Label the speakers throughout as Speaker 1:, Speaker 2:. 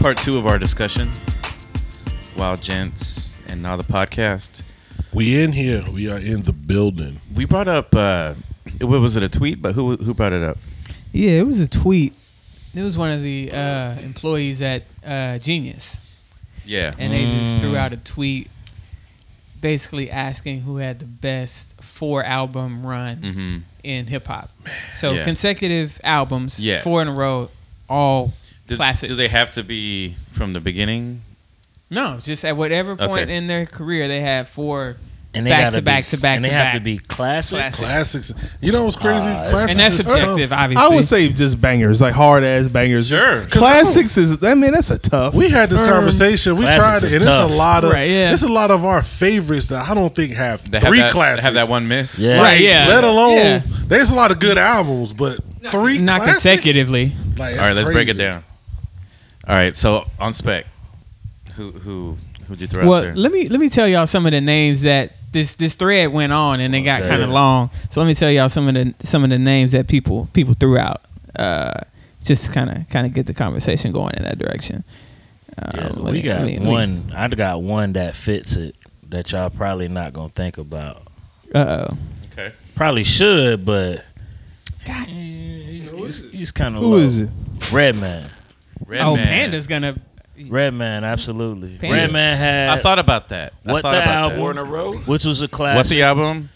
Speaker 1: part two of our discussion. Wild Gents and now the podcast.
Speaker 2: We in here. We are in the building.
Speaker 1: We brought up uh, what was it a tweet? But who who brought it up?
Speaker 3: Yeah, it was a tweet. It was one of the uh, employees at uh, Genius,
Speaker 1: Yeah,
Speaker 3: and they
Speaker 1: Mm.
Speaker 3: just threw out a tweet, basically asking who had the best four album run
Speaker 1: hmm
Speaker 3: in hip hop. So
Speaker 1: Yeah.
Speaker 3: consecutive albums,
Speaker 1: Yes.
Speaker 3: four in a row, all
Speaker 1: Do,
Speaker 3: classics.
Speaker 1: do they have to be from the beginning?
Speaker 3: no? Just at whatever point
Speaker 1: Okay.
Speaker 3: in their career, they had four
Speaker 4: And they
Speaker 3: Back
Speaker 4: gotta
Speaker 3: to back
Speaker 4: be,
Speaker 3: to back
Speaker 4: And
Speaker 3: to
Speaker 4: they have
Speaker 3: back.
Speaker 4: to be classics.
Speaker 3: Classics.
Speaker 2: Classics. You know what's crazy?
Speaker 4: Ah, it's-
Speaker 2: Classics
Speaker 3: and that's
Speaker 2: is
Speaker 3: subjective,
Speaker 2: tough.
Speaker 3: obviously.
Speaker 5: I would say just bangers, like hard ass bangers. Just
Speaker 1: Sure.
Speaker 5: Classics is. I mean, that's a tough.
Speaker 2: We had this
Speaker 5: term.
Speaker 2: conversation. We
Speaker 4: Classics
Speaker 2: tried it,
Speaker 4: is
Speaker 2: and
Speaker 4: tough.
Speaker 2: it's a lot of
Speaker 3: Right, yeah.
Speaker 2: it's a lot of our favorites that I don't think have
Speaker 1: They have
Speaker 2: three
Speaker 1: that,
Speaker 2: classics.
Speaker 1: Have that one miss?
Speaker 4: Yeah.
Speaker 2: Like,
Speaker 3: Right, yeah.
Speaker 2: Let alone
Speaker 3: Yeah.
Speaker 2: there's a lot of good albums, but three
Speaker 3: not
Speaker 2: classics?
Speaker 3: consecutively.
Speaker 2: Like,
Speaker 1: All right, let's break it
Speaker 2: crazy.
Speaker 1: down. All right, so on spec, who who who'd you throw out
Speaker 3: Well,
Speaker 1: there?
Speaker 3: let me let me tell y'all some of the names that this this thread went on and it got
Speaker 4: Okay.
Speaker 3: kind of long. So let me tell y'all some of the some of the names that people people threw out. Uh, just kind of kind of get the conversation going in that direction. Um,
Speaker 4: Yeah,
Speaker 3: let
Speaker 4: we
Speaker 5: Oh,
Speaker 3: me-
Speaker 4: got
Speaker 3: let me- let me-
Speaker 4: one. I got one that fits it that y'all probably not gonna think about.
Speaker 3: Uh-oh.
Speaker 1: okay,
Speaker 4: Probably should, but Eh, he's, he's, he's kind of
Speaker 5: Who is it?
Speaker 4: Redman.
Speaker 1: Red
Speaker 3: Oh,
Speaker 1: Man.
Speaker 3: Panda's gonna.
Speaker 4: Redman, absolutely.
Speaker 3: Panda.
Speaker 4: Redman had
Speaker 1: I thought about that. I
Speaker 4: What
Speaker 1: thought
Speaker 4: the
Speaker 1: about
Speaker 4: album?
Speaker 1: That.
Speaker 2: row.
Speaker 4: which was a classic.
Speaker 1: What's the album?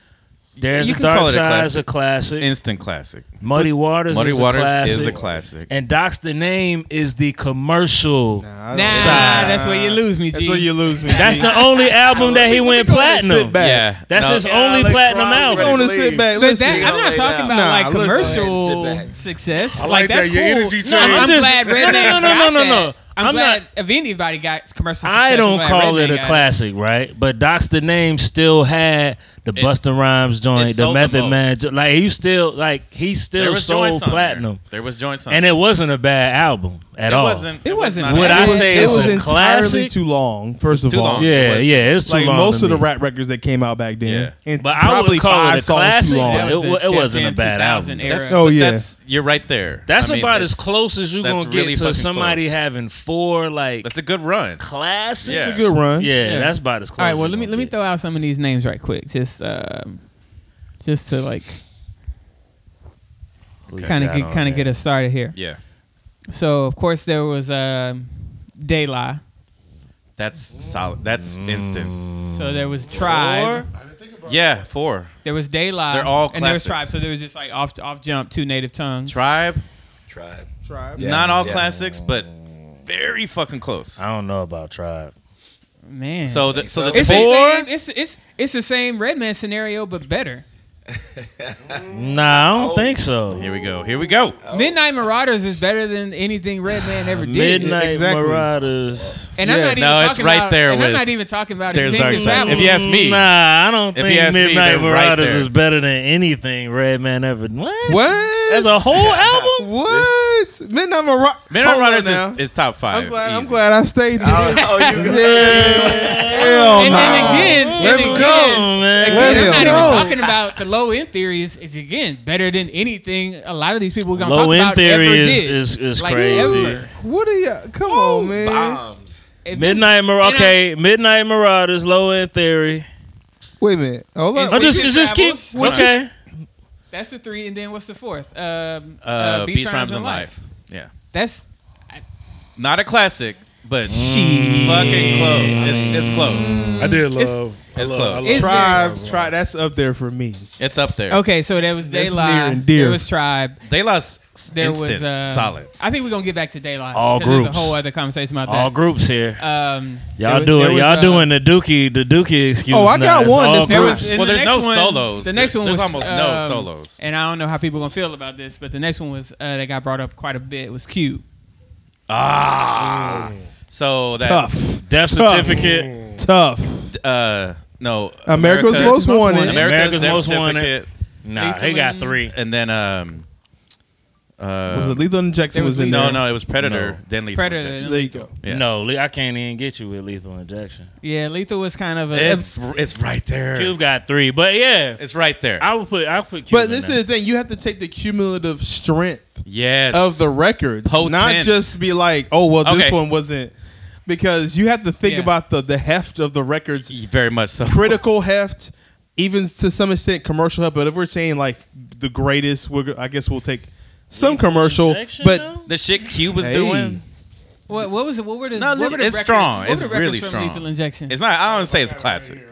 Speaker 4: There's
Speaker 1: You
Speaker 4: a
Speaker 1: can call
Speaker 4: Dark
Speaker 1: it a
Speaker 4: Side's a classic.
Speaker 1: Instant classic.
Speaker 4: Muddy Waters
Speaker 1: Muddy
Speaker 4: is
Speaker 1: Waters
Speaker 4: a classic.
Speaker 1: is a classic.
Speaker 4: And Doc's the name is the commercial.
Speaker 3: Nah,
Speaker 4: Side.
Speaker 3: that's where you lose me, G.
Speaker 5: That's where you lose me.
Speaker 4: That's
Speaker 5: G.
Speaker 4: the only album that he went platinum.
Speaker 5: back.
Speaker 1: Yeah,
Speaker 4: That's
Speaker 1: no,
Speaker 4: his only platinum
Speaker 5: I
Speaker 4: album.
Speaker 5: want to sit back.
Speaker 3: But
Speaker 5: Listen,
Speaker 3: that, I'm not talking about
Speaker 5: Nah,
Speaker 3: like
Speaker 5: listen.
Speaker 3: commercial
Speaker 6: Go ahead and sit back.
Speaker 3: success.
Speaker 2: I like
Speaker 3: that's
Speaker 2: that. Your
Speaker 3: cool.
Speaker 2: energy
Speaker 3: No, I'm,
Speaker 2: changed.
Speaker 3: I'm glad
Speaker 4: No, no,
Speaker 3: Redman
Speaker 4: no, no,
Speaker 3: got
Speaker 4: no, no,
Speaker 3: that.
Speaker 4: no.
Speaker 3: I'm,
Speaker 4: I'm
Speaker 3: glad
Speaker 4: not-
Speaker 3: if anybody got commercial success.
Speaker 4: I
Speaker 3: I'm
Speaker 4: don't
Speaker 3: glad
Speaker 4: call
Speaker 3: Redman
Speaker 4: it a
Speaker 3: got
Speaker 4: classic, right? But Doc's the name still had the Busta Rhymes joint, the
Speaker 1: sold the
Speaker 4: Method
Speaker 1: most.
Speaker 4: Man, jo- like he still like he still sold
Speaker 1: joints on
Speaker 4: platinum,
Speaker 1: There. there was joints on
Speaker 4: and
Speaker 1: there.
Speaker 4: it wasn't a bad album at
Speaker 1: it
Speaker 4: all.
Speaker 1: wasn't.
Speaker 3: It wasn't
Speaker 1: not
Speaker 4: Would
Speaker 1: bad.
Speaker 4: I
Speaker 5: It was-
Speaker 4: say
Speaker 5: it
Speaker 4: it's
Speaker 5: was
Speaker 4: a
Speaker 5: entirely
Speaker 4: classic?
Speaker 5: too long? First of
Speaker 1: too
Speaker 5: all,
Speaker 1: long.
Speaker 4: Yeah, yeah, it's too
Speaker 5: like
Speaker 4: long.
Speaker 5: most
Speaker 4: to
Speaker 5: of the
Speaker 4: me.
Speaker 5: rap records that came out back then,
Speaker 1: Yeah.
Speaker 5: and
Speaker 4: But I
Speaker 5: probably
Speaker 4: would call
Speaker 5: five
Speaker 4: it a
Speaker 5: songs
Speaker 4: classic.
Speaker 5: too
Speaker 3: That
Speaker 5: long.
Speaker 4: It wa- it
Speaker 3: the
Speaker 4: wasn't a
Speaker 3: Def Jam
Speaker 4: bad
Speaker 3: 2000
Speaker 4: album.
Speaker 3: era.
Speaker 5: Oh,
Speaker 1: But
Speaker 5: yeah.
Speaker 1: that's you're right there.
Speaker 4: That's
Speaker 1: I mean,
Speaker 4: about as
Speaker 1: that's-
Speaker 4: close as you're
Speaker 1: that's
Speaker 4: gonna
Speaker 1: really
Speaker 4: get
Speaker 1: fucking
Speaker 4: to somebody
Speaker 1: close.
Speaker 4: having four like
Speaker 1: That's a good run.
Speaker 4: classics.
Speaker 1: Yeah. It's
Speaker 5: a good run.
Speaker 4: Yeah,
Speaker 3: Yeah.
Speaker 4: that's about as close.
Speaker 3: All right, well
Speaker 4: as
Speaker 3: let me
Speaker 4: you're
Speaker 3: let me
Speaker 4: gonna
Speaker 3: throw out some of these names right quick, just um, just to like
Speaker 1: Okay.
Speaker 3: kind of
Speaker 1: Got
Speaker 3: get
Speaker 1: on
Speaker 3: kind
Speaker 1: there.
Speaker 3: of get us started here.
Speaker 1: Yeah,
Speaker 3: So of course there was um, De La,
Speaker 1: that's solid. That's
Speaker 4: Mm.
Speaker 1: instant.
Speaker 3: so there was Tribe,
Speaker 1: Yeah, four
Speaker 3: there was De La,
Speaker 1: They're all
Speaker 3: and there was
Speaker 1: classics.
Speaker 3: Tribe. So there was just like off off jump two native tongues.
Speaker 1: tribe.
Speaker 6: Tribe.
Speaker 1: Not all
Speaker 6: yeah.
Speaker 1: classics, but very fucking close.
Speaker 4: I don't know about Tribe.
Speaker 3: man.
Speaker 1: So, the, so the
Speaker 3: it's the
Speaker 1: four.
Speaker 3: same. It's it's it's the same Redman scenario, but better.
Speaker 4: Nah, I
Speaker 1: Oh.
Speaker 4: don't think so.
Speaker 1: Here we go. Here we go.
Speaker 3: Midnight Marauders is better than anything Redman ever did.
Speaker 4: Midnight
Speaker 5: Exactly.
Speaker 4: Marauders.
Speaker 3: And I'm
Speaker 5: Yeah.
Speaker 3: not even
Speaker 1: No,
Speaker 3: talking
Speaker 1: it's right
Speaker 3: about,
Speaker 1: there
Speaker 3: And I'm
Speaker 1: with-
Speaker 3: not even talking about
Speaker 1: There's
Speaker 3: his
Speaker 1: Dark
Speaker 3: Jenkins
Speaker 1: Side.
Speaker 3: album.
Speaker 1: If you ask me,
Speaker 4: Nah, I don't
Speaker 1: If you
Speaker 4: think
Speaker 1: ask me,
Speaker 4: Midnight
Speaker 1: they're right
Speaker 4: Marauders
Speaker 1: there.
Speaker 4: is better than anything Redman ever. What?
Speaker 5: What?
Speaker 4: As a whole album?
Speaker 5: What? Midnight Marauders.
Speaker 1: Midnight
Speaker 5: Hold on
Speaker 1: Runners
Speaker 5: now.
Speaker 1: is, is top five.
Speaker 5: I'm glad. I'm
Speaker 1: Easy.
Speaker 5: glad I stayed there.
Speaker 6: Oh, you
Speaker 5: Hell
Speaker 3: and
Speaker 5: no.
Speaker 3: then again, and
Speaker 2: Let's
Speaker 3: again,
Speaker 2: go.
Speaker 4: Oh,
Speaker 3: again,
Speaker 4: man.
Speaker 5: Let's
Speaker 3: I'm not
Speaker 5: go.
Speaker 3: even talking about the low end theories. Is again better than anything. A lot of these people we're gonna
Speaker 4: Low
Speaker 3: talk
Speaker 4: end
Speaker 3: about
Speaker 4: theory
Speaker 3: ever
Speaker 4: is,
Speaker 3: did.
Speaker 4: is, is
Speaker 3: Like,
Speaker 4: crazy.
Speaker 3: ever.
Speaker 5: What are you? Come on, man.
Speaker 6: Bombs.
Speaker 3: If this-
Speaker 4: Midnight Marauders.
Speaker 3: And I-
Speaker 4: Okay, Midnight Marauders, Low End Theory.
Speaker 5: Wait a minute. Hold
Speaker 3: And
Speaker 5: on.
Speaker 3: so-
Speaker 4: I
Speaker 3: Sleepy
Speaker 4: just, just keep.
Speaker 3: Travels. What you-
Speaker 4: Okay.
Speaker 3: That's the three, and then what's the fourth? Um, uh,
Speaker 1: Uh,
Speaker 3: Beach
Speaker 1: Beach
Speaker 3: Rhymes
Speaker 1: Rhymes
Speaker 3: and
Speaker 1: in Life. Yeah,
Speaker 3: That's
Speaker 1: not a classic, but
Speaker 3: Mm.
Speaker 1: fucking close. It's it's close.
Speaker 2: I did
Speaker 3: It's-
Speaker 2: love. I
Speaker 1: it's
Speaker 2: love,
Speaker 1: close.
Speaker 2: I love
Speaker 3: It's-
Speaker 5: Tribe, try. That's up there for me.
Speaker 1: It's up there.
Speaker 3: okay. So there was
Speaker 5: That's
Speaker 3: Daylight.
Speaker 5: near and dear.
Speaker 3: There was Tribe.
Speaker 1: They lost
Speaker 3: There
Speaker 1: instant,
Speaker 3: was uh,
Speaker 1: solid.
Speaker 3: I think we're gonna get back to Daylight.
Speaker 4: All
Speaker 3: 'cause There's a
Speaker 4: groups.
Speaker 3: whole other conversation about
Speaker 4: All
Speaker 3: that.
Speaker 4: groups here.
Speaker 3: Um, there was-
Speaker 4: Y'all
Speaker 3: there
Speaker 4: doing
Speaker 3: was,
Speaker 4: y'all
Speaker 3: uh,
Speaker 4: doing the dookie the dookie excuse.
Speaker 5: Oh, I
Speaker 4: now.
Speaker 5: got
Speaker 4: It's
Speaker 5: one
Speaker 4: all
Speaker 5: that's-
Speaker 3: There
Speaker 5: Groups.
Speaker 3: was, and
Speaker 1: Well,
Speaker 3: the
Speaker 1: there's
Speaker 3: next
Speaker 1: no
Speaker 3: one-
Speaker 1: solos.
Speaker 3: The next
Speaker 1: There-
Speaker 3: one
Speaker 1: there's
Speaker 3: was
Speaker 1: almost no
Speaker 3: um,
Speaker 1: solos.
Speaker 3: and I don't know how people gonna feel about this, but the next one was uh, that got brought up quite a bit was Cube.
Speaker 1: Ah.
Speaker 3: Oh.
Speaker 1: So that's
Speaker 5: Tough.
Speaker 4: death
Speaker 5: Tough.
Speaker 4: certificate.
Speaker 5: Tough.
Speaker 1: uh no
Speaker 5: America's Most Wanted.
Speaker 1: America's,
Speaker 4: America's Most
Speaker 1: Death
Speaker 4: Wanted.
Speaker 1: Certificate,
Speaker 4: Nah, he got three.
Speaker 1: and then um uh
Speaker 5: was it Lethal Injection
Speaker 3: there was
Speaker 5: was in
Speaker 1: no
Speaker 5: there?
Speaker 1: no it was Predator
Speaker 4: No.
Speaker 1: then Lethal
Speaker 3: Predator.
Speaker 1: Injection.
Speaker 5: There you go.
Speaker 1: Yeah.
Speaker 4: No, Le- I can't even get you with lethal injection.
Speaker 3: Yeah, Lethal was kind of a.
Speaker 1: it's it's right there
Speaker 4: Cube got three, but yeah,
Speaker 1: it's right there
Speaker 4: I would put I would put. Cube
Speaker 5: But
Speaker 4: in
Speaker 5: this
Speaker 4: there.
Speaker 5: is the thing. You have to take the cumulative strength
Speaker 1: Yes.
Speaker 5: of the records, not
Speaker 1: Potent.
Speaker 5: just be like, oh well, this
Speaker 1: Okay.
Speaker 5: one wasn't. Because you have to think
Speaker 3: Yeah.
Speaker 5: about the the heft of the records,
Speaker 1: very much so.
Speaker 5: critical heft, even to some extent commercial heft. But if we're saying like the greatest, we're, go- I guess we'll take some commercial.
Speaker 4: Rejection,
Speaker 5: But
Speaker 4: though?
Speaker 1: The shit Cube was
Speaker 5: Hey.
Speaker 1: doing.
Speaker 3: What, what was it? What were the?
Speaker 1: No,
Speaker 3: what
Speaker 1: look,
Speaker 3: were the
Speaker 1: it's
Speaker 3: records-
Speaker 1: strong.
Speaker 3: what were
Speaker 1: It's
Speaker 3: the records
Speaker 1: really
Speaker 3: from
Speaker 1: strong.
Speaker 3: Lethal injection.
Speaker 1: It's not. I don't say it's a classic.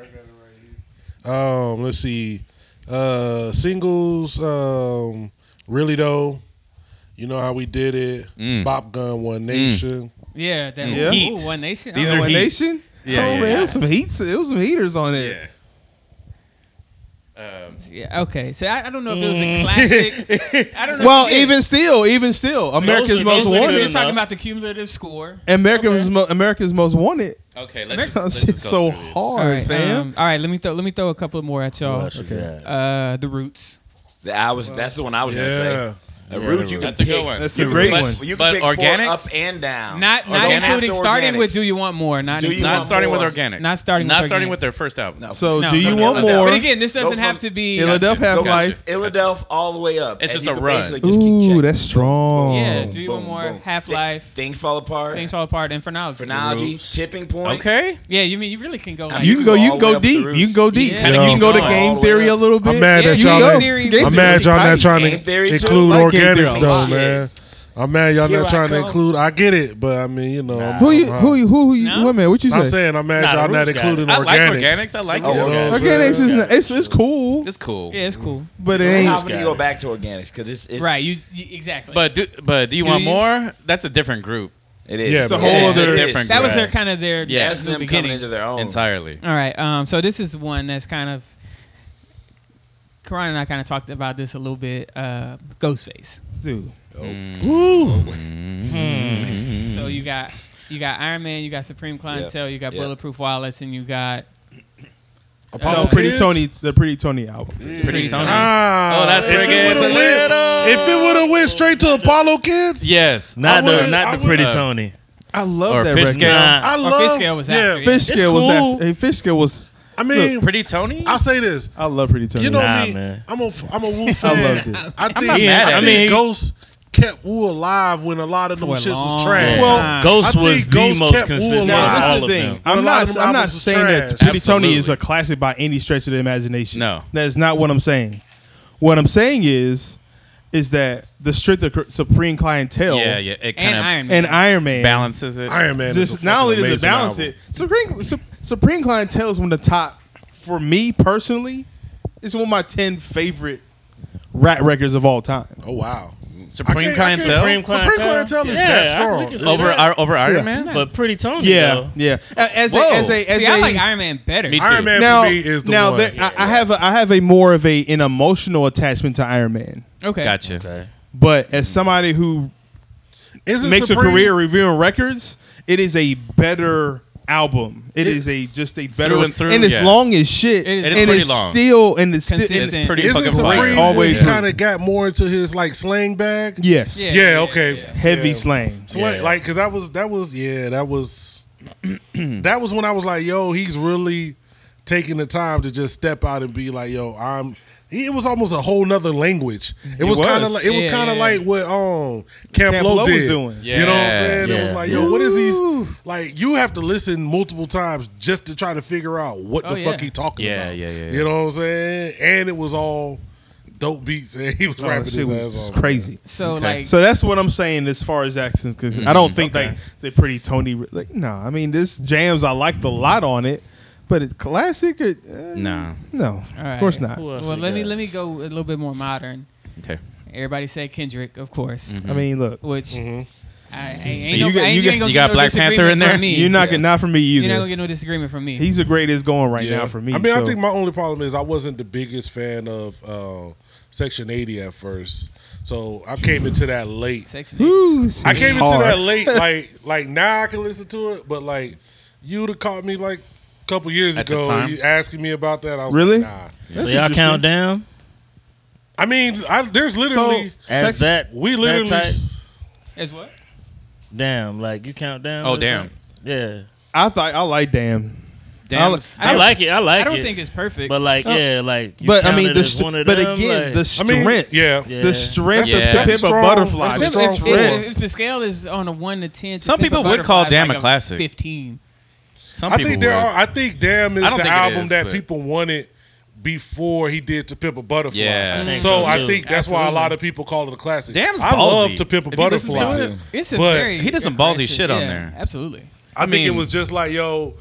Speaker 2: Um, let's see. Uh, singles. Um, really though, you know how we did it.
Speaker 1: Mm.
Speaker 2: Bop Gun, One Nation.
Speaker 3: yeah, that
Speaker 5: Yeah.
Speaker 3: Ooh,
Speaker 1: Heat.
Speaker 3: One Nation.
Speaker 1: These
Speaker 3: Oh,
Speaker 1: are
Speaker 5: One
Speaker 1: heat.
Speaker 5: Nation,
Speaker 1: Yeah,
Speaker 5: oh
Speaker 1: yeah,
Speaker 5: man,
Speaker 1: yeah.
Speaker 5: it was some heats. It was some heaters on there.
Speaker 1: Um,
Speaker 3: yeah, okay. So I, I don't know if it was
Speaker 1: Mm.
Speaker 3: a classic. I don't know.
Speaker 5: Well,
Speaker 3: if it-
Speaker 5: even still, even still, America's
Speaker 4: are-
Speaker 5: Most
Speaker 4: those are
Speaker 5: Wanted.
Speaker 3: You're talking
Speaker 4: enough.
Speaker 3: about the cumulative score.
Speaker 5: America's Mo- America's Most Wanted.
Speaker 1: okay, let's,
Speaker 5: That
Speaker 1: let's
Speaker 5: shit's
Speaker 1: just
Speaker 5: so
Speaker 1: go through this.
Speaker 5: hard, fam.
Speaker 3: um, all right. Let me throw. Let me throw a couple more at
Speaker 4: What
Speaker 3: y'all.
Speaker 4: else you got?
Speaker 3: Uh, the Roots.
Speaker 6: I was. That's the one I was gonna say.
Speaker 2: Yeah.
Speaker 6: The roots you can
Speaker 1: That's a
Speaker 6: pick.
Speaker 1: good one.
Speaker 5: That's a great
Speaker 1: But-
Speaker 5: one.
Speaker 6: You can
Speaker 1: But
Speaker 6: pick organic
Speaker 1: organics?
Speaker 6: up and down.
Speaker 3: Not not
Speaker 6: Don't ask
Speaker 3: including
Speaker 6: the
Speaker 3: starting
Speaker 6: Oh,
Speaker 3: with
Speaker 6: organics.
Speaker 3: Do You Want More. Not
Speaker 6: Do You
Speaker 3: not
Speaker 1: Not
Speaker 6: Want
Speaker 1: starting with
Speaker 6: more.
Speaker 1: organic.
Speaker 3: Not starting with
Speaker 1: Not starting
Speaker 3: organic.
Speaker 1: with their first album.
Speaker 6: No.
Speaker 5: So,
Speaker 3: No,
Speaker 5: do you
Speaker 3: something
Speaker 5: want
Speaker 6: like that.
Speaker 5: more?
Speaker 3: But again, this doesn't
Speaker 6: from
Speaker 3: have to be.
Speaker 5: Philadelphia
Speaker 6: Go
Speaker 5: have
Speaker 6: from
Speaker 5: life.
Speaker 6: Philadelphia all the way up. And
Speaker 1: It's just
Speaker 6: you
Speaker 1: a
Speaker 6: can
Speaker 1: run.
Speaker 6: basically just keep
Speaker 5: Ooh,
Speaker 6: checking.
Speaker 5: that's strong.
Speaker 3: Yeah, do you want more?
Speaker 6: boom.
Speaker 3: Half
Speaker 6: Thi-
Speaker 3: life.
Speaker 6: Things fall apart.
Speaker 3: Things fall apart. And Phrenology.
Speaker 6: Phrenology, tipping point.
Speaker 1: Okay.
Speaker 3: Yeah, you mean you really can go. Like,
Speaker 5: You can go. You
Speaker 6: all
Speaker 5: can
Speaker 6: the way
Speaker 5: go
Speaker 6: up the
Speaker 5: deep.
Speaker 6: roots.
Speaker 5: You can go deep.
Speaker 3: Yeah.
Speaker 5: You
Speaker 1: Kinda
Speaker 5: can
Speaker 1: keep
Speaker 5: go to
Speaker 1: going.
Speaker 6: All the
Speaker 5: game
Speaker 6: way
Speaker 5: theory a
Speaker 6: up.
Speaker 5: little bit.
Speaker 2: I'm mad
Speaker 3: Yeah,
Speaker 2: at
Speaker 3: you
Speaker 2: y'all.
Speaker 3: go
Speaker 2: Not,
Speaker 3: theory.
Speaker 2: I'm
Speaker 5: Game
Speaker 2: mad
Speaker 5: theory's
Speaker 2: y'all not
Speaker 5: tight.
Speaker 2: trying
Speaker 6: Game
Speaker 2: to
Speaker 6: theory too.
Speaker 2: include
Speaker 5: Like game
Speaker 2: organics
Speaker 5: theory.
Speaker 2: though,
Speaker 6: Shit.
Speaker 2: man. I'm mad y'all
Speaker 6: Here I
Speaker 2: not trying to
Speaker 6: come.
Speaker 2: include. I get it, but I mean, you know, I'm-
Speaker 5: Who you?
Speaker 2: I'm-
Speaker 5: Who you? Who you?
Speaker 3: No?
Speaker 5: Wait a minute. What you
Speaker 2: I'm
Speaker 5: say?
Speaker 2: saying I'm mad
Speaker 4: Nah,
Speaker 2: y'all
Speaker 4: the
Speaker 2: not
Speaker 4: roots got
Speaker 2: including
Speaker 4: it.
Speaker 1: I
Speaker 2: organics.
Speaker 1: like organics. I like
Speaker 6: Oh,
Speaker 1: those
Speaker 6: okay.
Speaker 1: guys.
Speaker 5: Organics is not- it's it's cool,
Speaker 1: It's cool.
Speaker 3: Yeah, it's cool.
Speaker 5: but it
Speaker 6: How
Speaker 5: ain't.
Speaker 6: often do you go back to organics? Because it's, it's
Speaker 3: Right. You, you exactly.
Speaker 1: But do but do you
Speaker 3: Do
Speaker 1: want
Speaker 3: you-
Speaker 1: more? That's a different group
Speaker 6: It is.
Speaker 2: Yeah, It's a but-
Speaker 5: whole
Speaker 6: It is.
Speaker 5: other-
Speaker 6: It is.
Speaker 1: different
Speaker 3: that was
Speaker 1: Right.
Speaker 3: their kind of their
Speaker 1: Yeah.
Speaker 3: their
Speaker 6: That's
Speaker 3: new
Speaker 6: them coming
Speaker 3: beginning.
Speaker 6: into their
Speaker 2: Oh.
Speaker 6: own.
Speaker 1: entirely.
Speaker 3: All right. Um. So this is one that's kind of. Karan and I kind of talked about this a little bit. Uh, Ghostface.
Speaker 5: Dude.
Speaker 6: Mm.
Speaker 3: So you got you got Iron Man, you got Supreme Clientele, you got
Speaker 6: Yeah.
Speaker 3: Bulletproof Wallets, and you got
Speaker 5: No,
Speaker 2: Apollo
Speaker 5: pretty
Speaker 2: Kids?
Speaker 5: Tony. The pretty Tony album.
Speaker 1: Pretty Tony.
Speaker 2: Ah,
Speaker 1: Oh, that's
Speaker 2: if it
Speaker 1: reggae.
Speaker 2: would've
Speaker 1: It's a
Speaker 2: went-
Speaker 1: little-
Speaker 2: If it would have went straight to Apollo Kids,
Speaker 1: Yes.
Speaker 4: Not
Speaker 2: I
Speaker 4: the
Speaker 2: would've- I
Speaker 4: not the
Speaker 2: would've-
Speaker 4: pretty
Speaker 1: uh,
Speaker 4: Tony.
Speaker 5: I love
Speaker 1: Or
Speaker 5: that
Speaker 1: Fish
Speaker 5: record.
Speaker 1: Scale.
Speaker 4: Nah.
Speaker 2: I
Speaker 3: Or
Speaker 2: love.
Speaker 3: Fish Scale was
Speaker 2: yeah,
Speaker 3: after.
Speaker 5: Fish
Speaker 4: It's
Speaker 5: scale was
Speaker 4: cool.
Speaker 5: after. Hey, fish scale was.
Speaker 2: I mean,
Speaker 1: Pretty Tony?
Speaker 2: I'll say this.
Speaker 5: I love pretty Tony.
Speaker 2: You know
Speaker 4: Nah,
Speaker 2: me.
Speaker 4: man.
Speaker 2: I'm a I'm a Wu fan.
Speaker 5: loved it.
Speaker 2: I think
Speaker 1: not mad
Speaker 2: I
Speaker 1: at
Speaker 2: think
Speaker 4: it.
Speaker 2: Ghost kept Wu alive when a lot of them
Speaker 3: For a
Speaker 2: shits was
Speaker 3: long
Speaker 2: trash.
Speaker 3: time.
Speaker 2: Well,
Speaker 3: Nah.
Speaker 4: Ghost
Speaker 2: I
Speaker 4: was
Speaker 2: think
Speaker 4: the
Speaker 2: Ghost
Speaker 4: most
Speaker 2: kept Wu
Speaker 4: consistent of
Speaker 2: alive.
Speaker 5: Now,
Speaker 4: all
Speaker 5: this is the
Speaker 4: of
Speaker 5: thing.
Speaker 4: them.
Speaker 5: I'm
Speaker 2: But a lot of
Speaker 5: not.
Speaker 2: them
Speaker 5: I'm not
Speaker 2: albums was
Speaker 5: saying that
Speaker 2: trash.
Speaker 5: Pretty Tony
Speaker 1: Absolutely.
Speaker 5: is a classic by any stretch of the imagination.
Speaker 1: No.
Speaker 5: that is not what I'm saying. What I'm saying is, is that the strength of cr- Supreme Clientele
Speaker 1: Yeah, yeah. It
Speaker 3: and
Speaker 1: kind of
Speaker 3: Iron Man.
Speaker 5: and Iron Man
Speaker 1: balances it.
Speaker 2: Iron Man.
Speaker 5: Just
Speaker 2: is a
Speaker 5: not
Speaker 2: fucking
Speaker 5: only does it
Speaker 2: amazing
Speaker 5: balance
Speaker 2: album.
Speaker 5: it, Supreme Sup- Supreme Clientele is one of the top for me personally. It's one of my ten favorite rap records of all time.
Speaker 2: Oh wow. I
Speaker 1: Supreme
Speaker 2: can't- I can't-
Speaker 1: Clientele
Speaker 2: Supreme
Speaker 4: Supreme Clientele?
Speaker 2: Clientele is
Speaker 4: Yeah, I-
Speaker 2: that
Speaker 4: we
Speaker 2: strong.
Speaker 4: can
Speaker 2: It's
Speaker 4: see
Speaker 1: over
Speaker 4: that.
Speaker 1: Ar- over Iron
Speaker 5: Yeah.
Speaker 1: Man.
Speaker 4: But pretty Tony.
Speaker 5: Yeah,
Speaker 4: though.
Speaker 5: yeah. A- As a,
Speaker 1: Whoa.
Speaker 5: as a as
Speaker 3: See,
Speaker 5: a
Speaker 3: I like Iron Man better.
Speaker 1: Me
Speaker 2: Iron
Speaker 1: too.
Speaker 2: Man
Speaker 5: now,
Speaker 2: for me is the
Speaker 5: now
Speaker 2: one.
Speaker 5: That, I, I have a, I have a more of a an emotional attachment to Iron Man,
Speaker 3: Okay.
Speaker 1: Gotcha.
Speaker 4: Okay.
Speaker 5: but as somebody who
Speaker 2: Isn't
Speaker 5: makes
Speaker 2: Supreme-
Speaker 5: a career reviewing records, it is a better album. it
Speaker 2: It-
Speaker 5: is a just a better
Speaker 1: Through and through,
Speaker 5: it's
Speaker 1: yeah.
Speaker 5: long as
Speaker 3: It
Speaker 5: shit.
Speaker 3: is
Speaker 5: and
Speaker 1: pretty
Speaker 5: it's
Speaker 1: long.
Speaker 5: still and it's still
Speaker 3: Consistent.
Speaker 5: and-
Speaker 1: It's pretty
Speaker 2: Isn't
Speaker 1: fucking fire.
Speaker 2: Supreme
Speaker 5: All the way through.
Speaker 2: kind of got more into his like slang bag?
Speaker 5: yes,
Speaker 3: Yeah.
Speaker 2: Yeah. Okay.
Speaker 5: heavy
Speaker 2: Yeah.
Speaker 5: slang.
Speaker 2: Slang,
Speaker 4: Yeah.
Speaker 2: like, cause that was that was yeah, that was that was when I was like, yo, he's really taking the time to just step out and be like, yo, I'm. he- It was almost a whole nother language. It was,
Speaker 5: was.
Speaker 2: kind of like it was
Speaker 3: Yeah,
Speaker 2: kind of
Speaker 3: yeah.
Speaker 2: like what um Camp,
Speaker 5: Camp
Speaker 2: Lo
Speaker 5: Lo was
Speaker 2: did.
Speaker 5: doing.
Speaker 2: You know what
Speaker 1: Yeah,
Speaker 2: I'm saying? It was
Speaker 4: yeah.
Speaker 2: like, yo, what is these? Like, you have to listen multiple times just to try to figure out what
Speaker 3: Oh,
Speaker 2: the
Speaker 3: yeah.
Speaker 2: fuck he talking
Speaker 1: Yeah,
Speaker 2: about.
Speaker 1: yeah, yeah, yeah.
Speaker 2: You know what I'm saying? And it was all dope beats, and he was
Speaker 5: Oh,
Speaker 2: rapping
Speaker 5: that
Speaker 2: his
Speaker 5: shit
Speaker 2: ass
Speaker 5: was
Speaker 2: off.
Speaker 5: crazy.
Speaker 3: So
Speaker 1: Okay.
Speaker 3: like,
Speaker 5: So that's what I'm saying as far as accents concerned. I
Speaker 1: Mm-hmm.
Speaker 5: don't think like the pretty Tony like no. I mean this jams I liked a lot on it, but it's classic. Or, uh,
Speaker 1: No.
Speaker 5: no,
Speaker 3: all
Speaker 5: of
Speaker 3: right.
Speaker 5: course not.
Speaker 4: Who else
Speaker 3: Well,
Speaker 4: we
Speaker 3: let me
Speaker 4: got?
Speaker 3: let me go a little bit more modern.
Speaker 1: Okay.
Speaker 3: Everybody said Kendrick, of course,
Speaker 5: I mean, look,
Speaker 3: which
Speaker 6: Mm-hmm.
Speaker 3: I, I ain't
Speaker 5: You
Speaker 3: no, I
Speaker 5: got-
Speaker 3: ain't-
Speaker 5: you
Speaker 3: you ain't
Speaker 5: got-
Speaker 3: gonna
Speaker 1: you
Speaker 3: get
Speaker 1: got
Speaker 3: no
Speaker 1: Black Panther
Speaker 3: disagreement
Speaker 1: in there?
Speaker 3: from me.
Speaker 5: you're not getting not for me
Speaker 3: You're not
Speaker 5: either.
Speaker 3: gonna get no disagreement from me.
Speaker 5: He's the greatest going right now for me.
Speaker 2: I mean,
Speaker 5: so-
Speaker 2: I think my only problem is I wasn't the biggest fan of uh, Section 80 at first, so I came into that late.
Speaker 3: Section eight.
Speaker 5: Ooh,
Speaker 2: I came into
Speaker 5: hard.
Speaker 2: that late, like like now I can listen to it, but like you'd have caught me like a couple years
Speaker 1: At the
Speaker 2: ago
Speaker 1: time?
Speaker 2: you asking me about that. I was
Speaker 5: Really?
Speaker 2: Like, nah.
Speaker 5: That's
Speaker 4: so y'all
Speaker 5: interesting.
Speaker 4: count down.
Speaker 2: I mean, I, there's literally
Speaker 4: As
Speaker 5: Sex-
Speaker 4: that
Speaker 2: we
Speaker 4: that
Speaker 2: literally
Speaker 4: type-
Speaker 2: s-
Speaker 3: As what?
Speaker 4: damn, like you count down.
Speaker 1: Oh,
Speaker 4: it's
Speaker 1: damn.
Speaker 4: like- yeah.
Speaker 5: I thought I like damn.
Speaker 1: Damn,
Speaker 4: I like it. I like it.
Speaker 3: I don't think it's perfect.
Speaker 4: But like,
Speaker 5: Oh.
Speaker 4: yeah, like. You
Speaker 5: but I
Speaker 4: count
Speaker 5: mean,
Speaker 4: it
Speaker 5: the
Speaker 4: as
Speaker 5: st-
Speaker 4: one of
Speaker 5: but
Speaker 4: them,
Speaker 5: again,
Speaker 4: like-
Speaker 5: the
Speaker 2: I mean,
Speaker 5: strength,
Speaker 2: yeah.
Speaker 4: Yeah.
Speaker 5: the strength
Speaker 1: That's a-
Speaker 5: to
Speaker 1: that's
Speaker 2: a
Speaker 5: pimp a
Speaker 2: strong-
Speaker 5: butterfly.
Speaker 2: that's a
Speaker 5: is
Speaker 2: strong
Speaker 5: strength.
Speaker 2: four.
Speaker 3: If, if the scale is on a one to ten, to
Speaker 1: Some
Speaker 3: Pimp a
Speaker 1: people would call
Speaker 3: Butterfly is
Speaker 1: Damn
Speaker 3: like
Speaker 1: a classic.
Speaker 3: Fifteen.
Speaker 1: Some
Speaker 2: I
Speaker 1: people
Speaker 2: think there
Speaker 1: would.
Speaker 2: are. I think Damn is
Speaker 1: I don't
Speaker 2: the
Speaker 1: think it
Speaker 2: album
Speaker 1: is,
Speaker 2: that
Speaker 1: but-
Speaker 2: people wanted before he did To Pimp a Butterfly.
Speaker 1: Yeah, I think
Speaker 2: so,
Speaker 4: so,
Speaker 2: I
Speaker 4: too.
Speaker 2: think that's why a
Speaker 3: Absolutely.
Speaker 2: lot of people call it a classic.
Speaker 1: Damn's
Speaker 2: I love
Speaker 1: ballsy.
Speaker 2: To Pimp a
Speaker 1: If you listen to
Speaker 2: Butterfly.
Speaker 1: it,
Speaker 3: It's a
Speaker 2: But
Speaker 3: very
Speaker 1: he does some ballsy
Speaker 3: aggressive-
Speaker 1: shit on
Speaker 3: yeah,
Speaker 1: there.
Speaker 3: Absolutely.
Speaker 2: I, think it
Speaker 1: mean-
Speaker 2: was just like, yo,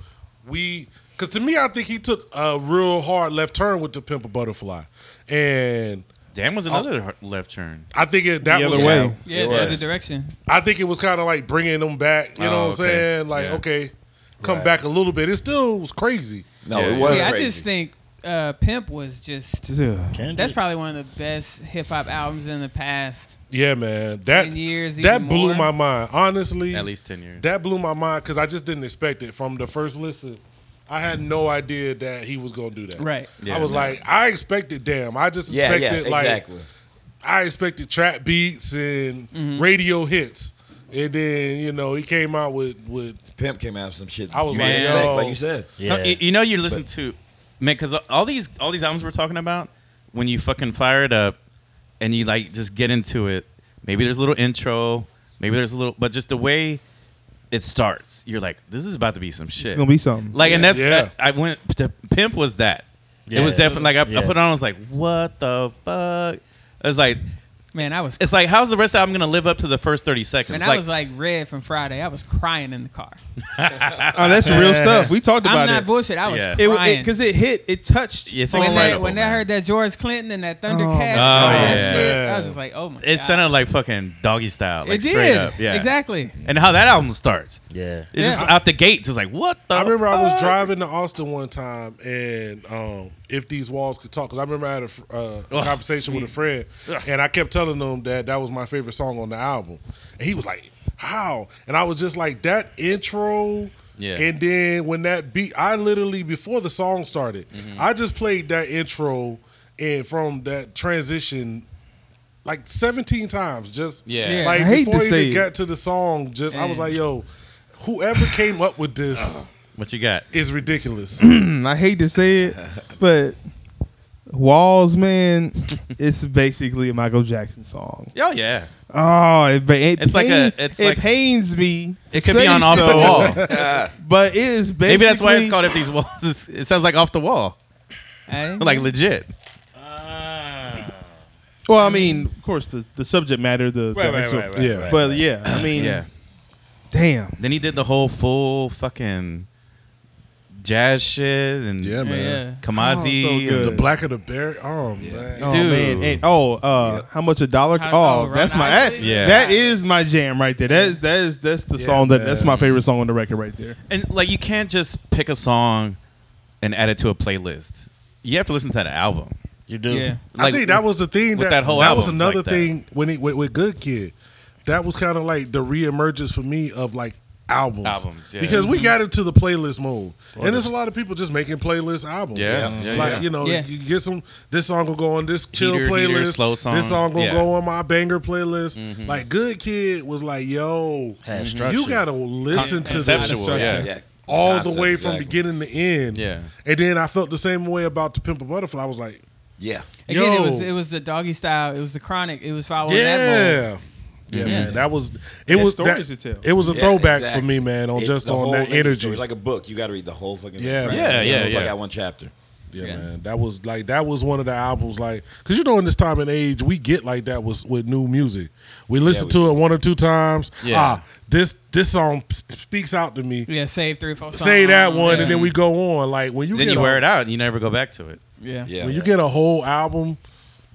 Speaker 2: we, because to me, I think he took a real hard left turn with the Pimp a Butterfly, and
Speaker 1: Damn
Speaker 2: Oh.
Speaker 1: was another har- left turn.
Speaker 2: I think it that
Speaker 5: The
Speaker 2: was
Speaker 5: other way.
Speaker 2: kinda-
Speaker 3: Yeah, the
Speaker 6: was.
Speaker 3: other direction.
Speaker 2: I think it was kind of like bringing them back. You know
Speaker 1: Oh,
Speaker 2: what I'm
Speaker 1: okay.
Speaker 2: saying? Like,
Speaker 1: Yeah.
Speaker 2: okay, come
Speaker 6: Right.
Speaker 2: back a little bit. It still was crazy.
Speaker 6: No, it was.
Speaker 3: yeah, I
Speaker 6: crazy.
Speaker 3: just think uh, Pimp was just.
Speaker 5: Yeah.
Speaker 4: Kendrick.
Speaker 3: That's probably one of the best hip hop albums in the past.
Speaker 2: Yeah, man. That
Speaker 3: 10 years,
Speaker 2: that
Speaker 3: even
Speaker 2: blew my
Speaker 3: more.
Speaker 2: mind. Honestly,
Speaker 1: At least ten years.
Speaker 2: that blew my mind because I just didn't expect it from the first listen. I had no idea that he was gonna do that.
Speaker 3: Right.
Speaker 1: Yeah,
Speaker 2: I was
Speaker 1: no.
Speaker 2: like, I expected damn. I just
Speaker 6: Yeah,
Speaker 2: expected
Speaker 6: yeah,
Speaker 2: like
Speaker 6: exactly.
Speaker 2: I expected trap beats and radio hits. And then, you know, he came out with with
Speaker 6: Pimp came out with some shit.
Speaker 2: I was
Speaker 6: you
Speaker 1: like,
Speaker 6: didn't expect,
Speaker 2: yo.
Speaker 6: like you said.
Speaker 1: So,
Speaker 4: Yeah.
Speaker 1: y- you know, you listen to man because all these all these albums we're talking about when you fucking fire it up and you like just get into it. Maybe there's a little intro, maybe there's a little, but just the way it starts, you're like, this is about to be some shit.
Speaker 5: It's gonna be something.
Speaker 1: like, and that's
Speaker 2: Yeah.
Speaker 1: I, I went. The pimp was that. It was
Speaker 4: Yeah.
Speaker 1: definitely like I,
Speaker 4: Yeah.
Speaker 1: I put it on. I was like, what the fuck? It was like
Speaker 3: Man, I was
Speaker 1: it's like how's the rest of the album gonna live up to the first thirty seconds?
Speaker 3: man,
Speaker 1: It's
Speaker 3: I was uh, like red from Friday. I was crying in the car.
Speaker 5: oh, that's real stuff. We talked
Speaker 3: I'm
Speaker 5: about
Speaker 3: not
Speaker 5: it.
Speaker 3: bullshit. I was
Speaker 1: Yeah.
Speaker 5: It
Speaker 3: crying.
Speaker 5: because it, hit. It touched.
Speaker 1: It's
Speaker 5: on,
Speaker 3: when
Speaker 5: like,
Speaker 3: they,
Speaker 1: incredible,
Speaker 3: when I
Speaker 1: man.
Speaker 3: heard that George Clinton and that
Speaker 5: Oh,
Speaker 3: Thundercat, and all
Speaker 1: yeah.
Speaker 3: that shit, I was just like, oh my god,
Speaker 1: it sounded like fucking doggy style, like
Speaker 3: it
Speaker 1: straight
Speaker 3: did
Speaker 1: up, yeah,
Speaker 3: exactly.
Speaker 1: And how that album starts.
Speaker 4: Yeah.
Speaker 1: It's just
Speaker 3: Yeah.
Speaker 1: out the gates. It's like what the.
Speaker 2: I remember I was
Speaker 1: fuck?
Speaker 2: driving to Austin one time, and um, if these walls could talk, because I remember I had a fr- uh,
Speaker 1: Ugh.
Speaker 2: conversation with a friend, and I kept telling them that that was my favorite song on the album, and he was like, "How?" And I was just like, "That intro."
Speaker 1: Yeah.
Speaker 2: And then when that beat, I literally before the song started,
Speaker 1: Mm-hmm.
Speaker 2: I just played that intro and from that transition like 17 times. Just
Speaker 1: Yeah. Mm. Yeah.
Speaker 2: like
Speaker 5: I hate
Speaker 2: before
Speaker 5: to
Speaker 2: he
Speaker 5: say
Speaker 2: even
Speaker 5: it.
Speaker 2: got to the song, just I was
Speaker 3: Man.
Speaker 2: like, yo, whoever came up with this
Speaker 1: What you got?
Speaker 2: is ridiculous.
Speaker 5: I hate to say it, but Walls, man, it's basically a Michael Jackson song.
Speaker 1: Oh yeah,
Speaker 5: Oh, it, ba- it
Speaker 1: It's like a-
Speaker 5: pain-
Speaker 1: it's
Speaker 5: it
Speaker 1: like-
Speaker 5: pains me. to
Speaker 1: it could be
Speaker 5: say
Speaker 1: on off the
Speaker 5: so,
Speaker 1: wall.
Speaker 5: but it is basically
Speaker 1: Maybe that's why it's called if these walls. It's- It sounds like off the wall,
Speaker 3: Hey?
Speaker 1: like legit.
Speaker 4: Ah.
Speaker 5: Well, I mean, of course, the, the subject matter, the, the
Speaker 4: Right, right,
Speaker 5: actual-
Speaker 4: right, right,
Speaker 2: Yeah.
Speaker 4: right,
Speaker 5: but
Speaker 4: right.
Speaker 5: yeah, I mean,
Speaker 1: Yeah.
Speaker 5: damn,
Speaker 1: Then he did the whole full fucking jazz shit and
Speaker 2: Yeah,
Speaker 3: yeah,
Speaker 2: man.
Speaker 3: yeah.
Speaker 1: Kamazi.
Speaker 5: Oh, so good.
Speaker 1: and-
Speaker 2: The black of the bear. Oh man.
Speaker 5: oh
Speaker 1: Dude.
Speaker 5: man, and, oh, uh, how much a dollar?
Speaker 3: How-
Speaker 5: oh,
Speaker 3: oh, Ron
Speaker 5: that's my that,
Speaker 3: Isley?
Speaker 1: Yeah.
Speaker 5: that is my jam right there. That's that is that's the song that that's my favorite song on the record right there.
Speaker 1: and like you can't just pick a song and add it to a playlist. You have to listen to the album.
Speaker 4: You do.
Speaker 3: yeah.
Speaker 1: Like,
Speaker 2: I think that was the thing
Speaker 1: with
Speaker 2: that,
Speaker 1: that whole
Speaker 2: was
Speaker 1: album's
Speaker 2: another
Speaker 1: like that.
Speaker 2: thing when he with, with Good Kid. That was kind of like the reemergence for me of like albums.
Speaker 1: Albums, yeah.
Speaker 2: Because we got into the playlist mode. and there's a lot of people just making playlist albums.
Speaker 1: Yeah, Yeah. yeah,
Speaker 2: like,
Speaker 1: yeah.
Speaker 2: you know,
Speaker 3: Yeah.
Speaker 2: you get some this song will go on this chill
Speaker 1: Heater,
Speaker 2: playlist.
Speaker 1: heater, slow song.
Speaker 2: This song will
Speaker 1: Yeah. Mm-hmm.
Speaker 2: go on my banger playlist. Like Good Kid was like, yo,
Speaker 4: Had
Speaker 2: you
Speaker 4: structure.
Speaker 2: gotta listen to this
Speaker 1: Conceptual, yeah.
Speaker 6: Yeah.
Speaker 2: all the
Speaker 6: Concept,
Speaker 2: way from
Speaker 6: exactly.
Speaker 2: beginning to end.
Speaker 1: Yeah.
Speaker 2: And then I felt the same way about To Pimp a Butterfly. I was like,
Speaker 6: Yeah.
Speaker 2: Yo.
Speaker 3: Again, it was it was the doggy style. It was the chronic. It was
Speaker 6: Oh,
Speaker 3: following that mold.
Speaker 2: yeah. Yeah, man, that was it.
Speaker 5: Had
Speaker 2: was
Speaker 5: stories
Speaker 2: that-
Speaker 5: to tell.
Speaker 2: It was a
Speaker 6: Yeah,
Speaker 2: throwback
Speaker 6: exactly.
Speaker 2: for me, man. On
Speaker 6: It's
Speaker 2: just
Speaker 6: the
Speaker 2: on
Speaker 6: whole
Speaker 2: that
Speaker 6: thing.
Speaker 2: energy.
Speaker 6: It's like a book. You got to read the whole fucking.
Speaker 2: Yeah,
Speaker 6: thing.
Speaker 1: Yeah, yeah,
Speaker 6: It's
Speaker 1: yeah.
Speaker 6: Like I one chapter.
Speaker 2: yeah, man, that was like that was one of the albums, like because you know in this time and age we get like that was with new music. We listen
Speaker 6: we
Speaker 2: to it one or two times.
Speaker 1: Yeah.
Speaker 2: Ah, this this song s- speaks out to me.
Speaker 3: Yeah, save three or four. Songs.
Speaker 2: Say that one,
Speaker 3: yeah.
Speaker 2: and then we go on. Like when you
Speaker 1: Then
Speaker 2: get
Speaker 1: you
Speaker 2: a,
Speaker 1: wear it out and you never go back to it.
Speaker 3: Yeah.
Speaker 6: Yeah.
Speaker 2: when you get a whole album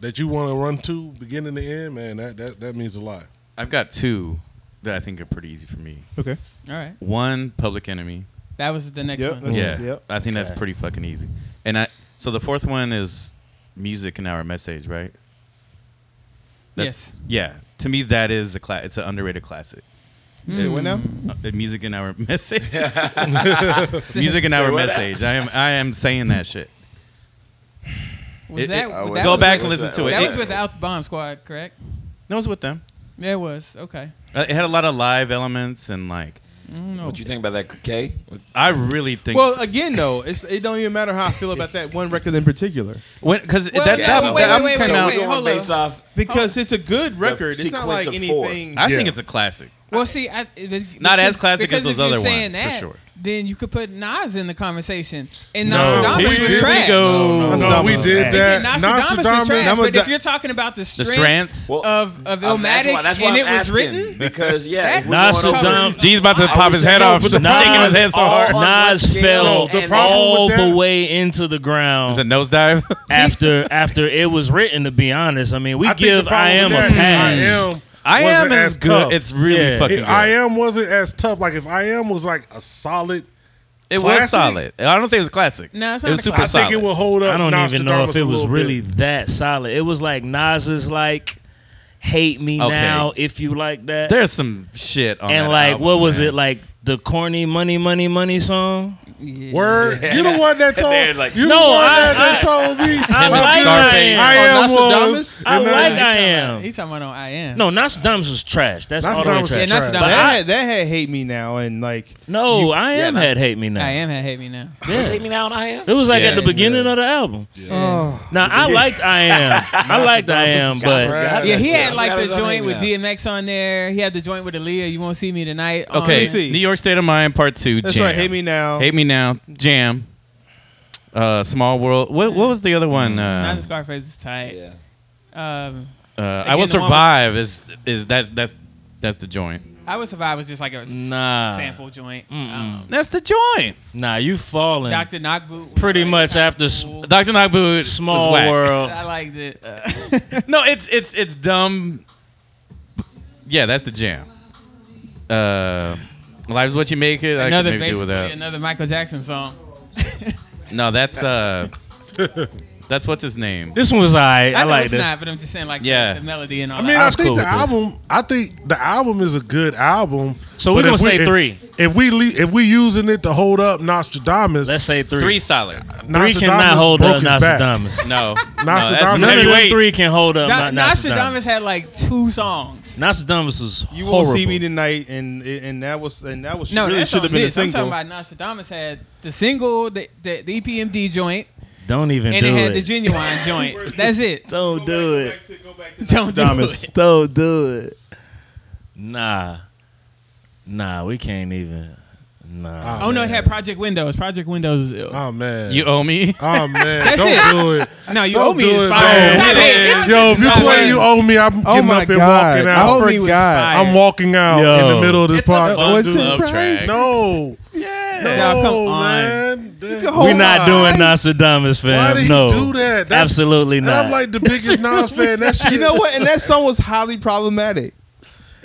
Speaker 2: that you want to run to beginning to end, man, that that, that means a lot.
Speaker 1: I've got two that I think are pretty easy for me.
Speaker 5: Okay,
Speaker 3: All right.
Speaker 1: One, Public Enemy.
Speaker 3: That was the next
Speaker 5: Yep,
Speaker 3: one.
Speaker 5: that's-
Speaker 1: Yeah,
Speaker 5: Yep.
Speaker 1: I think
Speaker 4: Okay.
Speaker 1: that's pretty fucking easy. And I so the fourth one is music and our message, right?
Speaker 3: Yes.
Speaker 1: Yeah, to me that is a cla- It's an underrated classic.
Speaker 5: Say what now?
Speaker 1: Uh, the music and our message. music and our
Speaker 6: what?
Speaker 1: message. I am I am saying that shit.
Speaker 3: Was
Speaker 1: It-
Speaker 6: I
Speaker 1: it-
Speaker 3: that, that
Speaker 6: was-
Speaker 1: go
Speaker 3: was
Speaker 1: back
Speaker 3: with-
Speaker 1: and listen to it.
Speaker 3: That
Speaker 1: It-
Speaker 3: was without the bomb squad, correct?
Speaker 1: No, it's with them.
Speaker 3: Yeah, it was. Okay.
Speaker 1: Uh, It had a lot of live elements and like
Speaker 6: What you think about that, K?
Speaker 1: I really think
Speaker 5: Well, again, though, it's, it don't even matter how I feel about that one record in particular
Speaker 1: because
Speaker 3: Well,
Speaker 1: that,
Speaker 3: yeah,
Speaker 1: that,
Speaker 3: but
Speaker 1: that album
Speaker 3: wait,
Speaker 1: came
Speaker 3: wait,
Speaker 1: out.
Speaker 3: wait,
Speaker 6: we're
Speaker 3: hold
Speaker 6: going based
Speaker 3: on.
Speaker 6: off.
Speaker 5: because it's a good record. it's not
Speaker 6: sequence
Speaker 5: like
Speaker 6: of four.
Speaker 5: anything.
Speaker 1: I think
Speaker 2: Yeah.
Speaker 1: it's a classic.
Speaker 3: Well, see, I, it-
Speaker 1: Not
Speaker 3: because-
Speaker 1: as classic
Speaker 3: because
Speaker 1: as those
Speaker 3: if you're
Speaker 1: other
Speaker 3: saying
Speaker 1: ones, for
Speaker 3: that,
Speaker 1: sure.
Speaker 3: Then you could put Nas in the conversation, and
Speaker 2: No.
Speaker 3: Nostradamus
Speaker 1: Here
Speaker 3: was
Speaker 1: we
Speaker 3: trash.
Speaker 1: go.
Speaker 5: No,
Speaker 2: No, we
Speaker 5: Nostradamus
Speaker 2: did
Speaker 3: And
Speaker 5: ass.
Speaker 2: that.
Speaker 3: Nostradamus was trash, but if
Speaker 5: Nostradamus-
Speaker 3: you're talking about the strength
Speaker 1: strengths?
Speaker 6: Well,
Speaker 3: of of
Speaker 6: Uh, that's
Speaker 3: Illmatic
Speaker 6: why- that's why
Speaker 3: and
Speaker 6: I'm
Speaker 3: it was
Speaker 6: asking,
Speaker 3: written,
Speaker 6: because yeah, if we're going
Speaker 4: Nas
Speaker 6: over-
Speaker 4: Saddam-
Speaker 1: G's about to
Speaker 6: I
Speaker 1: pop
Speaker 6: would
Speaker 1: his
Speaker 6: say
Speaker 1: head
Speaker 6: no,
Speaker 1: off.
Speaker 6: but the
Speaker 1: Shaking
Speaker 6: problem
Speaker 1: his head so
Speaker 6: is all
Speaker 1: hard.
Speaker 6: on one
Speaker 4: Nas
Speaker 6: scale
Speaker 4: fell
Speaker 6: and-
Speaker 2: the problem
Speaker 4: all
Speaker 2: with that-
Speaker 4: the way into the
Speaker 1: Is
Speaker 4: ground
Speaker 1: a nosedive?
Speaker 4: after after it was written. To be honest, I mean, we
Speaker 2: I think the
Speaker 4: give
Speaker 2: problem
Speaker 4: I am
Speaker 2: with
Speaker 4: a
Speaker 2: that is
Speaker 4: pass.
Speaker 1: I am
Speaker 2: wasn't as
Speaker 1: is good.
Speaker 2: tough.
Speaker 1: It's really
Speaker 4: Yeah.
Speaker 1: fucking
Speaker 2: If
Speaker 1: good.
Speaker 2: I am wasn't as tough. Like if I am was like a solid,
Speaker 1: it was
Speaker 2: classic?
Speaker 1: solid. I don't say it was classic.
Speaker 3: No, it's
Speaker 1: it
Speaker 3: not
Speaker 1: was
Speaker 3: a
Speaker 1: super
Speaker 2: I
Speaker 3: classic.
Speaker 1: solid.
Speaker 2: think it would hold up.
Speaker 4: I don't even know if
Speaker 2: Nostradamus
Speaker 4: it
Speaker 2: a
Speaker 4: was
Speaker 2: little
Speaker 4: really
Speaker 2: bit.
Speaker 4: that solid. It was like Nas's like "Hate Me
Speaker 1: Okay.
Speaker 4: Now" if you like that,
Speaker 1: There's some shit on
Speaker 4: and
Speaker 1: that
Speaker 4: like
Speaker 1: album,
Speaker 4: what was
Speaker 1: man.
Speaker 4: it like the corny "Money Money Money" song?
Speaker 2: word. You the one that
Speaker 6: They're
Speaker 2: told.
Speaker 6: like,
Speaker 2: you
Speaker 4: No,
Speaker 2: the one
Speaker 4: I-
Speaker 2: that, that
Speaker 4: I-
Speaker 2: told me.
Speaker 1: like
Speaker 4: I
Speaker 2: about
Speaker 1: Scarface.
Speaker 2: being-
Speaker 1: I
Speaker 2: I
Speaker 5: am.
Speaker 2: am
Speaker 5: Oh,
Speaker 2: was.
Speaker 5: Nostradamus?
Speaker 4: I
Speaker 2: and
Speaker 4: like
Speaker 2: then-
Speaker 4: I am.
Speaker 3: He's talking about on I am.
Speaker 4: No, Nostradamus was trash. That's all the way
Speaker 2: Nostradamus
Speaker 4: trash.
Speaker 2: was trash.
Speaker 3: yeah,
Speaker 5: That,
Speaker 3: Nostradamus.
Speaker 4: But I-
Speaker 5: had, that had hate me now and like
Speaker 4: No, I
Speaker 6: Yeah,
Speaker 4: am
Speaker 6: Nas-
Speaker 4: had hate me now.
Speaker 3: I am had hate me now.
Speaker 6: "Does Hate me now, and I am.
Speaker 4: It was like
Speaker 1: Yeah.
Speaker 4: at the beginning of the album.
Speaker 5: oh,
Speaker 4: Now I liked I am. I liked I am, but
Speaker 6: Right.
Speaker 3: Yeah, he
Speaker 6: Yeah,
Speaker 3: had
Speaker 6: I
Speaker 3: like
Speaker 6: forgot
Speaker 3: the
Speaker 6: about
Speaker 3: joint
Speaker 6: him
Speaker 3: with
Speaker 6: now.
Speaker 3: DMX on there. He had the joint with Aaliyah. You won't see me tonight. on
Speaker 1: Okay,
Speaker 3: there.
Speaker 5: see.
Speaker 1: New York State of Mind Part Two.
Speaker 5: that's
Speaker 1: jam.
Speaker 5: right. Hate me now.
Speaker 1: Hate me now. Jam. Uh, Small World. What what was the other one?
Speaker 3: Not
Speaker 1: Uh,
Speaker 3: the Scarface is tight.
Speaker 6: Yeah.
Speaker 3: Um,
Speaker 1: uh, I will
Speaker 3: Again, the one
Speaker 1: survive. Is is that's that's that's the joint.
Speaker 3: I would survive was just like a s-
Speaker 4: Nah.
Speaker 3: sample joint. Um,
Speaker 1: That's the joint.
Speaker 4: nah, you falling
Speaker 3: Dr. Knockboot.
Speaker 4: pretty much after s- Oh.
Speaker 1: Doctor Knockboot. was
Speaker 4: Small
Speaker 1: whack.
Speaker 4: World.
Speaker 3: I liked it. Uh,
Speaker 1: No, it's it's it's dumb. Yeah, that's the jam. Uh, life's what you make it. I
Speaker 3: another
Speaker 1: can maybe do
Speaker 3: basically
Speaker 1: without.
Speaker 3: another Michael Jackson song.
Speaker 1: No, that's uh, that's what's his name.
Speaker 4: This one was I. I,
Speaker 3: know
Speaker 4: like
Speaker 3: it's
Speaker 4: this.
Speaker 3: not, but I'm just saying like
Speaker 1: Yeah.
Speaker 3: the, the melody and all
Speaker 2: I mean,
Speaker 3: that.
Speaker 2: I
Speaker 4: was cool
Speaker 2: think the
Speaker 4: with this.
Speaker 2: album. I think the album is a good album.
Speaker 4: So we're
Speaker 2: but
Speaker 4: gonna
Speaker 2: if
Speaker 4: say
Speaker 2: if-
Speaker 4: three.
Speaker 2: If we le- if we using it to hold up Nostradamus,
Speaker 4: Let's say three.
Speaker 1: Three solid.
Speaker 4: Three
Speaker 2: Nostradamus
Speaker 4: cannot hold
Speaker 2: broke
Speaker 4: up
Speaker 2: his back.
Speaker 4: Nostradamus.
Speaker 1: No,
Speaker 2: Nostradamus.
Speaker 1: No,
Speaker 4: None
Speaker 1: that's
Speaker 4: of them
Speaker 1: heavyweight.
Speaker 4: three can hold up.
Speaker 3: Do-
Speaker 4: not
Speaker 3: Nostradamus
Speaker 4: Nostradamus.
Speaker 3: had like two songs.
Speaker 4: Nostradamus was
Speaker 5: You
Speaker 4: horrible.
Speaker 5: won't see me tonight, and and that was and that was
Speaker 3: No,
Speaker 5: really
Speaker 3: that's
Speaker 5: should
Speaker 3: on
Speaker 5: have been a
Speaker 3: this.
Speaker 5: single.
Speaker 3: I'm talking about Nostradamus had the single, the the, E the EPMD joint,
Speaker 4: Don't even
Speaker 3: and
Speaker 4: do
Speaker 3: it had the
Speaker 4: it.
Speaker 3: genuine joint. That's it.
Speaker 4: Don't do it.
Speaker 3: Don't do it.
Speaker 4: Don't do it. Nah, nah, we can't even. Nah.
Speaker 3: Oh no, it had Project Windows. Project Windows was ill.
Speaker 2: Oh man.
Speaker 1: you owe me.
Speaker 2: oh man.
Speaker 3: That's
Speaker 2: don't
Speaker 3: it.
Speaker 2: do it.
Speaker 3: no, you
Speaker 2: Don't
Speaker 3: owe me
Speaker 2: do
Speaker 3: is
Speaker 2: it,
Speaker 3: fine.
Speaker 2: man.
Speaker 3: Stop it.
Speaker 1: Yeah.
Speaker 2: Yo, if you
Speaker 3: Stop
Speaker 2: play,
Speaker 3: it.
Speaker 2: you owe me. I'm
Speaker 5: Oh
Speaker 2: getting
Speaker 5: my
Speaker 2: up and
Speaker 5: god!
Speaker 2: walking
Speaker 5: I
Speaker 2: out.
Speaker 3: Owe me was
Speaker 5: forgot.
Speaker 3: fire.
Speaker 2: I'm walking out
Speaker 4: Yo.
Speaker 2: in the middle of this
Speaker 3: It's a
Speaker 2: podcast.
Speaker 1: Fun
Speaker 5: it's
Speaker 1: do
Speaker 5: in
Speaker 1: love
Speaker 5: Christ.
Speaker 1: track.
Speaker 2: No,
Speaker 3: Y'all, come
Speaker 2: no,
Speaker 3: on.
Speaker 2: man.
Speaker 5: whole-
Speaker 4: We're not doing
Speaker 5: Why?
Speaker 4: Nostradamus, fam.
Speaker 2: Oh Why did
Speaker 4: no,
Speaker 2: he do that? That's-
Speaker 4: absolutely
Speaker 2: And
Speaker 4: not.
Speaker 2: I'm like the biggest Nas fan. That shit.
Speaker 5: You know what? And that song was highly problematic.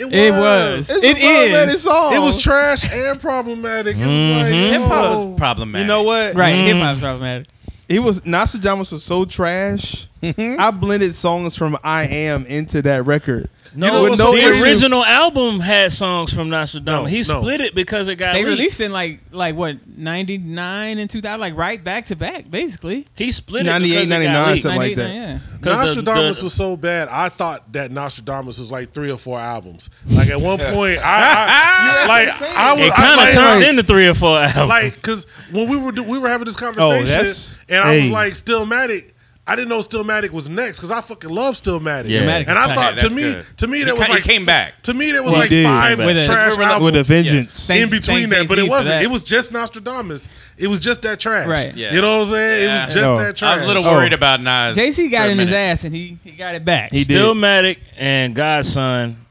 Speaker 2: It was.
Speaker 3: It was.
Speaker 5: It's
Speaker 3: It
Speaker 5: a problematic
Speaker 3: is.
Speaker 5: Song.
Speaker 2: It was trash and problematic. It was
Speaker 4: Mm-hmm.
Speaker 2: like oh,
Speaker 1: Hip
Speaker 2: yo.
Speaker 1: hop was problematic.
Speaker 5: You know what? Mm-hmm.
Speaker 3: Right,
Speaker 4: Mm.
Speaker 3: hip hop's problematic.
Speaker 5: He was Nostradamus was so trash.
Speaker 3: Mm-hmm.
Speaker 5: I blended songs from I Am into that record.
Speaker 4: no,
Speaker 2: know what's
Speaker 5: no
Speaker 4: the
Speaker 5: issue.
Speaker 4: original album had songs from Nostradamus.
Speaker 2: No,
Speaker 4: he
Speaker 2: no.
Speaker 4: split it because it got
Speaker 3: They
Speaker 4: leaked.
Speaker 3: released in like like what ninety nine and two thousand, like right back to back, basically.
Speaker 4: He split it
Speaker 5: 98,
Speaker 4: because it
Speaker 5: 99,
Speaker 4: got leaked.
Speaker 5: something like
Speaker 3: 99, Yeah.
Speaker 4: 'Cause the-
Speaker 2: Nostradamus
Speaker 4: the-
Speaker 2: was so bad. I thought that Nostradamus was like three or four albums. Like at one point, I, I like I was
Speaker 4: It kind of
Speaker 2: I,
Speaker 4: turned
Speaker 2: like,
Speaker 4: into three or four albums.
Speaker 2: like because when we were do- we were having this
Speaker 5: Oh,
Speaker 2: conversation,
Speaker 5: that's-
Speaker 2: and I was
Speaker 5: hey.
Speaker 2: like Stillmatic. I didn't know Stillmatic was next because I fucking love Stillmatic.
Speaker 4: Yeah. Stillmatic
Speaker 2: and I
Speaker 3: is
Speaker 2: thought
Speaker 1: tight.
Speaker 2: to me,
Speaker 1: That's good.
Speaker 2: to me
Speaker 1: He
Speaker 2: that was
Speaker 1: ca- he
Speaker 2: like
Speaker 1: came back.
Speaker 2: To me, there was
Speaker 5: He
Speaker 2: like
Speaker 5: did.
Speaker 2: five
Speaker 1: Came back.
Speaker 2: trash albums
Speaker 5: with a vengeance.
Speaker 3: Thank-
Speaker 2: in between
Speaker 3: thank
Speaker 2: that, but
Speaker 3: Jay-Z
Speaker 2: it
Speaker 3: for
Speaker 2: wasn't.
Speaker 3: that.
Speaker 2: It was just Nostradamus. It was just that trash.
Speaker 3: Right.
Speaker 1: Yeah.
Speaker 2: You know what I'm saying? It
Speaker 1: Yeah.
Speaker 2: was just
Speaker 5: No.
Speaker 2: that
Speaker 1: I
Speaker 2: trash.
Speaker 1: was a little
Speaker 5: Oh.
Speaker 1: worried about Nas.
Speaker 3: JC
Speaker 1: for
Speaker 3: got
Speaker 1: a
Speaker 3: in his
Speaker 1: minute.
Speaker 3: ass and he, he got it back.
Speaker 5: He did.
Speaker 4: Stillmatic and Godson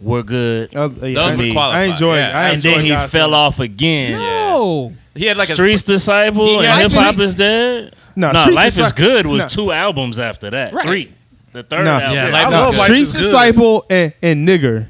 Speaker 4: were good.
Speaker 5: Uh, yeah,
Speaker 1: Those
Speaker 5: I-
Speaker 1: were
Speaker 5: I
Speaker 1: qualified,
Speaker 5: enjoyed.
Speaker 1: yeah.
Speaker 5: I
Speaker 4: and
Speaker 5: enjoyed
Speaker 4: then he
Speaker 5: Godson.
Speaker 4: fell off again.
Speaker 3: no.
Speaker 1: He had like a
Speaker 4: Streets Disciple
Speaker 1: He
Speaker 4: and
Speaker 1: got
Speaker 4: Hip Hop
Speaker 1: three-
Speaker 4: is Dead.
Speaker 5: No,
Speaker 4: no
Speaker 5: Streets
Speaker 4: Life is
Speaker 5: Disci-
Speaker 4: Good was
Speaker 5: no.
Speaker 4: two albums after that.
Speaker 3: Right.
Speaker 4: Three. The third
Speaker 5: No.
Speaker 4: album.
Speaker 1: Yeah,
Speaker 4: Yeah,
Speaker 1: Life
Speaker 2: I
Speaker 1: No.
Speaker 2: love Life
Speaker 5: Streets
Speaker 2: is Good.
Speaker 5: Disciple and, and Nigger.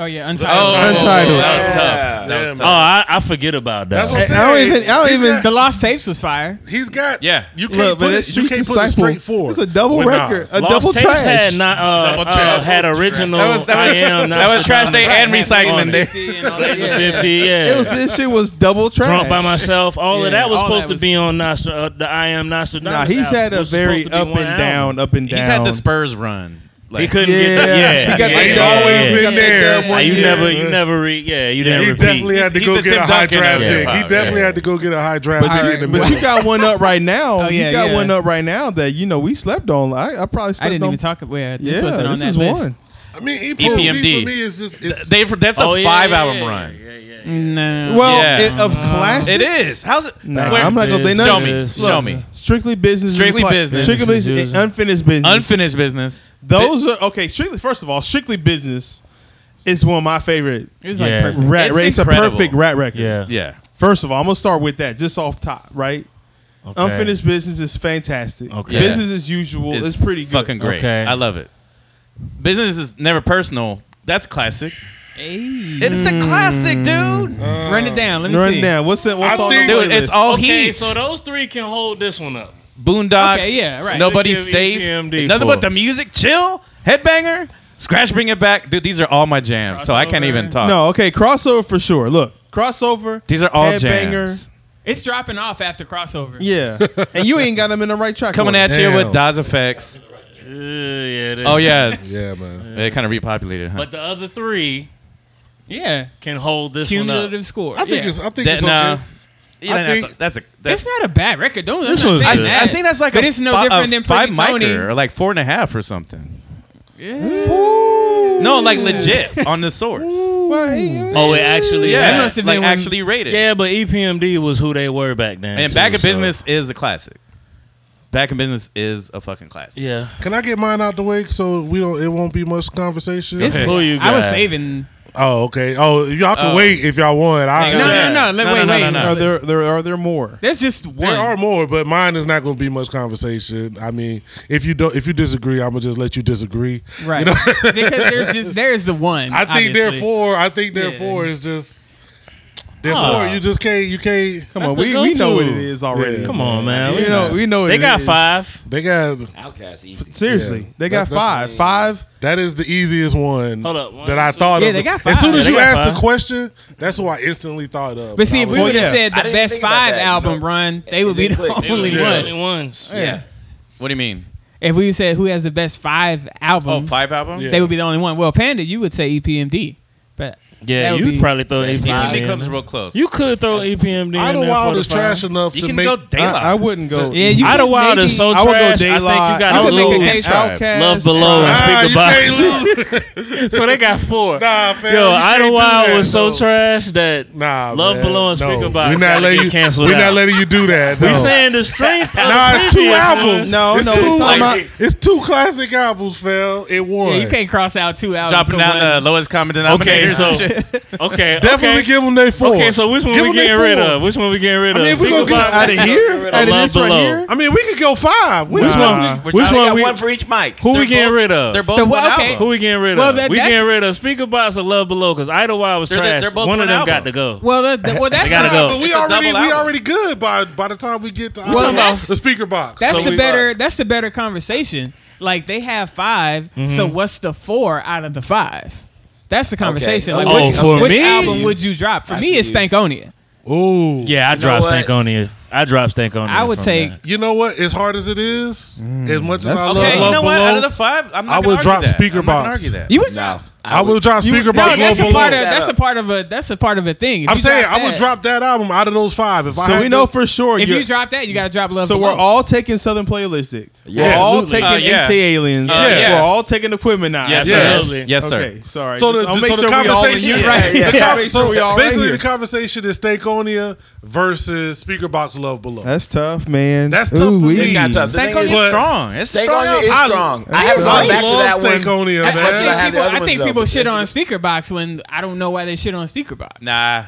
Speaker 3: Oh yeah,
Speaker 1: Oh,
Speaker 3: Untitled.
Speaker 5: Untitled.
Speaker 1: That was
Speaker 6: Yeah.
Speaker 1: tough. That
Speaker 2: Yeah,
Speaker 1: was
Speaker 4: oh,
Speaker 1: tough.
Speaker 4: I, I forget about that.
Speaker 2: That's
Speaker 4: one.
Speaker 2: what I'm
Speaker 5: I
Speaker 2: saying.
Speaker 5: don't even- I don't
Speaker 2: He's
Speaker 5: even-
Speaker 2: got-
Speaker 3: The Lost Tapes was fire.
Speaker 2: He's got
Speaker 1: Yeah.
Speaker 2: You can't put
Speaker 5: Look, but
Speaker 2: it.
Speaker 5: it's
Speaker 2: You
Speaker 5: Streets
Speaker 2: can't put it
Speaker 5: Disciple.
Speaker 2: straight forward.
Speaker 5: It's a double
Speaker 2: with
Speaker 5: record.
Speaker 2: Nas.
Speaker 5: A
Speaker 4: Lost
Speaker 5: double
Speaker 4: Tapes
Speaker 5: trash.
Speaker 4: had not uh,
Speaker 1: Double
Speaker 4: uh,
Speaker 1: trash.
Speaker 4: had original.
Speaker 1: That was- that was-
Speaker 4: I am
Speaker 1: that was trash day and
Speaker 4: Nostradamus
Speaker 1: recycling
Speaker 4: on it.
Speaker 1: day.
Speaker 3: 50 and all that.
Speaker 4: Laser
Speaker 3: Yeah.
Speaker 4: fifty. Yeah,
Speaker 5: It was this shit was double trash.
Speaker 4: drunk by myself. All
Speaker 3: Yeah,
Speaker 4: of that was
Speaker 3: all
Speaker 4: supposed
Speaker 3: that
Speaker 4: to be on Nostra, uh, the I Am Nostradamus.
Speaker 5: Nah, he's
Speaker 4: album,
Speaker 5: had a
Speaker 4: which was supposed
Speaker 5: very
Speaker 4: to be
Speaker 5: up
Speaker 4: one
Speaker 5: and
Speaker 4: album.
Speaker 5: down, up and down.
Speaker 1: He's had the Spurs run. Like,
Speaker 4: he couldn't get that. Yeah,
Speaker 5: He got
Speaker 4: yeah,
Speaker 5: that
Speaker 2: He's
Speaker 5: dub.
Speaker 4: yeah,
Speaker 2: always
Speaker 4: yeah.
Speaker 2: been there.
Speaker 4: Like,
Speaker 2: One
Speaker 4: you
Speaker 2: year.
Speaker 4: never, you never read. Yeah, you didn't
Speaker 2: He
Speaker 4: repeat.
Speaker 2: definitely had to
Speaker 1: He's-
Speaker 2: go
Speaker 1: he's the
Speaker 2: get a
Speaker 1: Tim
Speaker 2: high
Speaker 1: Duncan
Speaker 2: draft
Speaker 1: of
Speaker 2: pick. He
Speaker 1: hip-hop,
Speaker 2: definitely
Speaker 1: yeah.
Speaker 2: had to go get a high draft
Speaker 1: But
Speaker 2: pick.
Speaker 1: you-
Speaker 2: in the
Speaker 5: But you got one up right now.
Speaker 3: Oh, yeah,
Speaker 5: you got
Speaker 3: yeah.
Speaker 5: one up right now that you know we slept on. I, I probably slept
Speaker 3: I didn't
Speaker 5: on.
Speaker 3: even talk about yeah, this
Speaker 5: yeah,
Speaker 3: wasn't on
Speaker 5: this
Speaker 3: that
Speaker 5: is
Speaker 3: list.
Speaker 5: one.
Speaker 2: I mean, E EPMD,
Speaker 5: E
Speaker 1: EPMD.
Speaker 2: for me is just it's,
Speaker 1: they, that's a
Speaker 4: Oh, yeah,
Speaker 1: five
Speaker 4: yeah,
Speaker 1: album
Speaker 4: yeah,
Speaker 1: run.
Speaker 3: No.
Speaker 5: Well,
Speaker 1: Yeah.
Speaker 5: it, of
Speaker 4: Mm-hmm.
Speaker 5: classics,
Speaker 1: It is. How's it?
Speaker 5: Nah,
Speaker 1: where-
Speaker 5: I'm not gonna- they
Speaker 1: show
Speaker 5: not-
Speaker 1: me.
Speaker 4: Look.
Speaker 1: Show me.
Speaker 5: strictly business. is
Speaker 1: Strictly
Speaker 5: like-
Speaker 1: business.
Speaker 5: Strictly
Speaker 4: Business
Speaker 5: business.
Speaker 4: is
Speaker 5: and unfinished business.
Speaker 1: Unfinished business.
Speaker 5: Those are okay. Strictly, first of all, strictly business is one of my favorite
Speaker 3: It's like
Speaker 4: Yeah.
Speaker 3: perfect.
Speaker 5: rat.
Speaker 1: It's
Speaker 5: It's, it's a
Speaker 1: incredible.
Speaker 5: perfect rat record.
Speaker 4: Yeah.
Speaker 1: Yeah.
Speaker 5: First of all, I'm gonna start with that just off top, right?
Speaker 4: Okay.
Speaker 5: Unfinished business is fantastic.
Speaker 4: Okay.
Speaker 5: Business as usual is pretty good.
Speaker 1: Fucking great.
Speaker 4: Okay.
Speaker 1: I love it. Business is never personal. That's classic.
Speaker 3: Hey.
Speaker 1: It's a classic, dude.
Speaker 3: Run it down. Let me
Speaker 5: Run
Speaker 3: see.
Speaker 5: down. What's it? What's
Speaker 2: I
Speaker 5: on
Speaker 2: think-
Speaker 5: the
Speaker 1: Dude,
Speaker 5: playlist?
Speaker 1: Mm. it's all
Speaker 4: okay,
Speaker 1: heat.
Speaker 4: so those three can hold this one up.
Speaker 1: Boondocks.
Speaker 3: Okay, yeah, right.
Speaker 1: Nobody's
Speaker 4: Give
Speaker 1: safe.
Speaker 4: EPMD
Speaker 1: Nothing
Speaker 4: for.
Speaker 1: but the music. Chill. Headbanger. Scratch. Bring it back, dude. These are all my jams, so I can't
Speaker 4: Crossover.
Speaker 1: even talk.
Speaker 5: no, okay, crossover for sure. Look, crossover.
Speaker 1: These are all
Speaker 5: Headbanger.
Speaker 1: jams.
Speaker 3: It's dropping off after crossover.
Speaker 5: Yeah, and you ain't got them in the right track.
Speaker 1: Coming
Speaker 5: order.
Speaker 1: at you with
Speaker 2: Damn.
Speaker 1: Daz effects.
Speaker 4: Uh, yeah. that-
Speaker 1: Oh yeah,
Speaker 2: yeah, man.
Speaker 1: they kind of repopulated, huh?
Speaker 4: But the other three
Speaker 3: Yeah.
Speaker 4: can hold this one
Speaker 3: Cumulative score.
Speaker 2: I think
Speaker 3: Yeah.
Speaker 2: it's I think
Speaker 1: That-
Speaker 2: it's okay.
Speaker 1: nah. You
Speaker 2: I
Speaker 1: don't have
Speaker 2: think-
Speaker 1: to- that's a that's
Speaker 3: It's not a bad record. Don't.
Speaker 4: This
Speaker 3: I'm not
Speaker 4: one's
Speaker 3: saying
Speaker 1: I,
Speaker 4: good.
Speaker 3: that.
Speaker 1: I think that's like
Speaker 3: But
Speaker 1: a
Speaker 3: it's no
Speaker 1: fi- a
Speaker 3: different than
Speaker 1: five
Speaker 3: Pretty Tony.
Speaker 1: micro or like four and a half or something.
Speaker 3: Yeah.
Speaker 1: No, like legit on the source.
Speaker 5: Well, hey,
Speaker 4: up. Oh, it actually.
Speaker 1: Yeah,
Speaker 3: must have
Speaker 1: like
Speaker 3: been when-
Speaker 1: actually rated.
Speaker 4: Yeah, but E EPMD was who they were back then.
Speaker 1: and
Speaker 4: too,
Speaker 1: Back in
Speaker 4: so-
Speaker 1: Business is a classic. Back in Business is a fucking classic.
Speaker 4: Yeah.
Speaker 2: Can I get mine out the way so we don't? It won't be much conversation.
Speaker 3: It's-
Speaker 4: Who you
Speaker 3: I was
Speaker 4: got?
Speaker 3: saving.
Speaker 2: Oh, okay. Oh, y'all can
Speaker 1: Oh.
Speaker 2: wait if y'all want. I,
Speaker 3: No, no, no. Let,
Speaker 1: No,
Speaker 3: wait,
Speaker 1: no, no,
Speaker 3: wait.
Speaker 1: no, no.
Speaker 5: are there, there are there more?
Speaker 3: There's just one.
Speaker 2: There are more, but mine is not going to be much conversation. I mean, if you don't, if you disagree, I'm gonna just let you disagree.
Speaker 3: right.
Speaker 2: You know?
Speaker 3: because there's just there's the one.
Speaker 2: I think
Speaker 3: obviously.
Speaker 2: therefore, I think therefore is just therefore
Speaker 4: Huh.
Speaker 2: you just can't you can't.
Speaker 5: Come on,
Speaker 4: That's the
Speaker 5: we, we know
Speaker 4: go-to.
Speaker 5: what it is already.
Speaker 2: Yeah.
Speaker 4: Come on, man.
Speaker 5: we
Speaker 4: We
Speaker 5: know we know what
Speaker 4: They
Speaker 5: it
Speaker 4: got
Speaker 5: is.
Speaker 4: five.
Speaker 2: They got
Speaker 6: Outcast easy.
Speaker 5: Seriously,
Speaker 2: Yeah.
Speaker 5: they got
Speaker 2: That's- that's-
Speaker 5: five. Five.
Speaker 2: that is the easiest one
Speaker 4: Hold up, one,
Speaker 2: that I
Speaker 4: two-
Speaker 2: thought
Speaker 3: Yeah,
Speaker 2: of.
Speaker 3: they got
Speaker 2: As soon
Speaker 3: five.
Speaker 2: as
Speaker 4: Yeah,
Speaker 2: you
Speaker 4: they got
Speaker 2: asked the
Speaker 4: five.
Speaker 2: question, that's who I instantly thought of.
Speaker 3: But see,
Speaker 2: I
Speaker 3: if
Speaker 2: was
Speaker 3: we
Speaker 5: Well,
Speaker 3: would have
Speaker 5: yeah.
Speaker 3: said
Speaker 6: I
Speaker 3: the
Speaker 6: didn't
Speaker 3: best
Speaker 6: think about
Speaker 3: five
Speaker 6: that,
Speaker 3: album
Speaker 6: no.
Speaker 3: run, they would be
Speaker 6: They
Speaker 3: the
Speaker 6: were the
Speaker 3: only
Speaker 4: They were the only
Speaker 3: one.
Speaker 4: ones.
Speaker 3: Yeah.
Speaker 1: What do you mean?
Speaker 3: If we said who has the best five
Speaker 1: Oh,
Speaker 3: albums,
Speaker 1: five albums?
Speaker 3: they would be the only one. Well, Panda, you would say E EPMD, but
Speaker 4: Yeah,
Speaker 3: that would
Speaker 4: you'd
Speaker 3: be-
Speaker 4: probably throw EPMD.
Speaker 1: EPMD
Speaker 4: in
Speaker 1: comes
Speaker 4: there.
Speaker 1: real close.
Speaker 4: You could throw EPMD. in
Speaker 2: Idle
Speaker 4: there
Speaker 2: Wild
Speaker 4: for
Speaker 2: is
Speaker 4: the final.
Speaker 2: trash enough
Speaker 1: you
Speaker 2: to
Speaker 1: can
Speaker 2: make.
Speaker 1: go daylight.
Speaker 5: I, I wouldn't go.
Speaker 3: yeah, you
Speaker 4: Idle
Speaker 3: could
Speaker 4: Wild
Speaker 3: maybe-
Speaker 4: is so
Speaker 5: I
Speaker 4: trash.
Speaker 5: would go
Speaker 4: I think
Speaker 5: daylight.
Speaker 4: you
Speaker 5: I
Speaker 4: got
Speaker 5: would
Speaker 4: to
Speaker 5: make
Speaker 4: lose.
Speaker 5: an
Speaker 1: lose.
Speaker 5: Outcast.
Speaker 4: Love below and
Speaker 2: Ah,
Speaker 4: speak
Speaker 2: you can't
Speaker 4: box.
Speaker 2: lose.
Speaker 4: so they got four.
Speaker 2: Nah, fam,
Speaker 4: Yo,
Speaker 2: you can't
Speaker 4: Idle
Speaker 2: do
Speaker 4: Wild
Speaker 2: that,
Speaker 4: was so
Speaker 2: though.
Speaker 4: trash that
Speaker 2: Nah,
Speaker 4: Love
Speaker 2: man.
Speaker 4: Below and
Speaker 2: No.
Speaker 4: Speaker Box
Speaker 2: We're not
Speaker 4: gotta
Speaker 2: letting
Speaker 4: get
Speaker 2: you.
Speaker 4: canceled
Speaker 2: We're
Speaker 4: out.
Speaker 2: not letting you do that.
Speaker 4: we
Speaker 2: no.
Speaker 4: saying the strength. of
Speaker 2: Nah,
Speaker 4: the
Speaker 2: it's two
Speaker 4: previous
Speaker 2: albums.
Speaker 4: ones.
Speaker 5: No,
Speaker 2: it's
Speaker 5: no,
Speaker 2: two,
Speaker 5: it's
Speaker 1: talking
Speaker 2: like, it's two classic albums, fell. It won.
Speaker 3: Yeah, you can't cross out two albums.
Speaker 1: Dropping uh,
Speaker 3: for
Speaker 1: down
Speaker 3: one.
Speaker 1: the lowest common denominator.
Speaker 4: Okay, so
Speaker 1: and shit.
Speaker 4: okay,
Speaker 2: Definitely
Speaker 4: okay.
Speaker 2: give them their four.
Speaker 4: Okay, so which one
Speaker 2: Give
Speaker 4: we
Speaker 2: them they
Speaker 4: getting rid
Speaker 2: four.
Speaker 4: of? Which one we getting rid of?
Speaker 2: I mean, if we gonna
Speaker 4: Speaker
Speaker 2: get
Speaker 4: Box?
Speaker 5: out of here, out of
Speaker 4: Love
Speaker 5: this right
Speaker 4: below.
Speaker 5: here.
Speaker 2: I mean, we could go five. We
Speaker 4: Which
Speaker 2: definitely-
Speaker 4: one? Which
Speaker 1: I
Speaker 6: I
Speaker 4: one
Speaker 6: got
Speaker 4: we?
Speaker 6: one for each mic.
Speaker 4: Who we
Speaker 1: They're
Speaker 4: getting
Speaker 1: both-
Speaker 4: rid of?
Speaker 1: They're both
Speaker 3: The-
Speaker 1: one
Speaker 3: well, okay.
Speaker 1: album.
Speaker 4: Who we getting rid
Speaker 3: Well,
Speaker 4: of?
Speaker 3: that-
Speaker 4: we
Speaker 3: that's-
Speaker 4: getting rid of Speaker Box or Love Below because Idlewild was
Speaker 1: They're-
Speaker 4: trash.
Speaker 1: they're both
Speaker 4: one of
Speaker 1: one
Speaker 4: them
Speaker 1: album.
Speaker 4: got to go.
Speaker 3: well, that- that- well, that's
Speaker 4: gotta
Speaker 3: not-
Speaker 4: go.
Speaker 2: But we
Speaker 1: It's a
Speaker 2: already
Speaker 1: double
Speaker 2: we
Speaker 1: album.
Speaker 2: already good by by the time we get to
Speaker 3: Well,
Speaker 2: October.
Speaker 3: that's-
Speaker 2: the speaker box.
Speaker 3: That's
Speaker 2: So
Speaker 3: the
Speaker 2: we-
Speaker 3: better. That's the better conversation. Like they have 5 so what's the four out of the five? That's the conversation.
Speaker 6: Okay.
Speaker 3: Like,
Speaker 4: Oh,
Speaker 3: which,
Speaker 4: for
Speaker 3: which
Speaker 4: me?
Speaker 3: album would you drop? For
Speaker 6: I
Speaker 3: me,
Speaker 6: see
Speaker 3: it's
Speaker 6: you.
Speaker 3: Stankonia.
Speaker 2: Ooh,
Speaker 4: yeah, I
Speaker 6: know
Speaker 4: drop
Speaker 6: what?
Speaker 4: Stank on you. I drop Stank on you.
Speaker 3: I would
Speaker 4: from
Speaker 3: take.
Speaker 4: that.
Speaker 2: You know what? As hard as it is, as much as I love,
Speaker 1: Okay, you
Speaker 2: Love
Speaker 1: know what?
Speaker 2: Below,
Speaker 1: Out of the five, I'm not
Speaker 2: I
Speaker 1: gonna
Speaker 2: would
Speaker 1: argue
Speaker 2: drop
Speaker 1: that.
Speaker 2: Speaker
Speaker 1: I'm not gonna
Speaker 2: Box.
Speaker 1: argue that.
Speaker 3: You would.
Speaker 6: No,
Speaker 2: I will drop speaker
Speaker 3: no,
Speaker 2: box.
Speaker 3: that's a
Speaker 2: Love
Speaker 3: part of.
Speaker 2: Below.
Speaker 6: Shut
Speaker 3: That's a
Speaker 6: up.
Speaker 3: part of a. That's a part of a thing. If
Speaker 2: I'm
Speaker 3: you
Speaker 2: saying
Speaker 3: drop
Speaker 2: I would
Speaker 3: that-
Speaker 2: drop that album out of those five. If I
Speaker 5: So
Speaker 2: had
Speaker 5: we
Speaker 2: to-
Speaker 5: know for sure.
Speaker 3: If
Speaker 5: you're-
Speaker 3: you drop that, you got to drop love.
Speaker 5: So we're
Speaker 3: Below.
Speaker 5: all taking Southern Playlistic.
Speaker 6: Yeah,
Speaker 5: we're all
Speaker 6: absolutely.
Speaker 5: taking
Speaker 1: Uh, yeah.
Speaker 5: AT aliens.
Speaker 1: Uh, yeah.
Speaker 5: We're all taking equipment now.
Speaker 1: Yes,
Speaker 2: sir.
Speaker 4: Absolutely.
Speaker 1: Yes, sir.
Speaker 5: Okay, sorry.
Speaker 2: So
Speaker 5: Just-
Speaker 2: the,
Speaker 5: I'll
Speaker 2: the,
Speaker 5: make
Speaker 2: so the
Speaker 5: sure we all in
Speaker 2: conversation,
Speaker 5: here.
Speaker 2: yeah,
Speaker 5: Yeah,
Speaker 2: the
Speaker 5: yeah.
Speaker 2: con-
Speaker 5: Make sure
Speaker 2: so
Speaker 5: we all right
Speaker 2: basically
Speaker 5: here.
Speaker 2: the conversation is Stankonia versus Speaker Box Love Below.
Speaker 5: That's tough, man.
Speaker 2: That's tough for
Speaker 5: Ooh-wee.
Speaker 2: me. It's
Speaker 6: got tough. The thing
Speaker 1: Stankonia
Speaker 6: is-
Speaker 1: is strong. It's
Speaker 6: Stank
Speaker 1: strong.
Speaker 6: on you is
Speaker 1: album.
Speaker 6: strong. I have
Speaker 5: I
Speaker 6: gone back to that
Speaker 2: love
Speaker 6: one.
Speaker 2: Stankonia,
Speaker 3: I, I
Speaker 6: That's what I
Speaker 2: man.
Speaker 6: had
Speaker 3: think people,
Speaker 6: the other
Speaker 3: I
Speaker 6: ones
Speaker 3: think
Speaker 6: up.
Speaker 3: people shit
Speaker 6: That's
Speaker 3: on
Speaker 6: it.
Speaker 3: speaker box when I don't know why they shit on speaker box.
Speaker 1: Nah,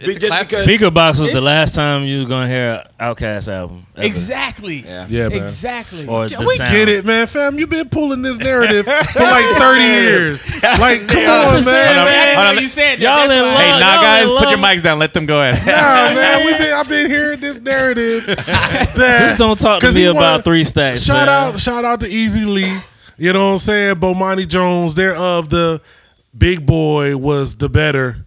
Speaker 1: it's
Speaker 6: Just
Speaker 1: a classic.
Speaker 6: because-
Speaker 4: Speaker Box was the
Speaker 3: It's-
Speaker 4: last time you was gonna hear Outcast album. ever.
Speaker 3: Exactly.
Speaker 6: Yeah.
Speaker 2: Yeah, man.
Speaker 3: Exactly.
Speaker 4: Or
Speaker 2: Yeah,
Speaker 4: the
Speaker 2: we
Speaker 4: sound.
Speaker 2: get it, man, fam. You've been pulling this narrative for like 30 years. Like, come on,
Speaker 4: Hold
Speaker 2: man.
Speaker 4: on.
Speaker 3: I didn't know
Speaker 1: Hold
Speaker 3: you said that.
Speaker 4: Y'all
Speaker 3: That's
Speaker 4: in
Speaker 3: why I-
Speaker 1: Hey,
Speaker 4: love.
Speaker 1: now
Speaker 4: Y'all
Speaker 1: guys,
Speaker 4: in
Speaker 1: put your
Speaker 4: love.
Speaker 1: mics down. Let them go ahead.
Speaker 2: Nah, man. We've been, I've been hearing this narrative. that-
Speaker 4: Just don't talk to
Speaker 2: 'cause
Speaker 4: me
Speaker 2: he wanna-
Speaker 4: about three stacks.
Speaker 2: Shout
Speaker 4: man.
Speaker 2: out, shout out to Easy Lee. You know what I'm saying? Bomani Jones. They're of the Big Boy was the better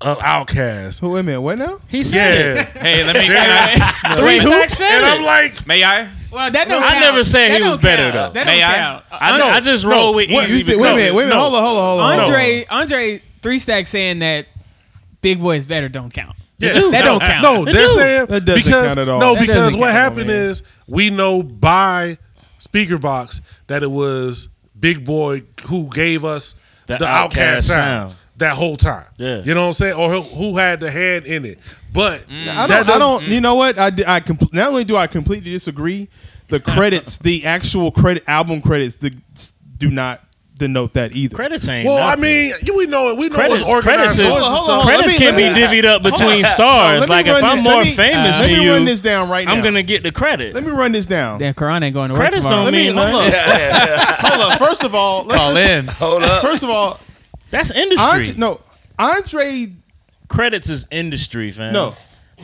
Speaker 2: of Outcast.
Speaker 5: Wait a minute. What now?
Speaker 4: He said it.
Speaker 2: Yeah.
Speaker 1: Hey, let me. Can I,
Speaker 4: Three stacks
Speaker 2: And
Speaker 4: said
Speaker 2: I'm
Speaker 4: it.
Speaker 2: like,
Speaker 1: may I?
Speaker 3: Well, that don't.
Speaker 4: I
Speaker 3: count.
Speaker 4: never said
Speaker 3: That
Speaker 4: he was
Speaker 3: don't
Speaker 4: better,
Speaker 3: count.
Speaker 4: though.
Speaker 3: That
Speaker 1: May
Speaker 3: don't
Speaker 1: I?
Speaker 3: count.
Speaker 4: I,
Speaker 1: No,
Speaker 4: I just roll with
Speaker 5: What,
Speaker 4: easy.
Speaker 5: you said, wait a
Speaker 4: because-
Speaker 5: minute, wait a minute.
Speaker 4: No.
Speaker 5: Hold on, hold on, hold on. hold on.
Speaker 3: Andre, Andre, three stack saying that Big Boy is better. Don't count. That don't count.
Speaker 2: No, they're
Speaker 4: do.
Speaker 2: saying
Speaker 5: That doesn't
Speaker 2: because
Speaker 5: count at all.
Speaker 2: no,
Speaker 3: That
Speaker 2: because
Speaker 3: doesn't
Speaker 2: what
Speaker 3: count,
Speaker 2: happened
Speaker 3: man.
Speaker 2: is we know by speaker box that it was Big Boy who gave us the,
Speaker 4: The
Speaker 2: outcast,
Speaker 4: Outkast
Speaker 2: sound,
Speaker 4: sound.
Speaker 2: that whole time.
Speaker 4: Yeah.
Speaker 2: you know what I'm saying, or who, who had the hand in it. But
Speaker 5: I
Speaker 2: that
Speaker 5: don't. I
Speaker 2: doesn't-
Speaker 5: don't. You know what? I, di- I compl- not only do I completely disagree, the credits, the actual credit album credits, the, do not denote that either.
Speaker 4: Credits ain't.
Speaker 2: Well,
Speaker 4: nothing.
Speaker 2: I mean, you- we know it. We know
Speaker 4: Credits,
Speaker 2: it's organized.
Speaker 4: credits, is,
Speaker 5: Hold on, hold on, hold on.
Speaker 4: credits
Speaker 5: Let me-
Speaker 4: can
Speaker 5: let me-
Speaker 4: be divvied up
Speaker 5: Hold
Speaker 4: between
Speaker 5: on.
Speaker 4: stars.
Speaker 5: Hold on, Oh, let me
Speaker 4: like if
Speaker 5: run
Speaker 4: I'm
Speaker 5: this-
Speaker 4: more
Speaker 5: let me-
Speaker 4: famous
Speaker 5: let
Speaker 4: than
Speaker 5: me
Speaker 4: you,
Speaker 5: run this down right
Speaker 4: I'm
Speaker 5: now.
Speaker 4: gonna get the credit.
Speaker 5: Let me run this down.
Speaker 3: Damn, Quran ain't going to work
Speaker 4: Credits
Speaker 3: tomorrow.
Speaker 4: don't
Speaker 5: Let me
Speaker 4: mean
Speaker 5: hold
Speaker 4: nothing.
Speaker 5: up. Hold up. First of all, let's
Speaker 1: Call
Speaker 5: just-
Speaker 1: in.
Speaker 6: Hold up.
Speaker 5: First of all,
Speaker 4: That's industry.
Speaker 5: Andre, no, Andre,
Speaker 4: Credits is industry, fam.
Speaker 5: no,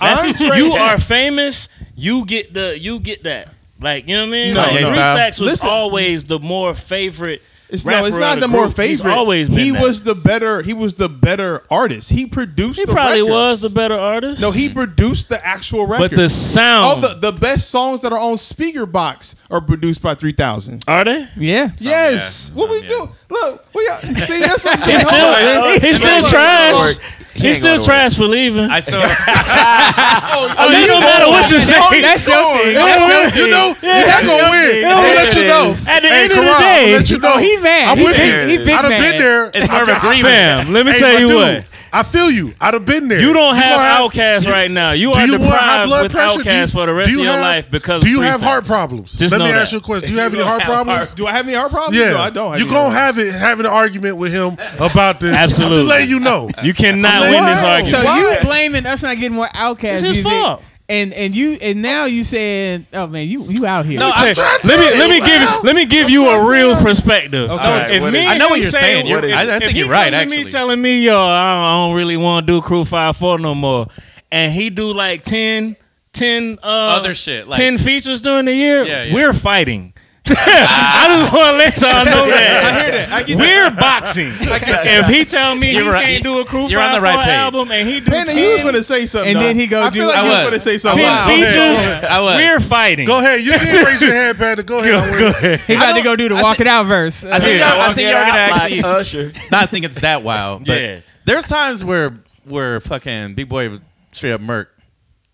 Speaker 4: That's
Speaker 5: Andre-
Speaker 4: you are famous. You get the you get that. Like you know what I mean?
Speaker 5: No,
Speaker 4: like,
Speaker 5: no.
Speaker 4: Three Stacks was
Speaker 5: Listen.
Speaker 4: always the more favorite.
Speaker 5: It's
Speaker 4: rapper
Speaker 5: no, it's
Speaker 4: of
Speaker 5: not the
Speaker 4: group.
Speaker 5: more
Speaker 4: He's
Speaker 5: favorite.
Speaker 4: always been
Speaker 5: he
Speaker 4: that.
Speaker 5: was the better. He was the better artist. He produced.
Speaker 4: He
Speaker 5: the
Speaker 4: probably
Speaker 5: records.
Speaker 4: was the better artist.
Speaker 5: No, he produced the actual record.
Speaker 4: But the
Speaker 5: all
Speaker 4: sound.
Speaker 5: the, the best songs that are on Speaker Box are produced by Three Thousand.
Speaker 4: are they?
Speaker 3: Yeah.
Speaker 5: Yes.
Speaker 1: yeah.
Speaker 5: What we
Speaker 1: Some,
Speaker 5: do? Look, we got, see that's what I'm saying.
Speaker 4: He's
Speaker 5: Hold
Speaker 4: still,
Speaker 5: on.
Speaker 4: he's still
Speaker 5: Hold on.
Speaker 4: trash.
Speaker 5: Hold
Speaker 6: He ain't
Speaker 4: He's still
Speaker 6: gonna work.
Speaker 4: trash for leaving.
Speaker 1: I still.
Speaker 5: on.
Speaker 4: I mean, it don't matter what Oh, you say.
Speaker 3: That's your thing.
Speaker 4: That's your
Speaker 2: Oh, You
Speaker 4: thing.
Speaker 2: know, you're not gonna win. I'm gonna let you know.
Speaker 4: At the
Speaker 2: Hey,
Speaker 4: end of the
Speaker 2: Karan,
Speaker 4: day,
Speaker 2: I'm gonna let you know.
Speaker 3: Oh, he mad.
Speaker 2: I'm
Speaker 3: he,
Speaker 2: with
Speaker 3: big-
Speaker 2: you.
Speaker 3: he big
Speaker 2: I'd
Speaker 3: mad.
Speaker 2: have been there.
Speaker 1: It's more of a grievance.
Speaker 4: Fam, let me
Speaker 2: Hey,
Speaker 4: tell
Speaker 2: my
Speaker 4: you
Speaker 2: dude,
Speaker 4: what.
Speaker 2: I feel you. I'd have been there.
Speaker 4: You don't
Speaker 2: gonna
Speaker 4: have Outkast right now. You
Speaker 2: Do
Speaker 4: are
Speaker 2: you want high
Speaker 4: deprived
Speaker 2: blood
Speaker 4: with
Speaker 2: pressure? Do you-
Speaker 4: Outkast for the rest
Speaker 2: do
Speaker 4: of
Speaker 2: you
Speaker 4: your
Speaker 2: have-
Speaker 4: life because
Speaker 2: Do you
Speaker 4: of
Speaker 2: have
Speaker 4: freestyle.
Speaker 2: heart problems?
Speaker 4: Just
Speaker 2: Let me
Speaker 4: know
Speaker 2: ask
Speaker 4: that.
Speaker 2: you a question. Do you have any
Speaker 4: don't
Speaker 2: heart
Speaker 4: have heart-
Speaker 2: problems?
Speaker 5: Do I have any heart problems?
Speaker 2: Yeah,
Speaker 5: No, I don't. Have
Speaker 2: You
Speaker 5: any
Speaker 2: gonna
Speaker 5: heart
Speaker 2: have it having an argument with him about this?
Speaker 4: Absolutely.
Speaker 2: I'm just letting you know.
Speaker 4: You cannot
Speaker 2: I'm
Speaker 4: win this
Speaker 2: like,
Speaker 4: argument.
Speaker 3: So
Speaker 2: Why?
Speaker 3: you blaming us not getting more outcast
Speaker 4: It's his
Speaker 3: music,
Speaker 4: fault.
Speaker 3: and and you and now you saying, oh man, you you out here.
Speaker 1: No,
Speaker 4: Say-
Speaker 1: I'm trying to.
Speaker 4: let me let me
Speaker 2: you,
Speaker 4: give
Speaker 2: man.
Speaker 4: let me give you a real perspective.
Speaker 6: Alright,
Speaker 4: If
Speaker 6: what
Speaker 4: me
Speaker 6: is-
Speaker 4: and
Speaker 1: I know what
Speaker 4: him
Speaker 1: you're
Speaker 4: say-
Speaker 1: saying. You're,
Speaker 6: what is-
Speaker 1: I, I
Speaker 4: if
Speaker 1: think
Speaker 4: he
Speaker 1: you're right.
Speaker 4: come to
Speaker 1: Actually,
Speaker 4: me telling me, yo, I don't, I don't really want to do Crew Five Four no more, and he do like 10, 10 uh,
Speaker 1: Other shit, like-
Speaker 4: ten features during the year.
Speaker 1: Yeah, yeah.
Speaker 4: We're fighting. I just want to let y'all know
Speaker 5: I
Speaker 4: that.
Speaker 5: hear that. I get that.
Speaker 4: We're boxing. if he tell me he
Speaker 1: You're right.
Speaker 4: can't do a Crew
Speaker 1: You're on the
Speaker 4: Five
Speaker 1: right
Speaker 4: Four
Speaker 1: page.
Speaker 4: album and he do
Speaker 5: Panda, you was
Speaker 4: 10,
Speaker 5: gonna say something.
Speaker 3: And
Speaker 5: though.
Speaker 3: then he go
Speaker 5: I
Speaker 3: do-
Speaker 5: feel like
Speaker 1: I
Speaker 5: you was
Speaker 1: was.
Speaker 5: gonna say
Speaker 4: 10
Speaker 5: something.
Speaker 1: Wow.
Speaker 4: features.
Speaker 1: I was.
Speaker 4: We're fighting.
Speaker 2: Go ahead. You can raise your hand, Panda. Go ahead. I'm with you.
Speaker 3: he about to
Speaker 1: don't-
Speaker 3: go do the
Speaker 1: I
Speaker 3: walk it out verse. Uh,
Speaker 1: I think,
Speaker 4: Yeah,
Speaker 1: y'all- I
Speaker 4: walk
Speaker 1: think
Speaker 4: it
Speaker 1: y'all are gonna
Speaker 6: Like
Speaker 1: actually.
Speaker 6: Usher.
Speaker 1: not think it's that wild. But
Speaker 4: Yeah.
Speaker 1: there's times where where fucking big boy would straight up murk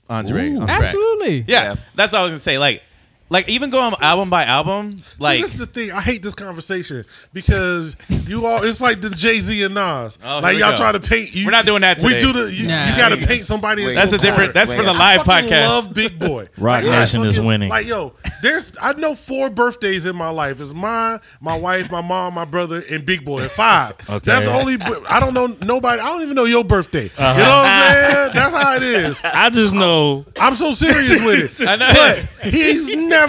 Speaker 1: Andre. on tracks.
Speaker 3: Absolutely.
Speaker 1: Yeah,
Speaker 6: Yeah.
Speaker 1: that's what I was gonna say. Like, like even going album by album,
Speaker 2: See,
Speaker 1: like
Speaker 2: this is the thing. I hate this conversation because you all. It's like the Jay Z and Nas.
Speaker 1: Oh, here
Speaker 2: like
Speaker 1: we
Speaker 2: y'all
Speaker 1: go.
Speaker 2: try to paint. You,
Speaker 1: We're not doing that
Speaker 2: We
Speaker 1: today.
Speaker 2: do the. You,
Speaker 3: Nah.
Speaker 2: you got to paint somebody. Into
Speaker 1: that's a
Speaker 2: a
Speaker 1: different. That's for the
Speaker 6: Wait,
Speaker 1: live
Speaker 2: fucking
Speaker 1: podcast.
Speaker 2: Love Big Boy.
Speaker 4: Roc
Speaker 2: I
Speaker 4: Nation is
Speaker 2: fucking-
Speaker 4: winning.
Speaker 2: Like yo, there's I know four birthdays in my life. It's mine, my wife, my mom, my brother, and Big Boy. Five.
Speaker 4: Okay.
Speaker 2: That's the only. I don't know nobody. I don't even know your birthday. You know what I'm saying? That's how it is.
Speaker 4: I just know
Speaker 2: I'm so serious with it.
Speaker 1: I know.
Speaker 2: But he's never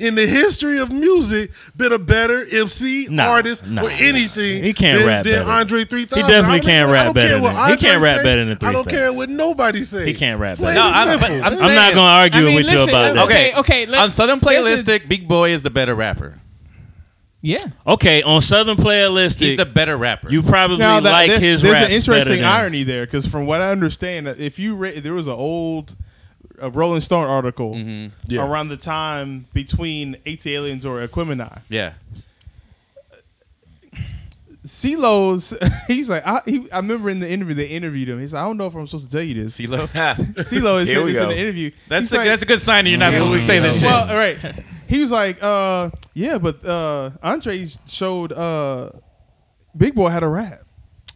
Speaker 2: in the history of music been a better MC
Speaker 4: Nah,
Speaker 2: artist
Speaker 4: nah,
Speaker 2: or
Speaker 4: nah.
Speaker 2: anything.
Speaker 4: He can't
Speaker 2: than,
Speaker 4: rap
Speaker 2: than
Speaker 4: better.
Speaker 2: Andre 3000.
Speaker 4: He definitely
Speaker 2: I don't
Speaker 4: can't
Speaker 2: even- I
Speaker 4: rap
Speaker 2: don't
Speaker 4: better
Speaker 2: care
Speaker 4: than-
Speaker 2: what
Speaker 4: he
Speaker 2: Andre
Speaker 4: can't rap
Speaker 2: say.
Speaker 4: better than
Speaker 2: I don't
Speaker 4: 3
Speaker 2: care what nobody says.
Speaker 4: He can't rap
Speaker 2: Plain
Speaker 4: better.
Speaker 1: No,
Speaker 2: and
Speaker 1: I'm, but
Speaker 2: simple.
Speaker 1: I'm,
Speaker 4: I'm not
Speaker 1: saying-
Speaker 4: gonna argue
Speaker 3: I mean,
Speaker 4: with you
Speaker 3: listen,
Speaker 4: about that.
Speaker 1: Okay,
Speaker 3: Okay, okay, let-
Speaker 1: on Southern
Speaker 3: listen.
Speaker 1: playlistic, Big Boy is the better rapper.
Speaker 3: Yeah.
Speaker 4: Okay, on Southern Playlist,
Speaker 1: He's the better rapper.
Speaker 4: you probably
Speaker 5: Now that,
Speaker 4: like
Speaker 5: there-
Speaker 4: his
Speaker 5: there's
Speaker 4: raps
Speaker 5: an interesting
Speaker 4: better than-
Speaker 5: irony there because from what I understand, uh, if you read, there was an old a Rolling Stone article around the time between AT Aliens or Equimini.
Speaker 1: yeah.
Speaker 5: CeeLo's, he's like, I, he, I remember in the interview they interviewed him. He's like, I don't know if I'm supposed to tell you this.
Speaker 1: CeeLo.
Speaker 5: CeeLo is
Speaker 6: Here
Speaker 5: saying
Speaker 6: we
Speaker 5: this in
Speaker 6: go.
Speaker 5: the interview.
Speaker 1: That's
Speaker 5: He's
Speaker 1: a,
Speaker 5: like-
Speaker 1: that's a good sign that you're not supposed to say this shit.
Speaker 5: Well, all right. He was like, uh, yeah, but uh, Andre showed uh, Big Boy how to rap.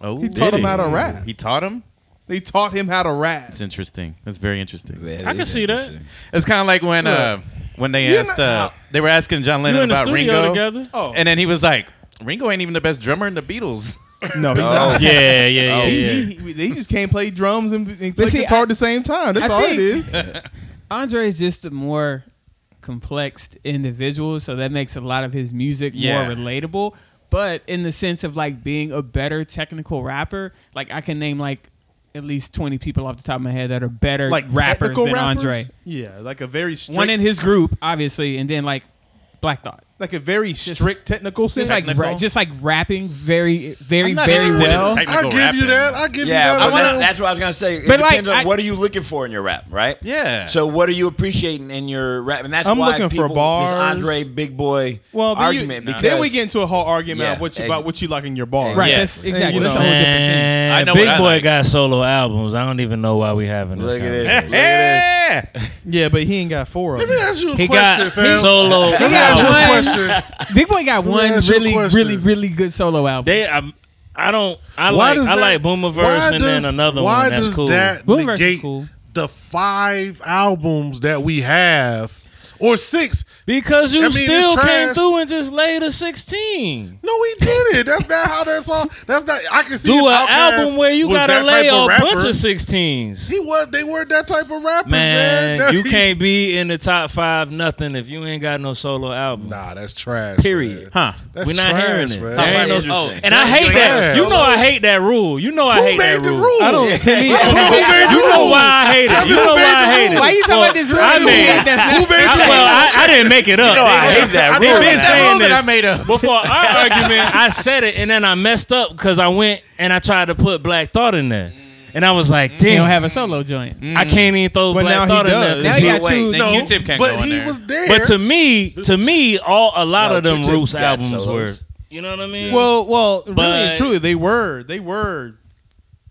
Speaker 1: oh,
Speaker 5: he taught
Speaker 1: did
Speaker 5: him how to rap.
Speaker 1: He taught him.
Speaker 5: They taught him how to rap.
Speaker 1: It's interesting. That's very interesting.
Speaker 6: That
Speaker 4: I
Speaker 6: is
Speaker 4: can see that.
Speaker 6: interesting.
Speaker 1: It's kind of like when uh, when they
Speaker 5: You're
Speaker 1: asked
Speaker 5: not-
Speaker 1: uh, they were asking John
Speaker 4: You
Speaker 1: Lennon
Speaker 4: in the
Speaker 1: about
Speaker 4: studio
Speaker 1: Ringo,
Speaker 4: together?
Speaker 5: Oh.
Speaker 1: and then he was like, "Ringo ain't even the best drummer in the Beatles."
Speaker 5: No, he's
Speaker 6: Oh.
Speaker 5: not.
Speaker 4: Yeah, yeah, yeah.
Speaker 5: He,
Speaker 4: yeah.
Speaker 5: he, he, he just can't play drums and, and play
Speaker 3: see,
Speaker 5: guitar
Speaker 3: I-
Speaker 5: at the same time. That's
Speaker 3: I
Speaker 5: all
Speaker 3: think-
Speaker 5: it is.
Speaker 3: Andre is just a more complex individual, so that makes a lot of his music
Speaker 1: Yeah.
Speaker 3: more relatable. But in the sense of like being a better technical rapper, like I can name like at least twenty people off the top of my head that are better
Speaker 5: Like
Speaker 3: rappers
Speaker 5: technical
Speaker 3: than
Speaker 5: rappers?
Speaker 3: Andre.
Speaker 5: Yeah, like a very strict,
Speaker 3: One in his group, obviously, and then like Black Thought.
Speaker 5: like a very strict technical sense.
Speaker 3: Just like,
Speaker 1: Technical.
Speaker 3: ra- just like rapping very, very,
Speaker 1: I'm not
Speaker 3: very
Speaker 1: interested in
Speaker 3: well.
Speaker 1: technical
Speaker 2: I give you
Speaker 1: rapping.
Speaker 2: that. I give
Speaker 6: Yeah,
Speaker 2: you that.
Speaker 6: but
Speaker 2: I
Speaker 6: that-
Speaker 2: know.
Speaker 6: that's what I was gonna say. It
Speaker 3: But, like,
Speaker 6: depends on
Speaker 3: I-
Speaker 6: what are you looking for in your rap, right?
Speaker 1: Yeah.
Speaker 6: So what are you appreciating in your rap? And that's
Speaker 5: I'm
Speaker 6: why
Speaker 5: looking for
Speaker 6: people,
Speaker 5: bars.
Speaker 6: This Andre Big Boy
Speaker 5: well, then,
Speaker 6: argument
Speaker 5: you,
Speaker 6: because
Speaker 5: then we get into a whole argument
Speaker 6: Yeah,
Speaker 5: of what you,
Speaker 6: ex-
Speaker 5: about what you like in your bar.
Speaker 3: Right.
Speaker 1: Yes.
Speaker 3: That's, exactly.
Speaker 5: You
Speaker 3: That's a
Speaker 5: know.
Speaker 3: whole different thing.
Speaker 4: Man,
Speaker 1: I know
Speaker 4: Big
Speaker 1: what I
Speaker 4: Boy
Speaker 1: like.
Speaker 4: got solo albums. I don't even know why we having this.
Speaker 6: look at this.
Speaker 4: conversation.
Speaker 6: Look at this.
Speaker 5: Yeah, but he ain't got four of
Speaker 2: Let me
Speaker 5: them.
Speaker 2: ask you a
Speaker 4: He
Speaker 2: question,
Speaker 4: got
Speaker 2: fam.
Speaker 4: solo.
Speaker 3: He
Speaker 2: Let me
Speaker 3: got
Speaker 2: ask
Speaker 3: one.
Speaker 2: you a question.
Speaker 3: Big Boy got one
Speaker 2: ask you a
Speaker 3: really,
Speaker 2: question.
Speaker 3: really, really good solo album.
Speaker 4: They, I, I don't. I
Speaker 2: Why
Speaker 4: like.
Speaker 2: does
Speaker 4: I
Speaker 2: that-
Speaker 4: like Boomerverse
Speaker 2: why
Speaker 4: and
Speaker 2: does-
Speaker 4: then another
Speaker 2: why
Speaker 4: one. That's
Speaker 2: does
Speaker 4: cool.
Speaker 2: that
Speaker 3: Boomerverse is
Speaker 2: negate
Speaker 3: cool.
Speaker 2: the five albums that we have or six?
Speaker 4: because you
Speaker 2: I mean, it's
Speaker 4: still came
Speaker 2: trash.
Speaker 4: through and just laid a sixteen.
Speaker 2: No, we did it. That's not how that's all. That's not. I can see if
Speaker 4: Do an
Speaker 2: Outkast
Speaker 4: album where you
Speaker 2: was
Speaker 4: gotta
Speaker 2: that
Speaker 4: lay
Speaker 2: type
Speaker 4: a
Speaker 2: of rapper.
Speaker 4: bunch of sixteens.
Speaker 2: He was. They weren't that type of rappers, man.
Speaker 4: Man,
Speaker 2: That-
Speaker 4: you can't be in the top five nothing if you ain't got no solo album.
Speaker 2: Nah, that's trash.
Speaker 4: Period.
Speaker 1: Huh.
Speaker 2: That's
Speaker 4: We're not
Speaker 2: trash,
Speaker 4: hearing it.
Speaker 2: Man.
Speaker 4: Talk
Speaker 6: Ain't
Speaker 4: about
Speaker 6: no-
Speaker 4: it.
Speaker 6: oh,
Speaker 1: and
Speaker 4: And I hate that.
Speaker 2: trash.
Speaker 4: You know I hate that rule. You know I
Speaker 2: Who
Speaker 4: hate
Speaker 2: made
Speaker 4: that
Speaker 2: the
Speaker 4: rule.
Speaker 2: rule?
Speaker 5: I don't. To me, I
Speaker 2: Who
Speaker 5: don't-
Speaker 2: made the
Speaker 4: You know
Speaker 2: rule?
Speaker 4: why I hate
Speaker 2: Tell
Speaker 4: it.
Speaker 2: me
Speaker 4: You
Speaker 2: who
Speaker 4: know
Speaker 2: made
Speaker 4: why
Speaker 2: the
Speaker 4: I hate
Speaker 2: rule.
Speaker 4: it.
Speaker 3: Why you talking
Speaker 4: Well,
Speaker 3: about this rule?
Speaker 4: I
Speaker 2: Tell me
Speaker 4: made.
Speaker 2: who- Who made
Speaker 3: That's
Speaker 4: I,
Speaker 2: the
Speaker 4: well,
Speaker 2: rule?
Speaker 4: I, I didn't make it up.
Speaker 6: No, I hate that.
Speaker 4: They've
Speaker 6: rule.
Speaker 4: been
Speaker 6: That
Speaker 4: saying
Speaker 1: rule that
Speaker 4: this.
Speaker 1: I made up.
Speaker 4: Before our argument, I said it and then I messed up because I went and I tried to put Black Thought in there. And I was like,
Speaker 3: They don't
Speaker 4: damn,
Speaker 3: have a solo joint.
Speaker 4: I can't even throw
Speaker 5: But now
Speaker 4: Black
Speaker 5: he
Speaker 4: Thought in there.
Speaker 5: does.
Speaker 4: 'cause
Speaker 3: Now he
Speaker 4: he-
Speaker 3: got
Speaker 6: wait,
Speaker 3: two.
Speaker 6: no,
Speaker 1: Then Q-Tip can't go
Speaker 2: But
Speaker 1: in
Speaker 2: he
Speaker 1: there.
Speaker 2: was there.
Speaker 4: But to me, to me, all a lot
Speaker 6: No,
Speaker 4: of them
Speaker 6: Q-Tip
Speaker 4: Roots
Speaker 6: got
Speaker 4: albums
Speaker 6: solos.
Speaker 4: were. You know what I mean?
Speaker 5: Well, well, really
Speaker 4: But-
Speaker 5: and truly, they were. They were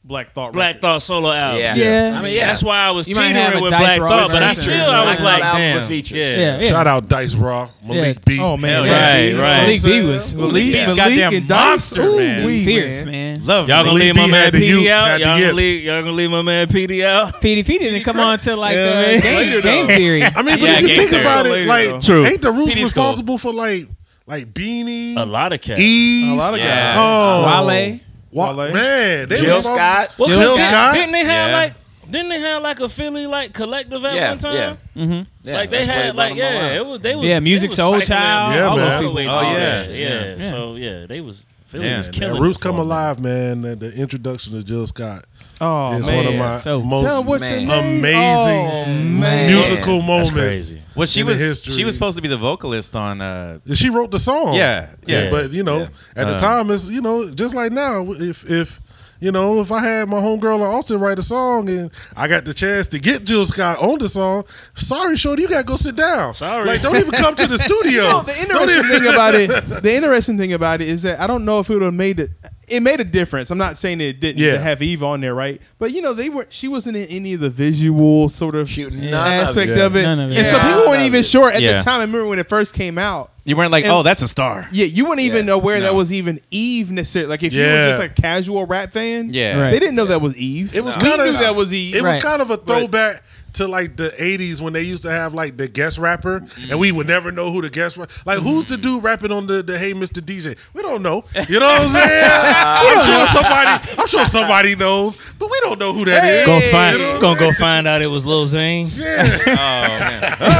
Speaker 5: Black Thought.
Speaker 4: Black
Speaker 5: records.
Speaker 4: Thought solo album.
Speaker 6: Yeah.
Speaker 3: Yeah.
Speaker 6: I mean, yeah.
Speaker 4: That's why I was
Speaker 3: You might have a
Speaker 4: teetering with
Speaker 3: Dice
Speaker 4: Black
Speaker 3: Rock
Speaker 4: Thought, but I
Speaker 3: version.
Speaker 4: still I was
Speaker 6: Black
Speaker 4: like,
Speaker 6: Thought album with
Speaker 4: damn,
Speaker 6: features.
Speaker 4: yeah.
Speaker 3: Yeah, yeah.
Speaker 2: Shout out Dice Raw, Malik
Speaker 3: Yeah.
Speaker 2: B.
Speaker 5: Oh man,
Speaker 1: Hell yeah.
Speaker 4: Right,
Speaker 5: You know
Speaker 4: right.
Speaker 5: what I'm
Speaker 3: Malik B
Speaker 5: saying?
Speaker 3: was-
Speaker 5: Malik,
Speaker 1: B's
Speaker 5: Malik,
Speaker 1: goddamn
Speaker 5: and Dice.
Speaker 1: monster,
Speaker 5: Ooh,
Speaker 1: man.
Speaker 5: wee,
Speaker 3: Fierce,
Speaker 5: man.
Speaker 3: man.
Speaker 1: Love
Speaker 4: Y'all gonna
Speaker 1: Malik.
Speaker 4: leave
Speaker 2: B
Speaker 4: my man
Speaker 2: had the
Speaker 4: PD
Speaker 2: youth,
Speaker 4: out?
Speaker 2: had the
Speaker 4: Y'all gonna
Speaker 2: yips.
Speaker 4: leave? Y'all gonna leave my man PD out?
Speaker 3: PDP didn't come on till like
Speaker 4: Yeah,
Speaker 3: uh,
Speaker 4: man.
Speaker 3: game, game theory.
Speaker 2: I mean, but
Speaker 1: Yeah,
Speaker 2: if you
Speaker 1: Game
Speaker 2: think
Speaker 1: Theory.
Speaker 2: about it,
Speaker 5: Later, though.
Speaker 2: like,
Speaker 4: True.
Speaker 2: ain't the Roots
Speaker 1: PD's cool.
Speaker 2: responsible for like, like Beanie,
Speaker 4: A lot of cats.
Speaker 2: Eve,
Speaker 5: A lot of
Speaker 1: Yeah.
Speaker 5: guys.
Speaker 2: oh,
Speaker 3: Wale.
Speaker 2: Wa-
Speaker 5: Wale.
Speaker 2: man, they
Speaker 6: Jill
Speaker 2: was all-
Speaker 6: Scott.
Speaker 4: Well, 'cause
Speaker 2: Jill
Speaker 4: didn't-
Speaker 2: Scott?
Speaker 4: Didn't they have
Speaker 1: Yeah.
Speaker 4: like? Didn't they have like a Philly like collective at
Speaker 6: Yeah,
Speaker 4: one time?
Speaker 6: yeah.
Speaker 3: Mhm.
Speaker 6: Yeah,
Speaker 4: like they
Speaker 6: that's where
Speaker 4: had
Speaker 6: brought
Speaker 4: like
Speaker 6: them all
Speaker 4: yeah,
Speaker 6: out.
Speaker 4: it was they was
Speaker 3: Yeah,
Speaker 4: they
Speaker 3: Music
Speaker 4: was
Speaker 3: Soul
Speaker 4: cycling
Speaker 3: Child,
Speaker 2: Yeah,
Speaker 4: all
Speaker 2: man.
Speaker 4: those people.
Speaker 1: Oh,
Speaker 4: all
Speaker 1: yeah,
Speaker 4: that,
Speaker 1: yeah.
Speaker 4: yeah. So yeah, they was Philly
Speaker 1: Yeah,
Speaker 4: was
Speaker 1: man,
Speaker 4: killing.
Speaker 2: That Roots
Speaker 4: it
Speaker 2: Come
Speaker 4: for them.
Speaker 2: Alive, man. The, the introduction to Jill Scott
Speaker 5: Oh
Speaker 2: is
Speaker 5: man,
Speaker 2: one of my
Speaker 3: So-
Speaker 2: most
Speaker 5: Tell what's
Speaker 6: Man.
Speaker 5: your name?
Speaker 2: amazing
Speaker 5: Oh, man.
Speaker 2: musical moments.
Speaker 4: crazy.
Speaker 1: Well, she
Speaker 2: in the
Speaker 1: was
Speaker 2: history.
Speaker 1: she was supposed to be the vocalist on. uh
Speaker 2: She wrote the song.
Speaker 1: Yeah, yeah.
Speaker 2: But you know,
Speaker 6: Yeah.
Speaker 2: at the
Speaker 1: Um,
Speaker 2: time, it's you know, just like now, if if you know, if I had my homegirl in Austin write a song and I got the chance to get Jill Scott on the song, sorry, shorty, you gotta go sit down.
Speaker 4: Sorry.
Speaker 2: like don't even come to the studio.
Speaker 5: No, the interesting thing about it, the interesting thing about it is that I don't know if it would have made it. It made a difference. I'm not saying it didn't
Speaker 2: Yeah.
Speaker 5: to have Eve on there, right? But you know, they were. She wasn't in any of the visual sort of
Speaker 6: Shoot, none of
Speaker 5: aspect
Speaker 6: it.
Speaker 5: of it,
Speaker 3: None of it.
Speaker 5: and so
Speaker 6: Yeah.
Speaker 5: people
Speaker 6: None
Speaker 5: weren't
Speaker 6: of
Speaker 5: even
Speaker 6: it.
Speaker 5: sure at
Speaker 1: Yeah.
Speaker 5: the time. I remember when it first came out.
Speaker 1: you weren't like,
Speaker 5: And-
Speaker 1: oh, that's a star.
Speaker 5: Yeah, you weren't even
Speaker 6: Yeah.
Speaker 5: aware that
Speaker 6: No.
Speaker 5: was even Eve necessarily. Like if you
Speaker 2: Yeah.
Speaker 5: were just a casual rap fan,
Speaker 1: Yeah.
Speaker 3: Right.
Speaker 5: they didn't know that was Eve.
Speaker 2: It was
Speaker 5: we
Speaker 2: kinda-
Speaker 5: knew that was Eve.
Speaker 2: It
Speaker 3: Right.
Speaker 2: was kind of a throwback to like the '80s when they used to have like the guest rapper, and we
Speaker 6: Mm-hmm.
Speaker 2: would never know who the guest rapper. Like, who's the dude rapping on the, the "Hey Mr. DJ"? We don't know. You know what I'm saying? I'm sure somebody. I'm sure somebody knows, but we don't know who that is.
Speaker 4: Gonna find,
Speaker 2: You know what I'm
Speaker 4: gonna go
Speaker 2: saying?
Speaker 4: find out it was Lil Zane.
Speaker 2: Yeah.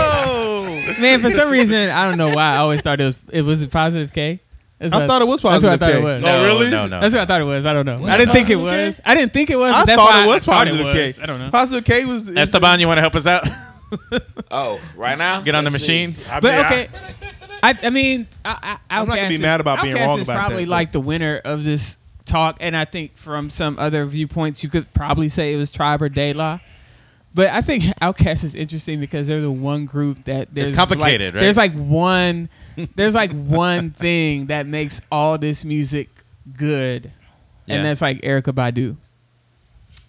Speaker 3: Man, for some reason, I don't know why. I always thought it was it was positive K. That's
Speaker 5: I
Speaker 3: what
Speaker 5: thought it was
Speaker 3: That's what I
Speaker 5: Positive
Speaker 3: thought
Speaker 5: K.
Speaker 3: it was.
Speaker 2: Oh, really?
Speaker 1: No, no.
Speaker 3: That's what I thought it was. I don't know. I didn't think it was. I didn't think it was.
Speaker 5: I
Speaker 3: but that's
Speaker 5: thought
Speaker 3: why
Speaker 5: it was
Speaker 3: I thought
Speaker 5: positive
Speaker 3: it was.
Speaker 5: K.
Speaker 3: I don't know.
Speaker 5: Positive K was
Speaker 1: Esteban, you want to help us out?
Speaker 6: Oh, right now.
Speaker 1: Get on the
Speaker 6: Let's see.
Speaker 1: machine.
Speaker 2: I
Speaker 3: But
Speaker 2: mean, I-
Speaker 3: okay, I, I mean, I, I,
Speaker 5: I'm not gonna be
Speaker 3: Outkast
Speaker 5: mad
Speaker 3: is-
Speaker 5: about being
Speaker 3: Outkast
Speaker 5: wrong
Speaker 3: is
Speaker 5: about that,
Speaker 3: probably
Speaker 5: but-
Speaker 3: like the winner of this talk, and I think from some other viewpoints, you could probably say it was Tribe or De La. But I think Outkast is interesting because they're the one group that there's
Speaker 1: complicated,
Speaker 3: like,
Speaker 1: right?
Speaker 3: There's like one, there's like one thing that makes all this music good,
Speaker 1: Yeah.
Speaker 3: and that's like Erica Badu.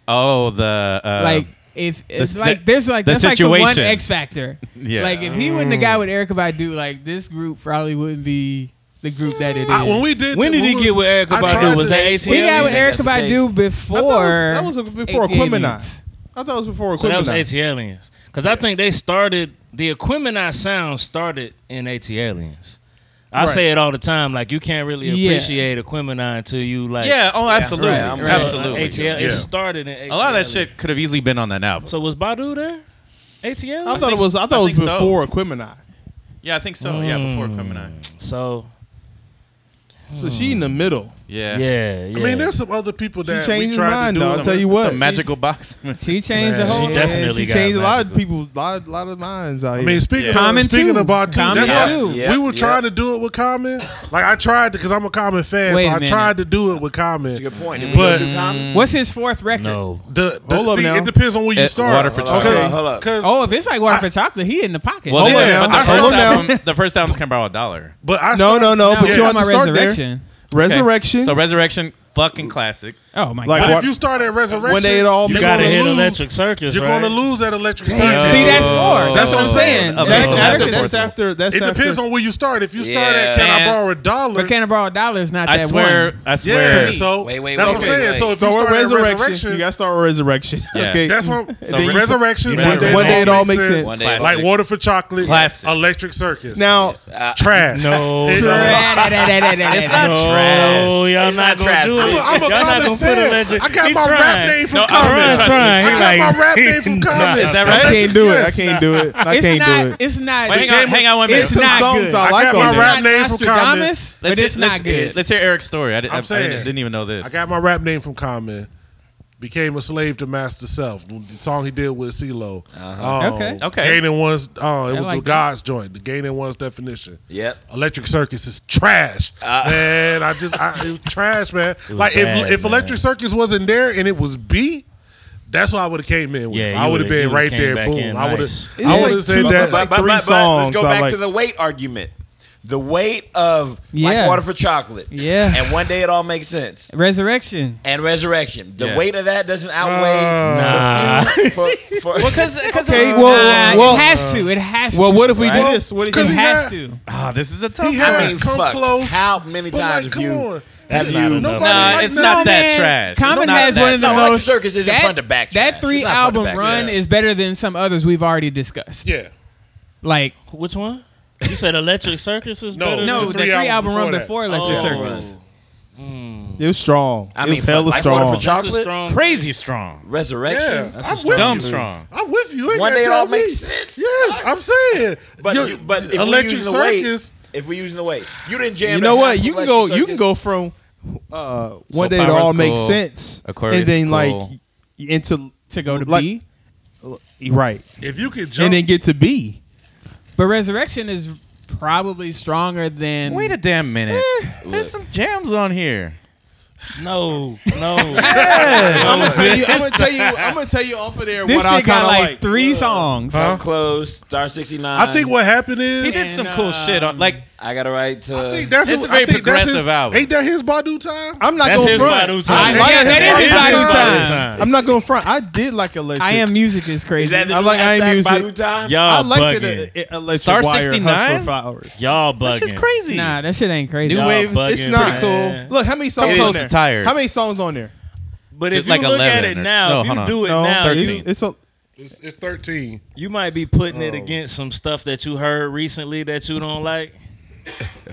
Speaker 1: Oh, the uh,
Speaker 3: like if it's
Speaker 1: the-
Speaker 3: like there's like
Speaker 1: the
Speaker 3: that's like the one
Speaker 1: situation.
Speaker 3: X factor.
Speaker 1: Yeah.
Speaker 3: Like if he wouldn't have got with Erica Badu, like this group probably wouldn't be the group that it is.
Speaker 2: I- when we did,
Speaker 4: When did he
Speaker 2: we-
Speaker 4: get with Erica
Speaker 2: I tried
Speaker 4: Badu? Was
Speaker 2: to-
Speaker 4: that
Speaker 3: he
Speaker 4: ATL?
Speaker 3: got with
Speaker 6: Yeah,
Speaker 3: Erica
Speaker 6: that's the
Speaker 3: Badu
Speaker 5: I
Speaker 3: before.
Speaker 5: thought it was- that was before
Speaker 3: ATL
Speaker 5: Equimini.
Speaker 3: meets.
Speaker 5: I thought it was before
Speaker 4: So that was
Speaker 5: Equimini.
Speaker 4: AT Aliens. Because I think they started, the Equimini sound started in AT Aliens. I
Speaker 5: Right.
Speaker 4: say it all the time. Like, you can't really
Speaker 3: Yeah.
Speaker 4: appreciate Equimini until you, like,
Speaker 1: yeah. Oh, absolutely,
Speaker 3: right, I'm
Speaker 4: uh,
Speaker 1: absolutely.
Speaker 4: ATL.
Speaker 1: Yeah.
Speaker 4: It started in AT
Speaker 1: A lot of that shit could have easily been on that album.
Speaker 4: So was Badu there? ATL?
Speaker 5: I thought it was. I thought
Speaker 1: I
Speaker 5: it was
Speaker 1: think so.
Speaker 5: before Equimini.
Speaker 1: Mm. yeah, I think so. Yeah, before coming out.
Speaker 4: So
Speaker 5: So she in the middle.
Speaker 1: Yeah.
Speaker 4: Yeah, yeah.
Speaker 2: I mean, there's some other people
Speaker 5: She
Speaker 2: that we
Speaker 5: changed her
Speaker 2: tried
Speaker 5: mind,
Speaker 2: to do.
Speaker 5: though. I'll
Speaker 1: Some-
Speaker 5: tell you what.
Speaker 1: Some magical box.
Speaker 3: She changed the
Speaker 2: Man,
Speaker 3: whole.
Speaker 4: she definitely
Speaker 5: she
Speaker 4: got
Speaker 5: changed a lot of
Speaker 4: magical.
Speaker 5: people, lot, lot of minds out
Speaker 2: I
Speaker 5: here.
Speaker 2: mean, speaking
Speaker 1: Yeah.
Speaker 2: of
Speaker 3: Common
Speaker 2: speaking
Speaker 3: too.
Speaker 2: about two,
Speaker 3: Common
Speaker 2: that's
Speaker 3: too.
Speaker 2: why
Speaker 6: Yeah,
Speaker 2: we were
Speaker 6: yeah.
Speaker 2: trying to do it with Common. Like I tried to, because I'm a Common fan,
Speaker 3: Wait
Speaker 2: so
Speaker 3: a
Speaker 2: I
Speaker 3: minute.
Speaker 2: tried to do it with Common.
Speaker 6: That's a good point. Did
Speaker 2: But-
Speaker 6: we go through
Speaker 5: Mm.
Speaker 6: comedy?
Speaker 3: What's his fourth record?
Speaker 4: No.
Speaker 2: The, the,
Speaker 5: Hold up
Speaker 2: see,
Speaker 5: now.
Speaker 2: it depends on where you
Speaker 1: Eh,
Speaker 2: start.
Speaker 1: Water for
Speaker 6: Hold up,
Speaker 1: Chocolate.
Speaker 2: Because-
Speaker 6: hold up.
Speaker 2: because-
Speaker 3: Oh, if it's like water for chocolate, he in the pocket.
Speaker 1: Well,
Speaker 5: Hold
Speaker 1: they-
Speaker 5: on
Speaker 1: but
Speaker 5: now.
Speaker 1: the
Speaker 5: I-
Speaker 1: first
Speaker 5: hold on
Speaker 1: album, the first album's came out with a dollar.
Speaker 2: but I
Speaker 5: no,
Speaker 2: start-
Speaker 5: no, no.
Speaker 3: Now
Speaker 5: But
Speaker 3: we're
Speaker 5: you
Speaker 3: talking
Speaker 5: have to
Speaker 3: about
Speaker 5: start there.
Speaker 3: resurrection.
Speaker 1: Okay.
Speaker 5: Resurrection.
Speaker 1: So resurrection, fucking classic.
Speaker 3: Oh my
Speaker 5: Like
Speaker 3: god.
Speaker 2: But
Speaker 5: What-
Speaker 2: if you start at Resurrection,
Speaker 5: when they it all
Speaker 2: you're
Speaker 4: You gotta
Speaker 2: gonna
Speaker 4: hit
Speaker 2: lose-
Speaker 4: Electric Circus.
Speaker 2: You're
Speaker 4: right?
Speaker 2: going to lose at Electric
Speaker 6: Damn.
Speaker 2: Circus.
Speaker 3: See, that's
Speaker 1: Oh.
Speaker 3: four. That's what I'm saying.
Speaker 1: Okay,
Speaker 5: that's
Speaker 1: so
Speaker 3: Resurrection-
Speaker 5: after.
Speaker 1: the
Speaker 5: That's
Speaker 1: fourth one.
Speaker 5: after. That's
Speaker 2: It depends
Speaker 5: after-
Speaker 2: on where you start. If you start
Speaker 6: Yeah.
Speaker 2: at Can I
Speaker 1: And-
Speaker 2: borrow a dollar?
Speaker 3: But can I borrow a dollar? Is not
Speaker 1: I
Speaker 3: that
Speaker 1: swear,
Speaker 3: one.
Speaker 1: I
Speaker 2: yeah,
Speaker 1: swear.
Speaker 2: so
Speaker 6: Wait, wait,
Speaker 2: that's
Speaker 6: wait,
Speaker 2: what I'm
Speaker 6: wait,
Speaker 2: saying.
Speaker 6: wait.
Speaker 2: So if you
Speaker 5: Start with
Speaker 2: start at
Speaker 5: resurrection.
Speaker 2: Resurrection,
Speaker 5: You gotta start with resurrection.
Speaker 1: Yeah.
Speaker 5: Okay.
Speaker 2: That's what
Speaker 1: So
Speaker 2: then
Speaker 1: Res-
Speaker 2: Resurrection.
Speaker 1: One
Speaker 2: then
Speaker 1: day- one
Speaker 5: day it all makes
Speaker 2: Mm,
Speaker 5: sense.
Speaker 6: One day it all
Speaker 2: Like
Speaker 1: makes
Speaker 2: Water for Chocolate,
Speaker 1: Classic.
Speaker 2: Electric Circus.
Speaker 5: now.
Speaker 2: trash.
Speaker 4: No.
Speaker 2: It-
Speaker 1: It's not
Speaker 4: No,
Speaker 1: trash.
Speaker 4: y'all
Speaker 6: It's
Speaker 4: not
Speaker 6: not
Speaker 4: gonna
Speaker 6: trash.
Speaker 4: do it.
Speaker 6: I'm a-
Speaker 2: I'm a
Speaker 4: y'all not
Speaker 2: common
Speaker 4: gonna put
Speaker 2: fan.
Speaker 4: electric.
Speaker 2: I got
Speaker 4: He
Speaker 2: my
Speaker 4: trying.
Speaker 2: rap name from
Speaker 1: No, I'm
Speaker 2: Common.
Speaker 1: really
Speaker 2: I
Speaker 1: trying.
Speaker 4: He like-
Speaker 2: got my rap name from
Speaker 4: Nah.
Speaker 2: Common.
Speaker 4: Is that
Speaker 5: I
Speaker 1: right?
Speaker 5: can't do it. I
Speaker 2: Yes.
Speaker 5: can't do it. I
Speaker 3: It's
Speaker 5: can't do
Speaker 3: not.
Speaker 5: it.
Speaker 3: It's not.
Speaker 1: Wait, hang on, hang on one minute.
Speaker 3: It's
Speaker 5: Some
Speaker 3: not
Speaker 5: songs
Speaker 3: good.
Speaker 5: I
Speaker 2: I
Speaker 5: like
Speaker 2: got
Speaker 5: on
Speaker 2: my
Speaker 5: there.
Speaker 2: rap name from Common.
Speaker 3: Nostradamus, but
Speaker 1: Let's
Speaker 3: it's
Speaker 1: hear-
Speaker 3: not
Speaker 1: let's-
Speaker 3: good.
Speaker 1: Let's hear Eric's story. I, did,
Speaker 2: I'm
Speaker 1: I, I
Speaker 2: saying.
Speaker 1: didn't, didn't even know this.
Speaker 2: I got my rap name from Common. Became a slave to Master Self. The song he did with CeeLo.
Speaker 4: Uh-huh.
Speaker 2: Um,
Speaker 3: Okay.
Speaker 1: Okay.
Speaker 2: Gaining one's. Uh, it was
Speaker 3: like
Speaker 2: with God's joint. The gaining one's definition.
Speaker 6: Yep. Uh,
Speaker 2: Electric Circus is trash, man. I just I, it was trash, man. like
Speaker 4: bad,
Speaker 2: if if
Speaker 4: man.
Speaker 2: Electric Circus wasn't there and it was B, that's what I would have came in with.
Speaker 4: Yeah, you
Speaker 2: I would
Speaker 4: would've-
Speaker 2: have
Speaker 4: you
Speaker 2: been
Speaker 4: would've
Speaker 2: right
Speaker 4: came
Speaker 2: there.
Speaker 4: back in
Speaker 2: Boom. I would
Speaker 4: nice.
Speaker 2: have.
Speaker 5: It
Speaker 2: I would
Speaker 5: was like
Speaker 2: have said
Speaker 5: two-
Speaker 2: that.
Speaker 5: like
Speaker 6: But- but-
Speaker 5: three
Speaker 6: but
Speaker 5: songs
Speaker 6: Let's go
Speaker 5: I
Speaker 6: back
Speaker 5: like.
Speaker 6: to the weight argument. The weight of
Speaker 3: Yeah.
Speaker 6: like water for chocolate.
Speaker 3: Yeah.
Speaker 6: And one day it all makes sense.
Speaker 3: Resurrection.
Speaker 6: And resurrection. The
Speaker 1: Yeah.
Speaker 6: weight of that doesn't
Speaker 5: Uh,
Speaker 6: outweigh the few for, for
Speaker 1: well, because
Speaker 5: Okay,
Speaker 1: okay,
Speaker 5: well-
Speaker 3: Nah,
Speaker 5: well-
Speaker 3: it has to. It has
Speaker 5: Well,
Speaker 3: to.
Speaker 5: what if we
Speaker 6: Right?
Speaker 5: do this? What if
Speaker 2: Cause
Speaker 5: you
Speaker 3: It
Speaker 2: he
Speaker 5: have?
Speaker 2: had-
Speaker 3: has to.
Speaker 1: ah, this is a tough.
Speaker 2: He
Speaker 1: one.
Speaker 2: had
Speaker 6: I mean,
Speaker 2: come
Speaker 6: fuck.
Speaker 2: close.
Speaker 6: How many
Speaker 2: but
Speaker 6: times
Speaker 2: like,
Speaker 6: have
Speaker 2: come
Speaker 6: you-
Speaker 2: on.
Speaker 6: That's
Speaker 4: not
Speaker 6: you.
Speaker 4: enough.
Speaker 2: Nobody
Speaker 1: Nah,
Speaker 2: like
Speaker 1: it's
Speaker 2: that.
Speaker 1: not that
Speaker 3: man.
Speaker 1: trash.
Speaker 3: Common
Speaker 1: It's not
Speaker 3: has
Speaker 1: that
Speaker 3: one of the
Speaker 1: trash.
Speaker 6: No, like
Speaker 3: most.
Speaker 6: Circus isn't fun to back
Speaker 3: That
Speaker 6: trash.
Speaker 3: three
Speaker 6: It's not fun to
Speaker 3: album
Speaker 6: back
Speaker 3: run
Speaker 6: trash.
Speaker 3: is better than some others we've already discussed.
Speaker 2: Yeah.
Speaker 3: Like
Speaker 4: Which one? You said Electric Circus is
Speaker 2: No.
Speaker 4: better.
Speaker 3: no,
Speaker 2: the
Speaker 3: the
Speaker 2: three
Speaker 3: three
Speaker 2: albums before
Speaker 3: album run
Speaker 2: that.
Speaker 3: before Electric
Speaker 4: Oh.
Speaker 3: Circus.
Speaker 5: It was strong.
Speaker 6: I
Speaker 5: it
Speaker 6: mean,
Speaker 5: was hella
Speaker 6: like
Speaker 5: strong.
Speaker 6: water for
Speaker 4: That's a
Speaker 6: chocolate,
Speaker 4: strong.
Speaker 1: Crazy strong.
Speaker 6: resurrection.
Speaker 2: Yeah,
Speaker 6: That's
Speaker 2: I'm
Speaker 6: a
Speaker 2: with
Speaker 6: strong.
Speaker 1: Dumb
Speaker 2: you.
Speaker 1: strong.
Speaker 2: I'm with you. Ain't
Speaker 6: One
Speaker 2: gotta
Speaker 6: day it
Speaker 2: tell
Speaker 6: all
Speaker 2: me.
Speaker 6: makes sense.
Speaker 2: Yes, I'm saying.
Speaker 6: But
Speaker 2: Yo,
Speaker 6: you- but if
Speaker 2: electric
Speaker 6: we're using the weight,
Speaker 2: circus.
Speaker 6: if we're using the weight, you didn't jam.
Speaker 5: You know
Speaker 6: that
Speaker 5: what?
Speaker 6: half
Speaker 5: You
Speaker 6: of
Speaker 5: can go.
Speaker 6: Electric
Speaker 5: You can
Speaker 6: Circus.
Speaker 5: go from uh, one
Speaker 1: So
Speaker 5: day it
Speaker 1: Pyro's
Speaker 5: all makes
Speaker 1: cool,
Speaker 5: sense,
Speaker 1: Aquarius
Speaker 5: and then
Speaker 1: is
Speaker 5: like
Speaker 1: cool.
Speaker 5: y- into
Speaker 3: To go to
Speaker 5: like-
Speaker 3: B,
Speaker 5: right,
Speaker 2: If you could jump,
Speaker 5: and then get to B.
Speaker 3: but Resurrection is probably stronger than.
Speaker 1: Wait a damn minute.
Speaker 6: Eh,
Speaker 1: There's some jams on here.
Speaker 4: No, no.
Speaker 5: I'm gonna tell you. I'm gonna tell you. I'm gonna tell you off of there
Speaker 3: This
Speaker 5: what I
Speaker 3: shit
Speaker 5: kind
Speaker 3: got
Speaker 5: of
Speaker 3: like,
Speaker 5: like.
Speaker 3: three songs.
Speaker 6: I'm close. Star sixty nine.
Speaker 2: I think what happened
Speaker 1: He
Speaker 2: is.
Speaker 1: did some cool shit on like
Speaker 6: I got a right to.
Speaker 2: I think that's
Speaker 1: It's
Speaker 2: his-
Speaker 1: a very
Speaker 2: I think that's his-
Speaker 1: progressive album.
Speaker 2: Ain't that his Badu time?
Speaker 5: I'm not
Speaker 4: That's
Speaker 5: going
Speaker 4: his
Speaker 5: front.
Speaker 4: Badu
Speaker 5: I
Speaker 4: time.
Speaker 5: like
Speaker 3: Yeah, that is his Badu
Speaker 5: Badu
Speaker 3: time.
Speaker 5: I'm not going front. I did like electric.
Speaker 3: I am music is
Speaker 6: Is
Speaker 3: crazy.
Speaker 6: that the
Speaker 5: I like- I ain't
Speaker 6: hashtag
Speaker 5: music.
Speaker 6: Badu time?
Speaker 4: Y'all
Speaker 5: I like
Speaker 4: bugging.
Speaker 5: the uh, electric
Speaker 1: Star
Speaker 5: wire
Speaker 1: 69?
Speaker 5: hustler flowers.
Speaker 4: Y'all bugging.
Speaker 1: that's just crazy.
Speaker 3: nah, that shit ain't crazy.
Speaker 5: New
Speaker 4: Y'all
Speaker 5: waves. It's
Speaker 4: bugging,
Speaker 5: not
Speaker 4: man.
Speaker 5: Look how many songs
Speaker 1: It
Speaker 5: on
Speaker 1: is
Speaker 5: there.
Speaker 1: tired.
Speaker 5: How many songs on there?
Speaker 4: But
Speaker 1: Just
Speaker 4: if you
Speaker 1: like
Speaker 4: look at
Speaker 1: 11
Speaker 4: it
Speaker 1: or-
Speaker 4: now,
Speaker 1: no,
Speaker 4: if you
Speaker 1: hold on.
Speaker 4: do it
Speaker 5: No,
Speaker 4: now,
Speaker 5: it's,
Speaker 4: you,
Speaker 5: it's a.
Speaker 2: It's, it's 13.
Speaker 4: you might be putting
Speaker 2: Oh.
Speaker 4: it against some stuff that you heard recently that you don't like.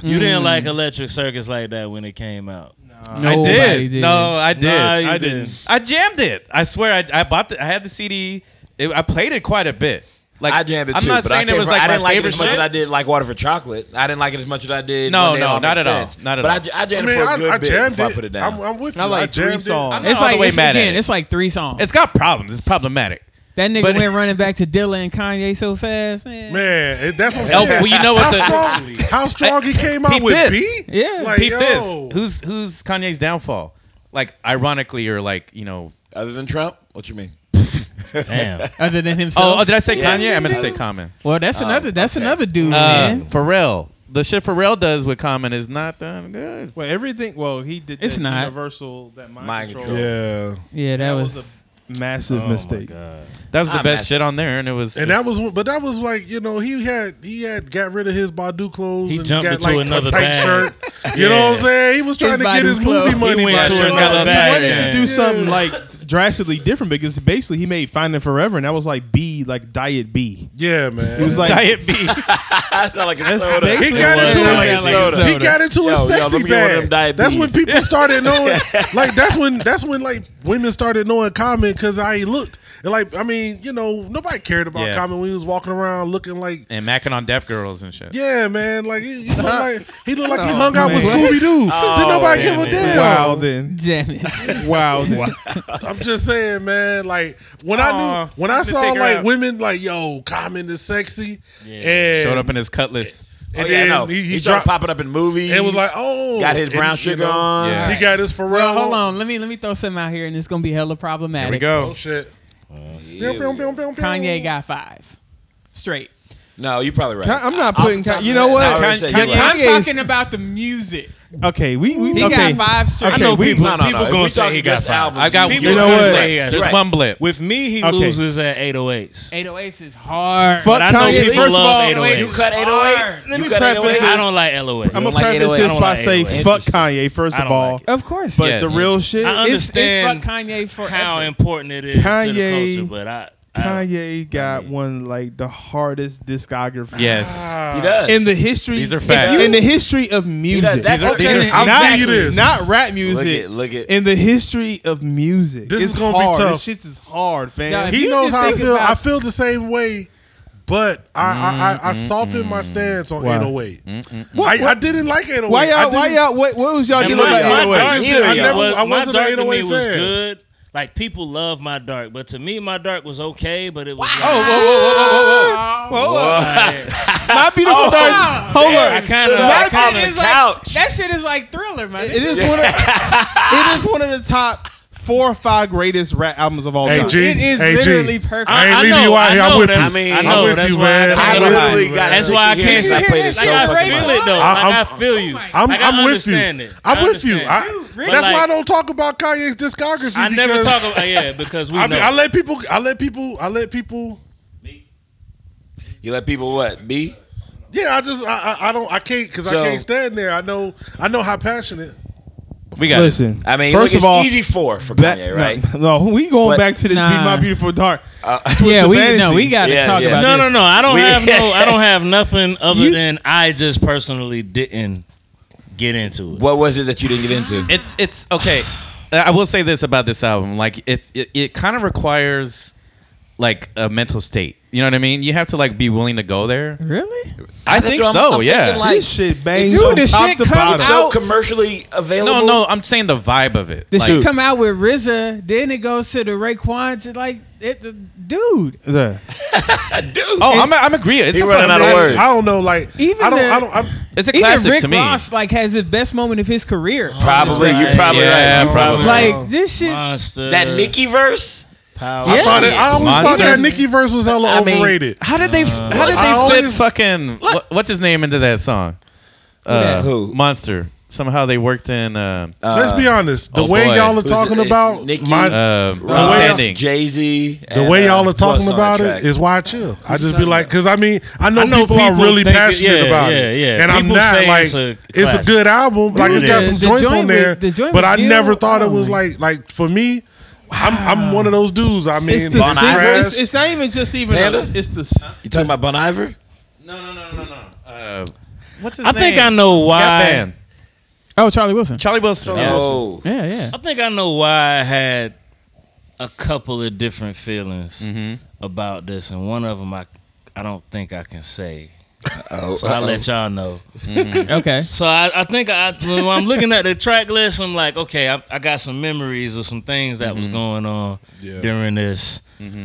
Speaker 4: You didn't like Electric Circus like that when it came out.
Speaker 1: I
Speaker 3: Nobody
Speaker 1: did.
Speaker 3: did.
Speaker 1: No, I did.
Speaker 4: Nah, you
Speaker 5: I
Speaker 1: I jammed it. I swear, I, I bought the, I had the CD. It, I played it quite a bit. Like
Speaker 6: I jammed it
Speaker 1: I'm
Speaker 6: too,
Speaker 1: not
Speaker 6: but I,
Speaker 1: saying
Speaker 6: can't
Speaker 1: it was
Speaker 6: front-
Speaker 1: like
Speaker 6: I didn't
Speaker 1: my
Speaker 6: like it
Speaker 1: favorite
Speaker 6: as much
Speaker 1: shit.
Speaker 6: as I did like Water for Chocolate. I didn't like it as much as I did. One
Speaker 1: No,
Speaker 6: Day It
Speaker 1: no,
Speaker 6: All
Speaker 1: not
Speaker 6: Makes
Speaker 1: at all.
Speaker 6: Sense.
Speaker 1: Not at
Speaker 6: but
Speaker 1: all.
Speaker 6: But I, I
Speaker 2: I
Speaker 6: jammed
Speaker 2: mean,
Speaker 6: it for a
Speaker 2: I,
Speaker 6: good
Speaker 2: I
Speaker 6: bit
Speaker 2: jammed
Speaker 6: before
Speaker 2: it.
Speaker 6: I put it down.
Speaker 2: I'm, I'm with you.
Speaker 5: I like
Speaker 2: jammed
Speaker 5: three
Speaker 2: it.
Speaker 5: songs.
Speaker 1: I'm
Speaker 3: It's
Speaker 1: all the
Speaker 3: like
Speaker 1: way
Speaker 3: it's,
Speaker 1: mad at
Speaker 3: again.
Speaker 1: it.
Speaker 3: It's like three songs.
Speaker 1: It's got problems. It's problematic.
Speaker 3: that nigga
Speaker 1: but-
Speaker 3: went running back to Dilla and Kanye so fast, man.
Speaker 2: Man, it- that's what I'm
Speaker 1: Oh,
Speaker 2: saying.
Speaker 1: well, you know what
Speaker 2: how
Speaker 1: the-
Speaker 2: strong, how strong he came out
Speaker 1: Peep
Speaker 2: with
Speaker 1: this.
Speaker 2: B.
Speaker 3: Yeah.
Speaker 2: like,
Speaker 1: Peep
Speaker 2: yo,
Speaker 1: this. Who's who's Kanye's downfall? Like ironically, or like you know.
Speaker 6: Other than Trump, what you mean?
Speaker 4: Damn.
Speaker 3: Other than
Speaker 1: Oh,
Speaker 3: himself.
Speaker 1: oh, did I say Kanye? I'm gonna say Common.
Speaker 3: well, that's another. That's
Speaker 6: okay.
Speaker 3: another dude,
Speaker 1: Uh,
Speaker 3: man.
Speaker 1: Pharrell. The shit Pharrell does with Common is not done good.
Speaker 5: Well, everything. Well, he did.
Speaker 3: It's
Speaker 5: that
Speaker 3: not.
Speaker 5: universal. That mind,
Speaker 6: Mind
Speaker 5: control.
Speaker 6: control.
Speaker 2: Yeah,
Speaker 3: Yeah, that,
Speaker 5: That
Speaker 3: was.
Speaker 5: was a massive mistake.
Speaker 1: That was the
Speaker 6: I'm
Speaker 1: best
Speaker 6: not-
Speaker 1: shit on there, and it was.
Speaker 2: and
Speaker 1: just-
Speaker 2: that was, one- but that was like you know he had he had got rid of his Badu clothes
Speaker 4: He
Speaker 2: and
Speaker 4: jumped
Speaker 2: got
Speaker 4: into
Speaker 2: like
Speaker 4: another
Speaker 2: a tight
Speaker 4: bag.
Speaker 2: shirt. You know what I'm
Speaker 4: Yeah.
Speaker 2: saying? He was trying to get
Speaker 3: Badu
Speaker 2: his
Speaker 3: clothes.
Speaker 2: movie
Speaker 3: He
Speaker 2: money.
Speaker 4: went
Speaker 2: back.
Speaker 4: to
Speaker 2: You know what
Speaker 4: another
Speaker 2: I'm
Speaker 4: bag.
Speaker 5: He
Speaker 2: saying?
Speaker 5: wanted to
Speaker 4: Yeah.
Speaker 5: do something like drastically different because basically he made Finding Forever, and that was like B, like Diet B.
Speaker 2: Yeah, man.
Speaker 5: It was like
Speaker 1: Diet B.
Speaker 6: I sound like a
Speaker 5: That's
Speaker 6: soda.
Speaker 5: basic.
Speaker 2: He got into
Speaker 6: Sound like
Speaker 2: it.
Speaker 6: a soda.
Speaker 2: He got into
Speaker 6: Yo,
Speaker 2: a
Speaker 6: yo,
Speaker 2: sexy
Speaker 6: let me get one of them
Speaker 2: bag.
Speaker 6: diabetes.
Speaker 2: That's when people started knowing. like that's when that's when like women started knowing comment because I ain't looked. And like, I mean, you know, nobody cared about
Speaker 1: Yeah.
Speaker 2: Common when he was walking around looking like.
Speaker 1: and macking on deaf girls and shit.
Speaker 2: Yeah, man. Like he, he looked like he looked like
Speaker 6: Oh,
Speaker 2: he hung out with Scooby Doo. Did nobody give
Speaker 1: man.
Speaker 2: a damn?
Speaker 5: Wow, then.
Speaker 3: Damn it.
Speaker 5: Wow, then.
Speaker 2: I'm just saying, man. Like when I
Speaker 1: Aw,
Speaker 2: knew when I
Speaker 1: need to
Speaker 2: saw
Speaker 1: take her
Speaker 2: like
Speaker 1: out.
Speaker 2: women like yo, Common is sexy, and
Speaker 1: Showed up in his cutlass.
Speaker 6: Oh,
Speaker 2: and
Speaker 6: yeah,
Speaker 2: then
Speaker 6: no.
Speaker 2: he,
Speaker 6: He,
Speaker 2: he
Speaker 6: started
Speaker 2: dropped.
Speaker 6: popping up in movies.
Speaker 2: It was like oh,
Speaker 6: got his
Speaker 2: and,
Speaker 6: brown
Speaker 2: you
Speaker 6: sugar
Speaker 2: know,
Speaker 6: on.
Speaker 1: Yeah.
Speaker 2: He got his Pharrell.
Speaker 3: Well, hold on. Let me let me throw something out here, and it's gonna be hella problematic.
Speaker 1: Here we go.
Speaker 2: Oh shit.
Speaker 6: Yeah, yeah.
Speaker 3: Kanye got five straight.
Speaker 6: No, you probably right.
Speaker 5: I'm not
Speaker 6: Off the
Speaker 5: putting.
Speaker 6: top
Speaker 5: Con-
Speaker 6: of
Speaker 5: you
Speaker 6: my head,
Speaker 5: know
Speaker 6: I
Speaker 5: what?
Speaker 6: already
Speaker 1: Con-
Speaker 6: said
Speaker 1: Con-
Speaker 6: you right.
Speaker 3: I'm
Speaker 5: Kanye's-
Speaker 3: talking about the music.
Speaker 5: Okay, we. we
Speaker 3: He
Speaker 5: okay.
Speaker 3: got five straight.
Speaker 5: Okay, we.
Speaker 6: No, no,
Speaker 4: People
Speaker 6: no. If
Speaker 4: gonna
Speaker 6: we
Speaker 4: say
Speaker 6: talking
Speaker 4: he got
Speaker 6: just
Speaker 4: five.
Speaker 6: albums,
Speaker 1: I got.
Speaker 4: People
Speaker 1: You know
Speaker 4: gonna
Speaker 5: what?
Speaker 4: say he got
Speaker 1: what? There's
Speaker 4: five.
Speaker 1: one blip.
Speaker 4: With me, he
Speaker 5: Okay.
Speaker 4: loses at 808s.
Speaker 3: 808s is hard.
Speaker 5: Fuck
Speaker 4: But I know
Speaker 5: Kanye.
Speaker 4: people
Speaker 5: First of
Speaker 4: love
Speaker 5: all,
Speaker 4: 808s.
Speaker 6: You cut
Speaker 3: Hard.
Speaker 6: 808.
Speaker 5: Let
Speaker 6: You
Speaker 5: me
Speaker 6: cut
Speaker 5: preface this.
Speaker 6: 808.
Speaker 4: I don't like 808s.
Speaker 5: I'm
Speaker 6: You
Speaker 5: gonna
Speaker 6: don't like
Speaker 5: preface
Speaker 6: 808s?
Speaker 5: this
Speaker 6: I
Speaker 5: by
Speaker 6: don't
Speaker 4: like
Speaker 5: saying
Speaker 4: 808s.
Speaker 5: fuck Kanye. First
Speaker 4: I
Speaker 5: of
Speaker 4: don't
Speaker 5: all,
Speaker 4: like it.
Speaker 3: Of course.
Speaker 5: but
Speaker 1: Yes.
Speaker 5: the real shit.
Speaker 4: I
Speaker 3: It's, it's fuck
Speaker 4: understand
Speaker 3: Kanye for
Speaker 4: how important it is to
Speaker 5: Kanye-
Speaker 4: the culture, but I, I
Speaker 5: Kanye got one like the hardest discography. Ah.
Speaker 1: Yes.
Speaker 6: He does.
Speaker 5: In the history,
Speaker 1: These are facts.
Speaker 5: In the history of
Speaker 6: He does.
Speaker 5: music,
Speaker 6: That's
Speaker 1: These are-
Speaker 6: okay.
Speaker 1: these are-
Speaker 5: not,
Speaker 2: I'll tell you this.
Speaker 5: not rap
Speaker 6: Look
Speaker 5: music.
Speaker 6: at, look at.
Speaker 5: in the history of music,
Speaker 2: This
Speaker 5: it's
Speaker 2: is gonna be
Speaker 5: hard.
Speaker 2: tough.
Speaker 5: This shit is hard, fam.
Speaker 3: Yeah, If
Speaker 2: he
Speaker 3: you
Speaker 2: knows
Speaker 3: just
Speaker 2: how I
Speaker 3: think
Speaker 2: feel.
Speaker 3: about-
Speaker 2: I feel the same way, but I I, I, I softened my stance on
Speaker 5: Why?
Speaker 2: 808. I, I didn't like 808.
Speaker 5: why
Speaker 2: I
Speaker 5: y'all?
Speaker 2: didn't-
Speaker 5: Why y'all? What, what was y'all
Speaker 4: And
Speaker 5: dealing
Speaker 4: my,
Speaker 5: with?
Speaker 6: look at
Speaker 4: my
Speaker 6: it.
Speaker 4: dark
Speaker 6: I
Speaker 4: to
Speaker 6: just
Speaker 4: me
Speaker 6: didn't- I
Speaker 4: was-
Speaker 6: never-
Speaker 2: I
Speaker 4: my
Speaker 2: wasn't
Speaker 4: dark
Speaker 2: an
Speaker 4: to me
Speaker 2: 808
Speaker 4: was
Speaker 2: fan.
Speaker 4: good. Like people love my dark, but to me, my dark was okay. But it was
Speaker 5: Whoa,
Speaker 4: like,
Speaker 5: whoa, whoa, whoa, whoa, whoa. Hold up. My beautiful dark. Hold
Speaker 4: I
Speaker 5: up.
Speaker 4: kind of
Speaker 5: That
Speaker 4: like,
Speaker 5: shit
Speaker 3: It
Speaker 6: the
Speaker 3: is like-
Speaker 6: couch.
Speaker 3: that shit is like Thriller, man.
Speaker 5: It is one of. It is one of the top four or five greatest rap albums of all
Speaker 2: Hey,
Speaker 5: time.
Speaker 2: G,
Speaker 3: It is
Speaker 2: hey, G.
Speaker 3: literally perfect.
Speaker 2: I ain't
Speaker 4: I
Speaker 2: leaving
Speaker 4: know,
Speaker 2: you out
Speaker 4: I
Speaker 2: here. I'm
Speaker 4: know,
Speaker 2: with you.
Speaker 4: that's-
Speaker 6: I
Speaker 2: am
Speaker 6: know,
Speaker 2: with
Speaker 4: that's
Speaker 2: you,
Speaker 4: why I
Speaker 2: man.
Speaker 4: had
Speaker 6: I
Speaker 2: I'm
Speaker 4: to
Speaker 2: with
Speaker 4: laugh.
Speaker 2: you.
Speaker 6: literally got.
Speaker 4: That's why I
Speaker 6: sticky
Speaker 4: can't-
Speaker 6: hands. I
Speaker 3: Did you
Speaker 6: played
Speaker 3: hear
Speaker 6: it
Speaker 3: that?
Speaker 4: like
Speaker 6: so
Speaker 4: I
Speaker 6: fucking
Speaker 4: feel
Speaker 6: much.
Speaker 4: it though.
Speaker 2: I-
Speaker 4: like, I
Speaker 2: I'm-
Speaker 4: feel you.
Speaker 3: I'm-
Speaker 2: I'm,
Speaker 4: Like, I
Speaker 2: I'm with you.
Speaker 4: understand it.
Speaker 2: I'm
Speaker 4: I
Speaker 2: with you.
Speaker 4: understand
Speaker 2: I,
Speaker 4: it.
Speaker 3: But
Speaker 2: that's
Speaker 4: like-
Speaker 2: why I don't talk about Kanye's discography.
Speaker 4: I never
Speaker 2: because
Speaker 4: talk about yeah because we
Speaker 2: I,
Speaker 4: know.
Speaker 2: mean, I let people. I let people. I let people.
Speaker 6: You let people what? Be?
Speaker 2: Yeah, I just. I. I, I don't. I can't because
Speaker 6: So-
Speaker 2: I can't stand there. I know. I know how passionate.
Speaker 1: We got. it.
Speaker 5: Listen.
Speaker 6: I mean,
Speaker 5: first
Speaker 6: look,
Speaker 5: of all,
Speaker 6: it's easy for for
Speaker 5: back-
Speaker 6: Kanye, right? Uh,
Speaker 5: No, no, we going
Speaker 6: But-
Speaker 5: back to this. Be
Speaker 3: Nah.
Speaker 5: my beautiful dark.
Speaker 3: yeah, we
Speaker 5: vanity.
Speaker 3: no, we gotta
Speaker 6: Yeah,
Speaker 3: talk
Speaker 6: yeah.
Speaker 3: about
Speaker 4: no, no,
Speaker 3: this.
Speaker 4: no. I don't
Speaker 6: We-
Speaker 4: have no. I don't have nothing other
Speaker 3: You-
Speaker 4: than I just personally didn't get into it.
Speaker 6: What was it that you didn't get into?
Speaker 1: It's it's okay. I will say this about this album: like it's it, it kind of requires like a mental state. You know what I mean? You have to like be willing to go there.
Speaker 3: Really?
Speaker 1: I
Speaker 6: That's
Speaker 1: think
Speaker 6: what I'm-
Speaker 1: so.
Speaker 6: I'm
Speaker 1: yeah.
Speaker 6: thinking, like-
Speaker 5: This shit bangs
Speaker 3: Dude,
Speaker 5: from
Speaker 3: this
Speaker 5: top
Speaker 3: shit
Speaker 5: to
Speaker 3: comes
Speaker 5: bottom.
Speaker 3: out-
Speaker 6: so commercially available.
Speaker 1: no, no. I'm saying the vibe of it.
Speaker 3: The
Speaker 1: Like,
Speaker 3: shit come out with RZA, then it goes to the Raekwon. shit, Like, it, the, dude,
Speaker 5: Yeah.
Speaker 1: oh, I'm I'm agreeing. It's
Speaker 6: He
Speaker 1: a
Speaker 6: running
Speaker 1: fucking-
Speaker 6: out of
Speaker 2: That's-
Speaker 6: words.
Speaker 2: I don't know. Like
Speaker 3: Even
Speaker 2: I don't.
Speaker 3: the-
Speaker 2: I don't. I,
Speaker 1: It's a
Speaker 3: even
Speaker 1: classic
Speaker 3: Rick
Speaker 1: to me.
Speaker 3: Ross like has the best moment of his career.
Speaker 6: Probably. You're
Speaker 4: Right. Uh,
Speaker 6: probably
Speaker 1: Yeah,
Speaker 6: right.
Speaker 1: probably.
Speaker 3: Like this shit.
Speaker 4: Monster.
Speaker 6: That Nicki verse?
Speaker 4: Power.
Speaker 2: I thought it, I always thought
Speaker 1: Monster.
Speaker 2: that Nicki verse was hella
Speaker 6: I mean-
Speaker 2: overrated.
Speaker 1: How did they? how did
Speaker 2: I
Speaker 1: they flip
Speaker 2: always-
Speaker 1: fucking what, what's his name into that song? Uh,
Speaker 6: that? Who?
Speaker 1: Monster. Somehow they worked in. Uh, uh,
Speaker 2: Let's be honest. The
Speaker 1: oh
Speaker 2: way
Speaker 1: boy.
Speaker 2: y'all are
Speaker 1: Who's
Speaker 2: talking
Speaker 6: it? It's
Speaker 2: about
Speaker 6: Nicki.
Speaker 2: my,
Speaker 1: uh, outstanding.
Speaker 6: Jay Z.
Speaker 2: the way
Speaker 1: uh,
Speaker 6: uh,
Speaker 2: y'all are talking about it is why I chill. I just be like, because I mean, I know,
Speaker 4: I know
Speaker 2: people, are
Speaker 4: people
Speaker 2: really
Speaker 4: think it-
Speaker 2: passionate
Speaker 4: yeah,
Speaker 2: about it,
Speaker 4: yeah, yeah.
Speaker 2: and I'm
Speaker 4: People
Speaker 2: not
Speaker 4: say
Speaker 2: like
Speaker 4: it's
Speaker 2: it's
Speaker 4: a
Speaker 2: a,
Speaker 4: classic.
Speaker 2: good album. Like it's got
Speaker 4: is.
Speaker 2: some
Speaker 3: The
Speaker 2: joints
Speaker 3: joint
Speaker 2: on there,
Speaker 3: with- the joint
Speaker 2: but
Speaker 3: with
Speaker 2: I
Speaker 3: Gil-
Speaker 2: never thought it was
Speaker 3: oh.
Speaker 2: like like for me. I'm, I'm one of those dudes. I mean,
Speaker 5: It's the
Speaker 2: Bon
Speaker 5: single.
Speaker 2: Iver.
Speaker 5: It's, it's not even just even.
Speaker 6: Panda?
Speaker 5: A, it's the. s-
Speaker 6: You talking about Bon Iver?
Speaker 1: no, no, no, no, no, no. Uh, what's his
Speaker 4: I
Speaker 1: name?
Speaker 4: think I know
Speaker 1: Got
Speaker 4: why.
Speaker 1: banned.
Speaker 3: Oh, Charlie Wilson.
Speaker 1: Charlie Wilson. yeah.
Speaker 6: Oh.
Speaker 3: Yeah, yeah.
Speaker 4: I think I know why I had a couple of different feelings about this, and one of them I, I don't think I can say.
Speaker 6: oh.
Speaker 4: So I'll let y'all know.
Speaker 3: Okay.
Speaker 4: So I, I think I, when I'm looking at the track list, I'm like, okay, I, I got some memories of some things that
Speaker 1: Mm-hmm.
Speaker 4: was going on during this.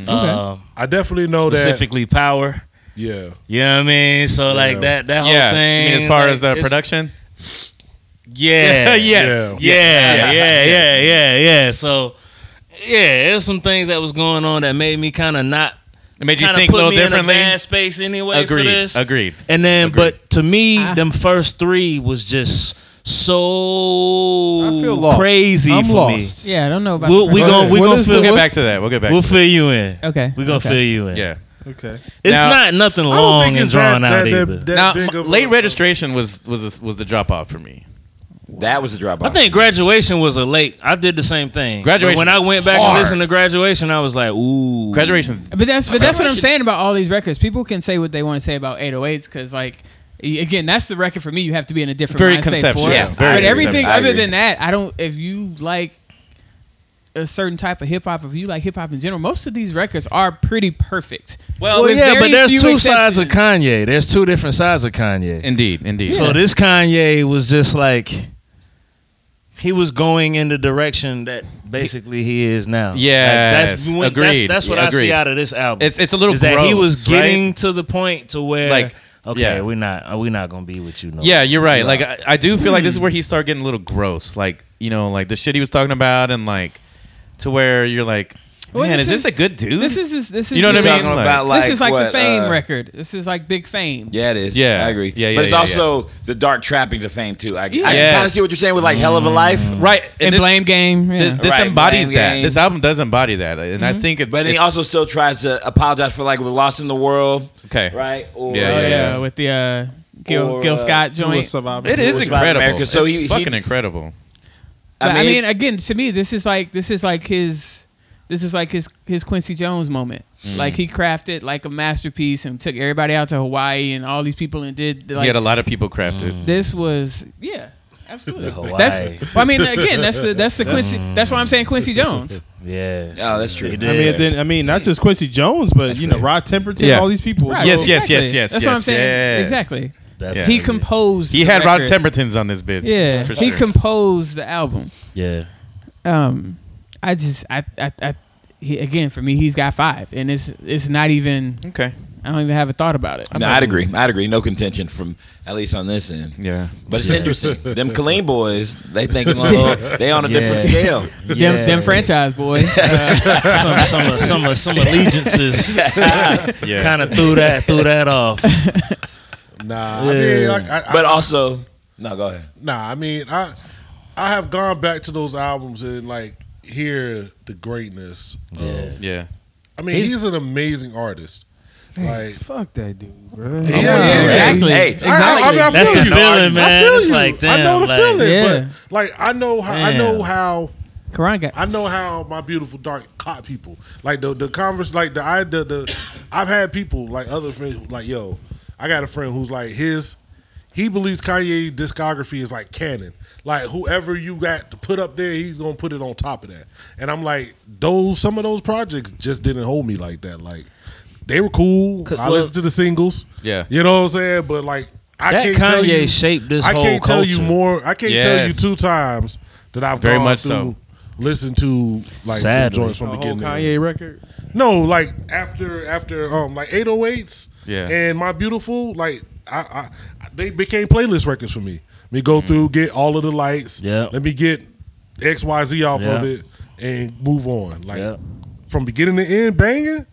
Speaker 4: Uh,
Speaker 2: I definitely know that.
Speaker 4: Specifically, power.
Speaker 2: Yeah,
Speaker 4: You know what I mean? So like
Speaker 2: Yeah.
Speaker 4: that that whole
Speaker 1: yeah.
Speaker 4: thing.
Speaker 1: I mean, as far
Speaker 4: like,
Speaker 1: as the
Speaker 4: it's-
Speaker 1: production.
Speaker 4: Yeah.
Speaker 1: yes.
Speaker 4: Yeah, yeah,
Speaker 1: Yeah.
Speaker 4: yeah, yeah, yeah, So, yeah, there's some things that was going on that made me kind of not
Speaker 1: It made you
Speaker 4: kind of
Speaker 1: think a
Speaker 4: put
Speaker 1: little
Speaker 4: me in a
Speaker 1: differently.
Speaker 4: bad space anyway for
Speaker 1: Agreed.
Speaker 4: this.
Speaker 1: Agreed.
Speaker 4: And then,
Speaker 1: Agreed.
Speaker 4: but to me,
Speaker 3: I-
Speaker 4: them first three was just so
Speaker 5: I feel lost.
Speaker 4: crazy
Speaker 5: I'm
Speaker 4: for
Speaker 5: lost.
Speaker 4: me.
Speaker 3: Yeah, I don't know about.
Speaker 4: We'll,
Speaker 3: the
Speaker 4: we
Speaker 5: Go
Speaker 3: first-
Speaker 4: gonna
Speaker 5: ahead.
Speaker 4: we
Speaker 5: What
Speaker 4: gonna
Speaker 5: is
Speaker 4: fill,
Speaker 5: the-
Speaker 1: We'll get
Speaker 5: what's-
Speaker 1: back to that. We'll get back.
Speaker 4: we'll
Speaker 1: to
Speaker 4: fill you in.
Speaker 3: Okay.
Speaker 4: We gonna
Speaker 3: okay.
Speaker 4: fill you in.
Speaker 1: that. Yeah.
Speaker 5: Okay.
Speaker 4: It's
Speaker 1: Now-
Speaker 4: not nothing
Speaker 2: I don't
Speaker 4: long
Speaker 2: think
Speaker 4: and
Speaker 2: it's that,
Speaker 4: drawn out
Speaker 2: that,
Speaker 4: either.
Speaker 2: that, that
Speaker 1: Now,
Speaker 2: big
Speaker 1: m-
Speaker 2: of a-
Speaker 1: late registration was was was the drop off for me.
Speaker 6: That was a drop
Speaker 4: I
Speaker 6: off.
Speaker 4: think graduation was a late. I did the same thing.
Speaker 1: Graduation
Speaker 4: But when I
Speaker 1: was
Speaker 4: went back and
Speaker 1: hard.
Speaker 4: listened to graduation, I was like, ooh.
Speaker 1: Graduations.
Speaker 3: But that's but that's what I'm
Speaker 6: Graduation.
Speaker 3: saying about all these records. People can say what they want to say about 808s because like. y- Again, that's the record for me. You have to be in a different
Speaker 1: Very
Speaker 3: mindset
Speaker 1: conceptual.
Speaker 3: for it.
Speaker 1: Yeah,
Speaker 6: I
Speaker 1: very
Speaker 3: but everything
Speaker 6: conceptual. I
Speaker 3: other
Speaker 6: agree.
Speaker 3: than that, I don't. If you like a certain type of hip hop, if you like hip hop in general, most of these records are pretty perfect.
Speaker 1: Well,
Speaker 3: With
Speaker 4: yeah,
Speaker 3: uh, very
Speaker 4: but there's
Speaker 3: few
Speaker 4: two sides of
Speaker 3: exceptions.
Speaker 4: Kanye. There's two different sides of Kanye.
Speaker 1: Indeed, indeed.
Speaker 4: So this Kanye was just like he was going in the direction that basically he is now.
Speaker 1: Yes,
Speaker 4: that's, when-
Speaker 1: agreed,
Speaker 4: That's, that's what I see
Speaker 1: agreed.
Speaker 4: out of this album.
Speaker 1: It's- it's a little
Speaker 4: is that he
Speaker 1: gross,
Speaker 4: was
Speaker 1: right?
Speaker 4: getting to the point to where
Speaker 1: Like,
Speaker 4: like okay,
Speaker 1: yeah.
Speaker 4: we're not we're not gonna be with you no.
Speaker 1: Yeah,
Speaker 4: more.
Speaker 1: you're right. Like I, I do feel like this is where he started getting a little gross. Like you know, like the shit he was talking about, and like to where you're like,
Speaker 3: Well,
Speaker 1: man, is
Speaker 3: this
Speaker 1: this
Speaker 3: is-
Speaker 1: a good dude?
Speaker 3: This is this, this is
Speaker 1: You know what I
Speaker 3: the-
Speaker 1: mean?
Speaker 6: talking
Speaker 1: like-
Speaker 6: about like
Speaker 3: this is like
Speaker 6: what,
Speaker 3: the Fame
Speaker 6: uh,
Speaker 3: record. This is like big Fame.
Speaker 6: Yeah, it is.
Speaker 1: Yeah.
Speaker 6: I agree.
Speaker 1: Yeah, yeah,
Speaker 6: but it's
Speaker 1: yeah,
Speaker 6: also the dark trappings of fame too. I, I
Speaker 1: Yeah.
Speaker 6: can kind of see what you're saying with like hell of a life,
Speaker 1: right. And,
Speaker 3: And
Speaker 1: this,
Speaker 3: Blame Game.
Speaker 1: thi-
Speaker 3: Yeah.
Speaker 1: this
Speaker 6: Right,
Speaker 1: embodies
Speaker 6: Blame
Speaker 1: that.
Speaker 6: Game.
Speaker 1: This album does embody that, and
Speaker 3: Mm-hmm.
Speaker 1: I think it's.
Speaker 6: but then he
Speaker 1: it's-
Speaker 6: also still tries to apologize for like we're lost in the world,
Speaker 1: okay.
Speaker 6: right? Or,
Speaker 1: Yeah,
Speaker 3: oh yeah,
Speaker 1: yeah.
Speaker 3: with the uh, Gil
Speaker 6: Or,
Speaker 3: Gil
Speaker 6: uh,
Speaker 3: Scott
Speaker 5: Who was
Speaker 3: joint.
Speaker 5: surviving?
Speaker 1: It is
Speaker 6: was about
Speaker 1: incredible.
Speaker 6: America, so
Speaker 1: it's
Speaker 6: he- he-
Speaker 1: fucking incredible.
Speaker 6: I
Speaker 3: But,
Speaker 6: mean,
Speaker 3: I mean, again, to me, this is like this is like his this is like his his Quincy Jones moment.
Speaker 1: Mm.
Speaker 3: Like he crafted like a masterpiece and took everybody out to Hawaii and all these people and did
Speaker 1: he
Speaker 3: like
Speaker 1: had a lot of people crafted.
Speaker 3: this was yeah. Absolutely.
Speaker 4: Hawaii.
Speaker 3: That's. Well, I mean, again, that's the that's the Quincy. That's why I'm saying Quincy Jones.
Speaker 4: Yeah.
Speaker 6: oh, that's true.
Speaker 4: He
Speaker 5: I mean,
Speaker 4: did.
Speaker 5: it didn't- I mean, not just Quincy Jones, but you know, Rod Temperton,
Speaker 1: Yeah.
Speaker 5: all these people.
Speaker 3: Right,
Speaker 1: Yes, yes, yes,
Speaker 3: exactly.
Speaker 1: yes,
Speaker 3: That's what I'm
Speaker 1: yes,
Speaker 3: saying.
Speaker 1: yes.
Speaker 3: Exactly.
Speaker 4: That's
Speaker 1: Yeah.
Speaker 4: what
Speaker 3: He
Speaker 4: did.
Speaker 3: composed.
Speaker 1: He
Speaker 3: the
Speaker 1: had Rod
Speaker 3: record.
Speaker 1: Temperton's on this bitch.
Speaker 3: Yeah,
Speaker 1: for
Speaker 3: he
Speaker 1: sure.
Speaker 3: composed the album.
Speaker 4: Yeah.
Speaker 3: um i just i i, I he, again for me he's got five and it's it's not even
Speaker 1: Okay.
Speaker 3: i don't even have a thought about it
Speaker 6: No, I'd agree. I'd agree. No contention from at least on this end.
Speaker 1: Yeah.
Speaker 6: But it's interesting. Them Killeen boys, they thinking on a little, they on a different
Speaker 4: Yeah.
Speaker 6: scale.
Speaker 3: them,
Speaker 4: Yeah.
Speaker 3: them franchise boys
Speaker 4: some some some uh, some allegiances
Speaker 1: Yeah.
Speaker 4: kind of threw that threw that off.
Speaker 2: Nah, I mean, like, I, I,
Speaker 6: But also, no, go ahead.
Speaker 2: Nah, I mean, I I have gone back to those albums and like hear the greatness. Of,
Speaker 1: yeah.
Speaker 2: I mean, he's, an amazing artist. Like,
Speaker 5: Fuck that dude, bro.
Speaker 2: yeah,
Speaker 3: exactly.
Speaker 6: Hey,
Speaker 3: Exactly.
Speaker 2: I, I mean, I
Speaker 4: That's
Speaker 2: feel
Speaker 4: the
Speaker 2: you.
Speaker 4: feeling, man.
Speaker 2: I feel
Speaker 4: It's
Speaker 2: you.
Speaker 4: like,
Speaker 2: I
Speaker 4: damn,
Speaker 2: know the
Speaker 4: like-
Speaker 2: feeling,
Speaker 3: Yeah.
Speaker 2: but like I know how I know
Speaker 4: Damn.
Speaker 2: how
Speaker 3: Karan got
Speaker 2: I know how my beautiful dark caught people. Like the the converse, like the I the, the I've had people like other friends like yo, I got a friend who's like his. He believes Kanye discography is like canon. Like whoever you got to put up there, he's gonna put it on top of that. And I'm like, those some of those projects just didn't hold me like that. Like they were cool. I
Speaker 4: well-
Speaker 2: listened to the singles.
Speaker 1: Yeah.
Speaker 2: you know what I'm saying. But like, I
Speaker 4: That
Speaker 2: can't tell
Speaker 4: Kanye
Speaker 2: you,
Speaker 4: shaped this
Speaker 2: I
Speaker 4: whole
Speaker 2: can't tell you
Speaker 4: culture.
Speaker 2: more. I can't tell you
Speaker 1: Yes.
Speaker 2: two times that I've
Speaker 1: Very
Speaker 2: gone
Speaker 1: much so.
Speaker 2: through listen to like the
Speaker 4: Sadly.
Speaker 2: joints
Speaker 5: The
Speaker 2: from the
Speaker 5: whole
Speaker 2: beginning.
Speaker 5: Oh, Kanye record.
Speaker 2: No, like after after um like 808s
Speaker 1: Yeah.
Speaker 2: and my beautiful like I, I they became playlist records for me. Let me go through get all of the lights.
Speaker 4: Yeah.
Speaker 2: Let me get X Y Z off
Speaker 4: Yeah.
Speaker 2: of it and move on. Like
Speaker 4: Yeah.
Speaker 2: from beginning to end banging.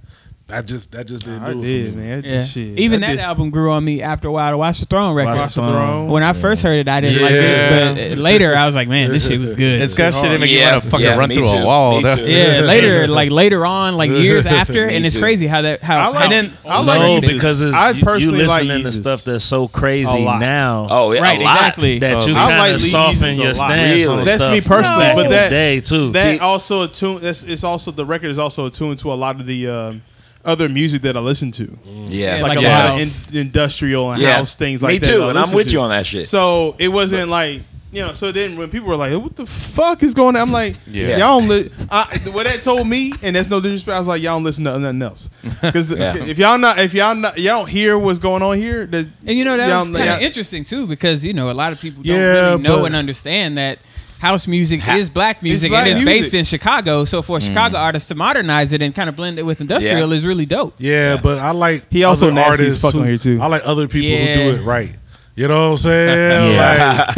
Speaker 2: I just that just didn't
Speaker 5: I
Speaker 2: do it
Speaker 5: did,
Speaker 2: for me.
Speaker 5: man. That
Speaker 3: yeah.
Speaker 5: shit.
Speaker 3: even that
Speaker 5: I
Speaker 3: album grew on me after a while to watch the throne
Speaker 5: did.
Speaker 3: record
Speaker 5: Watch the Throne.
Speaker 3: when i first heard it i didn't like it but uh, later i was like man this shit was good
Speaker 1: It's got shit that make you
Speaker 6: Yeah,
Speaker 1: want to fucking
Speaker 6: yeah,
Speaker 1: run
Speaker 6: me
Speaker 1: through a
Speaker 6: too,
Speaker 1: wall.
Speaker 6: me
Speaker 1: though.
Speaker 6: too.
Speaker 3: yeah later like later on like years after
Speaker 6: Me
Speaker 3: and it's
Speaker 6: too.
Speaker 3: crazy how that how,
Speaker 5: I like-
Speaker 3: how-
Speaker 1: And then
Speaker 5: I like
Speaker 4: no,
Speaker 5: Yeezus.
Speaker 4: because it's,
Speaker 5: I
Speaker 4: I
Speaker 5: personally
Speaker 4: personally you listening
Speaker 5: like
Speaker 4: to
Speaker 5: Yeezus.
Speaker 4: stuff that's so crazy
Speaker 5: A lot.
Speaker 4: now
Speaker 6: Oh, yeah,
Speaker 3: right
Speaker 6: a lot.
Speaker 3: exactly
Speaker 4: that you
Speaker 5: I
Speaker 4: kind
Speaker 5: like
Speaker 4: of
Speaker 5: Yeezus
Speaker 4: soften
Speaker 5: a
Speaker 4: your
Speaker 5: lot.
Speaker 4: stance on
Speaker 6: Really?
Speaker 5: That's
Speaker 4: stuff
Speaker 5: me personally,
Speaker 4: back
Speaker 5: but
Speaker 4: in
Speaker 5: that-
Speaker 4: the day too.
Speaker 5: That
Speaker 6: See-
Speaker 5: also attuned. That's it's also the record is also attuned to a lot of the um, other music that I listen to,
Speaker 6: Yeah.
Speaker 5: like,
Speaker 3: like
Speaker 5: a
Speaker 3: yeah.
Speaker 5: lot of in, industrial and
Speaker 6: Yeah.
Speaker 5: house things like
Speaker 6: Me
Speaker 5: that.
Speaker 6: too,
Speaker 5: that I
Speaker 6: and I'm
Speaker 5: listen
Speaker 6: with
Speaker 5: to.
Speaker 6: you on that shit.
Speaker 5: So it wasn't like you know. So then when people were like, "What the fuck is going?" on? I'm like,
Speaker 1: Yeah.
Speaker 5: "Y'all don't." Li- I, what that told me, and that's no disrespect. I was like, "Y'all don't listen to nothing else." Because
Speaker 6: Yeah.
Speaker 5: if y'all not, if y'all not, y'all don't hear what's going on here. that-
Speaker 3: And you know that
Speaker 5: y'all-
Speaker 3: was kind
Speaker 5: y'all-
Speaker 3: of interesting too, because you know a lot of people don't
Speaker 2: Yeah,
Speaker 3: really know
Speaker 2: but-
Speaker 3: and understand that house music is black music
Speaker 5: black
Speaker 3: and it's
Speaker 5: music.
Speaker 3: based in Chicago. So for a Chicago artist to modernize it and kind of blend it with industrial
Speaker 6: Yeah.
Speaker 3: is really dope.
Speaker 2: Yeah, but I like
Speaker 5: He also
Speaker 2: other
Speaker 5: nasty as
Speaker 2: artists
Speaker 5: fuck on
Speaker 2: who-
Speaker 5: here, too.
Speaker 2: I like other people
Speaker 3: Yeah.
Speaker 2: who do it right. You know what I'm saying? Like,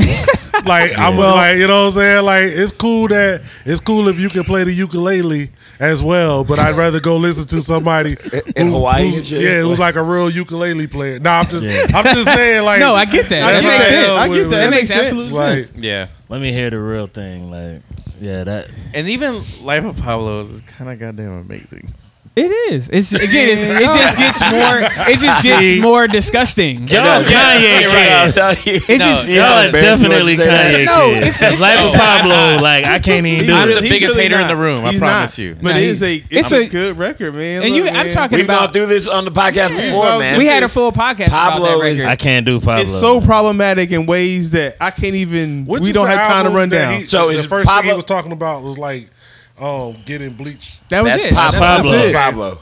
Speaker 2: like I'm like, you know what I'm saying? Like, it's cool that it's cool if you can play the ukulele as well, but I'd rather go listen to somebody
Speaker 6: in Hawaii and
Speaker 2: who's,
Speaker 6: shit?
Speaker 2: yeah, who's like a real ukulele player. No, I'm just, I'm just saying, like,
Speaker 3: No, I get that.
Speaker 5: I
Speaker 3: That
Speaker 5: get
Speaker 3: makes
Speaker 5: that.
Speaker 3: sense.
Speaker 5: I get
Speaker 3: That
Speaker 5: that. That
Speaker 3: makes
Speaker 5: makes sense.
Speaker 3: absolute
Speaker 2: like,
Speaker 3: sense.
Speaker 1: Yeah.
Speaker 4: Let me hear the real thing. Like, yeah, that
Speaker 1: And even Life of Pablo is kind of goddamn amazing.
Speaker 3: It is. It's again. It, it just gets more. It just
Speaker 4: See?
Speaker 3: gets more disgusting.
Speaker 4: y'all Kanye
Speaker 6: I'll
Speaker 4: kids.
Speaker 6: tell you.
Speaker 3: It's just.
Speaker 4: Y'all are definitely
Speaker 6: Embarrassed to say
Speaker 3: that.
Speaker 4: Kanye
Speaker 3: No,
Speaker 4: kids.
Speaker 3: it's- it's-
Speaker 4: Life of Pablo, like I can't even
Speaker 5: He's
Speaker 4: do
Speaker 1: I'm
Speaker 5: really-
Speaker 1: the
Speaker 4: it.
Speaker 5: he's
Speaker 1: biggest
Speaker 5: really
Speaker 1: hater in
Speaker 5: not.
Speaker 1: the room, I
Speaker 5: He's
Speaker 1: promise
Speaker 5: not.
Speaker 1: you.
Speaker 5: But
Speaker 3: Nah,
Speaker 5: it
Speaker 3: he-
Speaker 5: is a
Speaker 3: it's
Speaker 5: it's
Speaker 3: a-
Speaker 5: a good record, man.
Speaker 3: And you,
Speaker 5: Look,
Speaker 3: I'm
Speaker 5: man.
Speaker 3: talking
Speaker 6: We've gone
Speaker 3: about.
Speaker 6: through this on the podcast before,
Speaker 5: gone
Speaker 6: man.
Speaker 5: through
Speaker 3: We had a
Speaker 5: this.
Speaker 3: full podcast about
Speaker 6: Pablo
Speaker 3: that
Speaker 6: is-
Speaker 3: record.
Speaker 4: I can't do Pablo.
Speaker 5: It's so problematic in ways that I can't even.
Speaker 2: Which
Speaker 5: we
Speaker 2: is
Speaker 5: don't
Speaker 2: the
Speaker 5: have time to
Speaker 2: album
Speaker 5: run
Speaker 2: that
Speaker 5: down.
Speaker 2: He,
Speaker 6: So
Speaker 2: so the
Speaker 6: is
Speaker 2: first thing he
Speaker 6: Pablo-
Speaker 2: was talking about was like um, getting bleached.
Speaker 3: That was
Speaker 6: That's
Speaker 3: it.
Speaker 6: Pablo.
Speaker 4: Pablo.
Speaker 6: That's
Speaker 5: it.
Speaker 6: Pablo.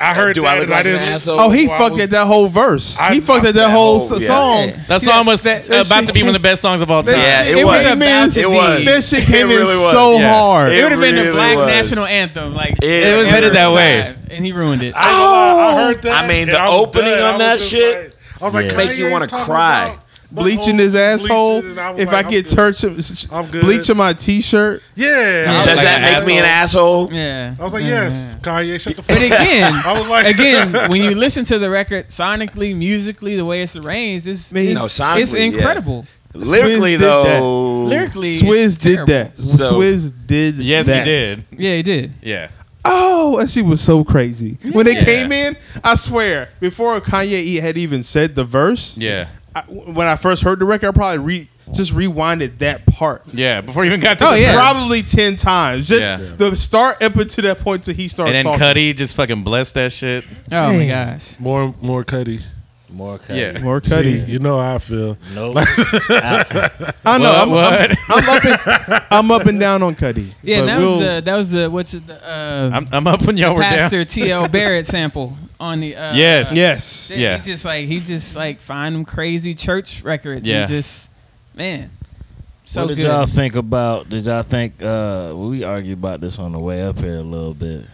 Speaker 2: I heard
Speaker 6: Uh, Do
Speaker 2: that.
Speaker 6: I look
Speaker 2: and
Speaker 6: like an
Speaker 2: didn't-
Speaker 6: asshole?
Speaker 5: Oh, he
Speaker 2: Well, I
Speaker 5: fucked
Speaker 2: was-
Speaker 5: at that whole verse.
Speaker 2: I-
Speaker 5: he fucked at that,
Speaker 6: that
Speaker 5: whole,
Speaker 6: whole-
Speaker 5: s-
Speaker 6: yeah.
Speaker 5: song.
Speaker 1: That song was
Speaker 5: that- that
Speaker 1: about to
Speaker 5: shit-
Speaker 1: be one of the best songs of all time.
Speaker 6: Yeah, it
Speaker 5: It
Speaker 6: was.
Speaker 5: was about
Speaker 6: It
Speaker 5: to
Speaker 6: was.
Speaker 5: be. That shit came
Speaker 6: It
Speaker 5: in
Speaker 6: really was.
Speaker 5: so
Speaker 1: Yeah.
Speaker 5: hard.
Speaker 6: It
Speaker 3: It would have been the
Speaker 6: really
Speaker 3: black
Speaker 6: was.
Speaker 3: national anthem. Like
Speaker 6: It
Speaker 3: it was
Speaker 6: really
Speaker 3: headed that
Speaker 6: was.
Speaker 3: way, and he ruined it.
Speaker 2: I, ain't gonna lie, I heard that.
Speaker 6: I mean,
Speaker 2: and
Speaker 6: the
Speaker 2: was
Speaker 6: opening
Speaker 2: done.
Speaker 6: on
Speaker 2: I was
Speaker 6: that
Speaker 2: just
Speaker 6: shit
Speaker 2: like- I was like,
Speaker 4: Yeah.
Speaker 6: make you
Speaker 2: Kanye's
Speaker 6: wanna
Speaker 2: talking
Speaker 6: cry.
Speaker 2: about buttholes,
Speaker 5: bleaching his asshole.
Speaker 2: bleaching, and I was
Speaker 5: if
Speaker 2: like,
Speaker 5: I
Speaker 2: I'm
Speaker 5: get uh,
Speaker 2: good.
Speaker 5: church,
Speaker 2: I'm good.
Speaker 5: bleaching my t-shirt.
Speaker 2: yeah. I was
Speaker 6: Does
Speaker 2: like,
Speaker 6: that make me an asshole?
Speaker 3: yeah.
Speaker 2: I was like, yes, Kanye, shut the fuck
Speaker 3: But
Speaker 2: up.
Speaker 3: again,
Speaker 2: I was like,
Speaker 3: again, when you listen to the record sonically, musically, the way it's arranged, it's
Speaker 5: Man,
Speaker 3: it's,
Speaker 5: no,
Speaker 3: it's
Speaker 6: sonically, yeah.
Speaker 3: incredible.
Speaker 6: Lyrically,
Speaker 5: Swizz did that.
Speaker 6: though.
Speaker 3: Lyrically, it's
Speaker 5: Swizz did
Speaker 3: terrible.
Speaker 5: that.
Speaker 6: So-
Speaker 5: Swizz did
Speaker 1: Yes,
Speaker 5: that.
Speaker 1: he did.
Speaker 3: Yeah, he did.
Speaker 1: Yeah.
Speaker 5: Oh, that shit was so crazy. When
Speaker 1: Yeah.
Speaker 5: it came in, I swear, before Kanye e- had even said the verse,
Speaker 1: Yeah.
Speaker 5: I, when I first heard the record, I probably re, just rewinded that part.
Speaker 1: Yeah. Before you even got to
Speaker 3: Oh,
Speaker 1: the
Speaker 3: yeah.
Speaker 1: verse.
Speaker 5: Probably ten times, just
Speaker 1: Yeah.
Speaker 5: the start up until that point till he starts
Speaker 1: And then
Speaker 5: talking.
Speaker 1: Cuddy just fucking blessed that shit.
Speaker 3: Oh my gosh.
Speaker 2: More, more Cuddy.
Speaker 6: More cut.
Speaker 1: Yeah.
Speaker 5: More
Speaker 2: See,
Speaker 5: Cuddy.
Speaker 2: you know how I feel.
Speaker 4: Nope.
Speaker 5: I know. I'm,
Speaker 1: What?
Speaker 5: I'm- I'm up and, I'm up and down on Cuddy.
Speaker 3: Yeah,
Speaker 5: But
Speaker 3: and that
Speaker 5: we'll-
Speaker 3: was the that was the what's it, the uh,
Speaker 1: I'm, I'm up when y'all were down.
Speaker 3: Pastor T. L. Barrett sample on the uh,
Speaker 1: Yes.
Speaker 5: yes.
Speaker 3: Yeah.
Speaker 1: Yeah.
Speaker 3: He just like he just like find them crazy church records
Speaker 1: Yeah.
Speaker 3: and just man. So
Speaker 4: what did
Speaker 3: good.
Speaker 4: y'all think about? Did y'all think uh, we argued about this on the way up here a little bit?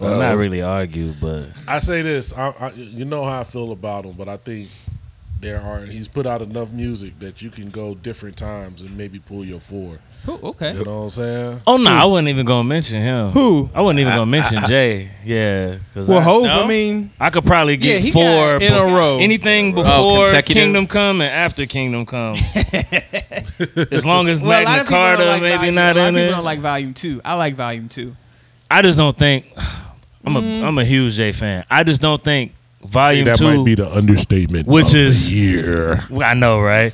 Speaker 4: Well, not really argue, but
Speaker 2: I say this. I, I, you know how I feel about him, but I think there are. He's put out enough music that you can go different times and maybe pull your four.
Speaker 3: Ooh, okay.
Speaker 2: You know what I'm saying?
Speaker 4: oh no, I wasn't even gonna mention him.
Speaker 5: Who?
Speaker 4: I wasn't even gonna mention Jay. Yeah, because
Speaker 5: Well,
Speaker 4: I,
Speaker 5: Hove,
Speaker 1: No?
Speaker 5: I mean,
Speaker 4: I could probably
Speaker 3: Yeah,
Speaker 4: get
Speaker 3: he
Speaker 4: four
Speaker 3: got-
Speaker 5: in a row.
Speaker 4: Anything
Speaker 1: Oh,
Speaker 4: before
Speaker 1: consecutive?
Speaker 4: Kingdom Come and after Kingdom Come. as long as
Speaker 3: Well, a lot of people
Speaker 4: Magna
Speaker 3: don't
Speaker 4: Carta
Speaker 3: like
Speaker 4: maybe
Speaker 3: volume.
Speaker 4: not
Speaker 3: a lot of
Speaker 4: in
Speaker 3: people
Speaker 4: it.
Speaker 3: don't like volume two. I like volume two.
Speaker 4: I just don't think I'm a
Speaker 3: Mm-hmm.
Speaker 4: am a huge Jay fan. I just don't think Volume
Speaker 2: that
Speaker 4: Two,
Speaker 2: might be the understatement.
Speaker 4: which
Speaker 2: of the
Speaker 4: is-
Speaker 2: year.
Speaker 4: I know, right?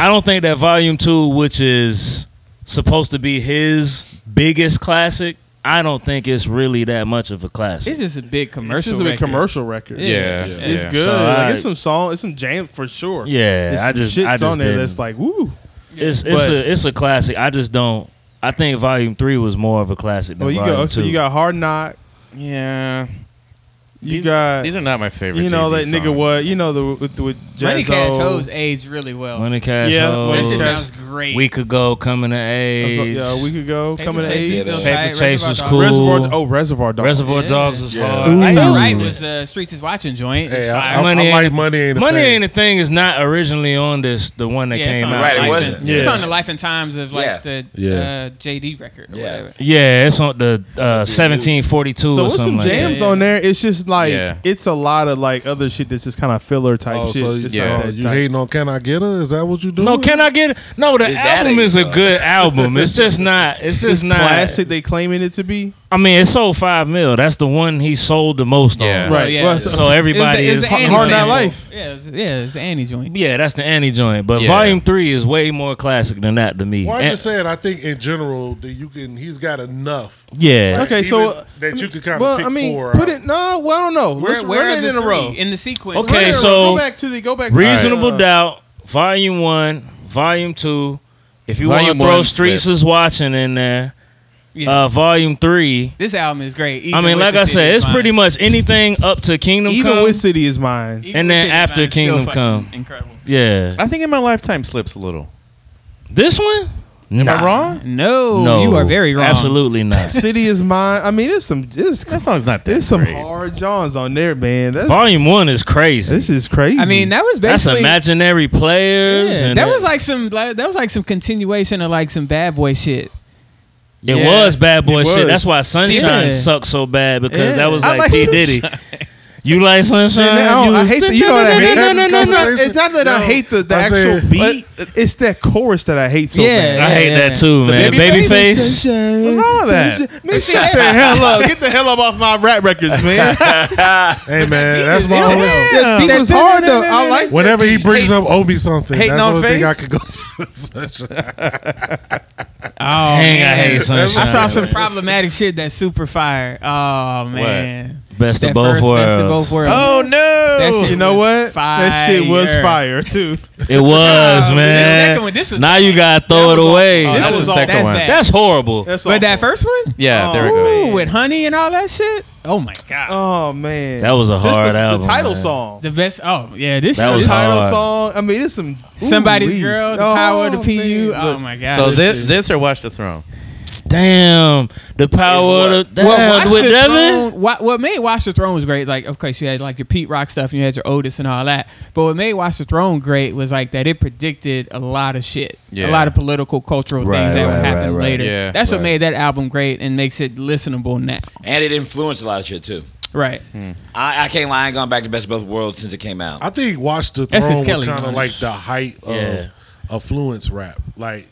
Speaker 4: I don't think that Volume Two, which is supposed to be his biggest classic, I don't think it's really that much of a classic.
Speaker 3: It's just a big commercial.
Speaker 5: this is a big
Speaker 3: record.
Speaker 5: commercial record.
Speaker 1: Yeah.
Speaker 2: Yeah.
Speaker 5: It's
Speaker 1: yeah.
Speaker 5: good.
Speaker 4: So,
Speaker 5: like,
Speaker 4: I-
Speaker 5: it's some song. It's some jam for sure.
Speaker 4: yeah,
Speaker 5: There's
Speaker 4: I
Speaker 5: some
Speaker 4: just
Speaker 5: shits
Speaker 4: I just
Speaker 5: on there
Speaker 4: didn't.
Speaker 5: that's like woo.
Speaker 4: it's it's
Speaker 5: But-
Speaker 4: a it's a classic. I just don't. I think Volume Three was more of a classic than
Speaker 5: Well, Oh, you
Speaker 4: Volume
Speaker 5: got
Speaker 4: Two.
Speaker 5: so you got Hard Knock.
Speaker 1: Yeah.
Speaker 5: You
Speaker 1: These-
Speaker 5: got
Speaker 1: These are not my favorite.
Speaker 5: you know that
Speaker 1: Jay-Z
Speaker 5: nigga
Speaker 1: songs.
Speaker 5: what you know the with, with
Speaker 3: Money Cash
Speaker 5: Jazzo.
Speaker 3: Hoes age really well.
Speaker 4: Money Cash
Speaker 5: Yeah,
Speaker 4: Hoes,
Speaker 5: Money
Speaker 3: that shit
Speaker 5: Cash.
Speaker 3: sounds great.
Speaker 4: We could go coming to
Speaker 5: I was like,
Speaker 4: age.
Speaker 5: yeah, a week ago, coming to
Speaker 3: Chase is
Speaker 5: age.
Speaker 3: still
Speaker 4: Paper
Speaker 3: tight.
Speaker 4: Chase
Speaker 3: Reservoir
Speaker 4: was
Speaker 3: Dogs-
Speaker 4: cool.
Speaker 5: Reservoir. Oh, Reservoir Dogs.
Speaker 4: Reservoir
Speaker 3: Yeah.
Speaker 4: Dogs was
Speaker 6: Yeah.
Speaker 4: hard.
Speaker 3: It's
Speaker 4: Ooh.
Speaker 3: all right was the Streets is Watching joint. It's
Speaker 2: Hey, I,
Speaker 3: fire.
Speaker 2: I,
Speaker 4: Money
Speaker 2: I like
Speaker 4: ain't-
Speaker 2: money ain't a
Speaker 4: Money
Speaker 2: thing.
Speaker 4: ain't a thing is not originally on this the one that
Speaker 3: yeah, it's
Speaker 4: came
Speaker 3: on
Speaker 4: out.
Speaker 3: the
Speaker 6: Right, it
Speaker 3: life
Speaker 6: wasn't.
Speaker 3: and- It's
Speaker 5: Yeah.
Speaker 3: on the Life and Times of like
Speaker 6: Yeah.
Speaker 3: the
Speaker 2: Yeah.
Speaker 3: uh, JD record or
Speaker 6: Yeah.
Speaker 3: whatever.
Speaker 4: Yeah, it's on the uh, seventeen forty two
Speaker 5: So
Speaker 4: or
Speaker 5: with
Speaker 4: something
Speaker 5: some
Speaker 4: like
Speaker 5: jams
Speaker 4: that.
Speaker 5: on there, it's just like
Speaker 1: Yeah.
Speaker 5: it's a lot of like other shit that's just kind of filler type
Speaker 2: Oh,
Speaker 5: shit.
Speaker 2: so
Speaker 5: It's
Speaker 1: yeah.
Speaker 5: not
Speaker 2: Oh,
Speaker 5: that
Speaker 2: you
Speaker 5: type.
Speaker 2: hating on Can I Get Her? Is that what you doing?
Speaker 4: No, can I get it? No, the
Speaker 6: That
Speaker 4: album
Speaker 6: ain't
Speaker 4: is a
Speaker 6: good.
Speaker 4: good album. It's just not. It's just not.
Speaker 5: classic they claiming it to be.
Speaker 4: I mean, it sold five mil. That's the one he sold the most
Speaker 1: Yeah.
Speaker 4: on.
Speaker 5: Right.
Speaker 3: yeah.
Speaker 5: Well,
Speaker 4: So
Speaker 3: It was the-
Speaker 4: everybody
Speaker 3: it was
Speaker 4: is
Speaker 3: the Annie
Speaker 5: Hard Knock
Speaker 3: sample.
Speaker 5: Life.
Speaker 3: Yeah, it was- yeah, it's the Annie joint.
Speaker 4: Yeah, that's the Annie joint. But
Speaker 1: Yeah.
Speaker 4: Volume Three is way more classic than that to me.
Speaker 2: Well, I'm
Speaker 4: And-
Speaker 2: just saying. I think in general that you can. He's got enough.
Speaker 4: yeah.
Speaker 5: Okay,
Speaker 2: Even
Speaker 5: so
Speaker 2: that you could kinda
Speaker 5: well,
Speaker 2: pick
Speaker 5: I mean,
Speaker 2: four
Speaker 5: put
Speaker 2: out.
Speaker 5: it. No, well, I don't know.
Speaker 3: Where,
Speaker 5: Let's
Speaker 3: where
Speaker 5: run
Speaker 3: are
Speaker 5: it
Speaker 3: the
Speaker 5: in a
Speaker 3: three
Speaker 5: row.
Speaker 3: in the sequence?
Speaker 4: Okay,
Speaker 5: Run it in a row.
Speaker 4: so-
Speaker 5: go back to the go back. to
Speaker 4: Reasonable
Speaker 5: the, uh,
Speaker 4: Doubt, Volume One, Volume Two. If you want to
Speaker 1: Volume
Speaker 4: throw
Speaker 1: one
Speaker 4: Streets
Speaker 1: slipped.
Speaker 4: is watching in there,
Speaker 3: Yeah.
Speaker 4: uh, Volume Three.
Speaker 3: this album is great.
Speaker 4: I
Speaker 3: even
Speaker 4: mean,
Speaker 3: with
Speaker 4: like
Speaker 3: the
Speaker 4: I said,
Speaker 3: city
Speaker 4: it's
Speaker 3: is
Speaker 4: pretty
Speaker 3: mine.
Speaker 4: much anything up to Kingdom
Speaker 5: Even
Speaker 4: Come.
Speaker 5: with City is mine.
Speaker 3: Even
Speaker 4: and
Speaker 3: with
Speaker 4: then
Speaker 3: City is
Speaker 4: after
Speaker 3: Mine, it's still
Speaker 4: Kingdom
Speaker 3: fucking
Speaker 4: Come.
Speaker 3: incredible.
Speaker 4: yeah,
Speaker 1: I think in my lifetime slips a little.
Speaker 4: this one.
Speaker 1: Am
Speaker 4: Nah.
Speaker 1: I wrong?
Speaker 3: No,
Speaker 4: No,
Speaker 3: you are very wrong.
Speaker 4: Absolutely not.
Speaker 5: City is mine. I mean, there's some there's,
Speaker 1: That song's not that
Speaker 5: there's some
Speaker 1: great.
Speaker 5: hard Johns on there, man. That's
Speaker 4: Volume One is crazy.
Speaker 5: This is crazy.
Speaker 3: I mean, that was
Speaker 4: That's
Speaker 3: basically
Speaker 4: imaginary players.
Speaker 3: Yeah,
Speaker 4: and
Speaker 3: that was like some like, that was like some continuation of like some bad boy shit.
Speaker 4: it
Speaker 1: Yeah.
Speaker 4: was bad boy
Speaker 5: It
Speaker 4: shit.
Speaker 5: was.
Speaker 4: That's why Sunshine
Speaker 3: Yeah.
Speaker 4: sucked so bad because
Speaker 3: Yeah.
Speaker 4: that was
Speaker 1: I
Speaker 4: like,
Speaker 1: like
Speaker 4: P Diddy. You like Sunshine?
Speaker 5: Man, I,
Speaker 4: You
Speaker 5: don't- I
Speaker 4: was-
Speaker 5: hate the, you know what I hate.
Speaker 2: no, no, no,
Speaker 5: It's not,
Speaker 2: no.
Speaker 5: it's not that I
Speaker 2: No.
Speaker 5: hate the, the
Speaker 2: I
Speaker 5: actual
Speaker 2: said-
Speaker 5: beat. It's that chorus that I hate so
Speaker 3: Yeah.
Speaker 5: bad.
Speaker 4: I hate that too, man.
Speaker 5: Babyface.
Speaker 4: Babyface.
Speaker 5: Sunshine,
Speaker 1: What's wrong with that?
Speaker 5: sunshine. Man, shut the hell up. Get the hell up off my rap records, man.
Speaker 2: Hey man, that's my.
Speaker 3: Yeah.
Speaker 2: Only,
Speaker 5: That beat was hard though. I like.
Speaker 2: Whenever he brings up owe me something,
Speaker 1: hating
Speaker 2: that's the
Speaker 1: on
Speaker 2: only thing I
Speaker 1: face?
Speaker 2: could go. to.
Speaker 3: Oh,
Speaker 4: Dang, I hate Sunshine.
Speaker 3: I saw some problematic shit that's super fire. Oh man,
Speaker 4: Best
Speaker 3: That
Speaker 4: of both
Speaker 3: first
Speaker 4: worlds.
Speaker 3: best of both worlds.
Speaker 1: Oh
Speaker 3: That
Speaker 1: no!
Speaker 3: shit
Speaker 5: You know
Speaker 3: was
Speaker 5: what? That shit was
Speaker 3: fire.
Speaker 5: fire too.
Speaker 4: It was,
Speaker 3: The
Speaker 4: man.
Speaker 3: second one, this was-
Speaker 4: now you gotta throw it
Speaker 5: was
Speaker 4: away.
Speaker 3: Oh,
Speaker 5: awful.
Speaker 1: This
Speaker 5: that
Speaker 1: was
Speaker 5: was
Speaker 1: the
Speaker 5: all-
Speaker 1: second
Speaker 3: that's
Speaker 1: one.
Speaker 3: bad.
Speaker 4: That's horrible.
Speaker 5: That's
Speaker 3: But that
Speaker 5: awful.
Speaker 3: first one,
Speaker 1: Yeah, there we go.
Speaker 3: Ooh, with honey and all that shit. Oh my god,
Speaker 5: Oh man,
Speaker 4: That was a
Speaker 5: Just
Speaker 4: hard
Speaker 5: the,
Speaker 4: album,
Speaker 5: The title
Speaker 4: man.
Speaker 5: song.
Speaker 3: the best. Oh yeah, this
Speaker 4: That
Speaker 3: shit
Speaker 5: The
Speaker 4: was
Speaker 3: is
Speaker 5: title
Speaker 4: hard.
Speaker 5: song. I mean, it's some
Speaker 3: somebody's
Speaker 5: Ooh-wee.
Speaker 3: girl, the power of the
Speaker 5: Oh,
Speaker 3: PU.
Speaker 5: man.
Speaker 3: Oh my god.
Speaker 1: So
Speaker 3: this,
Speaker 1: this, this or Watch the Throne?
Speaker 4: Damn, the power of the,
Speaker 3: well,
Speaker 4: damn,
Speaker 3: Watch
Speaker 4: with
Speaker 3: the
Speaker 4: Devin.
Speaker 3: Throne, what, what made Watch the Throne was great. Like, of course, you had like your Pete Rock stuff and you had your Otis and all that. But what made Watch the Throne great was like that it predicted a lot of shit,
Speaker 1: Yeah.
Speaker 3: a lot of political, cultural
Speaker 4: Right,
Speaker 3: things that
Speaker 4: right,
Speaker 3: would happen
Speaker 4: right, right.
Speaker 3: later.
Speaker 1: Yeah,
Speaker 3: That's
Speaker 1: right.
Speaker 3: what made that album great and makes it listenable now.
Speaker 6: And it influenced a lot of shit too.
Speaker 3: Right.
Speaker 6: I, I can't lie, I ain't gone back to Best of Both Worlds since it came out.
Speaker 2: I think Watch the
Speaker 3: That's
Speaker 2: Throne
Speaker 3: his
Speaker 2: was
Speaker 3: Kelly,
Speaker 2: kind
Speaker 3: man.
Speaker 2: of like the height of
Speaker 4: Yeah.
Speaker 2: affluence rap. Like,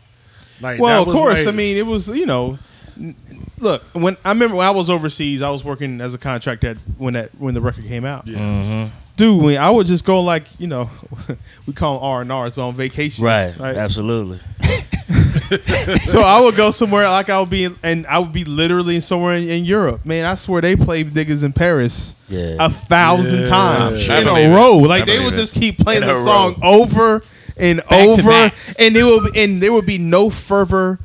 Speaker 2: like
Speaker 5: Well,
Speaker 2: that
Speaker 5: of
Speaker 2: was
Speaker 5: course.
Speaker 2: like-
Speaker 5: I mean, it was you know. n- Look, when I remember when I was overseas, I was working as a contractor when that when the record came out.
Speaker 2: Yeah.
Speaker 5: Dude, when I would just go like you know, we call R and R's on vacation,
Speaker 4: Right, absolutely.
Speaker 5: so I would go somewhere like I would be, in, and I would be literally somewhere in, in Europe. Man, I swear they played niggas in Paris
Speaker 4: Yeah.
Speaker 5: a thousand
Speaker 2: Yeah.
Speaker 5: times
Speaker 1: I
Speaker 5: in
Speaker 1: believe
Speaker 5: a
Speaker 1: it.
Speaker 5: row.
Speaker 1: I
Speaker 5: Like they
Speaker 1: believe
Speaker 5: would
Speaker 1: it.
Speaker 5: just keep playing
Speaker 6: In a
Speaker 5: the
Speaker 6: row.
Speaker 5: song over and
Speaker 3: Back to
Speaker 5: over,
Speaker 3: back.
Speaker 5: and it would, and there would be no fervor,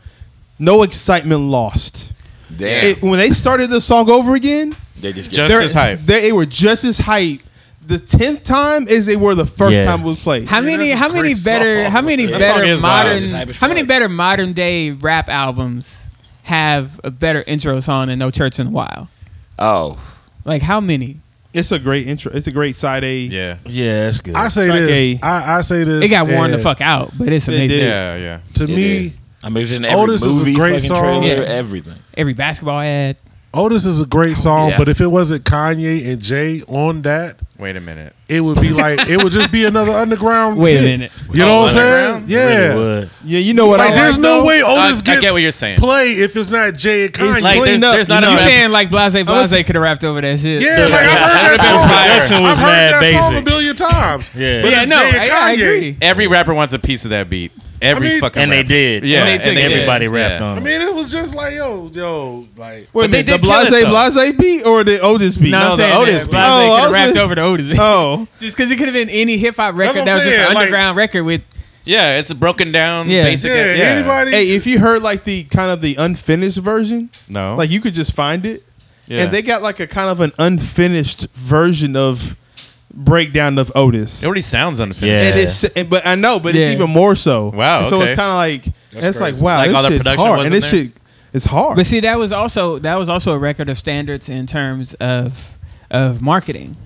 Speaker 5: no excitement lost.
Speaker 6: Damn.
Speaker 5: It- when they started the song over again,
Speaker 6: they just
Speaker 1: Just
Speaker 6: get
Speaker 5: they're-
Speaker 1: as hype.
Speaker 5: They, they were just as hype the tenth time as they were the first
Speaker 4: Yeah.
Speaker 5: time it was played.
Speaker 3: How
Speaker 2: Yeah,
Speaker 3: many?
Speaker 2: that's a
Speaker 3: How many
Speaker 2: great
Speaker 3: better?
Speaker 2: song.
Speaker 3: How many
Speaker 1: That song
Speaker 3: better
Speaker 1: is wild.
Speaker 3: modern?
Speaker 6: It's hype as
Speaker 3: How many
Speaker 6: fuck.
Speaker 3: better modern day rap albums have a better intro song than No Church in the Wild?
Speaker 6: Oh.
Speaker 3: Like how many?
Speaker 5: It's a great intro. It's a great side A.
Speaker 1: Yeah,
Speaker 4: Yeah, that's good.
Speaker 2: I say
Speaker 5: Like
Speaker 2: this.
Speaker 5: a-
Speaker 2: I, I say this.
Speaker 3: It got worn the
Speaker 2: and
Speaker 3: fuck out, but it's
Speaker 5: It
Speaker 3: amazing.
Speaker 5: did.
Speaker 1: yeah, yeah.
Speaker 2: To me,
Speaker 6: I mean, it was in every
Speaker 2: Otis is a
Speaker 6: movie,
Speaker 2: great
Speaker 6: fucking
Speaker 2: song.
Speaker 6: trailer,
Speaker 3: Yeah.
Speaker 6: everything.
Speaker 3: Every basketball ad.
Speaker 2: Otis is a great song,
Speaker 6: Yeah.
Speaker 2: but if it wasn't Kanye and Jay on that,
Speaker 1: Wait a minute.
Speaker 2: it would be like it would just be another underground.
Speaker 3: Wait a
Speaker 2: hit.
Speaker 3: minute.
Speaker 2: You know
Speaker 1: Oh,
Speaker 2: what I'm saying?
Speaker 1: underground?
Speaker 2: Yeah.
Speaker 4: Really would.
Speaker 5: Yeah, you know what?
Speaker 2: Like,
Speaker 5: Oh, I
Speaker 2: there's
Speaker 5: like,
Speaker 2: no
Speaker 5: though?
Speaker 2: way
Speaker 1: I-
Speaker 2: Otis
Speaker 1: I
Speaker 2: gets
Speaker 1: get what you're saying.
Speaker 2: play if it's not Jay and
Speaker 1: like
Speaker 2: Kanye.
Speaker 1: there's,
Speaker 5: cleaned up,
Speaker 1: there's not a
Speaker 5: you know?
Speaker 3: You
Speaker 1: rap-
Speaker 3: saying like Blase Blase could have rapped over that shit?
Speaker 2: yeah, like I've heard that
Speaker 1: There's
Speaker 2: song.
Speaker 1: been prior.
Speaker 4: Production was
Speaker 2: I've heard that
Speaker 4: mad
Speaker 2: song a
Speaker 4: basic.
Speaker 2: billion times.
Speaker 4: Yeah.
Speaker 2: but
Speaker 3: yeah,
Speaker 2: it's
Speaker 3: no,
Speaker 2: Jay
Speaker 3: I,
Speaker 2: and
Speaker 3: I
Speaker 2: Kanye.
Speaker 3: agree.
Speaker 1: Every rapper wants a piece of that beat. Every
Speaker 2: I mean-
Speaker 1: fucking
Speaker 4: and they
Speaker 1: rapper.
Speaker 4: did.
Speaker 1: Yeah,
Speaker 3: they
Speaker 1: and,
Speaker 3: took it.
Speaker 4: everybody
Speaker 1: did.
Speaker 4: rapped
Speaker 1: Yeah.
Speaker 2: I
Speaker 4: on it.
Speaker 2: mean, it was just like yo, yo, like
Speaker 5: Wait a
Speaker 1: But they
Speaker 5: minute, the
Speaker 1: did kill it,
Speaker 5: Blase
Speaker 1: though.
Speaker 5: Blase beat or the Otis beat?
Speaker 3: No,
Speaker 1: No,
Speaker 3: I'm
Speaker 1: the
Speaker 3: saying
Speaker 1: Otis beat.
Speaker 3: that Blase
Speaker 5: Oh, I
Speaker 3: could have
Speaker 5: was
Speaker 3: rapped
Speaker 5: just-
Speaker 3: over the Otis beat.
Speaker 5: Oh,
Speaker 3: Just because it could have been any hip hop
Speaker 2: what
Speaker 3: record that
Speaker 2: I'm
Speaker 3: was just
Speaker 2: saying,
Speaker 3: an
Speaker 2: like-
Speaker 3: underground record with.
Speaker 1: Yeah, it's a broken down
Speaker 3: Yeah.
Speaker 1: basic.
Speaker 2: yeah,
Speaker 1: Yeah,
Speaker 2: anybody.
Speaker 5: hey, if you heard like the kind of the unfinished version,
Speaker 1: No.
Speaker 5: like you could just find it,
Speaker 1: Yeah.
Speaker 5: and they got like a kind of an unfinished version of breakdown of Otis.
Speaker 1: it already sounds
Speaker 4: Yeah.
Speaker 1: unfinished.
Speaker 5: And it's and, but I know, but
Speaker 3: Yeah.
Speaker 5: it's even more so.
Speaker 1: Wow,
Speaker 5: And so it's
Speaker 1: okay.
Speaker 5: kind of like
Speaker 6: That's
Speaker 5: it's like
Speaker 6: crazy.
Speaker 5: wow,
Speaker 1: Like,
Speaker 5: this
Speaker 1: all the
Speaker 5: shit's
Speaker 1: production
Speaker 5: hard,
Speaker 1: wasn't
Speaker 5: and this
Speaker 1: there?
Speaker 5: shit it's hard.
Speaker 3: But see, that was also that was also a record of standards in terms of of marketing.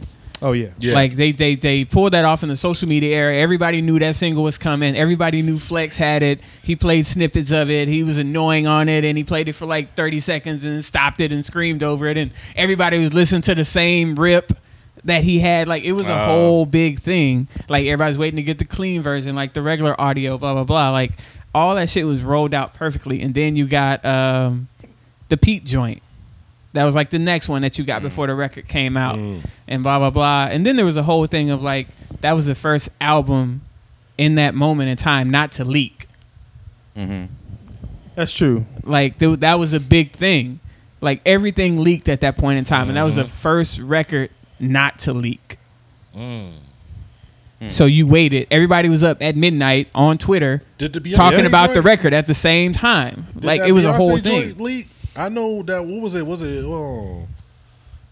Speaker 5: oh yeah,
Speaker 2: Yeah.
Speaker 3: Like they they they pulled that off in the social media era. Everybody knew that single was coming. Everybody knew Flex had it. He played snippets of it. He was annoying on it, and he played it for like thirty seconds, and then stopped it and screamed over it. And everybody was listening to the same rip that he had. Like it was a
Speaker 1: Oh.
Speaker 3: whole big thing. Like everybody's waiting to get the clean version, like the regular audio, blah blah blah. Like all that shit was rolled out perfectly, and then you got um, the Pete joint. That was like the next one that you
Speaker 2: Mm.
Speaker 3: got before the record came out, and blah blah blah. And then there was a whole thing of like that was the first album in that moment in time not to leak.
Speaker 5: that's true.
Speaker 3: Like th- that was a big thing. Like everything leaked at that point in time, and that was the
Speaker 2: Mm-hmm.
Speaker 3: first record not to leak.
Speaker 2: Mm.
Speaker 3: So you waited. Everybody was up at midnight on Twitter
Speaker 2: Did the Beyonce
Speaker 3: talking about the
Speaker 2: joint-
Speaker 3: record at the same time.
Speaker 2: did
Speaker 3: like
Speaker 2: that
Speaker 3: it was a
Speaker 2: Beyonce
Speaker 3: whole
Speaker 2: joint
Speaker 3: thing.
Speaker 2: Leak? I know that. What was it? Was it? Oh,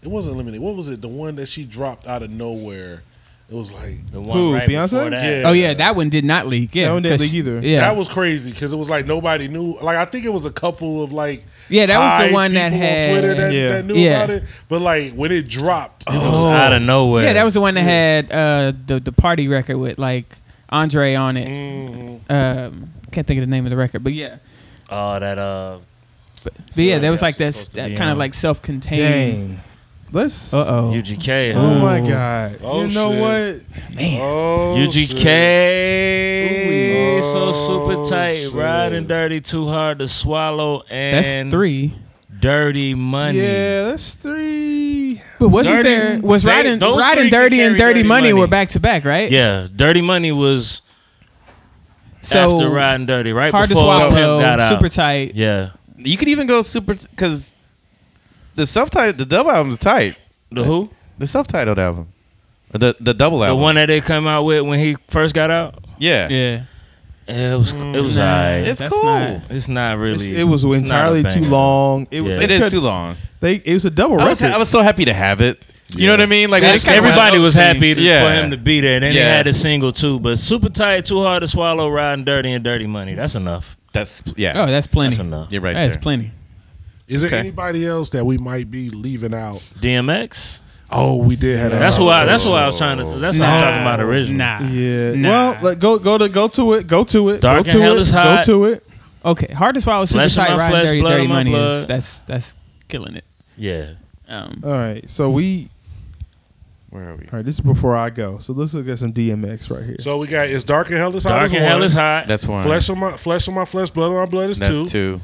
Speaker 2: it wasn't limited. What was it? The one that she dropped out of nowhere. It was like
Speaker 4: The
Speaker 5: Who, Beyonce?
Speaker 4: before
Speaker 2: Yeah.
Speaker 3: Oh yeah, that one did not leak. Yeah,
Speaker 5: That one didn't
Speaker 3: 'cause-
Speaker 5: leak either.
Speaker 3: Yeah,
Speaker 2: That was crazy because it was like nobody knew. Like I think it was a couple of like
Speaker 3: Yeah, that was the
Speaker 2: hive
Speaker 3: one that
Speaker 2: people
Speaker 3: had-
Speaker 2: on Twitter that,
Speaker 5: Yeah.
Speaker 2: that knew
Speaker 3: Yeah.
Speaker 2: about it. But like when it dropped, it
Speaker 4: It
Speaker 2: was
Speaker 4: was out of nowhere.
Speaker 3: Yeah, that was the one that had uh, the the party record with like Andre on it.
Speaker 4: Mm-hmm.
Speaker 3: Um, can't think of the name of the record, but yeah,
Speaker 4: Oh, that uh.
Speaker 3: but yeah, there was
Speaker 4: yeah,
Speaker 3: like that,
Speaker 4: supposed to
Speaker 3: that
Speaker 4: be
Speaker 3: kind of
Speaker 4: on.
Speaker 3: like self-contained.
Speaker 5: Dang, let's.
Speaker 3: Uh oh,
Speaker 4: UGK.
Speaker 5: Oh
Speaker 4: huh?
Speaker 5: my god!
Speaker 2: Oh,
Speaker 5: you know
Speaker 2: shit.
Speaker 5: what?
Speaker 2: oh, shit.
Speaker 4: UGK.
Speaker 2: Ooh.
Speaker 4: so super
Speaker 2: Oh,
Speaker 4: tight.
Speaker 2: shit.
Speaker 4: Ride and dirty, too hard to swallow. And
Speaker 3: that's three.
Speaker 4: Dirty money.
Speaker 5: Yeah, that's three.
Speaker 3: But wasn't
Speaker 4: Dirty-
Speaker 3: there was
Speaker 4: they-
Speaker 3: riding
Speaker 4: those
Speaker 3: riding
Speaker 4: three can
Speaker 3: dirty and
Speaker 4: carry
Speaker 3: dirty
Speaker 4: Dirty
Speaker 3: money,
Speaker 4: Money.
Speaker 3: were back to back, right?
Speaker 4: Yeah, Dirty Money was
Speaker 3: So
Speaker 4: after Riding Dirty, right
Speaker 3: hard to
Speaker 4: before
Speaker 3: swallow,
Speaker 4: Pimp got out.
Speaker 3: super tight.
Speaker 4: Yeah,
Speaker 1: You could even go super because the self title, the dub album's tight.
Speaker 4: The who?
Speaker 1: The self-titled album, Or the the double
Speaker 4: The
Speaker 1: album.
Speaker 4: one that they come out with when he first got out.
Speaker 1: yeah.
Speaker 3: Yeah.
Speaker 4: Yeah, It was it was
Speaker 3: Nah,
Speaker 4: alright.
Speaker 1: It's
Speaker 3: that's
Speaker 1: cool.
Speaker 3: not-
Speaker 4: It's not really.
Speaker 5: It's- it was
Speaker 4: it's not a
Speaker 5: entirely too
Speaker 4: banger.
Speaker 5: long. It,
Speaker 4: Yeah.
Speaker 5: they
Speaker 1: It is
Speaker 5: could-
Speaker 1: too long.
Speaker 5: They, it was a double
Speaker 1: I was,
Speaker 5: record.
Speaker 1: ha- I was so happy to have it. You know what I mean? Like
Speaker 3: That's
Speaker 1: when it came
Speaker 3: kinda
Speaker 1: out-
Speaker 4: Everybody was happy to,
Speaker 1: Yeah.
Speaker 4: for him to be there. And then
Speaker 1: Yeah.
Speaker 4: they had a single too, but super tight, too hard to swallow, riding dirty and dirty money. That's enough.
Speaker 1: That's yeah.
Speaker 3: Oh, that's plenty.
Speaker 4: That's enough.
Speaker 1: You're right.
Speaker 3: That's
Speaker 1: there.
Speaker 3: plenty.
Speaker 2: Is there
Speaker 1: Okay.
Speaker 2: anybody else that we might be leaving out?
Speaker 4: DMX.
Speaker 2: Oh, we did have that.
Speaker 4: That's why.
Speaker 2: conversation.
Speaker 4: That's why I was trying to. That's what I'm talking about originally.
Speaker 3: Nah.
Speaker 5: yeah.
Speaker 3: Nah.
Speaker 5: Well, let, go go to go to it. Go to it.
Speaker 4: Dark
Speaker 5: go
Speaker 4: and
Speaker 5: to
Speaker 4: Hell
Speaker 5: it.
Speaker 4: is hot.
Speaker 5: Go to it.
Speaker 3: Okay. Hard as swallow, super
Speaker 4: Flesh of
Speaker 3: tight,
Speaker 4: my
Speaker 3: riding
Speaker 4: flesh,
Speaker 3: dirty,
Speaker 4: blood of
Speaker 3: dirty
Speaker 4: my
Speaker 3: money is
Speaker 4: blood.
Speaker 3: that's that's killing it.
Speaker 4: Yeah.
Speaker 3: Um,
Speaker 5: All right. So we.
Speaker 1: Where are we?
Speaker 5: All right. This is before I go. So let's look at some DMX right here.
Speaker 2: So we got it's dark and hell is hot.
Speaker 4: Dark
Speaker 2: is
Speaker 4: and hell
Speaker 2: one.
Speaker 4: is hot.
Speaker 1: That's one.
Speaker 2: Flesh on my flesh on my flesh, blood on my blood is
Speaker 1: That's
Speaker 2: two.
Speaker 1: two.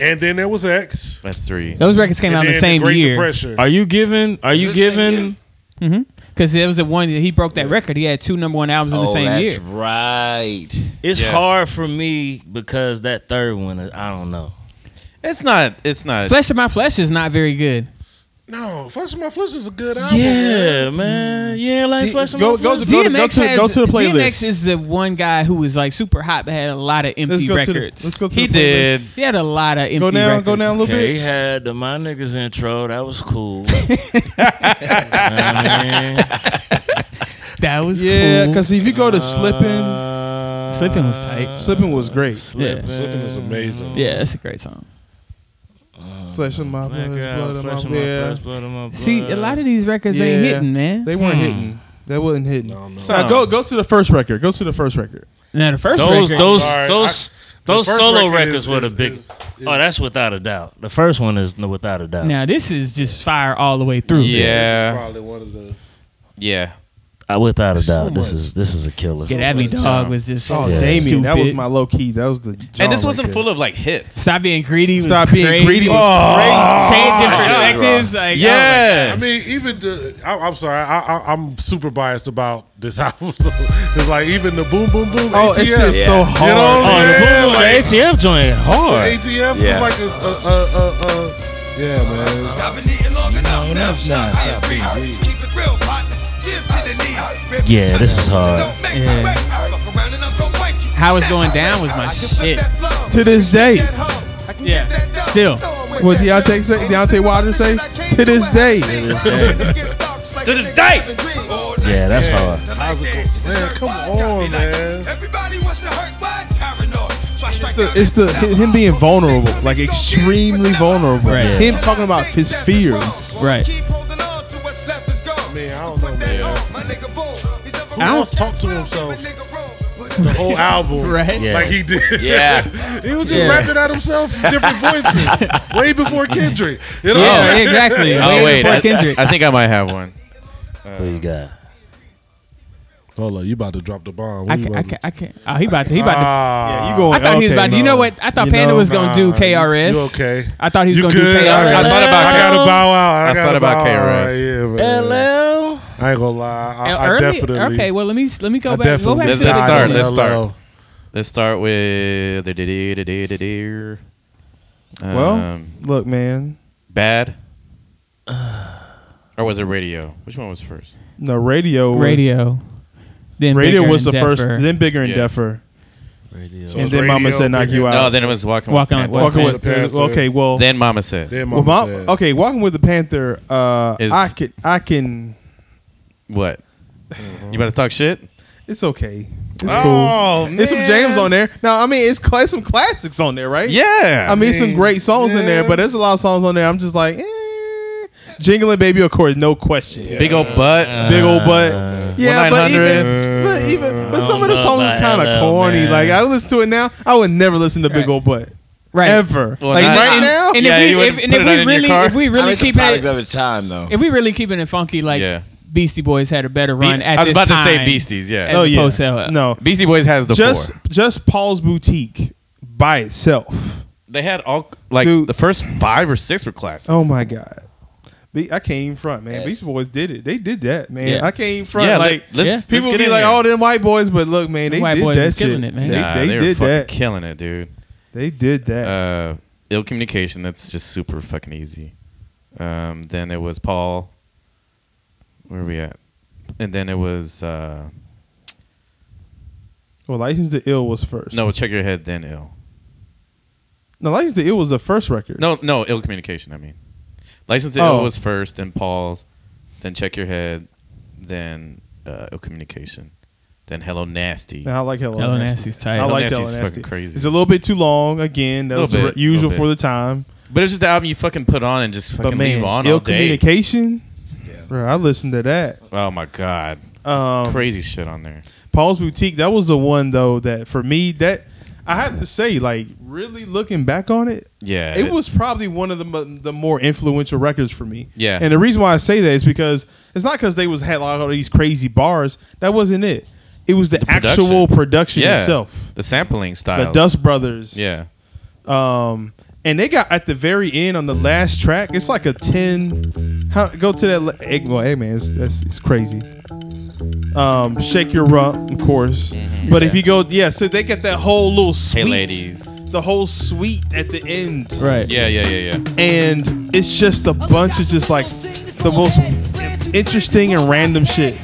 Speaker 2: And then there was X.
Speaker 1: That's three.
Speaker 3: those records came
Speaker 2: and
Speaker 3: out in
Speaker 2: then
Speaker 3: the same
Speaker 2: Great
Speaker 3: year.
Speaker 2: Depression.
Speaker 4: Are you giving? Are you giving?
Speaker 3: Because it was the one that he broke that record. He had two number one albums in the
Speaker 6: oh,
Speaker 3: same
Speaker 6: that's
Speaker 3: year.
Speaker 6: right.
Speaker 4: It's
Speaker 1: Yeah.
Speaker 4: hard for me because that third one. I don't know.
Speaker 1: It's not. It's not.
Speaker 3: Flesh of My Flesh is not very good.
Speaker 2: No, Flesh on my flesh is a good album. man.
Speaker 4: Yeah, man. You ain't like flesh. on
Speaker 5: go-
Speaker 4: my
Speaker 5: go
Speaker 4: Flesh?
Speaker 5: to- go to-
Speaker 3: DMX
Speaker 5: go to-
Speaker 3: has,
Speaker 5: go to the playlist.
Speaker 3: DMX is the one guy who was like super hot, but had a lot of empty
Speaker 5: Let's go to the,
Speaker 3: records.
Speaker 5: let's go to
Speaker 1: He
Speaker 5: the playlist.
Speaker 1: did.
Speaker 3: he had a lot of empty
Speaker 5: Go down.
Speaker 3: records.
Speaker 5: Go down a little
Speaker 4: Okay, he
Speaker 5: bit.
Speaker 4: had the my niggas intro. That was cool. You know what I mean?
Speaker 3: That was
Speaker 5: Yeah,
Speaker 3: cool.
Speaker 5: because if you go to Slippin',
Speaker 4: Uh,
Speaker 3: Slippin' was tight.
Speaker 5: Slippin' was great.
Speaker 4: Slippin'.
Speaker 3: Yeah.
Speaker 2: Slippin' is amazing.
Speaker 3: yeah, that's a great song.
Speaker 5: Flesh on my
Speaker 4: Black
Speaker 5: blood,
Speaker 4: out,
Speaker 5: blood on my
Speaker 4: flesh on my flesh,
Speaker 5: blood.
Speaker 4: blood on my blood.
Speaker 3: See, a lot of these records ain't
Speaker 5: Yeah.
Speaker 3: hitting, man.
Speaker 5: They
Speaker 4: Hmm.
Speaker 5: weren't hitting. They wasn't hitting.
Speaker 2: No, no.
Speaker 5: Now go go to the first record. Go to the first record.
Speaker 3: now the first
Speaker 4: those
Speaker 3: record,
Speaker 4: those
Speaker 2: sorry,
Speaker 4: those
Speaker 2: the
Speaker 4: those
Speaker 2: first
Speaker 4: solo
Speaker 2: record
Speaker 4: records
Speaker 2: is-
Speaker 4: were the
Speaker 2: is-
Speaker 4: big.
Speaker 2: is-
Speaker 4: oh, that's without a doubt. The first one is no, without a doubt.
Speaker 3: Now this is just fire all the way through.
Speaker 2: This is
Speaker 1: Yeah.
Speaker 2: probably one of the
Speaker 1: Yeah.
Speaker 4: Uh, without a
Speaker 2: so
Speaker 4: doubt, this
Speaker 2: much.
Speaker 4: is this is a killer.
Speaker 3: Get at me, dog. Was just
Speaker 5: Oh,
Speaker 4: Yeah.
Speaker 5: Damien,
Speaker 3: stupid.
Speaker 5: that was my low key. That was the.
Speaker 1: And this wasn't full of like hits.
Speaker 3: Stop being greedy. Was
Speaker 5: Stop being
Speaker 3: crazy. Oh.
Speaker 5: greedy was
Speaker 3: Changing perspectives. Like, oh my
Speaker 1: Yes.
Speaker 2: I mean, even the I, I'm sorry, I, I, I'm super biased about this album. So it's like even the boom boom boom.
Speaker 5: Oh,
Speaker 2: ATF,
Speaker 5: it's just so
Speaker 2: You know
Speaker 5: hard.
Speaker 4: Oh, the
Speaker 2: what
Speaker 4: boom,
Speaker 2: I'm saying?
Speaker 4: the ATF joint hard.
Speaker 2: Like, ATF
Speaker 6: Yeah.
Speaker 2: was like a, a, a, a, a yeah, man. It's-
Speaker 7: I've been eating long enough. Now shot. I agree. Just keep it real, partner. Give to the need.
Speaker 4: Yeah, this is hard.
Speaker 7: Don't make me wait. Fuck around and I'm gonna wait you.
Speaker 3: How it's
Speaker 7: Snatch
Speaker 3: going
Speaker 7: my
Speaker 3: down
Speaker 7: neck.
Speaker 3: was my
Speaker 7: I can
Speaker 3: shit.
Speaker 7: flip that flow.
Speaker 5: To this day.
Speaker 7: Get that hoe. I can
Speaker 3: Yeah.
Speaker 7: get that dough.
Speaker 3: Still.
Speaker 7: Throw away
Speaker 5: What
Speaker 7: that
Speaker 5: Deontay say-
Speaker 7: dough.
Speaker 5: Deontay Wilder say? To this day.
Speaker 7: To
Speaker 1: this day.
Speaker 4: Yeah, that's hard.
Speaker 2: Man, come on, man.
Speaker 7: Everybody wants to hurt my paranoid. So I strike
Speaker 5: The- it's the him being vulnerable, like extremely vulnerable.
Speaker 3: Right.
Speaker 5: Him talking about his fears.
Speaker 3: Right.
Speaker 2: Man, I don't know, man.
Speaker 7: Who
Speaker 2: I don't talk to himself.
Speaker 7: The
Speaker 2: Whole album,
Speaker 3: Right.
Speaker 4: Yeah.
Speaker 2: Like he did.
Speaker 6: Yeah.
Speaker 2: he was just
Speaker 3: Yeah.
Speaker 2: rapping at himself in different voices way before Kendrick. You know what I'm
Speaker 3: Yeah,
Speaker 2: saying?
Speaker 3: exactly. Oh, Way before Kendrick.
Speaker 1: Oh, I think I might have one.
Speaker 4: Who you got?
Speaker 2: Hold on, you about to drop the bomb. What
Speaker 3: I
Speaker 2: you
Speaker 3: can't. I
Speaker 2: about to-
Speaker 3: can't. I can't. Oh, he about to. He about to.
Speaker 2: Ah,
Speaker 5: You going?
Speaker 3: I thought he was
Speaker 5: Oh, okay,
Speaker 3: about. to You know
Speaker 5: no.
Speaker 3: what? I thought
Speaker 5: You
Speaker 3: Panda
Speaker 5: know,
Speaker 3: was gonna do
Speaker 2: nah,
Speaker 3: KRS.
Speaker 2: you okay?
Speaker 3: I thought he was
Speaker 2: You
Speaker 3: gonna do
Speaker 2: good?
Speaker 3: KRS.
Speaker 2: I
Speaker 1: thought about
Speaker 2: I
Speaker 1: that.
Speaker 2: gotta bow out. I,
Speaker 1: I
Speaker 2: gotta
Speaker 1: thought about
Speaker 2: bow out.
Speaker 1: KRS.
Speaker 2: Yeah, man.
Speaker 4: LL.
Speaker 2: I ain't gonna lie. I, I
Speaker 3: Early-
Speaker 2: definitely.
Speaker 3: Okay. Well, let me let me go
Speaker 2: I
Speaker 3: back. Go
Speaker 2: definitely.
Speaker 3: back
Speaker 1: Let's-
Speaker 3: to the
Speaker 1: let's
Speaker 2: died
Speaker 1: start,
Speaker 2: on
Speaker 3: beginning.
Speaker 1: let's start.
Speaker 2: LL.
Speaker 1: Let's start with.
Speaker 5: Well,
Speaker 1: Um,
Speaker 5: look, man.
Speaker 1: bad. Or was it radio? Which one was first?
Speaker 5: No radio. Was,
Speaker 3: Radio. Then
Speaker 5: Radio
Speaker 3: Bigger
Speaker 5: was the
Speaker 3: and
Speaker 5: first.
Speaker 3: Deffer.
Speaker 5: Then bigger and
Speaker 1: Yeah.
Speaker 5: deafer.
Speaker 4: Radio.
Speaker 2: So
Speaker 5: And
Speaker 2: it's
Speaker 5: then Mama
Speaker 2: radio,
Speaker 5: said, "Knock you
Speaker 2: Bigger-
Speaker 5: out."
Speaker 1: No, then it was walking.
Speaker 3: Walking
Speaker 1: with
Speaker 3: with-
Speaker 1: Panther.
Speaker 3: Walking
Speaker 5: Walking with
Speaker 2: with the
Speaker 5: the
Speaker 2: Panther.
Speaker 5: okay, well,
Speaker 1: Then Mama said.
Speaker 2: Then
Speaker 5: well,
Speaker 2: Mama
Speaker 5: Mom-
Speaker 2: said,
Speaker 5: okay, walking with the Panther. Uh,
Speaker 1: Is-
Speaker 5: I can, I can.
Speaker 1: What? You about to talk shit?
Speaker 5: It's okay. It's
Speaker 1: Oh,
Speaker 5: cool. There's some jams
Speaker 1: man.
Speaker 5: on there. Now, I mean, it's cla- some classics on there, right?
Speaker 1: Yeah.
Speaker 5: I mean, some great songs in there,
Speaker 2: yeah.
Speaker 5: but there's a lot of songs on there. I'm just like, eh. jingling, baby, of course, no question.
Speaker 1: big old butt.
Speaker 5: Big
Speaker 1: Uh,
Speaker 5: old butt. Yeah, but even,
Speaker 1: 1-900.
Speaker 5: but even, but some of the
Speaker 4: know
Speaker 5: songs
Speaker 4: about
Speaker 5: kind
Speaker 4: that,
Speaker 5: of corny.
Speaker 4: man.
Speaker 5: Like I listen to it now, I would never listen to Big
Speaker 3: Right.
Speaker 5: Old Butt
Speaker 3: Right.
Speaker 5: ever.
Speaker 1: Well,
Speaker 5: like
Speaker 1: not-
Speaker 5: right
Speaker 1: and-
Speaker 5: now,
Speaker 3: And
Speaker 1: Yeah,
Speaker 3: if
Speaker 1: you
Speaker 3: we
Speaker 1: wouldn't
Speaker 3: if, and
Speaker 1: put it
Speaker 3: if
Speaker 1: out
Speaker 3: we
Speaker 1: in your
Speaker 3: really
Speaker 1: car?
Speaker 3: if we
Speaker 6: I mean,
Speaker 3: really
Speaker 6: it's a
Speaker 3: keep it
Speaker 6: product of its time, though.
Speaker 3: if we really keep it in funky like
Speaker 1: Yeah.
Speaker 3: Beastie Boys had a better run
Speaker 1: Be-
Speaker 3: at
Speaker 1: I was
Speaker 3: this
Speaker 1: about to say
Speaker 3: time.
Speaker 1: Beasties. Yeah.
Speaker 3: as
Speaker 5: oh yeah,
Speaker 3: opposed to uh, LL.
Speaker 5: no,
Speaker 1: Beastie Boys has the
Speaker 5: just
Speaker 1: four.
Speaker 5: just Paul's Boutique by itself.
Speaker 1: They had all like
Speaker 5: Dude.
Speaker 1: the first five or six were classics.
Speaker 5: Oh my god. Be- I can't even front, man. Beastie Boys did it. They did that, man.
Speaker 3: Yeah.
Speaker 5: I can't even front.
Speaker 1: Yeah, let-
Speaker 5: like
Speaker 1: let's- let's
Speaker 5: people
Speaker 1: get
Speaker 5: be
Speaker 1: in
Speaker 5: like,
Speaker 1: here.
Speaker 5: "Oh, them white boys," but look, man, they
Speaker 3: White
Speaker 5: did
Speaker 3: boys
Speaker 5: that
Speaker 3: was
Speaker 5: shit.
Speaker 3: killing it, man.
Speaker 5: They,
Speaker 1: Nah,
Speaker 5: they
Speaker 1: were
Speaker 5: did
Speaker 1: fucking
Speaker 5: that.
Speaker 1: killing it, dude.
Speaker 5: They did that.
Speaker 1: Uh, Ill communication. That's just super fucking easy. Um, then it was Paul. where are we at? And then it was uh,
Speaker 5: Well, License to Ill was first.
Speaker 1: no, check your head, then ill.
Speaker 5: no, License to Ill was the first record.
Speaker 1: No, no, ill communication. I mean, license to
Speaker 5: Oh.
Speaker 1: ill was first, then pause, then check your head, then uh, ill communication, then hello nasty.
Speaker 5: Nah, I like Hello,
Speaker 3: Hello
Speaker 5: Nasty.
Speaker 3: Nasty's tight.
Speaker 5: I
Speaker 3: Hello
Speaker 5: like
Speaker 1: Nasty's
Speaker 5: Hello
Speaker 1: fucking
Speaker 5: Nasty.
Speaker 1: crazy.
Speaker 5: It's a little bit too long. Again, that
Speaker 1: Little
Speaker 5: was
Speaker 1: bit,
Speaker 5: re-
Speaker 1: little
Speaker 5: usual
Speaker 1: bit.
Speaker 5: for the time.
Speaker 1: But it's just the album you fucking put on and just fucking
Speaker 5: But man,
Speaker 1: leave on
Speaker 5: Ill
Speaker 1: all day.
Speaker 5: Communication. Bro, I listened to that.
Speaker 1: Oh my god,
Speaker 5: Um,
Speaker 1: crazy shit on there.
Speaker 5: Paul's Boutique. That was the one though that for me that I have to say, like really looking back on it,
Speaker 1: Yeah,
Speaker 5: it was probably one of the mo- the more influential records for me.
Speaker 1: Yeah.
Speaker 5: and the reason why I say that is because it's not because they was had like all these crazy bars. That wasn't it. It was the, actual production
Speaker 1: yeah.
Speaker 5: itself.
Speaker 1: The sampling style.
Speaker 5: The Dust Brothers.
Speaker 1: Yeah.
Speaker 5: Um, and they got at the very end on the last track. It's like a ten. How, go to that. la- Egg, well, hey man, it's, that's it's crazy. Um, shake your rump, of course. But if you go, yeah, so they get that whole little suite,
Speaker 1: ladies.
Speaker 5: the whole suite at the end,
Speaker 3: Right.
Speaker 1: Yeah, yeah, yeah, yeah.
Speaker 5: and it's just a bunch of just like the most interesting and random shit.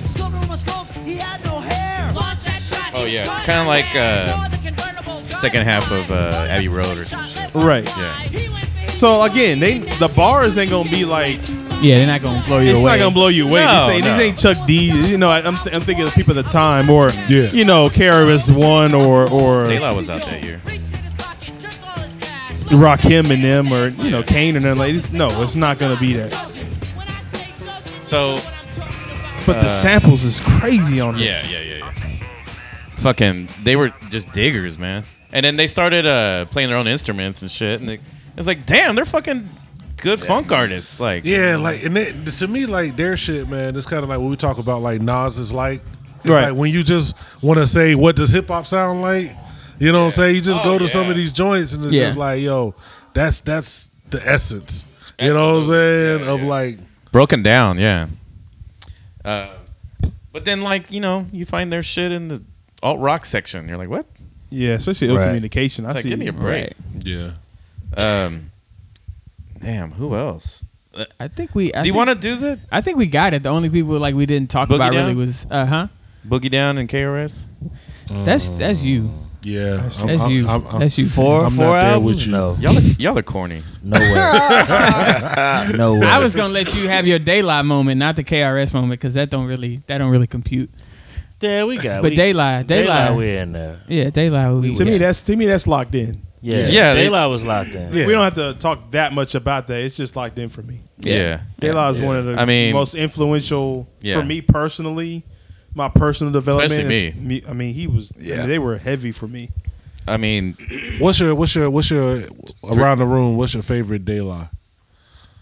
Speaker 1: Oh, yeah. Kinda like,
Speaker 8: uh,
Speaker 1: second half of, uh, Abbey Road or some
Speaker 8: something.
Speaker 5: Right.
Speaker 1: Yeah.
Speaker 5: So again, they the bars ain't gonna be like
Speaker 3: Yeah, they're not gonna blow you
Speaker 5: it's
Speaker 3: away.
Speaker 5: not gonna blow you away.
Speaker 1: No,
Speaker 5: these, ain't,
Speaker 1: no.
Speaker 5: these ain't Chuck D. You know, I, I'm, th- I'm thinking of people at the time, or
Speaker 2: Yeah.
Speaker 5: you know, KRS One, or or
Speaker 1: Daylight was out that year.
Speaker 5: Rock Him and them, or you know, Kane and them. Like, it's- no, it's not gonna be that.
Speaker 1: So
Speaker 5: But the samples is crazy on
Speaker 1: uh, yeah,
Speaker 5: this.
Speaker 1: yeah, yeah, yeah. Fucking, they were just diggers, man. And then they started uh, playing their own instruments and shit. And it, it's like, damn, they're fucking good funk artists. Like,
Speaker 2: Yeah, like and it, to me, like their shit, man. It's kind of like what we talk about, like Nas is like, it's
Speaker 5: Right.
Speaker 2: Like when you just want to say, what does hip hop sound like? You know what I'm saying? You just
Speaker 1: Oh,
Speaker 2: go to some
Speaker 1: yeah.
Speaker 2: of these joints and it's
Speaker 3: Yeah.
Speaker 2: just like, yo, that's that's the essence. You know what I'm saying?
Speaker 1: Yeah,
Speaker 2: of
Speaker 1: yeah.
Speaker 2: like,
Speaker 1: broken down, yeah. Uh, but then, like, you know, you find their shit in the alt rock section. You're like, what?
Speaker 5: yeah. Especially ill
Speaker 4: Right.
Speaker 5: communication. I
Speaker 1: It's like,
Speaker 5: see.
Speaker 1: give me a break.
Speaker 3: Right.
Speaker 2: yeah,
Speaker 1: Um, damn, who else?
Speaker 3: I think we. I
Speaker 1: do you
Speaker 3: think-
Speaker 1: want to do the
Speaker 3: I think we got it. The only people like we didn't talk
Speaker 1: Boogie
Speaker 3: about really
Speaker 1: Down?
Speaker 3: was uh huh.
Speaker 1: Boogie Down and KRS?
Speaker 3: That's that's you.
Speaker 2: yeah. That's,
Speaker 3: That's you. that's you.
Speaker 4: Four,
Speaker 2: I'm not
Speaker 4: four
Speaker 2: there
Speaker 4: albums?
Speaker 2: with you.
Speaker 4: No,
Speaker 1: Y'all are, y'all are corny.
Speaker 4: no way, no way.
Speaker 3: I was gonna let you have your daylight moment, not the KRS moment, because that don't really that don't really compute.
Speaker 4: there we go.
Speaker 3: But
Speaker 4: we,
Speaker 3: daylight, daylight,
Speaker 4: daylight, we in there.
Speaker 3: yeah, daylight. We,
Speaker 5: To me, that's to me that's locked in.
Speaker 4: Yeah,
Speaker 1: Yeah, they-
Speaker 4: daylight was locked in.
Speaker 5: We don't have to talk that much about that. It's just locked in for me.
Speaker 1: Yeah.
Speaker 5: Daylight is one of the
Speaker 1: I mean-
Speaker 5: most influential
Speaker 1: Yeah.
Speaker 5: for me personally. My personal development,
Speaker 1: Especially
Speaker 5: is- me- I mean, he was. Yeah,
Speaker 6: Yeah.
Speaker 5: they were heavy for me.
Speaker 1: I mean,
Speaker 2: What's your what's your what's your around the room? What's your favorite day lie?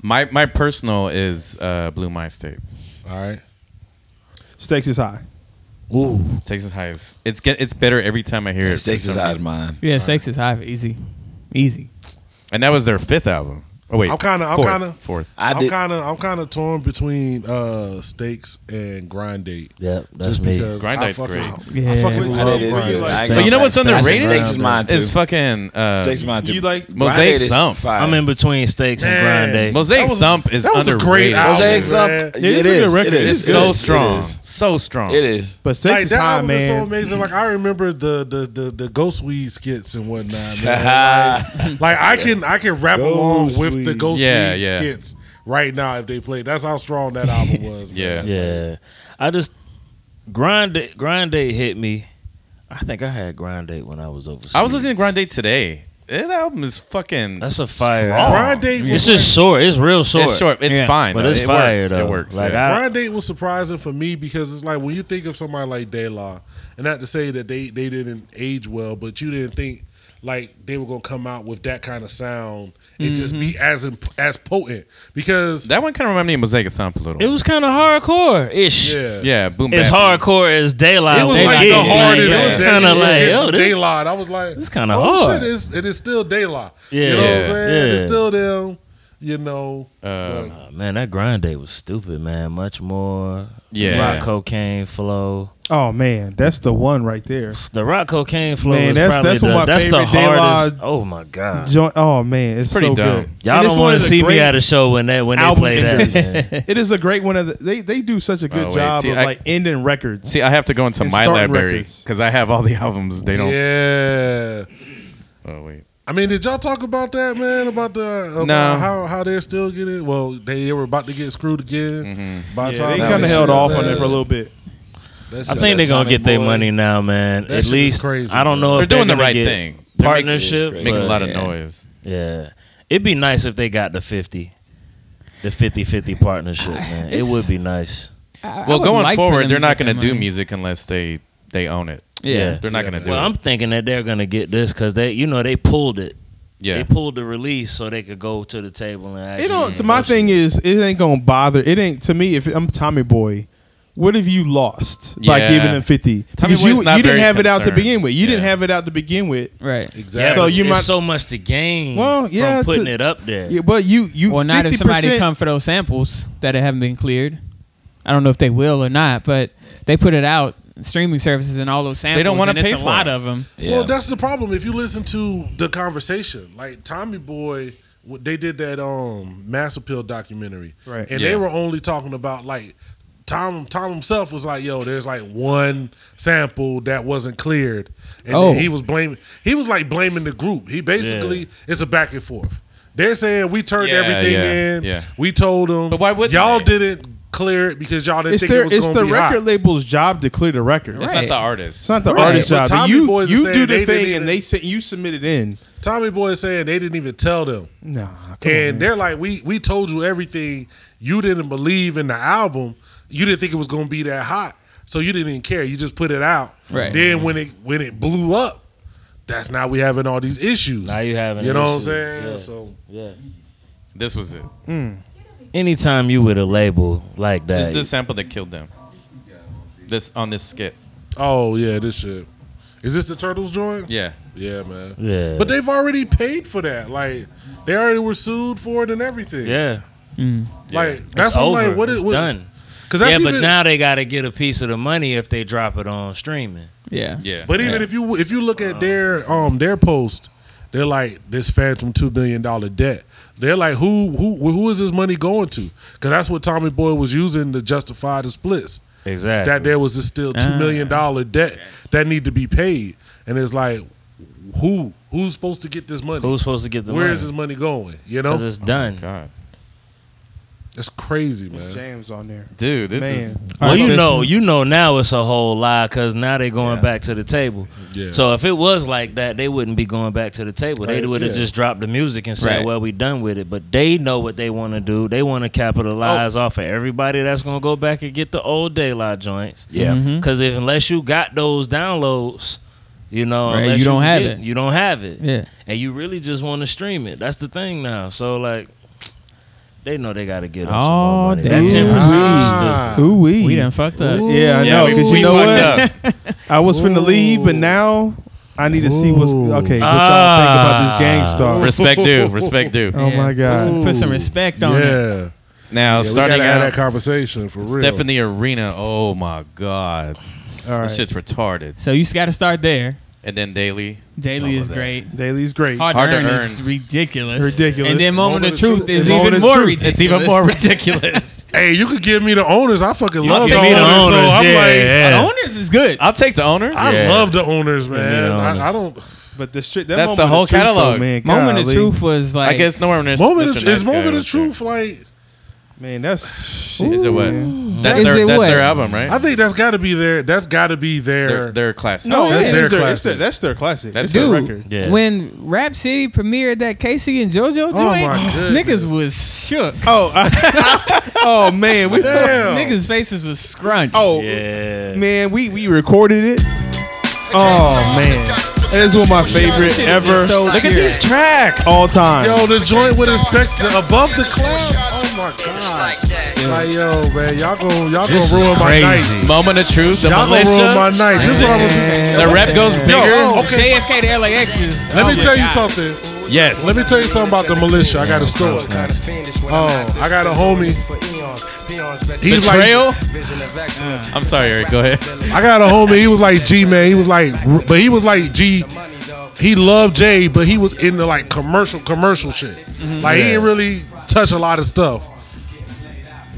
Speaker 1: my my personal is uh, Blue Minds tape.
Speaker 2: All right.
Speaker 5: Stakes is high.
Speaker 6: Ooh,
Speaker 1: Texas High is it's get it's better every time I hear it. for
Speaker 6: stakes
Speaker 1: some
Speaker 6: is out of
Speaker 1: reason.
Speaker 6: mine.
Speaker 3: yeah, sex is high, easy, easy.
Speaker 1: And that was their fifth album. Oh wait,
Speaker 2: I'm kinda- I'm
Speaker 1: fourth,
Speaker 2: kinda-
Speaker 1: fourth.
Speaker 6: I
Speaker 2: I'm
Speaker 6: did.
Speaker 2: kind of I'm kind of torn between uh steaks and grind date.
Speaker 4: Yep, that's
Speaker 2: just
Speaker 4: me.
Speaker 2: because
Speaker 1: Grind
Speaker 2: I
Speaker 1: Date's
Speaker 2: fucking,
Speaker 1: great.
Speaker 2: I
Speaker 3: Yeah.
Speaker 2: fucking
Speaker 5: Which
Speaker 2: love
Speaker 5: Date is
Speaker 2: grind.
Speaker 5: good.
Speaker 2: Date.
Speaker 5: I
Speaker 1: But you know what's
Speaker 6: Stakes-
Speaker 1: underrated?
Speaker 6: Stakes is mine too.
Speaker 1: It's fucking uh,
Speaker 6: Stakes is mine too.
Speaker 5: You like-
Speaker 1: Mosaic
Speaker 6: Grinded is
Speaker 1: Thump.
Speaker 6: fire.
Speaker 4: I'm in between Steaks and
Speaker 2: Man.
Speaker 4: Grande.
Speaker 1: Mosaic
Speaker 2: That was a-
Speaker 1: Thump is
Speaker 2: that was a
Speaker 1: underrated.
Speaker 2: great album.
Speaker 6: Mosaic Zump.
Speaker 2: man.
Speaker 6: It
Speaker 5: Yeah, it's a good
Speaker 6: is.
Speaker 5: record.
Speaker 6: It is.
Speaker 1: It's so
Speaker 6: It
Speaker 1: strong,
Speaker 6: is.
Speaker 1: so strong.
Speaker 6: It is.
Speaker 5: But Stakes
Speaker 2: Like
Speaker 5: is
Speaker 2: that
Speaker 5: high,
Speaker 2: album is so
Speaker 5: man.
Speaker 2: amazing. Like I remember the the the, the ghost weed skits and whatnot. Man. Like, like, I can I can rap along with the ghost
Speaker 1: Yeah,
Speaker 2: weed
Speaker 1: yeah.
Speaker 2: skits right now if they played. That's how strong that album was.
Speaker 1: Yeah.
Speaker 2: man.
Speaker 4: Yeah, I just grind grind day hit me. I think I had grind date when I was overseas.
Speaker 1: I was listening to Grind Date today. That album is fucking.
Speaker 4: That's a fire. album.
Speaker 2: Grind date was
Speaker 4: It's just short. It's real short.
Speaker 1: It's short. It's
Speaker 3: Yeah.
Speaker 1: fine.
Speaker 4: but
Speaker 1: though.
Speaker 4: it's
Speaker 1: it
Speaker 4: fire
Speaker 1: works.
Speaker 4: though.
Speaker 1: It works.
Speaker 4: Like
Speaker 1: yeah.
Speaker 4: I-
Speaker 2: Grind Date was surprising for me because it's like when you think of somebody like De La, and not to say that they, they didn't age well, but you didn't think like they were gonna come out with that kind of sound and just be
Speaker 4: Mm-hmm.
Speaker 2: as imp- as potent because
Speaker 1: that one kind of reminded me of Mosaic Thump a little.
Speaker 4: it was kind of hardcore ish.
Speaker 2: yeah.
Speaker 1: yeah, boom.
Speaker 4: It's
Speaker 1: bap.
Speaker 4: hardcore as daylight.
Speaker 2: It was
Speaker 4: will
Speaker 2: like
Speaker 4: get.
Speaker 2: the hardest.
Speaker 4: Like, it was
Speaker 2: that
Speaker 4: kind
Speaker 2: you
Speaker 4: of
Speaker 2: could
Speaker 4: like,
Speaker 2: get
Speaker 4: yo,
Speaker 2: from
Speaker 4: this,
Speaker 2: Daylight. I was like,
Speaker 4: this kinda
Speaker 2: oh,
Speaker 4: hard.
Speaker 2: Shit, it's, it is still daylight.
Speaker 4: Yeah.
Speaker 2: you know what I'm saying?
Speaker 4: Yeah.
Speaker 2: It's still them. you know.
Speaker 1: Uh,
Speaker 2: but-
Speaker 4: Oh, man, that grind day was stupid, man. Much more.
Speaker 1: Yeah.
Speaker 4: Rock cocaine flow.
Speaker 5: Oh man, that's the one right there.
Speaker 4: The rock cocaine flow
Speaker 5: Man,
Speaker 4: is
Speaker 5: that's-
Speaker 4: probably
Speaker 5: that's
Speaker 4: the,
Speaker 5: one of my
Speaker 4: that's the
Speaker 5: favorite De La-
Speaker 4: hardest. oh my god.
Speaker 5: Joint. Oh man, it's,
Speaker 1: pretty
Speaker 5: so
Speaker 1: dumb.
Speaker 5: good.
Speaker 4: Y'all
Speaker 5: And it's
Speaker 4: don't
Speaker 5: one
Speaker 4: want
Speaker 5: of
Speaker 4: to
Speaker 5: the
Speaker 4: see me
Speaker 5: great
Speaker 4: at a show when that when they
Speaker 5: album
Speaker 4: play
Speaker 5: enders.
Speaker 4: that.
Speaker 5: it is a great one of the. They they do such a good
Speaker 1: Oh, wait,
Speaker 5: job
Speaker 1: see,
Speaker 5: of
Speaker 1: I-
Speaker 5: like ending records.
Speaker 1: see, I have to go into
Speaker 5: And
Speaker 1: my
Speaker 5: starting
Speaker 1: library
Speaker 5: records.
Speaker 1: because I have all the albums. They don't.
Speaker 2: yeah.
Speaker 1: Oh wait.
Speaker 2: I mean, did y'all talk about that, man? About the about
Speaker 1: No.
Speaker 2: how how they're still getting well, they were about to get screwed again. By the
Speaker 5: yeah,
Speaker 2: time
Speaker 5: they
Speaker 2: that
Speaker 5: kind of
Speaker 2: shit
Speaker 5: held
Speaker 2: up
Speaker 5: off
Speaker 2: there.
Speaker 5: on it for a little bit.
Speaker 2: That
Speaker 4: I
Speaker 2: shit
Speaker 4: think
Speaker 2: up
Speaker 4: they're gonna
Speaker 2: there.
Speaker 4: get their
Speaker 2: Boy,
Speaker 4: money now, man.
Speaker 2: That
Speaker 4: At
Speaker 2: shit is
Speaker 4: least
Speaker 2: crazy,
Speaker 4: I don't know
Speaker 1: They're
Speaker 4: if they're
Speaker 1: doing the
Speaker 4: gonna
Speaker 1: right thing.
Speaker 4: get
Speaker 1: They're making-
Speaker 4: Partnership,
Speaker 1: Making a
Speaker 4: but
Speaker 1: lot of
Speaker 4: yeah.
Speaker 1: noise.
Speaker 4: Yeah, it'd be nice if they got the fifty, the 50-50
Speaker 5: Ah,
Speaker 4: partnership, man. It would be nice.
Speaker 3: I- I
Speaker 1: Well,
Speaker 3: would
Speaker 1: going
Speaker 3: like for them
Speaker 1: forward, they're
Speaker 3: to
Speaker 1: not
Speaker 3: get
Speaker 1: going
Speaker 3: that
Speaker 1: to do
Speaker 3: money.
Speaker 1: music unless they they own it.
Speaker 4: Yeah.
Speaker 1: they're not
Speaker 2: Yeah,
Speaker 1: going to do
Speaker 4: Well,
Speaker 1: it.
Speaker 4: I'm thinking that they're gonna get this because they, you know, they pulled it.
Speaker 1: yeah,
Speaker 4: They pulled the release so they could go to the table and.
Speaker 5: It
Speaker 4: actually
Speaker 5: don't. To my
Speaker 4: negotiate.
Speaker 5: thing is, it ain't gonna bother. It ain't to me. If I'm Tommy Boy, what have you lost by
Speaker 1: Yeah.
Speaker 5: giving them fifty?
Speaker 1: Tommy
Speaker 5: Because you,
Speaker 1: Boy's not
Speaker 5: you didn't
Speaker 1: very
Speaker 5: have it out to
Speaker 1: concerned.
Speaker 5: begin with. You didn't
Speaker 1: Yeah.
Speaker 5: have it out to begin with.
Speaker 3: Right.
Speaker 4: Yeah,
Speaker 2: exactly.
Speaker 5: So
Speaker 4: so
Speaker 5: you
Speaker 4: you
Speaker 5: might-
Speaker 4: so much to gain.
Speaker 5: Well, yeah,
Speaker 4: from putting
Speaker 5: to-
Speaker 4: it up there.
Speaker 5: Yeah, but you you
Speaker 3: Well, not if
Speaker 5: 50%,
Speaker 3: somebody come for those samples that haven't been cleared. I don't know if they will or not, but they put it out streaming services and all those samples.
Speaker 1: don't wanna
Speaker 3: and it's
Speaker 1: pay
Speaker 3: a
Speaker 1: for
Speaker 3: lot
Speaker 1: it.
Speaker 3: of them.
Speaker 2: Well, that's the problem. If you listen to the conversation, like Tommy Boy, what- they did that um Mass Appeal documentary,
Speaker 5: Right.
Speaker 2: And
Speaker 1: Yeah.
Speaker 2: they were only talking about like Tom. Tom himself was like, "Yo, there's like one sample that wasn't cleared," and
Speaker 3: Oh.
Speaker 2: then he was blaming. He was like blaming the group. He basically it's a back and forth. They're saying we turned
Speaker 1: Yeah,
Speaker 2: everything
Speaker 1: yeah,
Speaker 2: in.
Speaker 1: yeah.
Speaker 2: We told them,
Speaker 1: But why wouldn't
Speaker 2: y'all
Speaker 1: they?
Speaker 2: didn't clear it because y'all didn't
Speaker 5: It's
Speaker 2: think
Speaker 5: their
Speaker 2: it was
Speaker 5: it's
Speaker 2: going to
Speaker 5: the
Speaker 2: be
Speaker 5: record
Speaker 2: hot.
Speaker 5: label's job to clear the record.
Speaker 1: it's
Speaker 3: Right.
Speaker 1: not the
Speaker 5: It's
Speaker 1: artist.
Speaker 5: not the
Speaker 3: Right.
Speaker 5: artist's
Speaker 2: But
Speaker 5: job.
Speaker 2: Tommy
Speaker 5: You
Speaker 2: Boys are
Speaker 5: you
Speaker 2: saying
Speaker 5: do the
Speaker 2: they didn't
Speaker 5: thing
Speaker 2: even-
Speaker 5: and they sent you submit it in.
Speaker 2: Tommy Boy is saying they didn't even tell them.
Speaker 5: Nah, come
Speaker 2: and
Speaker 5: on, man.
Speaker 2: they're like, we we told you everything. You didn't believe in the album. You didn't think it was gonna be that hot, so you didn't even care. You just put it out.
Speaker 3: Right.
Speaker 2: Then when it when it blew up, that's now we having all these issues.
Speaker 4: Now you having
Speaker 2: you know
Speaker 4: issues,
Speaker 2: what I'm saying?
Speaker 4: yeah.
Speaker 2: So
Speaker 4: Yeah.
Speaker 1: This was it.
Speaker 4: Anytime you with a label like
Speaker 1: This
Speaker 4: that,
Speaker 1: is the sample that killed them. This on this skit.
Speaker 2: oh yeah, this shit. Is this the Turtles joint?
Speaker 1: Yeah,
Speaker 2: Yeah, man.
Speaker 4: Yeah.
Speaker 2: But they've already paid for that. Like they already were sued for it and everything.
Speaker 4: yeah,
Speaker 3: Mm,
Speaker 2: Like
Speaker 4: that's
Speaker 2: that's
Speaker 4: it's
Speaker 2: what I'm
Speaker 4: over.
Speaker 2: like what is
Speaker 4: it's
Speaker 2: what,
Speaker 4: done.
Speaker 2: Cause that's
Speaker 4: yeah,
Speaker 2: even,
Speaker 4: but now they got to get a piece of the money if they drop it on streaming.
Speaker 3: Yeah.
Speaker 1: yeah.
Speaker 2: But even if you if you look
Speaker 4: Uh-huh.
Speaker 2: at their um their post, they're like this phantom two billion dollar debt. They're like who who who is this money going to? Because that's what Tommy Boy was using to justify the splits.
Speaker 4: Exactly. Ah.
Speaker 2: That there was this still two million dollar debt that need to be paid, and it's like who who's supposed to get this money?
Speaker 4: Who's supposed to get the
Speaker 2: Where
Speaker 4: money?
Speaker 2: is this money going? You know,
Speaker 4: Because it's done.
Speaker 1: God,
Speaker 2: that's crazy, man.
Speaker 5: James on there.
Speaker 1: dude, this
Speaker 5: Man.
Speaker 1: is
Speaker 4: well, you
Speaker 5: Artificial.
Speaker 4: know, you know now it's a whole lie because now they're going
Speaker 1: Yeah.
Speaker 4: back to the table.
Speaker 2: Yeah.
Speaker 4: So if it was like that, they wouldn't be going back to the table. They
Speaker 2: Right,
Speaker 4: would have
Speaker 2: yeah.
Speaker 4: just dropped the music and said,
Speaker 1: Right.
Speaker 4: "Well, we done with it." But they know what they want to do. They want to capitalize
Speaker 3: Oh.
Speaker 4: off of everybody that's going to go back and get the old daylight joints.
Speaker 6: Yeah.
Speaker 3: Mm-hmm.
Speaker 4: Because if unless you got those downloads, you know,
Speaker 3: Right,
Speaker 4: unless
Speaker 3: you don't have
Speaker 4: get-
Speaker 3: it.
Speaker 4: You don't have it.
Speaker 3: Yeah.
Speaker 4: And you really just want to stream it. That's the thing now. So like, they know they got to get.
Speaker 3: Oh,
Speaker 4: Oh, that
Speaker 3: dude.
Speaker 4: ten percent is stupid.
Speaker 2: Ah.
Speaker 5: Ooh wee.
Speaker 3: We done fucked up.
Speaker 5: Yeah,
Speaker 1: yeah.
Speaker 5: I know.
Speaker 1: we,
Speaker 5: Because
Speaker 1: we
Speaker 5: you know
Speaker 1: fucked
Speaker 5: what?
Speaker 1: up.
Speaker 5: I was finna leave, but now I need to see what's
Speaker 2: Ooh.
Speaker 5: okay. What y'all think about
Speaker 4: Ah.
Speaker 5: this gang star?
Speaker 1: respect due. Respect due.
Speaker 5: Oh
Speaker 3: Yeah.
Speaker 5: my
Speaker 3: Put
Speaker 5: god.
Speaker 3: some, put some respect on it.
Speaker 2: Yeah,
Speaker 1: Now
Speaker 2: yeah starting
Speaker 1: starting
Speaker 2: to have that
Speaker 1: out,
Speaker 2: conversation for real.
Speaker 1: step in the arena. Oh my God,
Speaker 5: All
Speaker 1: this
Speaker 5: right.
Speaker 1: shit's retarded.
Speaker 3: So you got to start there.
Speaker 1: And then daily,
Speaker 3: Daily
Speaker 1: All
Speaker 3: is
Speaker 1: of that.
Speaker 3: great.
Speaker 5: Daily's great.
Speaker 3: Hard,
Speaker 1: Hard to
Speaker 3: to earn, is
Speaker 1: earn.
Speaker 3: ridiculous.
Speaker 5: Ridiculous.
Speaker 3: And then moment, of truth is
Speaker 5: Moment
Speaker 3: even
Speaker 5: of
Speaker 3: more
Speaker 5: truth.
Speaker 3: ridiculous.
Speaker 1: it's even more ridiculous.
Speaker 2: hey, you could give me the owners. I fucking love the
Speaker 4: give me
Speaker 2: owners.
Speaker 4: the owners,
Speaker 2: so I'm
Speaker 4: yeah,
Speaker 2: like,
Speaker 4: yeah.
Speaker 3: The owners is good.
Speaker 1: I'll take the owners.
Speaker 2: I
Speaker 1: Yeah.
Speaker 2: love the owners, man. I, I don't.
Speaker 5: But the stri- that
Speaker 1: That's
Speaker 5: moment
Speaker 1: the
Speaker 5: of
Speaker 1: whole
Speaker 5: truth, though,
Speaker 1: catalog.
Speaker 5: man,
Speaker 3: moment of
Speaker 5: Oh golly.
Speaker 3: truth was like
Speaker 1: I guess no one.
Speaker 2: Moment of, is moment of truth like
Speaker 5: Man, that's
Speaker 1: Is it what? That's
Speaker 3: Is
Speaker 1: their
Speaker 3: it
Speaker 1: that's
Speaker 3: what?
Speaker 1: their album, right?
Speaker 2: I think that's got to be their that's got to be their,
Speaker 1: their their classic.
Speaker 5: No,
Speaker 2: that's
Speaker 5: that's,
Speaker 2: their classic.
Speaker 5: their classic. that's their classic.
Speaker 1: That's
Speaker 5: That's
Speaker 1: their
Speaker 5: their
Speaker 3: Dude,
Speaker 5: record.
Speaker 4: Yeah.
Speaker 3: when Rap City premiered that Casey and JoJo joint,
Speaker 2: my goodness.
Speaker 3: niggas was shook.
Speaker 5: Oh, I- oh man, we
Speaker 2: Damn.
Speaker 3: Niggas' faces was scrunched.
Speaker 5: oh
Speaker 4: Yeah.
Speaker 5: man, we we recorded it. Oh man, that is one of my favorite ever
Speaker 3: so
Speaker 1: Look at these tracks.
Speaker 5: all time.
Speaker 2: yo the joint with respect the, above the clouds. Oh my god! Like yo, man, y'all gonna y'all
Speaker 4: This
Speaker 2: gonna
Speaker 4: is
Speaker 2: ruin my
Speaker 4: crazy.
Speaker 2: night.
Speaker 1: Moment of truth. The
Speaker 2: Y'all gonna ruin my
Speaker 1: militia.
Speaker 2: night. This is what I'm gonna do.
Speaker 1: The rep goes bigger.
Speaker 2: Yo,
Speaker 3: Oh,
Speaker 2: okay.
Speaker 3: JFK to LAX is.
Speaker 2: Let
Speaker 3: oh
Speaker 2: me
Speaker 3: my
Speaker 2: tell you
Speaker 3: God.
Speaker 2: something.
Speaker 1: Yes.
Speaker 2: Let me tell you something about the militia. I got a story. Oh, I got a homie. He's
Speaker 1: Betrayal?
Speaker 2: like,
Speaker 1: I'm sorry, Eric. Go ahead.
Speaker 2: I got a homie. He was like G man. He was like, but he was like G. He loved Jay, but he was into like commercial, commercial shit.
Speaker 1: Mm-hmm.
Speaker 2: Like he didn't really touch a lot of stuff.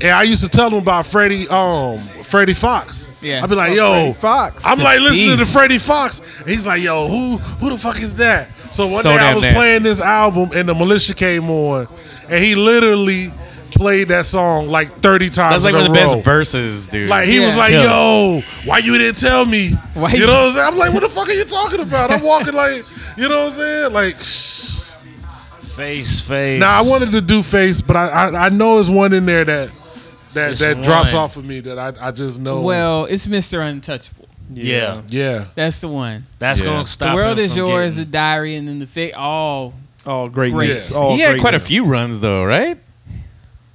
Speaker 2: And I used to tell him about Freddie, um, Freddie Fox.
Speaker 3: Yeah.
Speaker 2: I'd be
Speaker 1: Oh,
Speaker 2: like, yo,
Speaker 5: Freddie Fox.
Speaker 2: I'm like listening to
Speaker 1: beast.
Speaker 2: Freddie Fox. And he's like, yo, who, who the fuck is that? So one
Speaker 1: So
Speaker 2: day I
Speaker 1: damn
Speaker 2: was
Speaker 1: nasty.
Speaker 2: playing this album, and the militia came on, and he literally played that song like 30 times.
Speaker 1: That's like
Speaker 2: in
Speaker 1: one
Speaker 2: a
Speaker 1: of the
Speaker 2: row.
Speaker 1: best verses, dude.
Speaker 2: Like he was
Speaker 3: Yeah.
Speaker 2: like,
Speaker 4: Yeah.
Speaker 2: "Yo, why you didn't tell me?"
Speaker 3: Why
Speaker 2: you
Speaker 3: you-
Speaker 2: know what I'm saying? I'm like, "What the fuck are you talking about?" I'm walking like, you know what I'm saying? Like, shh.
Speaker 4: Face, face.
Speaker 2: now I wanted to do face, but I I, I know it's one in there that that
Speaker 4: It's
Speaker 2: that drops
Speaker 4: one.
Speaker 2: off of me that I, I just know.
Speaker 3: Well, it's Mr. Untouchable.
Speaker 4: Yeah,
Speaker 2: yeah,
Speaker 3: That's the one.
Speaker 4: that's
Speaker 1: Yeah.
Speaker 4: gonna stop.
Speaker 3: the world
Speaker 4: him
Speaker 3: is
Speaker 4: from
Speaker 3: yours, the
Speaker 4: getting-
Speaker 3: diary, and then the fake. Oh,
Speaker 5: All greatness.
Speaker 2: Yeah.
Speaker 5: All
Speaker 1: he had quite a
Speaker 5: greatness.
Speaker 1: few runs though, right?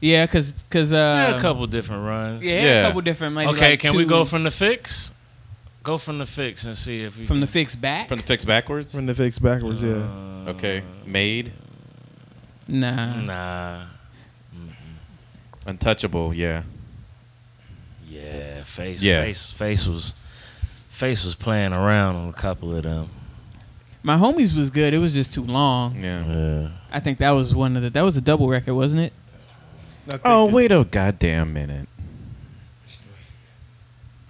Speaker 3: yeah, because because uh,
Speaker 4: Had a couple different runs.
Speaker 3: yeah,
Speaker 1: Yeah.
Speaker 3: a couple different. Maybe
Speaker 4: Okay,
Speaker 3: like
Speaker 4: can
Speaker 3: two
Speaker 4: we go from the fix? Go from the fix and see if we
Speaker 3: from the
Speaker 4: can-
Speaker 3: fix back?
Speaker 1: From the fix backwards.
Speaker 5: From the fix backwards, yeah.
Speaker 4: uh,
Speaker 1: Okay, made
Speaker 3: nah,
Speaker 4: Mm. Nah.
Speaker 1: untouchable. Yeah,
Speaker 4: Yeah, face.
Speaker 1: Yeah.
Speaker 4: Face. Face was. Face was playing around on a couple of them.
Speaker 3: my homies was good. It was just too long.
Speaker 1: yeah.
Speaker 4: Yeah.
Speaker 3: I think that was one of the. That was a double record, wasn't it?
Speaker 1: Oh wait a goddamn minute.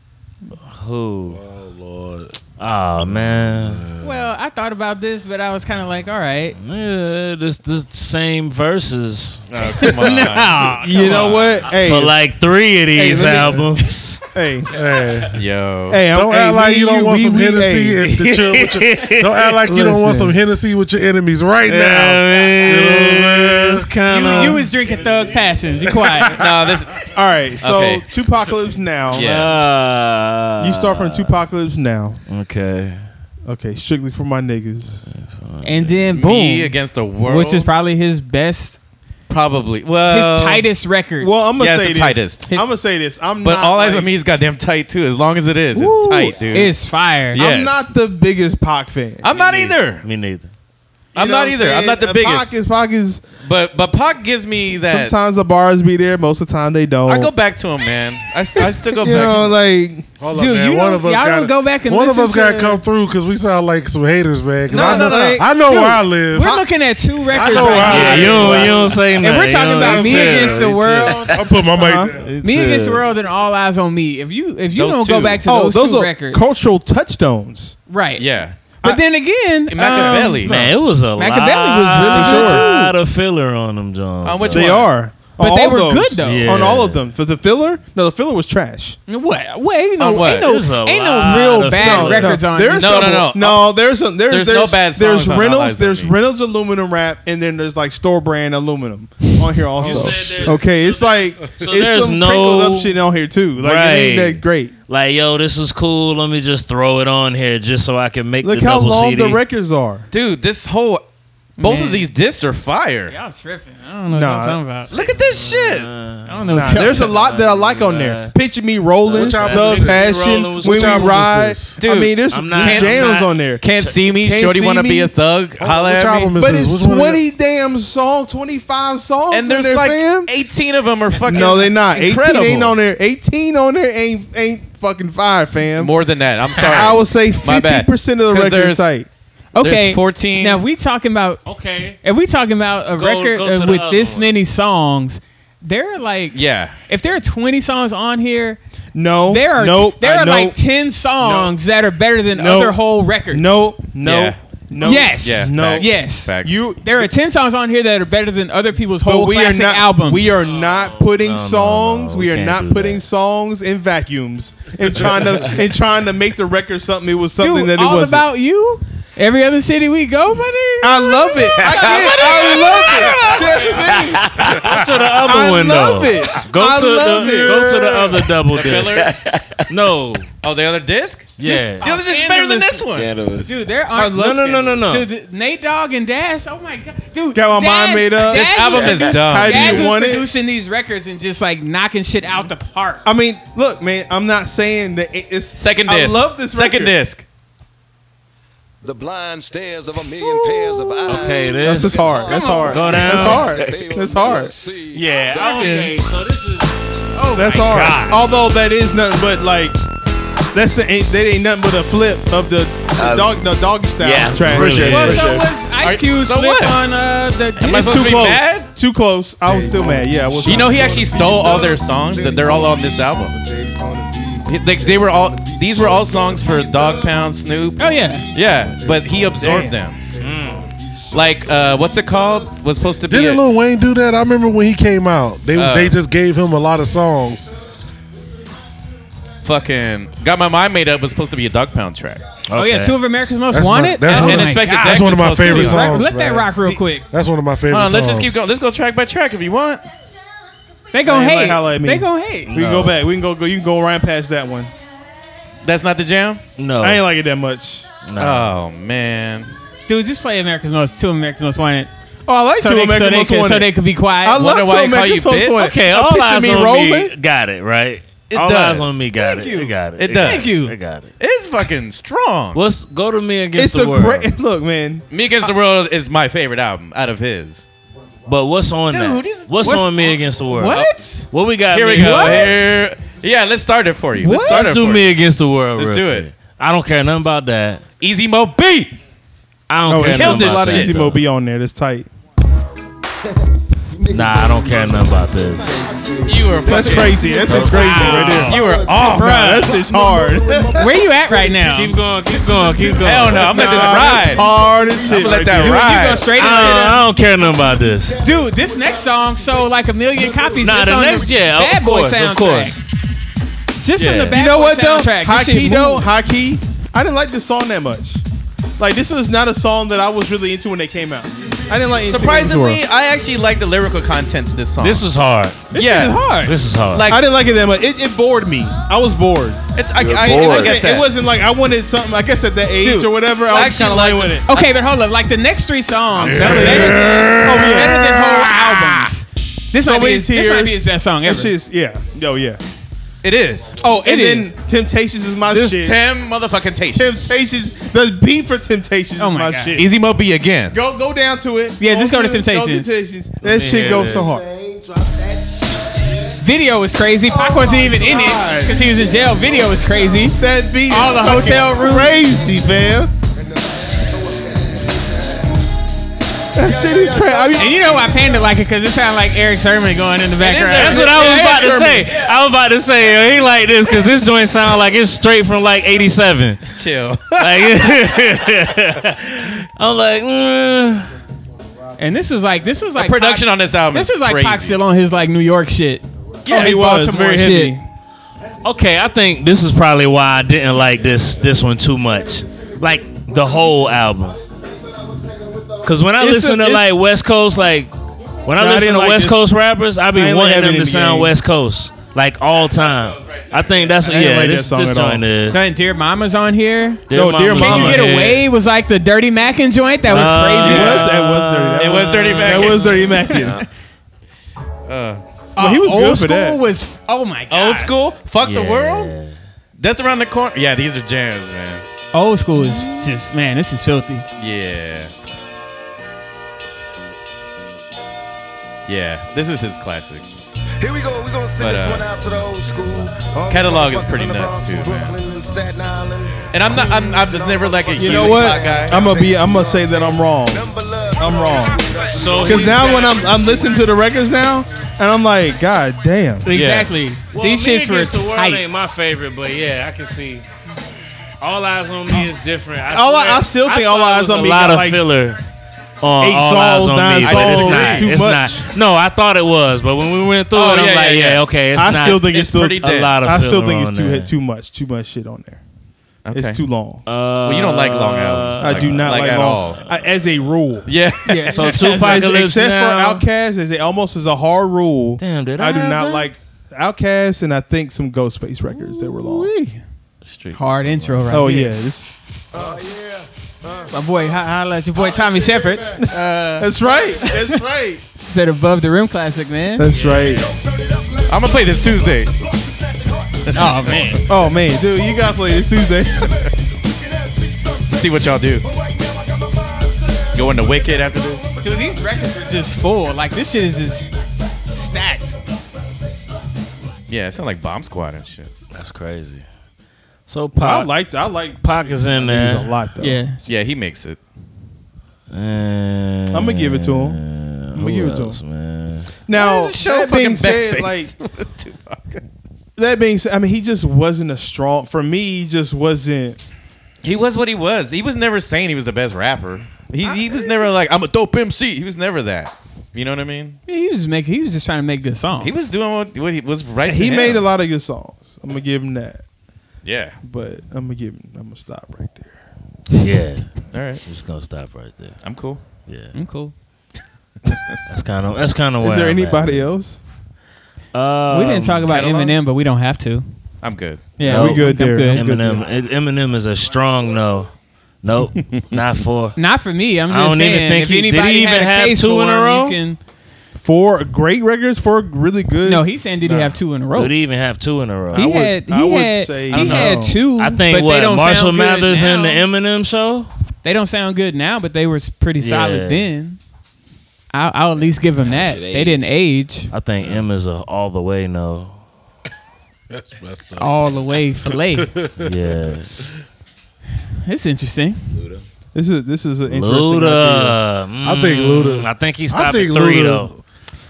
Speaker 4: Who? Oh lord. Oh man.
Speaker 3: Well, I thought about this, but I was kind of like, all right.
Speaker 4: Yeah, this this same verses
Speaker 1: Oh, come on.
Speaker 5: You know what? Hey,
Speaker 4: for like three of these
Speaker 5: let me-
Speaker 4: albums.
Speaker 5: hey,
Speaker 2: Hey,
Speaker 1: Yo.
Speaker 5: hey, I'm,
Speaker 2: don't
Speaker 5: hey,
Speaker 2: act like
Speaker 5: we-
Speaker 2: you don't want
Speaker 5: we-
Speaker 2: some
Speaker 5: we-
Speaker 2: Hennessy
Speaker 5: hey.
Speaker 2: and to chill with your, Don't act like you don't want
Speaker 5: Listen.
Speaker 2: some Hennessy with your enemies right
Speaker 4: Yeah,
Speaker 2: now.
Speaker 4: man,
Speaker 2: You know what I'm saying?
Speaker 4: it's kind
Speaker 3: You,
Speaker 4: of
Speaker 3: you was drinking Thug Passion. You quiet.
Speaker 1: no, this.
Speaker 5: All right, so
Speaker 1: Okay.
Speaker 5: Tupacalypse now.
Speaker 1: Yeah.
Speaker 4: Uh,
Speaker 5: You start from Tupacalypse now.
Speaker 4: Okay.
Speaker 5: Okay, strictly for my niggas.
Speaker 3: and then boom,
Speaker 1: Me against the world,
Speaker 3: which is probably his best,
Speaker 1: probably
Speaker 3: his
Speaker 1: well
Speaker 3: tightest record.
Speaker 5: Well, I'm gonna
Speaker 1: Yeah, it's
Speaker 5: say
Speaker 1: the
Speaker 5: this.
Speaker 1: tightest.
Speaker 5: I'm gonna say this. I'm
Speaker 1: But
Speaker 5: not
Speaker 1: all eyes
Speaker 5: like-
Speaker 1: on me is goddamn tight too. As long as it is,
Speaker 3: Woo,
Speaker 1: it's tight, dude.
Speaker 3: It's fire.
Speaker 1: Yeah.
Speaker 5: I'm
Speaker 1: Yes.
Speaker 5: not the biggest Pac fan.
Speaker 1: I'm not either.
Speaker 4: Me neither.
Speaker 5: You
Speaker 1: I'm
Speaker 5: know
Speaker 1: not
Speaker 5: what
Speaker 1: either. I'm
Speaker 5: saying?
Speaker 1: not the
Speaker 5: Uh,
Speaker 1: biggest.
Speaker 5: Pac is, Pac is
Speaker 1: But but Pac gives me that.
Speaker 5: sometimes the bars be there, most of the time they don't.
Speaker 1: I go back to him, man. I, st- I still go
Speaker 5: You know,
Speaker 1: back.
Speaker 5: like
Speaker 2: Hold
Speaker 3: Dude, you
Speaker 2: one
Speaker 3: don't-
Speaker 2: of us
Speaker 3: y'all
Speaker 2: gotta,
Speaker 3: don't go back and
Speaker 2: one of
Speaker 3: listen
Speaker 2: us got to
Speaker 3: to-
Speaker 2: come through because we sound like some haters, man. 'cause
Speaker 1: No,
Speaker 2: I know,
Speaker 1: no, no.
Speaker 2: I know where I live.
Speaker 3: We're looking at two records.
Speaker 2: know
Speaker 3: right
Speaker 2: I-
Speaker 3: here.
Speaker 4: Yeah, you don't, you don't say nothing.
Speaker 3: Ah, And we're
Speaker 4: You
Speaker 3: talking
Speaker 4: don't-
Speaker 3: about me
Speaker 4: you
Speaker 3: against the
Speaker 4: chill,
Speaker 3: world.
Speaker 2: I put my
Speaker 5: Uh-huh.
Speaker 2: mic. down.
Speaker 4: you
Speaker 3: Me
Speaker 4: chill.
Speaker 3: against the world and all eyes on me. If you if you
Speaker 1: Those
Speaker 3: don't
Speaker 1: two.
Speaker 3: go back to
Speaker 5: oh,
Speaker 3: those,
Speaker 5: those
Speaker 3: two
Speaker 5: are
Speaker 3: records,
Speaker 5: cultural touchdones.
Speaker 3: right?
Speaker 1: Yeah,
Speaker 3: But then again,
Speaker 1: And Machiavelli.
Speaker 5: um,
Speaker 4: Man, it was a
Speaker 3: Machiavelli was really
Speaker 4: lot,
Speaker 3: good, too.
Speaker 4: of filler on them, John.
Speaker 1: On which
Speaker 5: They
Speaker 1: one?
Speaker 5: are.
Speaker 3: But
Speaker 5: On
Speaker 3: they
Speaker 5: all
Speaker 3: were
Speaker 5: those.
Speaker 3: good, though.
Speaker 4: Yeah.
Speaker 5: On all of them. For the filler? No, the filler was trash.
Speaker 3: um, What? What? Ain't no,
Speaker 1: On what?
Speaker 3: Ain't no,
Speaker 4: There's a
Speaker 3: ain't
Speaker 4: lot
Speaker 3: no real
Speaker 4: of
Speaker 3: bad
Speaker 4: filler.
Speaker 3: records on
Speaker 5: there's
Speaker 3: this.
Speaker 1: No,
Speaker 5: some,
Speaker 1: no, no.
Speaker 5: no. There's some. There's
Speaker 1: There's no
Speaker 5: there's,
Speaker 1: bad songs
Speaker 5: there's
Speaker 1: on All
Speaker 5: Reynolds.
Speaker 1: Eyes on
Speaker 5: There's
Speaker 1: Me.
Speaker 5: Reynolds aluminum wrap, and then there's like store brand aluminum on
Speaker 4: said
Speaker 5: here also.
Speaker 4: there-
Speaker 5: Okay, it's like it's
Speaker 4: there's
Speaker 5: some
Speaker 4: no-
Speaker 5: crinkled up shit on here too. Like it ain't
Speaker 4: Right.
Speaker 5: that great.
Speaker 4: Like, yo, this is cool. Let me just throw it on here just so I can make
Speaker 5: Look
Speaker 4: the
Speaker 5: how
Speaker 4: double
Speaker 5: long
Speaker 4: CD.
Speaker 5: the records are.
Speaker 1: dude. This whole both
Speaker 3: Man.
Speaker 1: of these discs are fire.
Speaker 3: Y'all tripping. I don't know what
Speaker 5: Nah.
Speaker 3: y'all talking about.
Speaker 1: Look at this shit.
Speaker 3: I don't know.
Speaker 5: Nah,
Speaker 3: what y'all
Speaker 5: there's a lot that I like on there. Picture me rolling,
Speaker 4: Which album
Speaker 5: love
Speaker 4: is this?
Speaker 5: passion,
Speaker 4: Rolling was-
Speaker 5: when
Speaker 4: which
Speaker 5: we
Speaker 4: album was
Speaker 5: ride.
Speaker 2: this?
Speaker 5: I
Speaker 1: Dude,
Speaker 5: mean, there's
Speaker 4: I'm not-
Speaker 5: these jams
Speaker 4: Can't-
Speaker 5: on there.
Speaker 1: Can't see me.
Speaker 5: Can't
Speaker 1: Shorty
Speaker 5: see
Speaker 1: want to be
Speaker 5: me.
Speaker 1: a thug. Holla
Speaker 2: Which
Speaker 1: at
Speaker 2: album
Speaker 1: me.
Speaker 2: is
Speaker 5: But
Speaker 2: this?
Speaker 5: it's
Speaker 2: Which one is
Speaker 5: twenty damn song, twenty five songs,
Speaker 1: And there's
Speaker 5: in there,
Speaker 1: like
Speaker 5: fam.
Speaker 1: 18 of them are fucking.
Speaker 5: No, they not.
Speaker 1: incredible.
Speaker 5: 18 ain't on there. 18 on there ain't ain't fucking fire, fam.
Speaker 1: More than that. I'm sorry.
Speaker 5: I would say
Speaker 1: My bad.
Speaker 5: 50% of the
Speaker 1: 'Cause
Speaker 5: record
Speaker 1: there's-
Speaker 5: site.
Speaker 3: talking-
Speaker 1: there's
Speaker 3: okay,
Speaker 1: 14.
Speaker 3: Now if we talking about
Speaker 4: Okay.
Speaker 3: if we talking about a
Speaker 4: Go-
Speaker 3: record
Speaker 4: go to
Speaker 3: uh,
Speaker 4: the
Speaker 3: with
Speaker 4: other
Speaker 3: this
Speaker 4: one.
Speaker 3: many songs, there are like
Speaker 1: Yeah.
Speaker 3: If there are 20 songs on here,
Speaker 5: No.
Speaker 3: there are
Speaker 5: Oh, nope.
Speaker 3: there
Speaker 5: I
Speaker 3: are
Speaker 5: know.
Speaker 3: like 10 songs that are better than
Speaker 5: Nope.
Speaker 3: other whole records.
Speaker 5: Nope. No.
Speaker 1: Yeah.
Speaker 5: No.
Speaker 3: Yes.
Speaker 1: Yeah.
Speaker 5: No.
Speaker 1: facts,
Speaker 3: Yes.
Speaker 1: facts.
Speaker 5: You
Speaker 3: There are 10 songs on here that are better than other people's
Speaker 5: but
Speaker 3: whole
Speaker 5: we are
Speaker 3: classic
Speaker 5: not
Speaker 3: albums.
Speaker 5: we are not putting songs.
Speaker 4: no,
Speaker 5: we
Speaker 4: we
Speaker 5: are
Speaker 4: can't
Speaker 5: not
Speaker 4: do
Speaker 5: putting
Speaker 4: that.
Speaker 5: songs in vacuums and trying to and trying to make the record something it was something
Speaker 3: Dude,
Speaker 5: that it
Speaker 3: all
Speaker 5: wasn't.
Speaker 3: about you. Every other city we go, buddy.
Speaker 5: I love it. I can't. I love it. See, that's
Speaker 4: Go
Speaker 5: the thing.
Speaker 4: to the other
Speaker 5: I
Speaker 4: one,
Speaker 5: love
Speaker 4: though.
Speaker 5: it.
Speaker 4: Go
Speaker 5: I
Speaker 4: to
Speaker 5: love
Speaker 4: the
Speaker 5: it.
Speaker 4: go to the other double disc.
Speaker 1: Filler.
Speaker 4: No.
Speaker 1: Oh, the other disc?
Speaker 4: Yeah.
Speaker 1: The other disc is better than this one.
Speaker 3: Dude, there are
Speaker 4: No, no, no, no, no.
Speaker 3: Dude, Nate Dogg and Dash. Oh my god, dude.
Speaker 5: Got my
Speaker 3: Dash-
Speaker 5: mind made up.
Speaker 3: Dash
Speaker 1: This album
Speaker 3: was-
Speaker 1: is dumb.
Speaker 5: How do
Speaker 3: Dash
Speaker 5: you
Speaker 3: was
Speaker 5: want it?
Speaker 3: producing these records and just like knocking shit out the park.
Speaker 5: I mean, look, man, I'm not saying that it- it's
Speaker 1: Second disc.
Speaker 5: I love this
Speaker 1: Second
Speaker 5: record.
Speaker 1: disc.
Speaker 7: The blind stares of a million pairs of eyes.
Speaker 4: Okay,
Speaker 5: That's
Speaker 4: this
Speaker 5: just hard. That's hard.
Speaker 4: Go down.
Speaker 5: That's hard.
Speaker 7: that they
Speaker 5: That's
Speaker 7: will
Speaker 5: hard.
Speaker 7: see.
Speaker 4: Yeah. Okay. So this is.
Speaker 5: Oh, that's hard.
Speaker 4: God.
Speaker 5: Although that is nothing but like that's the ain't that ain't nothing but a flip of the, the dog the dog style
Speaker 8: yeah,
Speaker 5: track.
Speaker 8: really
Speaker 5: It's
Speaker 3: Well,
Speaker 8: is.
Speaker 3: so was Ice Cube's flip on uh, the.
Speaker 8: supposed
Speaker 5: too
Speaker 8: to be
Speaker 5: close.
Speaker 8: mad?
Speaker 5: Too close. I was still mad. Yeah, I was
Speaker 1: You know, he actually stole all their songs. That they're all on this album. He- Like they were all. These were all songs for Dog Pound, Snoop.
Speaker 3: Oh yeah,
Speaker 1: Yeah, but he absorbed them. Like, uh, what's it called? Was supposed to be.
Speaker 2: Didn't
Speaker 1: a-
Speaker 2: Lil Wayne do that? I remember when he came out. They
Speaker 1: Uh,
Speaker 2: they just gave him a lot of songs.
Speaker 1: fucking got my mind made up was supposed to be a dog pound track.
Speaker 3: oh yeah. Two of America's Most
Speaker 2: That's my-
Speaker 3: Wanted.
Speaker 2: that's
Speaker 3: oh,
Speaker 2: one
Speaker 1: And
Speaker 2: of
Speaker 3: my
Speaker 2: my-
Speaker 1: Inspector
Speaker 3: God.
Speaker 1: Deck
Speaker 2: That's one
Speaker 1: is
Speaker 2: of my
Speaker 1: supposed to be
Speaker 2: favorite
Speaker 1: a-
Speaker 2: songs.
Speaker 3: Let that
Speaker 2: man.
Speaker 3: rock real quick.
Speaker 2: That's one of my favorite
Speaker 1: Hold on,
Speaker 2: songs.
Speaker 1: let's just keep going. Let's go track by track if you want.
Speaker 3: They gonna
Speaker 5: They ain't like
Speaker 3: hate.
Speaker 5: holla at me.
Speaker 3: They gonna hate.
Speaker 5: We can go back. We can go. go you can go right past that one.
Speaker 1: That's not the jam.
Speaker 4: No.
Speaker 5: I ain't like it that much.
Speaker 4: no.
Speaker 1: Oh man,
Speaker 3: Dude, just play America's Most. Two America's Most Wanted.
Speaker 5: Oh, I like
Speaker 3: So
Speaker 5: Two
Speaker 3: they, so,
Speaker 5: American
Speaker 3: they
Speaker 5: Most
Speaker 3: could,
Speaker 5: Wanted.
Speaker 3: so they could be quiet.
Speaker 5: I
Speaker 1: Wonder
Speaker 5: love Two
Speaker 1: why they call you
Speaker 5: American Most
Speaker 1: bitch?
Speaker 5: Wanted.
Speaker 4: Okay,
Speaker 5: I
Speaker 4: all
Speaker 5: picture
Speaker 4: eyes
Speaker 5: me
Speaker 4: on me
Speaker 5: rolling.
Speaker 4: got it right.
Speaker 1: It
Speaker 4: all
Speaker 1: does.
Speaker 4: eyes on me got
Speaker 3: Thank
Speaker 4: it.
Speaker 3: you.
Speaker 4: It got it.
Speaker 1: It does.
Speaker 4: got
Speaker 1: Thank
Speaker 4: it.
Speaker 3: you.
Speaker 4: It got it.
Speaker 1: it's fucking strong.
Speaker 4: What's go to me against
Speaker 5: It's
Speaker 4: the
Speaker 5: a
Speaker 4: world?
Speaker 5: great look, man.
Speaker 1: me Against the World is my favorite album out of his.
Speaker 4: but what's on
Speaker 3: Dude,
Speaker 4: that?
Speaker 3: this-
Speaker 4: what's,
Speaker 3: what's-
Speaker 4: on me against the world?
Speaker 3: What?
Speaker 4: What we got?
Speaker 1: Here we
Speaker 4: me
Speaker 1: go.
Speaker 4: against-
Speaker 1: Here, yeah, let's start it for you. Let's start
Speaker 4: Let's
Speaker 1: it
Speaker 4: do
Speaker 1: for
Speaker 4: me
Speaker 1: you.
Speaker 4: against the world.
Speaker 1: Let's
Speaker 4: real
Speaker 1: do
Speaker 4: quick.
Speaker 1: it.
Speaker 4: I don't care nothing about that.
Speaker 1: Easy Mo B.
Speaker 4: I don't
Speaker 5: Oh,
Speaker 4: care
Speaker 5: it's
Speaker 1: kills
Speaker 4: nothing
Speaker 5: a
Speaker 1: this
Speaker 4: about
Speaker 5: lot of
Speaker 1: shit,
Speaker 5: Easy
Speaker 4: that,
Speaker 5: Mo be on there. That's tight.
Speaker 4: though. Nah, I don't care nothing about this.
Speaker 1: You are
Speaker 5: That's
Speaker 1: fucking-
Speaker 5: crazy. That's just crazy right there.
Speaker 1: You are off.
Speaker 5: That's just hard.
Speaker 3: Where you at right now?
Speaker 4: Keep going, keep going, keep going.
Speaker 1: Hell no, I'm let
Speaker 5: Nah, that's
Speaker 1: this ride.
Speaker 5: hard as shit.
Speaker 1: Let
Speaker 5: right
Speaker 1: that
Speaker 5: there.
Speaker 1: ride.
Speaker 3: You go straight into
Speaker 4: I don't,
Speaker 3: the
Speaker 4: I don't care nothing about this.
Speaker 3: dude. This next song sold like a million copies.
Speaker 4: Nah,
Speaker 3: just
Speaker 4: the
Speaker 3: on
Speaker 4: next
Speaker 3: the
Speaker 4: yeah,
Speaker 3: Bad
Speaker 4: of
Speaker 3: Boy
Speaker 4: course,
Speaker 3: soundtrack.
Speaker 4: of course.
Speaker 3: Just from
Speaker 4: Yeah.
Speaker 3: the Bad
Speaker 5: You know
Speaker 3: Boy
Speaker 5: what though?
Speaker 3: soundtrack.
Speaker 5: High
Speaker 3: this shit
Speaker 5: key though,
Speaker 3: moved.
Speaker 5: high key. I didn't like this song that much. Like this is not a song that I was really into when they came out. I didn't like. Into
Speaker 1: Surprisingly, I actually like the lyrical content to this song.
Speaker 4: This is hard.
Speaker 3: This
Speaker 1: yeah,
Speaker 3: shit is hard.
Speaker 4: This is hard.
Speaker 1: Like,
Speaker 5: I didn't like it that much. It, it bored me. I was bored.
Speaker 1: it's, I, I, I,
Speaker 8: bored.
Speaker 1: get
Speaker 5: It,
Speaker 1: that.
Speaker 5: it wasn't like I wanted something. I guess at that age
Speaker 3: Dude,
Speaker 5: or whatever, I was
Speaker 1: actually
Speaker 5: kind of
Speaker 1: like
Speaker 5: like with
Speaker 1: the-
Speaker 5: it.
Speaker 3: okay, but hold up. Like the next three songs,
Speaker 4: telling
Speaker 3: are
Speaker 4: you.
Speaker 3: better, than,
Speaker 5: Oh, yeah. Ah.
Speaker 3: better than whole albums. This
Speaker 5: So
Speaker 3: might be
Speaker 5: many
Speaker 3: this might
Speaker 5: tears.
Speaker 3: be his best song ever.
Speaker 5: It's just yeah, yo yeah.
Speaker 1: It is.
Speaker 5: Oh, and
Speaker 3: It
Speaker 5: then Temptations is my
Speaker 1: This
Speaker 5: shit.
Speaker 1: Tim motherfucking taste.
Speaker 5: Temptations, the beat for Temptations
Speaker 3: Oh
Speaker 5: is
Speaker 3: my
Speaker 5: my
Speaker 3: God.
Speaker 5: shit.
Speaker 1: Easy Mo B again.
Speaker 5: Go go down to it.
Speaker 3: Yeah, just go to
Speaker 5: Go
Speaker 3: Temptations.
Speaker 5: Temptations. That
Speaker 4: me
Speaker 5: shit
Speaker 4: hear
Speaker 5: goes so
Speaker 4: this.
Speaker 5: hard.
Speaker 3: Video was crazy. Pac
Speaker 5: Oh
Speaker 3: wasn't even in it
Speaker 5: God.
Speaker 3: because he was in jail. Video was crazy.
Speaker 5: That beat
Speaker 3: All
Speaker 5: is
Speaker 3: the
Speaker 5: fucking
Speaker 3: hotel rooms.
Speaker 5: crazy, fam. That shit is crazy. I mean,
Speaker 3: And you know why Panda like it because it sounded like Eric Sermon going in the background.
Speaker 4: That's what I was about to say. I was about to say, yo, he like this because this joint sound like it's straight from like '87.
Speaker 1: Chill.
Speaker 4: Like, I'm like, mm.
Speaker 3: And this was like this was like
Speaker 1: Production
Speaker 3: Pac-
Speaker 1: on this album.
Speaker 3: This is like
Speaker 1: crazy.
Speaker 3: Pac still on his like New York shit.
Speaker 5: yeah, he
Speaker 3: his
Speaker 5: was
Speaker 3: Baltimore
Speaker 5: very
Speaker 3: shit.
Speaker 5: heavy.
Speaker 4: okay, I think this is probably why I didn't like this this one too much, like the whole album. Cause when I
Speaker 5: It's
Speaker 4: listen
Speaker 5: a-
Speaker 4: to
Speaker 5: it's-
Speaker 4: like West Coast, like when I
Speaker 5: Nah, I
Speaker 4: listen
Speaker 5: didn't
Speaker 4: to
Speaker 5: like
Speaker 4: West
Speaker 5: this.
Speaker 4: Coast rappers, I be
Speaker 5: I ain't like
Speaker 4: wanting
Speaker 5: having
Speaker 4: them to
Speaker 5: any
Speaker 4: sound
Speaker 5: game.
Speaker 4: West Coast, like all time. I think that's
Speaker 5: I
Speaker 4: what,
Speaker 5: didn't
Speaker 4: yeah.
Speaker 5: like
Speaker 4: this,
Speaker 5: that song
Speaker 4: this
Speaker 5: at all.
Speaker 4: joint is.
Speaker 3: Son, Dear Mama's on here.
Speaker 5: No, Dear
Speaker 4: Mama's
Speaker 5: Mama.
Speaker 3: Can
Speaker 4: on
Speaker 3: you get
Speaker 4: here.
Speaker 3: away was like the Dirty Mackin joint that was
Speaker 4: Uh,
Speaker 5: It
Speaker 3: crazy.
Speaker 5: was, that was dirty. That
Speaker 1: It was Dirty
Speaker 5: That
Speaker 1: Mac.
Speaker 5: was dirty Mackin.
Speaker 3: Uh,
Speaker 5: he was
Speaker 3: old
Speaker 5: good for
Speaker 3: school
Speaker 5: that.
Speaker 3: was oh my god.
Speaker 1: old school. Fuck the
Speaker 4: Yeah.
Speaker 1: world. Death around the corner. Yeah, these are jams, man.
Speaker 3: Old school is just man, this is filthy.
Speaker 1: Yeah. Yeah, this is his classic.
Speaker 6: Here we go, we're gonna send
Speaker 1: But,
Speaker 6: this
Speaker 1: uh,
Speaker 6: one out to the old school. All
Speaker 1: catalog is
Speaker 6: motherfuckers
Speaker 1: pretty
Speaker 6: in the
Speaker 1: nuts,
Speaker 6: Bronx,
Speaker 1: too,
Speaker 6: from
Speaker 1: man.
Speaker 6: Brooklyn and Staten Island.
Speaker 1: And I'm not. I'm. I've never like a.
Speaker 5: You
Speaker 1: huge
Speaker 5: know what?
Speaker 1: Pac Guy.
Speaker 5: I'm gonna be. I'm gonna say that I'm wrong.
Speaker 6: Number love.
Speaker 5: I'm wrong.
Speaker 4: So
Speaker 5: Because
Speaker 4: he's
Speaker 5: now
Speaker 4: back.
Speaker 5: when I'm I'm listening to the records now, and I'm like, God damn.
Speaker 3: Exactly.
Speaker 4: Well,
Speaker 3: These
Speaker 4: Me
Speaker 3: shits were
Speaker 4: Against the World
Speaker 3: tight.
Speaker 4: ain't my favorite, but yeah, I can see. All eyes on me is different. I
Speaker 5: All I-
Speaker 4: swear-
Speaker 5: I still think
Speaker 4: thought
Speaker 5: All
Speaker 4: it
Speaker 5: Eyes
Speaker 4: was
Speaker 5: on
Speaker 4: a
Speaker 5: Me
Speaker 4: lot
Speaker 5: got
Speaker 4: of
Speaker 5: like
Speaker 4: filler. On
Speaker 5: eight
Speaker 4: all
Speaker 5: songs,
Speaker 4: eyes on
Speaker 5: nine
Speaker 4: me, but it's
Speaker 5: songs,
Speaker 4: not.
Speaker 5: it's too
Speaker 4: it's
Speaker 5: much.
Speaker 4: not. No, I thought it was, but when we went through
Speaker 1: Oh,
Speaker 4: it, I'm
Speaker 1: yeah,
Speaker 4: like,
Speaker 1: yeah,
Speaker 4: yeah,
Speaker 1: yeah.
Speaker 4: okay, it's
Speaker 5: I
Speaker 4: not.
Speaker 5: still think it's,
Speaker 1: it's
Speaker 5: too.
Speaker 1: pretty
Speaker 4: a lot of.
Speaker 5: I still
Speaker 4: filler
Speaker 5: think
Speaker 4: on
Speaker 5: it's too
Speaker 4: there.
Speaker 5: too much. Too much shit on there.
Speaker 1: Okay.
Speaker 5: It's too long.
Speaker 4: Uh,
Speaker 1: Well, you don't like long albums.
Speaker 5: I do not like,
Speaker 1: at
Speaker 5: long.
Speaker 1: all.
Speaker 5: I, as a rule.
Speaker 1: Yeah.
Speaker 4: So
Speaker 5: As-
Speaker 4: Tupac
Speaker 5: as-
Speaker 4: lives
Speaker 5: except
Speaker 4: now.
Speaker 5: for Outkast, is it almost as a hard rule.
Speaker 4: Damn, did
Speaker 5: I do
Speaker 4: I
Speaker 5: not
Speaker 4: ever?
Speaker 5: like Outkast, and I think some Ghostface records that were long.
Speaker 3: Hard intro right
Speaker 5: Oh yeah, this,
Speaker 3: My boy, ho- holla at your boy Tommy Shepard. Uh,
Speaker 5: that's right. That's right.
Speaker 3: said above the rim classic, man.
Speaker 5: That's right.
Speaker 1: I'm gonna play this Tuesday.
Speaker 3: Oh man.
Speaker 5: Oh man, dude, you gotta play this Tuesday.
Speaker 1: see what y'all do. Go into Wicked after this.
Speaker 3: Dude, these records are just full. Like this shit is just stacked.
Speaker 1: Yeah, it sounds like Bomb Squad and shit.
Speaker 4: That's crazy. So
Speaker 5: I
Speaker 4: Pac,
Speaker 5: liked. I like.
Speaker 4: Pac is in
Speaker 5: There's
Speaker 4: there.
Speaker 5: a lot though.
Speaker 3: Yeah.
Speaker 1: Yeah, he makes it.
Speaker 4: I'm
Speaker 5: I'ma give it to him. I'ma give it to him.
Speaker 4: man.
Speaker 5: Now
Speaker 1: This show
Speaker 5: Oh, that
Speaker 1: fucking
Speaker 5: being
Speaker 1: best
Speaker 5: said,
Speaker 1: face.
Speaker 5: like that being said, I mean he just wasn't a strong. For me, he just wasn't.
Speaker 1: He was what he was. He was never saying he was the best rapper. He, he was never like I'm a dope MC. He was never that. You know what I mean?
Speaker 3: Yeah, he was just making. He was just trying to make good songs.
Speaker 1: He was doing what, what he was right.
Speaker 5: He
Speaker 1: to
Speaker 5: made
Speaker 1: him.
Speaker 5: a lot of good songs. I'm gonna give him that,
Speaker 1: Yeah.
Speaker 5: but I'm gonna give him. I'm gonna stop right there.
Speaker 4: Yeah,
Speaker 1: All right.
Speaker 4: I'm just gonna stop right there.
Speaker 1: I'm cool.
Speaker 4: Yeah,
Speaker 3: I'm cool.
Speaker 4: that's kind of that's kind of.
Speaker 5: Is there anybody else?
Speaker 4: Uh,
Speaker 3: we didn't talk about
Speaker 1: catalogs?
Speaker 3: Eminem, but we don't have to.
Speaker 1: I'm good.
Speaker 3: Yeah,
Speaker 4: No,
Speaker 5: we good
Speaker 3: I'm
Speaker 5: there.
Speaker 3: good.
Speaker 4: Eminem. Eminem is a strong no. Nope, not four.
Speaker 3: Not for me. I'm
Speaker 4: I
Speaker 3: just
Speaker 4: don't even
Speaker 3: saying.
Speaker 4: think
Speaker 3: if
Speaker 4: he- did he
Speaker 3: anybody
Speaker 4: even
Speaker 3: had a
Speaker 4: have
Speaker 3: case
Speaker 4: two
Speaker 3: for
Speaker 4: in a
Speaker 3: him, you
Speaker 4: row?
Speaker 3: can-
Speaker 5: Four great records, four really good.
Speaker 3: no, he's saying did he have two in a row?
Speaker 4: Did he even have two in a row?
Speaker 3: He
Speaker 5: I would-
Speaker 3: had. He
Speaker 5: I would
Speaker 3: had,
Speaker 5: say
Speaker 3: he
Speaker 5: no.
Speaker 3: had two.
Speaker 4: I think
Speaker 3: but they
Speaker 4: what
Speaker 3: don't
Speaker 4: Marshall
Speaker 3: sound good
Speaker 4: Mathers and the
Speaker 3: now.
Speaker 4: Eminem show.
Speaker 3: They don't sound good now, but they were s- pretty
Speaker 4: Yeah.
Speaker 3: solid then. I'll, I'll at least give them that.
Speaker 8: should
Speaker 3: They
Speaker 8: age.
Speaker 3: didn't age
Speaker 4: I think M is a all the way no.
Speaker 2: That's messed up.
Speaker 3: all the way fillet.
Speaker 4: Yeah,
Speaker 3: it's interesting.
Speaker 5: this is this is an interesting. idea.
Speaker 4: Luda. mm,
Speaker 2: I think Luda-
Speaker 4: I think he
Speaker 2: I
Speaker 4: stopped
Speaker 2: think
Speaker 4: at three
Speaker 2: Luda-
Speaker 4: though.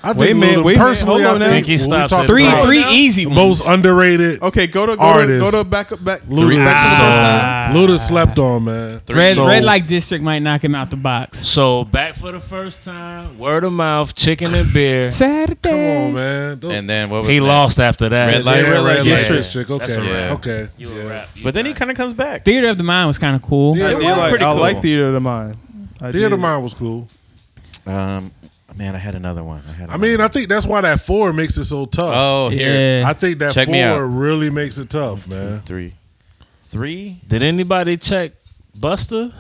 Speaker 2: I think
Speaker 5: Wait a minute,
Speaker 2: Luda-
Speaker 5: wait a minute,
Speaker 2: personally,
Speaker 5: hold on Oh, now.
Speaker 2: I think,
Speaker 4: Think he
Speaker 2: when we
Speaker 4: stops
Speaker 2: talk
Speaker 4: at
Speaker 3: Three,
Speaker 2: about
Speaker 3: three easy ones.
Speaker 2: most underrated.
Speaker 5: Okay, go to go to,
Speaker 2: Artists.
Speaker 5: go to back up back.
Speaker 2: Luda,
Speaker 5: back to the first time.
Speaker 2: Ah. Luda slept on, man.
Speaker 3: Red,
Speaker 4: So-
Speaker 3: red Light District might knock him out the box.
Speaker 4: So back for the first time. Word of mouth, chicken and beer.
Speaker 3: Saturday.
Speaker 2: Come on, man. Don't-
Speaker 1: And then what was
Speaker 4: he
Speaker 1: that?
Speaker 4: lost after that.
Speaker 1: Red
Speaker 2: Yeah,
Speaker 1: Light,
Speaker 2: Red Light
Speaker 1: Light.
Speaker 2: District. Okay,
Speaker 4: That's a
Speaker 1: wrap.
Speaker 2: okay.
Speaker 4: You
Speaker 2: Yeah.
Speaker 4: a rap.
Speaker 1: But then he kind of comes back.
Speaker 3: Theater of the Mind was kind of cool.
Speaker 2: Yeah,
Speaker 5: I
Speaker 1: It
Speaker 5: did
Speaker 1: was
Speaker 5: like,
Speaker 1: pretty
Speaker 5: I
Speaker 1: cool.
Speaker 5: like Theater of the Mind. I
Speaker 2: Theater
Speaker 5: did.
Speaker 2: Mind was cool.
Speaker 1: Um, man, I had another one. I, had
Speaker 2: I
Speaker 1: another
Speaker 2: mean, I think that's why that four makes it so tough.
Speaker 1: oh, here.
Speaker 3: Yeah.
Speaker 2: I think that
Speaker 1: Check me out.
Speaker 2: four really makes it tough, man.
Speaker 1: Three. Three?
Speaker 4: Did anybody check Buster?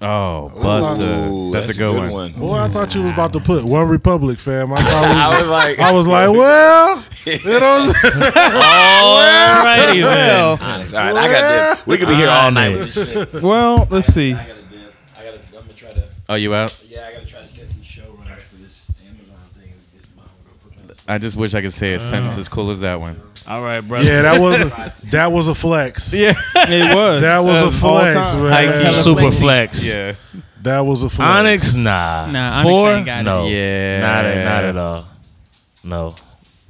Speaker 1: Oh, Busta.
Speaker 8: Ooh,
Speaker 1: that's, a good, one.
Speaker 2: Boy,
Speaker 1: Mm.
Speaker 2: I thought you was about to put One Republic, fam. I, thought
Speaker 8: I was like,
Speaker 2: we- I was like, well, you know, what I'm saying?
Speaker 4: Alrighty then.
Speaker 8: honest. All right, I got this. We could be here all night with this shit.
Speaker 5: Well, let's see.
Speaker 8: I gotta dip. I gotta. I'm gonna try to.
Speaker 1: Oh, you out?
Speaker 8: Yeah, I gotta try to get some showrunners for this Amazon thing. It's my homegirl.
Speaker 1: I just wish I could say a sentence as cool as that one.
Speaker 4: All right, brother.
Speaker 2: yeah, that was a, that was a flex. Yeah,
Speaker 5: It was
Speaker 2: that was a flex, man.
Speaker 3: High key.
Speaker 4: Super flex.
Speaker 1: Yeah.
Speaker 2: That was a flex.
Speaker 4: Onyx, nah.
Speaker 3: Nah, Onyx
Speaker 4: Four?
Speaker 3: ain't got it.
Speaker 4: no.
Speaker 1: Yeah.
Speaker 4: Not at, not at all. No.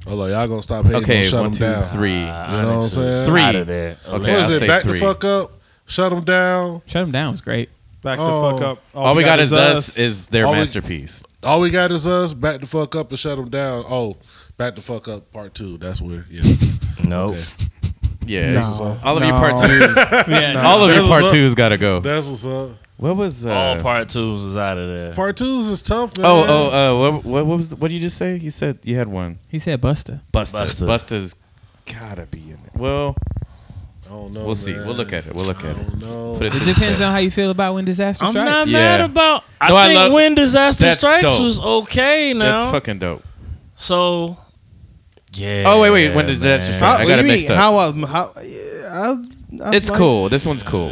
Speaker 2: Hold on, y'all gonna stop hating
Speaker 1: Okay,
Speaker 2: and shut
Speaker 1: one,
Speaker 2: them
Speaker 1: two,
Speaker 2: down.
Speaker 1: three.
Speaker 4: Uh,
Speaker 2: You know what I'm
Speaker 4: Onyx is
Speaker 2: saying?
Speaker 1: Three.
Speaker 4: Out of there.
Speaker 1: Okay.
Speaker 2: What
Speaker 1: I'll
Speaker 2: is
Speaker 1: say
Speaker 2: it? Back
Speaker 1: three.
Speaker 2: the fuck up. Shut them down.
Speaker 3: Shut him down was great.
Speaker 5: back the
Speaker 2: Oh.
Speaker 5: fuck up.
Speaker 1: All we got is us is their
Speaker 2: All we-
Speaker 1: masterpiece.
Speaker 2: All we got is us. Back the fuck up and shut them down. Oh, back the fuck up part two. That's where. Yeah.
Speaker 4: Nope.
Speaker 2: Okay.
Speaker 1: Yeah.
Speaker 5: No.
Speaker 1: it's- All of your
Speaker 5: No.
Speaker 1: part twos.
Speaker 3: Yeah.
Speaker 1: all of your
Speaker 2: There's
Speaker 1: part
Speaker 2: a-
Speaker 1: twos got to go.
Speaker 2: That's what's up.
Speaker 1: What was uh,
Speaker 4: All part twos is out of there.
Speaker 2: Part twos is tough, man.
Speaker 1: Oh, oh, uh, what, what, what was? What did you just say? You said you had one.
Speaker 3: He said Buster.
Speaker 1: Busta.
Speaker 4: Busta.
Speaker 1: Busta's gotta be in there. Well,
Speaker 2: I don't know.
Speaker 1: we'll see. We'll look at it. We'll look
Speaker 2: Oh, I
Speaker 1: at it.
Speaker 2: don't know.
Speaker 1: Put it, to
Speaker 3: It
Speaker 1: the
Speaker 3: depends
Speaker 1: test.
Speaker 3: on how you feel about when disaster
Speaker 4: I'm
Speaker 3: strikes.
Speaker 4: not
Speaker 1: Yeah.
Speaker 4: mad about. I
Speaker 1: No, I
Speaker 4: think
Speaker 1: love-
Speaker 4: when disaster
Speaker 1: That's
Speaker 4: strikes
Speaker 1: dope.
Speaker 4: was okay. Now
Speaker 1: That's fucking dope.
Speaker 4: so. Yeah.
Speaker 1: Oh, wait, wait, when does that
Speaker 4: man.
Speaker 1: strike? I got it mixed up.
Speaker 5: How I, how, yeah, I, I
Speaker 1: It's
Speaker 5: like-
Speaker 1: cool. This one's cool.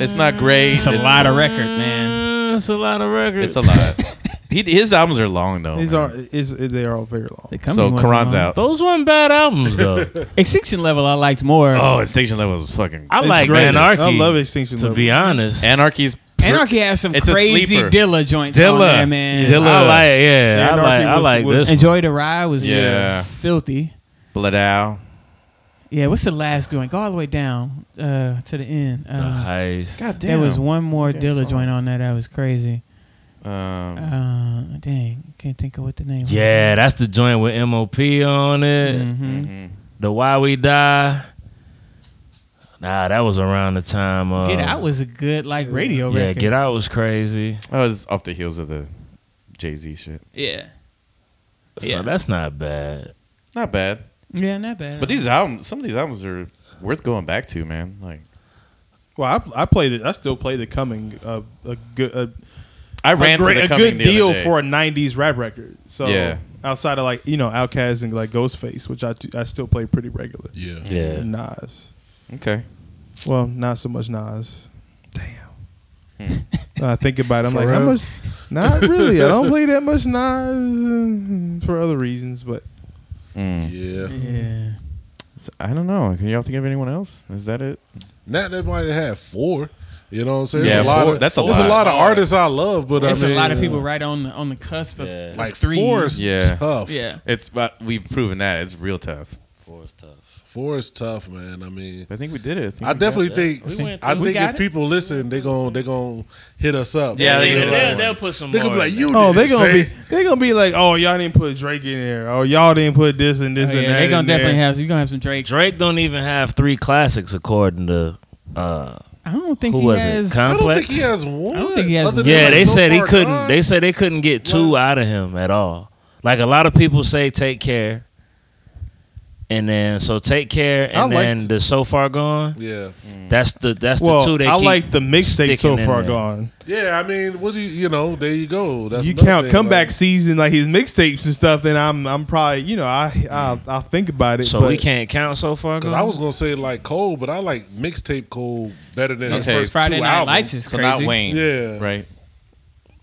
Speaker 1: It's
Speaker 5: Uh,
Speaker 1: not great.
Speaker 3: It's a lot of record, man.
Speaker 4: Uh, It's a lot of records.
Speaker 1: It's a lot. he, his albums are long though.
Speaker 5: These
Speaker 1: Oh, man.
Speaker 5: are is they are all very long.
Speaker 3: The coming
Speaker 1: so
Speaker 3: wasn't
Speaker 1: Quran's
Speaker 3: long.
Speaker 1: out.
Speaker 4: Those weren't bad albums though.
Speaker 3: Extinction level I liked more.
Speaker 1: Oh, and Station Level is fucking.
Speaker 4: I
Speaker 5: It's
Speaker 4: like
Speaker 5: great.
Speaker 4: Anarchy.
Speaker 5: I love Extinction
Speaker 4: To
Speaker 5: Level.
Speaker 4: be honest,
Speaker 1: Anarchy's. pr-
Speaker 3: Anarchy has some
Speaker 1: It's a
Speaker 3: crazy
Speaker 1: sleeper.
Speaker 3: Dilla joints on
Speaker 1: Dilla.
Speaker 3: there, Oh, man.
Speaker 1: Dilla.
Speaker 4: I like yeah.
Speaker 5: Anarchy
Speaker 4: I
Speaker 5: was-
Speaker 4: like I like
Speaker 5: was-
Speaker 4: this.
Speaker 3: Enjoy the Ride was
Speaker 1: Yeah.
Speaker 3: filthy.
Speaker 1: Blood Owl.
Speaker 3: Yeah, what's the last going? Go all the way down uh, to the end.
Speaker 4: The
Speaker 3: Uh,
Speaker 4: heist.
Speaker 1: God damn.
Speaker 3: there was one more
Speaker 1: Damn
Speaker 3: Dilla
Speaker 1: songs.
Speaker 3: joint on there that was crazy.
Speaker 1: Um,
Speaker 3: Uh, dang, can't think of what the name. was.
Speaker 4: Yeah, that's the joint with MOP on it.
Speaker 3: Mhm.
Speaker 4: The Why We Die. Nah, that was around the time. Uh,
Speaker 3: Get Out was a good like radio
Speaker 4: yeah,
Speaker 3: record.
Speaker 4: Get Out was crazy.
Speaker 1: I was off the heels of the Jay Z shit.
Speaker 3: Yeah,
Speaker 4: So
Speaker 3: Yeah.
Speaker 4: that's not bad.
Speaker 1: Not bad.
Speaker 3: yeah, not bad.
Speaker 1: But these albums, some of these albums are worth going back to, man. Like
Speaker 5: Well, I, I played it. I still play the coming uh, a good a,
Speaker 1: I
Speaker 5: a,
Speaker 1: ran
Speaker 5: great,
Speaker 1: to the
Speaker 5: a
Speaker 1: coming
Speaker 5: good
Speaker 1: the
Speaker 5: deal
Speaker 1: other day.
Speaker 5: for a '90s rap record. So
Speaker 1: Yeah.
Speaker 5: outside of like you know Outkast and like Ghostface, which I do, I still play pretty regular.
Speaker 2: Yeah.
Speaker 4: Yeah.
Speaker 5: Nas,
Speaker 1: Okay.
Speaker 5: well, not so much Nas. Damn. I think about it. I'm like, how
Speaker 2: real?
Speaker 5: much? Not really. I don't play that much Nas uh, for other reasons, but Mm.
Speaker 2: Yeah.
Speaker 3: Mm-hmm. Yeah.
Speaker 9: So, I don't know. Can y'all think of anyone else? Is that it?
Speaker 2: Not that might have had four. You know what I'm saying?
Speaker 1: Yeah,
Speaker 2: There's a lot
Speaker 1: four-
Speaker 2: of,
Speaker 1: that's a
Speaker 2: there's
Speaker 1: lot.
Speaker 2: a lot of artists I love, but
Speaker 3: There's
Speaker 2: I mean,
Speaker 3: a lot of people right on the on the cusp of
Speaker 4: Yeah.
Speaker 2: like
Speaker 3: three.
Speaker 2: four is
Speaker 1: Yeah.
Speaker 2: tough.
Speaker 3: Yeah.
Speaker 1: It's but we've proven that it's real tough.
Speaker 4: Four is tough.
Speaker 2: four is tough, man. I mean,
Speaker 9: I think we did it. think
Speaker 2: I
Speaker 9: we got
Speaker 2: definitely
Speaker 9: it.
Speaker 2: think
Speaker 4: We went
Speaker 2: I
Speaker 4: through-
Speaker 3: we
Speaker 2: think
Speaker 3: got
Speaker 2: if
Speaker 3: it.
Speaker 2: people listen, they're gonna they gonna hit us up.
Speaker 1: Yeah, they
Speaker 2: You
Speaker 1: hit
Speaker 2: know,
Speaker 1: us
Speaker 4: They'll,
Speaker 1: up.
Speaker 4: they'll put some.
Speaker 2: They gonna be
Speaker 4: more
Speaker 2: like
Speaker 4: in
Speaker 2: you.
Speaker 5: oh, they
Speaker 2: didn't
Speaker 5: gonna
Speaker 2: say
Speaker 5: be they gonna be like, oh, y'all didn't put Drake in there, oh, y'all didn't put this and this
Speaker 3: Oh,
Speaker 5: and
Speaker 3: yeah,
Speaker 5: that.
Speaker 3: they gonna
Speaker 5: in there.
Speaker 3: definitely have you gonna have some Drake.
Speaker 4: Drake don't even have three classics according to uh
Speaker 3: I don't think
Speaker 4: Who
Speaker 3: he
Speaker 4: was it?
Speaker 3: has.
Speaker 4: Con-
Speaker 2: I don't think
Speaker 4: Complex.
Speaker 2: he has one.
Speaker 3: don't think he has
Speaker 2: other
Speaker 3: one.
Speaker 2: than,
Speaker 4: Yeah,
Speaker 2: like,
Speaker 4: they
Speaker 2: So
Speaker 4: said he
Speaker 2: Far
Speaker 4: couldn't
Speaker 2: Gone.
Speaker 4: they said they couldn't get two out of him at all. Like a lot of people say take care. And then so take care
Speaker 5: I
Speaker 4: and then
Speaker 5: liked-
Speaker 4: the so far gone.
Speaker 2: yeah,
Speaker 3: Mm.
Speaker 4: That's the that's the
Speaker 5: Well,
Speaker 4: two they
Speaker 5: I
Speaker 4: keep.
Speaker 5: like the mixtape so
Speaker 4: sticking in
Speaker 5: far
Speaker 4: there.
Speaker 5: gone.
Speaker 2: yeah. I mean, what do you you know? There you go. That's
Speaker 5: you
Speaker 2: another
Speaker 5: count
Speaker 2: thing,
Speaker 5: comeback
Speaker 2: like-
Speaker 5: season like his mixtapes and stuff, then I'm I'm probably you know I I'll, I'll think about it.
Speaker 4: so
Speaker 5: but
Speaker 4: we can't count so far
Speaker 2: Cause
Speaker 4: gone.
Speaker 5: Uh-huh.
Speaker 2: I was gonna say like Cole, but I like mixtape Cole better than his
Speaker 1: Okay.
Speaker 2: first
Speaker 3: Friday
Speaker 2: two
Speaker 3: Night
Speaker 2: albums.
Speaker 3: Lights is
Speaker 1: So
Speaker 3: crazy.
Speaker 1: not Wayne.
Speaker 2: Yeah.
Speaker 1: Right.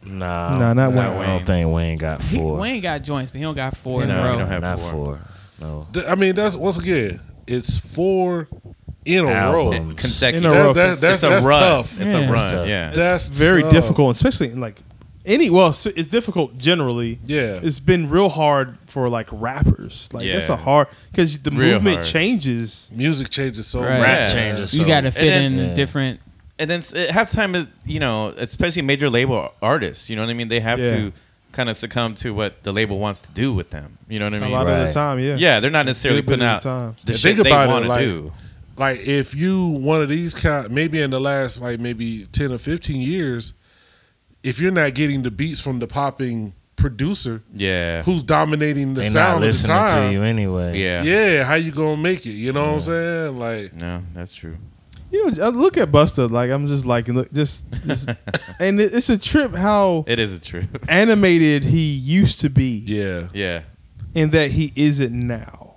Speaker 4: nah,
Speaker 5: Nah, not
Speaker 4: I
Speaker 5: Wayne.
Speaker 4: don't think Wayne got
Speaker 3: he,
Speaker 4: four.
Speaker 3: Wayne got joints, but he don't got four in
Speaker 1: No,
Speaker 3: a row.
Speaker 1: he don't have
Speaker 4: not
Speaker 1: four.
Speaker 4: four. No.
Speaker 2: Th- I mean, that's once again, it's four in a row.
Speaker 4: Album.
Speaker 1: Consecutive.
Speaker 5: In a row.
Speaker 2: That, that, that's
Speaker 1: it's a
Speaker 2: that's
Speaker 1: run.
Speaker 2: tough.
Speaker 1: It's
Speaker 3: Yeah.
Speaker 1: a
Speaker 4: It's
Speaker 1: run.
Speaker 4: tough.
Speaker 1: Yeah.
Speaker 2: That's
Speaker 5: very
Speaker 2: tough.
Speaker 5: difficult, especially in like any. Well, s- it's difficult generally.
Speaker 2: Yeah.
Speaker 5: it's been real hard for like rappers. Like that's a
Speaker 1: Yeah.
Speaker 5: hard because the
Speaker 1: Real
Speaker 5: movement
Speaker 1: hard.
Speaker 5: changes.
Speaker 2: Music changes so
Speaker 3: Right.
Speaker 2: much.
Speaker 4: Rap
Speaker 1: Yeah.
Speaker 4: changes.
Speaker 3: You
Speaker 4: so-
Speaker 3: got to fit
Speaker 1: then-
Speaker 3: in
Speaker 4: Yeah.
Speaker 3: different.
Speaker 1: and then s- it has time to you know especially major label artists you know what i mean they have
Speaker 5: Yeah.
Speaker 1: to kind of succumb to what the label wants to do with them you know what i
Speaker 5: A
Speaker 1: mean
Speaker 5: lot of
Speaker 4: Right.
Speaker 5: the time, yeah,
Speaker 1: yeah they're not necessarily
Speaker 5: Good bit
Speaker 1: putting
Speaker 5: of
Speaker 1: out
Speaker 5: the time.
Speaker 1: the
Speaker 2: And
Speaker 1: shit
Speaker 2: think
Speaker 1: they
Speaker 2: about it,
Speaker 1: want to
Speaker 2: like-
Speaker 1: do
Speaker 2: Like if you one of these kind, maybe in the last like maybe ten or fifteen years, if you're not getting the beats from the popping producer
Speaker 1: yeah
Speaker 2: who's dominating the
Speaker 4: They not
Speaker 2: sound at the
Speaker 4: listening to
Speaker 2: time,
Speaker 4: you anyway.
Speaker 1: yeah
Speaker 2: yeah, how you gonna make it? You know what I'm saying? Like
Speaker 1: no that's true
Speaker 5: You know, I look at Busta. Like I'm just like look, just, just and it, it's a trip how
Speaker 1: it is a true
Speaker 5: animated he used to be,
Speaker 2: yeah,
Speaker 1: yeah
Speaker 5: and that he isn't now.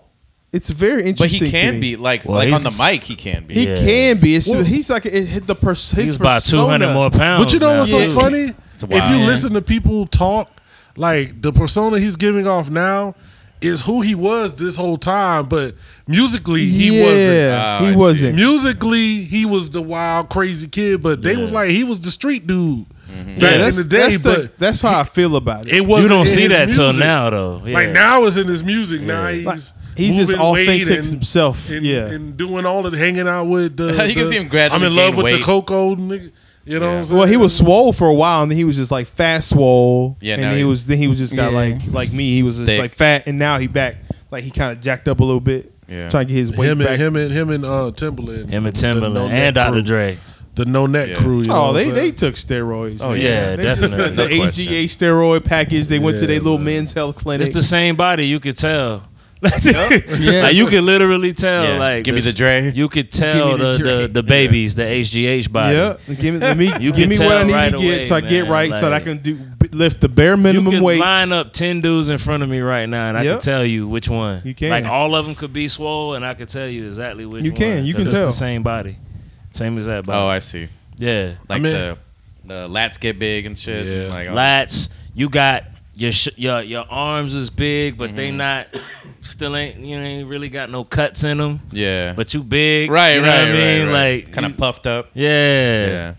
Speaker 5: It's very
Speaker 1: but
Speaker 5: interesting.
Speaker 1: he
Speaker 5: to
Speaker 1: can
Speaker 5: me.
Speaker 1: be like
Speaker 4: Well,
Speaker 1: like on the
Speaker 4: he's-
Speaker 1: mic he can be
Speaker 5: He
Speaker 4: Yeah.
Speaker 5: can be. It's,
Speaker 2: Well-
Speaker 5: he's like it hit the pers- his
Speaker 4: He's about two hundred
Speaker 5: persona.
Speaker 4: more pounds.
Speaker 2: But you know
Speaker 4: now,
Speaker 2: what's so
Speaker 4: too.
Speaker 2: funny?
Speaker 1: It's
Speaker 2: If
Speaker 1: wild.
Speaker 2: you
Speaker 1: Yeah.
Speaker 2: listen to people talk, like the persona he's giving off now is who he was this whole time, but musically he wasn't.
Speaker 5: Yeah,
Speaker 1: Oh, I
Speaker 5: he
Speaker 1: see.
Speaker 5: wasn't.
Speaker 2: Musically, he was the wild, crazy kid, but they was like he was the street dude back
Speaker 1: Mm-hmm.
Speaker 5: yeah, that's,
Speaker 2: in the day.
Speaker 5: that's,
Speaker 2: but
Speaker 5: the, that's how I feel about it.
Speaker 2: it wasn't.
Speaker 4: You don't
Speaker 2: in
Speaker 4: see
Speaker 2: his
Speaker 4: that till
Speaker 2: music.
Speaker 4: now, though.
Speaker 2: Like
Speaker 4: Yeah.
Speaker 2: now, it's in his music. Now he's
Speaker 5: Like, he's
Speaker 2: moving
Speaker 5: just
Speaker 2: weight
Speaker 5: authentic
Speaker 2: and-
Speaker 5: himself.
Speaker 2: and,
Speaker 5: yeah,
Speaker 2: and doing all of the hanging out with the.
Speaker 1: You can
Speaker 2: the-
Speaker 1: see him gradually
Speaker 2: I'm in love
Speaker 1: gain
Speaker 2: with the
Speaker 1: weight.
Speaker 2: Coco nigga. You know what I'm saying?
Speaker 5: Well, he was swole for a while, and then he was just like fat swole.
Speaker 1: Yeah,
Speaker 5: and
Speaker 1: now
Speaker 5: then he
Speaker 1: he's-
Speaker 5: was then he was just got
Speaker 3: Yeah.
Speaker 5: like like me. He was just
Speaker 1: Thick.
Speaker 5: like fat, and now he back like he kind of jacked up a little bit.
Speaker 1: Yeah.
Speaker 5: trying to get his weight
Speaker 2: him
Speaker 5: back.
Speaker 2: and him and him and uh, Timberland,
Speaker 4: Him and
Speaker 2: The No
Speaker 4: Timberland
Speaker 2: Neck
Speaker 4: and Dr.
Speaker 2: Crew.
Speaker 4: Dre.
Speaker 2: the No Neck
Speaker 1: Yeah.
Speaker 2: Crew. You know
Speaker 5: oh,
Speaker 2: what
Speaker 5: they
Speaker 2: I'm
Speaker 5: they
Speaker 2: saying?
Speaker 5: took steroids.
Speaker 1: Oh,
Speaker 5: man.
Speaker 4: Yeah,
Speaker 5: They just-
Speaker 4: definitely.
Speaker 5: the
Speaker 1: No question.
Speaker 5: AGA steroid package. They went to
Speaker 2: Yeah,
Speaker 5: their little
Speaker 2: man.
Speaker 5: men's health clinic.
Speaker 4: It's the same body. You could tell.
Speaker 3: Yeah.
Speaker 4: Like you could literally tell.
Speaker 1: Yeah.
Speaker 4: Like
Speaker 1: Give me
Speaker 4: this-
Speaker 1: the Dre.
Speaker 4: You could tell
Speaker 3: Give me
Speaker 4: the
Speaker 3: the
Speaker 4: the,
Speaker 3: Dre.
Speaker 4: the, babies, the HGH body.
Speaker 5: yeah, give me, let me
Speaker 4: You can
Speaker 5: give me what I
Speaker 4: tell
Speaker 5: need
Speaker 4: right
Speaker 5: to get
Speaker 4: away,
Speaker 5: so I get
Speaker 4: man,
Speaker 5: right so that I
Speaker 4: like-
Speaker 5: can do b- lift the bare
Speaker 4: You
Speaker 5: minimum
Speaker 4: could
Speaker 5: weights.
Speaker 4: line up ten dudes in front of me right now, and I
Speaker 5: Yep.
Speaker 4: can tell you which one.
Speaker 5: You can.
Speaker 4: Like all of them could be swole, and I could tell you exactly which.
Speaker 5: You
Speaker 4: one,
Speaker 5: can, you
Speaker 4: 'cause
Speaker 5: can
Speaker 4: it's
Speaker 5: tell.
Speaker 4: the same body, same as that
Speaker 1: oh
Speaker 4: body.
Speaker 1: i see
Speaker 4: yeah,
Speaker 1: like
Speaker 2: mean-
Speaker 1: the the lats get big and shit
Speaker 2: Yeah.
Speaker 1: like all-
Speaker 4: lats. You got your sh- your your arms is big, but
Speaker 1: Mm-hmm.
Speaker 4: they not still ain't you ain't really got no cuts in them.
Speaker 1: yeah
Speaker 4: But you big,
Speaker 1: right
Speaker 4: You know
Speaker 1: right,
Speaker 4: what I mean, like
Speaker 1: kind of puffed up
Speaker 4: yeah.
Speaker 1: yeah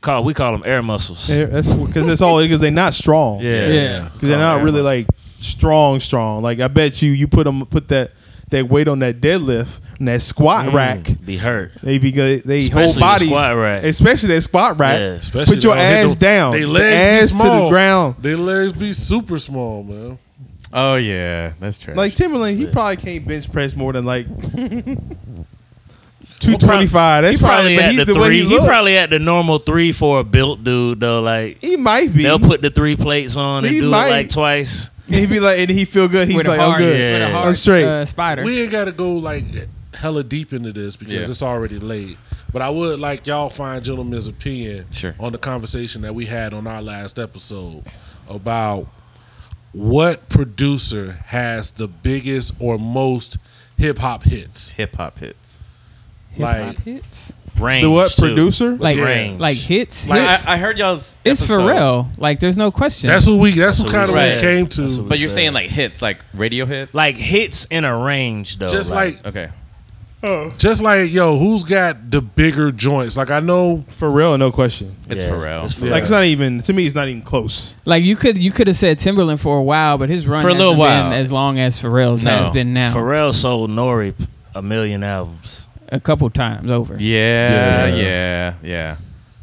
Speaker 4: Call we call them air muscles.
Speaker 5: Yeah, That's because that's all because they're not strong.
Speaker 4: Yeah.
Speaker 3: Yeah.
Speaker 5: because they're not really like strong, strong. Like I bet you, you put them put that that weight on that deadlift and that squat rack.
Speaker 4: Be hurt.
Speaker 5: They be good. They
Speaker 4: Mm. Especially
Speaker 5: whole
Speaker 4: the
Speaker 5: bodies,
Speaker 4: squat rack.
Speaker 5: especially that squat rack.
Speaker 4: Yeah.
Speaker 2: Especially
Speaker 5: put your
Speaker 2: though, they
Speaker 5: ass
Speaker 2: don't-
Speaker 5: down.
Speaker 2: They
Speaker 5: The
Speaker 2: legs
Speaker 5: ass
Speaker 2: be
Speaker 5: to
Speaker 2: small.
Speaker 5: the ground.
Speaker 2: Their legs be super small, man.
Speaker 1: oh yeah that's true
Speaker 5: Like Timberland, he probably can't bench press more than like two twenty five. That's
Speaker 4: he probably
Speaker 5: probably, but
Speaker 4: at
Speaker 5: he,
Speaker 4: the,
Speaker 5: the way
Speaker 4: three.
Speaker 5: he,
Speaker 4: He,
Speaker 5: look,
Speaker 4: probably at the normal three for a built dude though. Like
Speaker 5: he might be.
Speaker 4: they'll put the three plates on and
Speaker 5: He
Speaker 4: do
Speaker 5: might.
Speaker 4: it like twice.
Speaker 5: and he be like, and he feel good. He's
Speaker 3: with,
Speaker 5: like,
Speaker 3: a
Speaker 5: I'm
Speaker 3: hard,
Speaker 5: good.
Speaker 4: Yeah.
Speaker 3: with a hard
Speaker 5: I'm straight.
Speaker 3: uh, spider.
Speaker 2: We ain't got to go like hella deep into this because
Speaker 1: Yeah.
Speaker 2: it's already late. But I would like y'all fine gentlemen's opinion
Speaker 1: Sure.
Speaker 2: on the conversation that we had on our last episode about what producer has the biggest or most hip hop hits.
Speaker 1: hip-hop hits
Speaker 2: Like
Speaker 3: hits.
Speaker 4: range.
Speaker 5: The what
Speaker 4: too.
Speaker 5: producer?
Speaker 3: Like
Speaker 4: Range.
Speaker 3: like hits.
Speaker 1: Like,
Speaker 3: hits.
Speaker 1: I, I heard y'all's.
Speaker 3: it's
Speaker 1: episode,
Speaker 3: Pharrell. Like there's no question.
Speaker 2: That's what we. That's what kind of
Speaker 1: Right.
Speaker 2: we came to.
Speaker 8: That's what we-
Speaker 1: But you're saying like hits, like radio hits.
Speaker 4: Like hits in a range though.
Speaker 2: Just like
Speaker 1: okay,
Speaker 2: Just like yo, who's got the bigger joints? Like I know
Speaker 5: For real, no question.
Speaker 1: it's
Speaker 4: Yeah,
Speaker 1: Pharrell.
Speaker 4: it's
Speaker 5: Like it's not even to me. It's not even close.
Speaker 3: like you could you could have said Timberland for a while, but his run
Speaker 1: For a
Speaker 3: hasn't
Speaker 1: little while.
Speaker 3: been as long as Pharrell's
Speaker 1: No.
Speaker 3: has been now.
Speaker 4: Pharrell sold Nori a million albums.
Speaker 3: a couple times over.
Speaker 1: yeah,
Speaker 4: Yeah.
Speaker 1: yeah, yeah,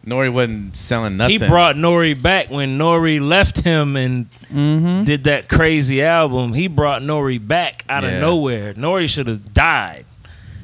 Speaker 1: Nori wasn't selling nothing.
Speaker 4: He brought Nori back when Nori left him and
Speaker 3: Mm-hmm.
Speaker 4: did that crazy album. He brought Nori back out
Speaker 1: Yeah.
Speaker 4: of nowhere. Nori should have died.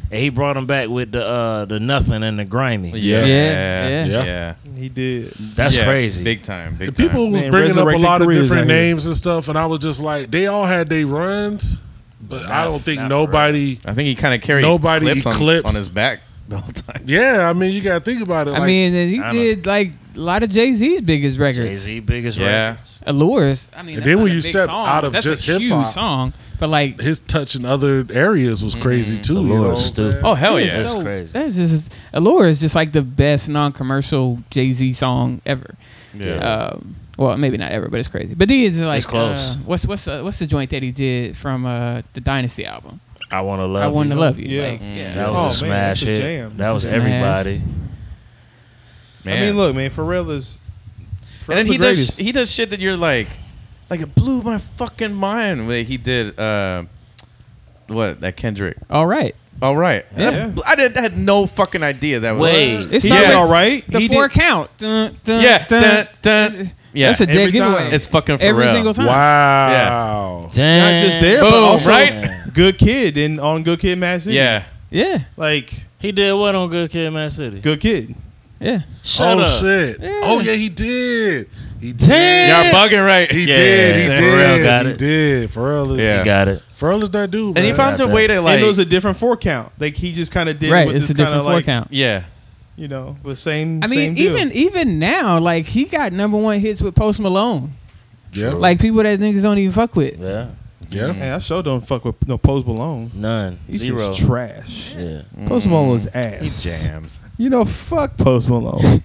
Speaker 4: And he brought him back with the uh, the nothing and the grimy.
Speaker 1: Yeah,
Speaker 3: Yeah,
Speaker 1: yeah,
Speaker 3: yeah.
Speaker 1: yeah.
Speaker 5: He did.
Speaker 4: That's
Speaker 1: Yeah,
Speaker 4: crazy.
Speaker 1: Big time. Big
Speaker 2: the people was
Speaker 5: Man,
Speaker 2: bringing up a
Speaker 5: resurrected
Speaker 2: lot of
Speaker 5: careers
Speaker 2: different
Speaker 5: out here.
Speaker 2: names and stuff, and I was just like, they all had their runs, but I don't think
Speaker 4: not
Speaker 2: nobody.
Speaker 1: Time. I think he kind of carried
Speaker 2: Nobody
Speaker 1: clips on, on
Speaker 2: eclipsed-
Speaker 1: his back the whole time.
Speaker 2: Yeah, I mean, you gotta think about it.
Speaker 3: I
Speaker 2: like,
Speaker 3: mean, and he
Speaker 4: I don't-
Speaker 3: did like a lot of Jay Z's biggest records.
Speaker 4: Jay Z biggest
Speaker 1: Yeah.
Speaker 4: records.
Speaker 3: Allures. I mean,
Speaker 2: And
Speaker 3: that's
Speaker 2: then
Speaker 3: not
Speaker 2: when
Speaker 3: a
Speaker 2: you
Speaker 3: big
Speaker 2: step
Speaker 3: song.
Speaker 2: out of
Speaker 3: that's
Speaker 2: just
Speaker 3: a huge
Speaker 2: hip-hop.
Speaker 3: song, but like
Speaker 2: his touch in other areas was
Speaker 1: Mm-hmm.
Speaker 2: crazy too. you know?
Speaker 4: Lord Stoop.
Speaker 1: Oh hell yeah!
Speaker 3: It is
Speaker 4: That's crazy.
Speaker 3: That's just Allure is just like the best non-commercial Jay Z song ever.
Speaker 1: yeah.
Speaker 3: Um, well, maybe not ever, but it's crazy. But these like
Speaker 4: It's close.
Speaker 3: uh, what's what's uh, what's the joint that he did from uh, the Dynasty album?
Speaker 4: I want to love.
Speaker 3: I want
Speaker 4: You.
Speaker 3: to love you.
Speaker 5: Yeah.
Speaker 3: Like,
Speaker 2: Mm.
Speaker 3: yeah.
Speaker 4: That
Speaker 5: Oh,
Speaker 4: was a
Speaker 5: man, that's
Speaker 4: smash
Speaker 5: a
Speaker 4: hit.
Speaker 5: jam.
Speaker 4: That
Speaker 5: That's
Speaker 4: was
Speaker 3: a smash.
Speaker 4: everybody.
Speaker 1: Man.
Speaker 5: I mean, look, man. Pharrell is.
Speaker 1: and then
Speaker 5: Pharrell's
Speaker 1: he
Speaker 5: the
Speaker 1: does
Speaker 5: greatest.
Speaker 1: he does shit that you're like, like it blew my fucking mind when he did uh, what that Kendrick.
Speaker 3: All right.
Speaker 1: All right, yeah. I, did, I had no fucking idea that was.
Speaker 4: Wait.
Speaker 3: It's
Speaker 5: He
Speaker 3: not
Speaker 1: did
Speaker 3: like
Speaker 5: all right.
Speaker 3: The
Speaker 5: He
Speaker 3: four
Speaker 5: did-
Speaker 3: count. Dun, dun,
Speaker 1: yeah,
Speaker 3: dun.
Speaker 1: dun, dun. yeah,
Speaker 3: That's a dead
Speaker 5: every
Speaker 3: giveaway.
Speaker 5: time.
Speaker 1: it's fucking for
Speaker 3: every
Speaker 1: real.
Speaker 3: single time.
Speaker 2: wow. Oh,
Speaker 4: Damn.
Speaker 5: not just there, but
Speaker 1: Boom,
Speaker 5: also
Speaker 1: right?
Speaker 5: Good Kid and on Good Kid, Mad City.
Speaker 1: Yeah,
Speaker 3: Yeah,
Speaker 5: like
Speaker 4: He did what on Good Kid, Man City?
Speaker 5: Good Kid.
Speaker 3: yeah.
Speaker 4: Shut
Speaker 2: oh
Speaker 4: up.
Speaker 2: shit. Oh yeah, he did. He did.
Speaker 4: Damn.
Speaker 1: y'all bugging right.
Speaker 2: He
Speaker 1: yeah.
Speaker 2: did. He
Speaker 4: yeah.
Speaker 2: did.
Speaker 4: Pharrell got
Speaker 2: he
Speaker 4: it.
Speaker 2: did. Pharrell is.
Speaker 1: Yeah.
Speaker 4: You got it.
Speaker 2: Pharrell is that dude.
Speaker 1: And he
Speaker 2: man.
Speaker 1: finds a
Speaker 4: Got
Speaker 1: way
Speaker 4: that.
Speaker 1: to
Speaker 5: and it
Speaker 1: like,
Speaker 5: was a different four count. Like he just kind of did
Speaker 3: Right.
Speaker 5: With
Speaker 3: It's a
Speaker 5: this kind
Speaker 3: different
Speaker 5: of
Speaker 3: four
Speaker 5: like
Speaker 3: count.
Speaker 1: yeah,
Speaker 5: you know the same.
Speaker 3: I mean,
Speaker 5: same deal.
Speaker 3: even even now, like he got number one hits with Post Malone.
Speaker 2: Yeah.
Speaker 3: Like people that niggas don't even fuck with.
Speaker 4: Yeah.
Speaker 2: yeah.
Speaker 5: Hey, I sure don't fuck with no Post Malone.
Speaker 4: None.
Speaker 5: He's
Speaker 4: Zero.
Speaker 5: just trash.
Speaker 4: yeah.
Speaker 1: Mm.
Speaker 5: Post Malone's ass.
Speaker 1: jams.
Speaker 5: You know, fuck Post Malone.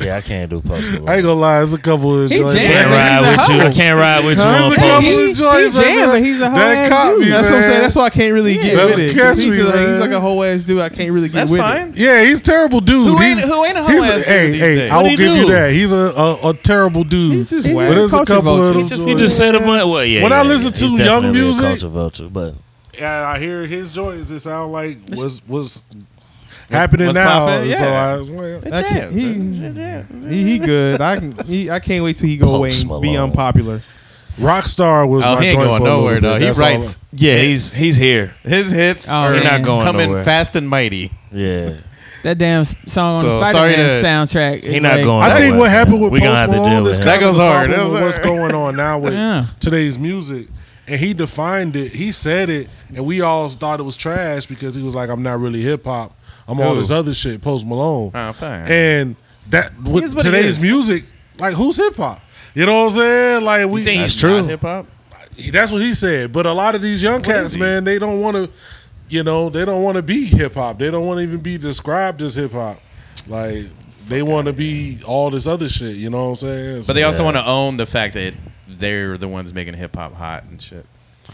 Speaker 4: Yeah, I can't do Post Malone.
Speaker 2: I ain't gonna lie, it's a couple of
Speaker 3: He
Speaker 2: joints.
Speaker 3: jammed.
Speaker 2: man.
Speaker 4: can't ride
Speaker 3: He's a
Speaker 4: with you. I
Speaker 3: hoe.
Speaker 4: can't ride with you
Speaker 2: Huh?
Speaker 4: on
Speaker 2: He's a
Speaker 4: Post.
Speaker 2: couple
Speaker 3: He-
Speaker 2: of joints,
Speaker 3: he
Speaker 2: man.
Speaker 3: jammed, but he's a
Speaker 2: That
Speaker 3: hoe-ass
Speaker 2: caught me,
Speaker 3: dude.
Speaker 5: That's what I'm
Speaker 2: man.
Speaker 5: saying. That's why I can't really get
Speaker 2: Yeah.
Speaker 5: with it. 'cause
Speaker 2: Catch
Speaker 5: He's,
Speaker 2: me,
Speaker 5: like, he's
Speaker 2: man.
Speaker 5: like a whole ass dude. I can't really get
Speaker 1: That's
Speaker 5: with
Speaker 1: fine.
Speaker 2: Yeah, he's a terrible dude.
Speaker 1: Who ain't-
Speaker 2: he's,
Speaker 1: who ain't a hoe
Speaker 2: he's
Speaker 1: ass dude
Speaker 2: Hey,
Speaker 1: these
Speaker 2: hey,
Speaker 1: days?
Speaker 2: I will
Speaker 4: What'd he
Speaker 2: give you
Speaker 4: do?
Speaker 2: that. He's a, a, a terrible dude.
Speaker 5: it. He's just
Speaker 3: He's
Speaker 5: whack.
Speaker 2: but there's a
Speaker 3: culture
Speaker 2: couple
Speaker 3: vulture.
Speaker 2: of them.
Speaker 3: He just-
Speaker 4: He
Speaker 2: joints,
Speaker 4: just said a
Speaker 2: man.
Speaker 4: bunch. Well, yeah.
Speaker 2: When I
Speaker 4: yeah,
Speaker 2: listen to
Speaker 4: he's
Speaker 2: young
Speaker 4: definitely a
Speaker 2: music-
Speaker 4: culture vulture, but
Speaker 2: and I hear his joints. It sound like what's what's happening
Speaker 1: what's
Speaker 2: now.
Speaker 1: poppin'?
Speaker 2: So
Speaker 1: Yeah.
Speaker 2: I, well,
Speaker 5: I can't, he, he he good. I can, he, I can't wait till he go away
Speaker 4: Post
Speaker 5: and be
Speaker 4: Malone.
Speaker 5: unpopular.
Speaker 2: Rockstar was
Speaker 1: Oh,
Speaker 2: my
Speaker 1: he ain't
Speaker 2: joint
Speaker 1: going
Speaker 2: for a little
Speaker 1: nowhere,
Speaker 2: bit.
Speaker 1: though. He
Speaker 2: That's all
Speaker 1: writes-
Speaker 2: I-
Speaker 4: yeah, he's he's here.
Speaker 1: His hits
Speaker 3: Oh,
Speaker 1: are
Speaker 3: They're not
Speaker 4: going
Speaker 1: coming
Speaker 4: nowhere.
Speaker 1: fast and mighty.
Speaker 4: Yeah,
Speaker 3: That damn s- song on
Speaker 1: So,
Speaker 3: the Spider
Speaker 1: sorry
Speaker 3: Man
Speaker 1: to-
Speaker 3: soundtrack.
Speaker 4: he
Speaker 3: is
Speaker 4: not
Speaker 3: like-
Speaker 4: going.
Speaker 2: I
Speaker 4: that
Speaker 2: think
Speaker 4: way.
Speaker 2: what happened with
Speaker 4: we gonna
Speaker 2: Post
Speaker 4: have to
Speaker 2: Malone
Speaker 4: deal
Speaker 2: is
Speaker 4: with
Speaker 2: kind
Speaker 4: him.
Speaker 1: That
Speaker 2: of
Speaker 1: goes
Speaker 2: the
Speaker 1: hard.
Speaker 2: problem
Speaker 1: That
Speaker 2: with
Speaker 1: goes
Speaker 2: what's going on now with
Speaker 3: Yeah.
Speaker 2: today's music. And he defined it. He said it, and we all thought it was trash because he was like, "I'm not really hip hop. I'm all
Speaker 1: Who?
Speaker 2: this other shit." Post Malone.
Speaker 1: Oh, fine.
Speaker 2: And that with
Speaker 1: is what he
Speaker 2: today's
Speaker 1: is.
Speaker 2: music, like who's hip hop? You know what I'm saying? Like we
Speaker 1: saying
Speaker 4: That's
Speaker 1: he's
Speaker 4: true.
Speaker 1: Hip hop.
Speaker 2: He- That's what he said. But a lot of these young
Speaker 1: is
Speaker 2: cats,
Speaker 1: he?
Speaker 2: man, they don't want to, you know, they don't want to be hip hop. They don't want to even be described as hip hop. Like they want to be all this other shit. You know what I'm saying?
Speaker 1: But they
Speaker 2: So-
Speaker 1: also want to own the fact that they're the ones making hip hop hot and shit.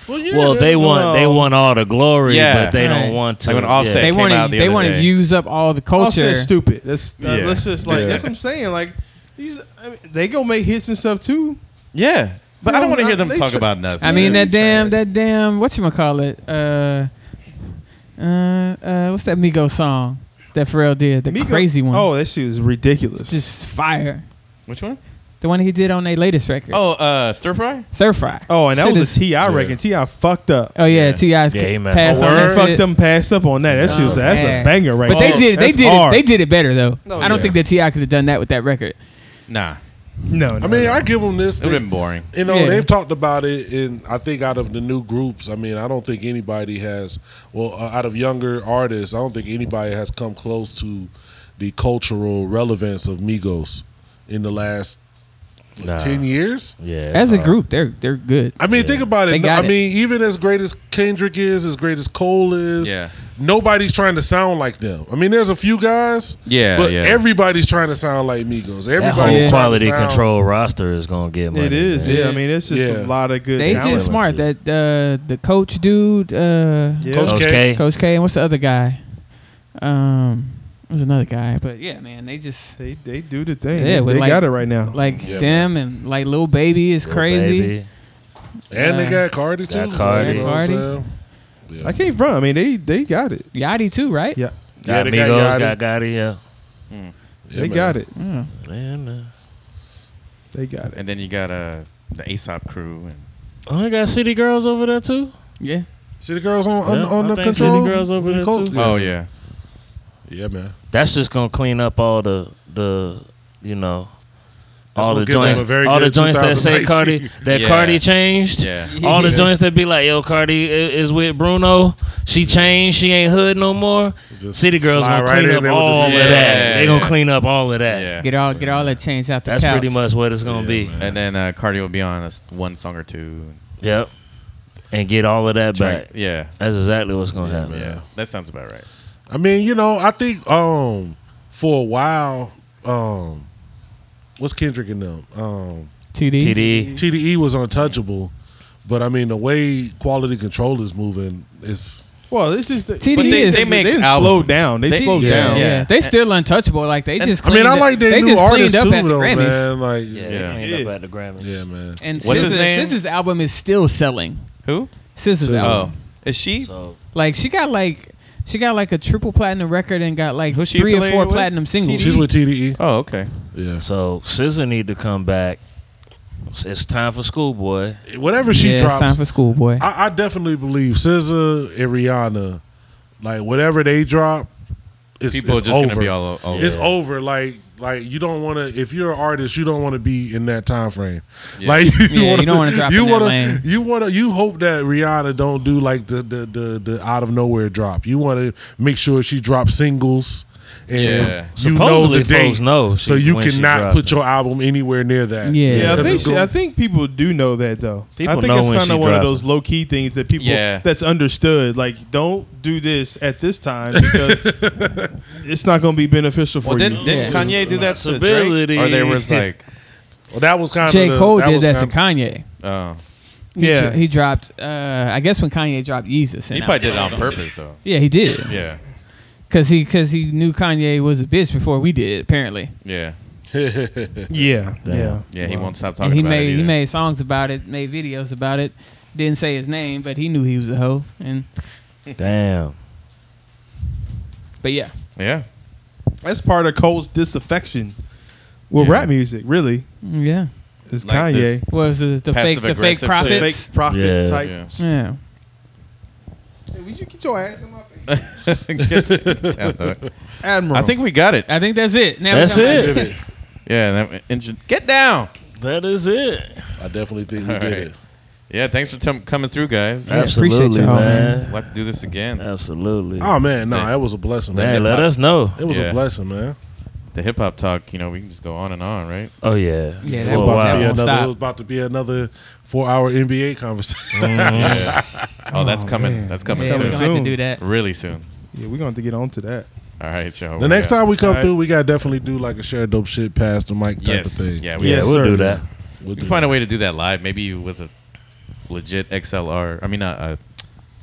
Speaker 2: well, yeah,
Speaker 4: Well, they want they
Speaker 5: No.
Speaker 4: want all the glory,
Speaker 1: Yeah.
Speaker 4: but they
Speaker 3: Right.
Speaker 4: don't want to.
Speaker 1: Like when Offset
Speaker 3: They
Speaker 1: Came
Speaker 3: want to.
Speaker 1: out the
Speaker 3: They
Speaker 1: other
Speaker 3: want to
Speaker 1: day.
Speaker 3: use up all the
Speaker 5: All
Speaker 3: culture.
Speaker 5: said stupid. That's uh,
Speaker 1: Yeah.
Speaker 5: let's just like
Speaker 2: Yeah.
Speaker 5: that's what I'm saying. Like these, I mean, they gonna make hits and stuff too.
Speaker 1: Yeah, but
Speaker 5: No,
Speaker 1: I don't want to
Speaker 5: I-
Speaker 1: hear them
Speaker 5: they
Speaker 1: talk
Speaker 5: tr-
Speaker 1: about nothing.
Speaker 3: I mean
Speaker 5: Yeah,
Speaker 3: that damn that damn what you call it? Uh, uh, uh, what's that Migos song that Pharrell did? The
Speaker 5: Migos-
Speaker 3: crazy one.
Speaker 5: Oh, that shit is ridiculous.
Speaker 3: it's just fire.
Speaker 1: Which one?
Speaker 3: The one he did on their latest record.
Speaker 1: Oh, uh, stir fry.
Speaker 3: Stir Fry.
Speaker 5: oh, and that
Speaker 3: Shit
Speaker 5: was
Speaker 3: is-
Speaker 5: a Ti reckon. Ti fucked up.
Speaker 3: Oh yeah, Ti's
Speaker 4: Yeah, he messed
Speaker 3: passed
Speaker 4: up.
Speaker 3: on that shit.
Speaker 5: Word. Fucked them pass up on that. That
Speaker 3: Oh,
Speaker 5: shit was that's
Speaker 3: man.
Speaker 5: a banger right
Speaker 3: But they
Speaker 5: there.
Speaker 3: did they
Speaker 5: That's
Speaker 3: did
Speaker 5: hard.
Speaker 3: it they did it better though.
Speaker 5: No,
Speaker 3: I don't
Speaker 5: yeah.
Speaker 3: think that Ti could have done that with that record.
Speaker 1: Nah,
Speaker 5: No, no,
Speaker 2: I mean,
Speaker 5: no.
Speaker 2: I give them this.
Speaker 1: it would
Speaker 2: They-
Speaker 1: have been boring.
Speaker 2: you know,
Speaker 3: Yeah.
Speaker 2: they've talked about it, and I think out of the new groups, I mean, I don't think anybody has. Well, uh, out of younger artists, I don't think anybody has come close to the cultural relevance of Migos in the last
Speaker 4: Nah.
Speaker 2: Ten years.
Speaker 4: Yeah.
Speaker 3: As a
Speaker 4: hard.
Speaker 3: group, they're they're good.
Speaker 2: I mean, think about
Speaker 3: They
Speaker 2: it. No, I
Speaker 3: got it.
Speaker 2: mean, even as great as Kendrick is, as great as Cole is,
Speaker 1: Yeah.
Speaker 2: nobody's trying to sound like them. I mean, there's a few guys,
Speaker 1: Yeah,
Speaker 2: but
Speaker 1: yeah.
Speaker 2: everybody's trying to sound like Migos.
Speaker 4: That
Speaker 2: Everybody's trying
Speaker 4: whole
Speaker 2: to
Speaker 4: quality
Speaker 2: sound-
Speaker 4: control roster is gonna get money.
Speaker 5: It is,
Speaker 4: man.
Speaker 5: yeah. I mean, it's just
Speaker 2: Yeah.
Speaker 5: a lot of good.
Speaker 3: They
Speaker 5: talent.
Speaker 3: just smart. That uh, the coach dude, uh,
Speaker 5: Yeah.
Speaker 2: Coach
Speaker 4: Coach
Speaker 2: K.
Speaker 4: K.
Speaker 3: Coach K, and what's the other guy? Um, there's another guy, but yeah, man, they just
Speaker 5: They, they do the thing.
Speaker 3: Yeah,
Speaker 5: they
Speaker 3: with
Speaker 5: they
Speaker 3: like-
Speaker 5: got it right now.
Speaker 3: like
Speaker 2: Yeah,
Speaker 3: them and like little baby is
Speaker 4: Lil
Speaker 3: crazy.
Speaker 4: Baby.
Speaker 2: And they got Cardi too.
Speaker 4: Got Cardi.
Speaker 2: You know what I'm
Speaker 3: Cardi.
Speaker 2: saying?
Speaker 5: I can't front. I mean, they they got it.
Speaker 3: Yachty too, right?
Speaker 5: Yeah.
Speaker 2: Yeah,
Speaker 4: Got
Speaker 2: they got
Speaker 4: Migos,
Speaker 2: Yachty.
Speaker 4: got Gotti. Yeah.
Speaker 2: Yeah,
Speaker 5: they
Speaker 2: man.
Speaker 5: got it.
Speaker 3: Yeah.
Speaker 4: Man, uh,
Speaker 5: They got it.
Speaker 1: And then you got uh, the Aesop crew. And
Speaker 4: Oh, they got City Girls over there too.
Speaker 3: Yeah.
Speaker 2: City girls on on,
Speaker 4: Yeah,
Speaker 2: on
Speaker 4: I
Speaker 2: the
Speaker 4: think
Speaker 2: control.
Speaker 4: City Girls over there,
Speaker 2: Coach-
Speaker 4: too.
Speaker 2: Yeah.
Speaker 1: Oh yeah,
Speaker 2: yeah, man.
Speaker 4: That's just gonna clean up all the the you know
Speaker 2: That's
Speaker 4: all
Speaker 2: gonna
Speaker 4: the
Speaker 2: give them
Speaker 4: joints
Speaker 2: a very
Speaker 4: all the
Speaker 2: good
Speaker 4: joints that say
Speaker 2: 2019.
Speaker 4: Cardi that
Speaker 1: Yeah.
Speaker 4: Cardi changed.
Speaker 1: yeah.
Speaker 4: All the joints that be like, yo, Cardi i- is with Bruno. She changed. She ain't hood no more.
Speaker 2: Just
Speaker 4: City girls
Speaker 2: slide
Speaker 4: gonna
Speaker 2: right
Speaker 4: clean
Speaker 2: in
Speaker 4: up
Speaker 2: there with the
Speaker 4: all of
Speaker 1: City
Speaker 4: that.
Speaker 1: Girls.
Speaker 4: They gonna
Speaker 1: Yeah.
Speaker 4: clean up all of that.
Speaker 1: Yeah.
Speaker 3: Get all get all that change out the
Speaker 4: That's
Speaker 3: couch.
Speaker 4: pretty much what it's gonna
Speaker 2: Yeah,
Speaker 4: be.
Speaker 2: man.
Speaker 1: And then uh, Cardi will be on a s one song or two.
Speaker 4: Yep. And get all of that
Speaker 1: Try-
Speaker 4: back.
Speaker 1: Yeah,
Speaker 4: That's exactly what's gonna happen.
Speaker 2: man.
Speaker 1: that sounds about right.
Speaker 2: I mean, you know, I think um for a while, um what's Kendrick and them? Um
Speaker 3: TD.
Speaker 4: TD.
Speaker 2: TDE E was untouchable, but I mean the way quality control is moving is
Speaker 5: Well, this is the.
Speaker 3: TDE
Speaker 5: but
Speaker 3: is-
Speaker 5: they,
Speaker 1: they
Speaker 5: didn't
Speaker 1: make
Speaker 5: slow
Speaker 1: albums.
Speaker 5: down. They,
Speaker 1: They-
Speaker 5: slowed
Speaker 2: yeah.
Speaker 5: down.
Speaker 1: Yeah.
Speaker 3: Yeah, they still untouchable. Like they just.
Speaker 2: I mean, I
Speaker 3: cleaned
Speaker 2: like
Speaker 3: up-
Speaker 2: their
Speaker 3: they
Speaker 2: new
Speaker 3: just cleaned
Speaker 2: artists
Speaker 3: up
Speaker 2: too,
Speaker 3: at the
Speaker 2: though,
Speaker 3: Grammys.
Speaker 2: man. Like,
Speaker 4: Yeah,
Speaker 2: yeah,
Speaker 4: they
Speaker 1: Yeah.
Speaker 4: cleaned up at the Grammys.
Speaker 2: man.
Speaker 3: And
Speaker 1: What's his
Speaker 3: SZA-
Speaker 1: name?
Speaker 3: SZA's album is still selling.
Speaker 1: Who?
Speaker 3: SZA's
Speaker 2: SZA.
Speaker 3: album.
Speaker 1: Oh, is she?
Speaker 4: So
Speaker 3: Like she got like she got like a triple platinum record and got like
Speaker 1: Who's she
Speaker 3: three or
Speaker 1: affiliated
Speaker 3: four
Speaker 1: with?
Speaker 3: platinum singles.
Speaker 2: She's with E. TDE.
Speaker 1: Oh, okay.
Speaker 2: Yeah,
Speaker 4: so SZA need to come back. It's- It's time for Schoolboy.
Speaker 2: whatever she
Speaker 3: yeah,
Speaker 2: drops,
Speaker 3: it's time for school, boy.
Speaker 2: I, I definitely believe SZA and Rihanna, like whatever they drop, it's,
Speaker 1: People
Speaker 2: it's
Speaker 1: just
Speaker 2: over.
Speaker 1: gonna be all o- over.
Speaker 2: It's
Speaker 1: it.
Speaker 2: over. Like like you don't want to. If you're an artist, you don't want to be in that time frame.
Speaker 1: Yeah.
Speaker 2: Like you
Speaker 3: Yeah, you don't wanna drop in that
Speaker 2: wanna,
Speaker 3: lane.
Speaker 2: You want to. You hope that Rihanna don't do like the the the, the out of nowhere drop. You want to make sure she drops singles. And
Speaker 1: Yeah.
Speaker 2: you know
Speaker 4: Supposedly
Speaker 2: the date,
Speaker 4: folks know
Speaker 2: so
Speaker 4: she-
Speaker 2: you
Speaker 4: when she
Speaker 2: cannot
Speaker 4: dropped
Speaker 2: put your album anywhere near that.
Speaker 3: Yeah.
Speaker 5: Yeah,
Speaker 2: Because
Speaker 5: I think
Speaker 2: it's
Speaker 5: she-
Speaker 2: gonna-
Speaker 5: I think people do know that though.
Speaker 4: People
Speaker 5: I think
Speaker 4: know
Speaker 5: it's
Speaker 4: when
Speaker 5: kind
Speaker 4: she
Speaker 5: of one of
Speaker 4: dropping.
Speaker 5: those low key things that people
Speaker 1: Yeah.
Speaker 5: that's understood. Like, don't do this at this time because it's not going to be beneficial for
Speaker 1: Well,
Speaker 5: you.
Speaker 1: didn't, didn't
Speaker 3: Yeah.
Speaker 1: Kanye do that to Drake?
Speaker 4: Possibility.
Speaker 1: Or there was like,
Speaker 2: well, that was kind of
Speaker 3: J.
Speaker 2: the-
Speaker 3: Cole did
Speaker 2: was
Speaker 3: that
Speaker 2: kinda-
Speaker 3: to Kanye.
Speaker 1: oh,
Speaker 3: He
Speaker 5: Yeah.
Speaker 3: dro- he dropped. Uh, I guess when Kanye dropped Jesus,
Speaker 1: he probably did it on purpose though.
Speaker 3: Yeah, he did.
Speaker 1: Yeah,
Speaker 3: Cause he, cause he knew Kanye was a bitch before we did, apparently.
Speaker 1: yeah,
Speaker 5: yeah,
Speaker 4: Damn.
Speaker 5: yeah.
Speaker 1: yeah. He won't stop talking
Speaker 3: And he
Speaker 1: about
Speaker 3: made
Speaker 1: it.
Speaker 3: he
Speaker 1: either.
Speaker 3: made songs about it, made videos about it. Didn't say his name, but he knew he was a hoe. And
Speaker 4: damn.
Speaker 3: but yeah,
Speaker 1: Yeah,
Speaker 5: That's part of Cole's disaffection with
Speaker 1: Yeah.
Speaker 5: rap music. Really,
Speaker 3: yeah.
Speaker 5: is
Speaker 1: Like
Speaker 5: Kanye
Speaker 1: this
Speaker 3: Was the, the fake the fake
Speaker 1: Passive-aggressive shit.
Speaker 5: fake
Speaker 3: prophets?
Speaker 5: prophet
Speaker 4: Yeah.
Speaker 5: type?
Speaker 1: Yeah.
Speaker 3: Yeah.
Speaker 5: Hey, would you get your ass in my face?
Speaker 1: I
Speaker 5: Admiral?
Speaker 1: think we got it.
Speaker 3: I think that's it. Now
Speaker 4: That's
Speaker 3: we're talking
Speaker 4: it.
Speaker 3: about-
Speaker 1: Yeah, that, and, get down.
Speaker 4: That is it.
Speaker 2: I definitely think we
Speaker 1: All
Speaker 2: did
Speaker 1: right.
Speaker 2: it.
Speaker 1: Yeah, thanks for tum- coming through, guys.
Speaker 3: Yeah, appreciate
Speaker 4: Absolutely,
Speaker 3: y'all,
Speaker 4: man.
Speaker 1: We'll have to do this again.
Speaker 4: Absolutely.
Speaker 2: Oh man, no, that was a blessing, man.
Speaker 4: man, let us know.
Speaker 2: It was
Speaker 1: Yeah.
Speaker 2: a blessing, man.
Speaker 1: the hip hop talk, you know, we can just go on and on, right?
Speaker 4: Oh yeah.
Speaker 3: Yeah,
Speaker 4: For
Speaker 3: that
Speaker 4: a
Speaker 3: was-
Speaker 2: About
Speaker 4: while.
Speaker 2: to be
Speaker 3: Wow.
Speaker 2: another,
Speaker 3: Stop.
Speaker 2: it was about to be another four-hour NBA conversation.
Speaker 1: Oh, that's coming.
Speaker 5: man.
Speaker 1: That's coming
Speaker 3: Yeah,
Speaker 1: soon.
Speaker 3: we're gonna have to
Speaker 5: soon.
Speaker 3: do that.
Speaker 1: Really soon.
Speaker 5: yeah, we're going to have to get on to that.
Speaker 1: All right,
Speaker 4: Oh,
Speaker 1: y'all.
Speaker 2: the next time we come through, we gotta definitely do like a share dope shit past the mic type
Speaker 1: yes,
Speaker 2: of thing.
Speaker 1: yeah, we
Speaker 4: Yeah,
Speaker 5: Yes,
Speaker 4: we'll
Speaker 5: sir.
Speaker 4: do that.
Speaker 2: We'll
Speaker 1: we
Speaker 2: do
Speaker 1: can find
Speaker 2: that.
Speaker 1: a way to do that live. Maybe with a legit XLR. I mean, not uh,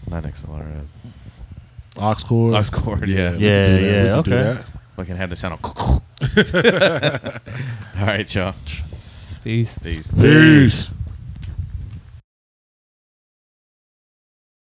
Speaker 1: not XLR. Uh,
Speaker 2: ox cord.
Speaker 1: Ox cord, yeah.
Speaker 2: we can do that.
Speaker 4: Yeah,
Speaker 2: We can
Speaker 4: yeah,
Speaker 2: do
Speaker 4: okay.
Speaker 2: that.
Speaker 1: we can have the sound. Of All right, y'all.
Speaker 3: Peace.
Speaker 1: Peace.
Speaker 2: Peace.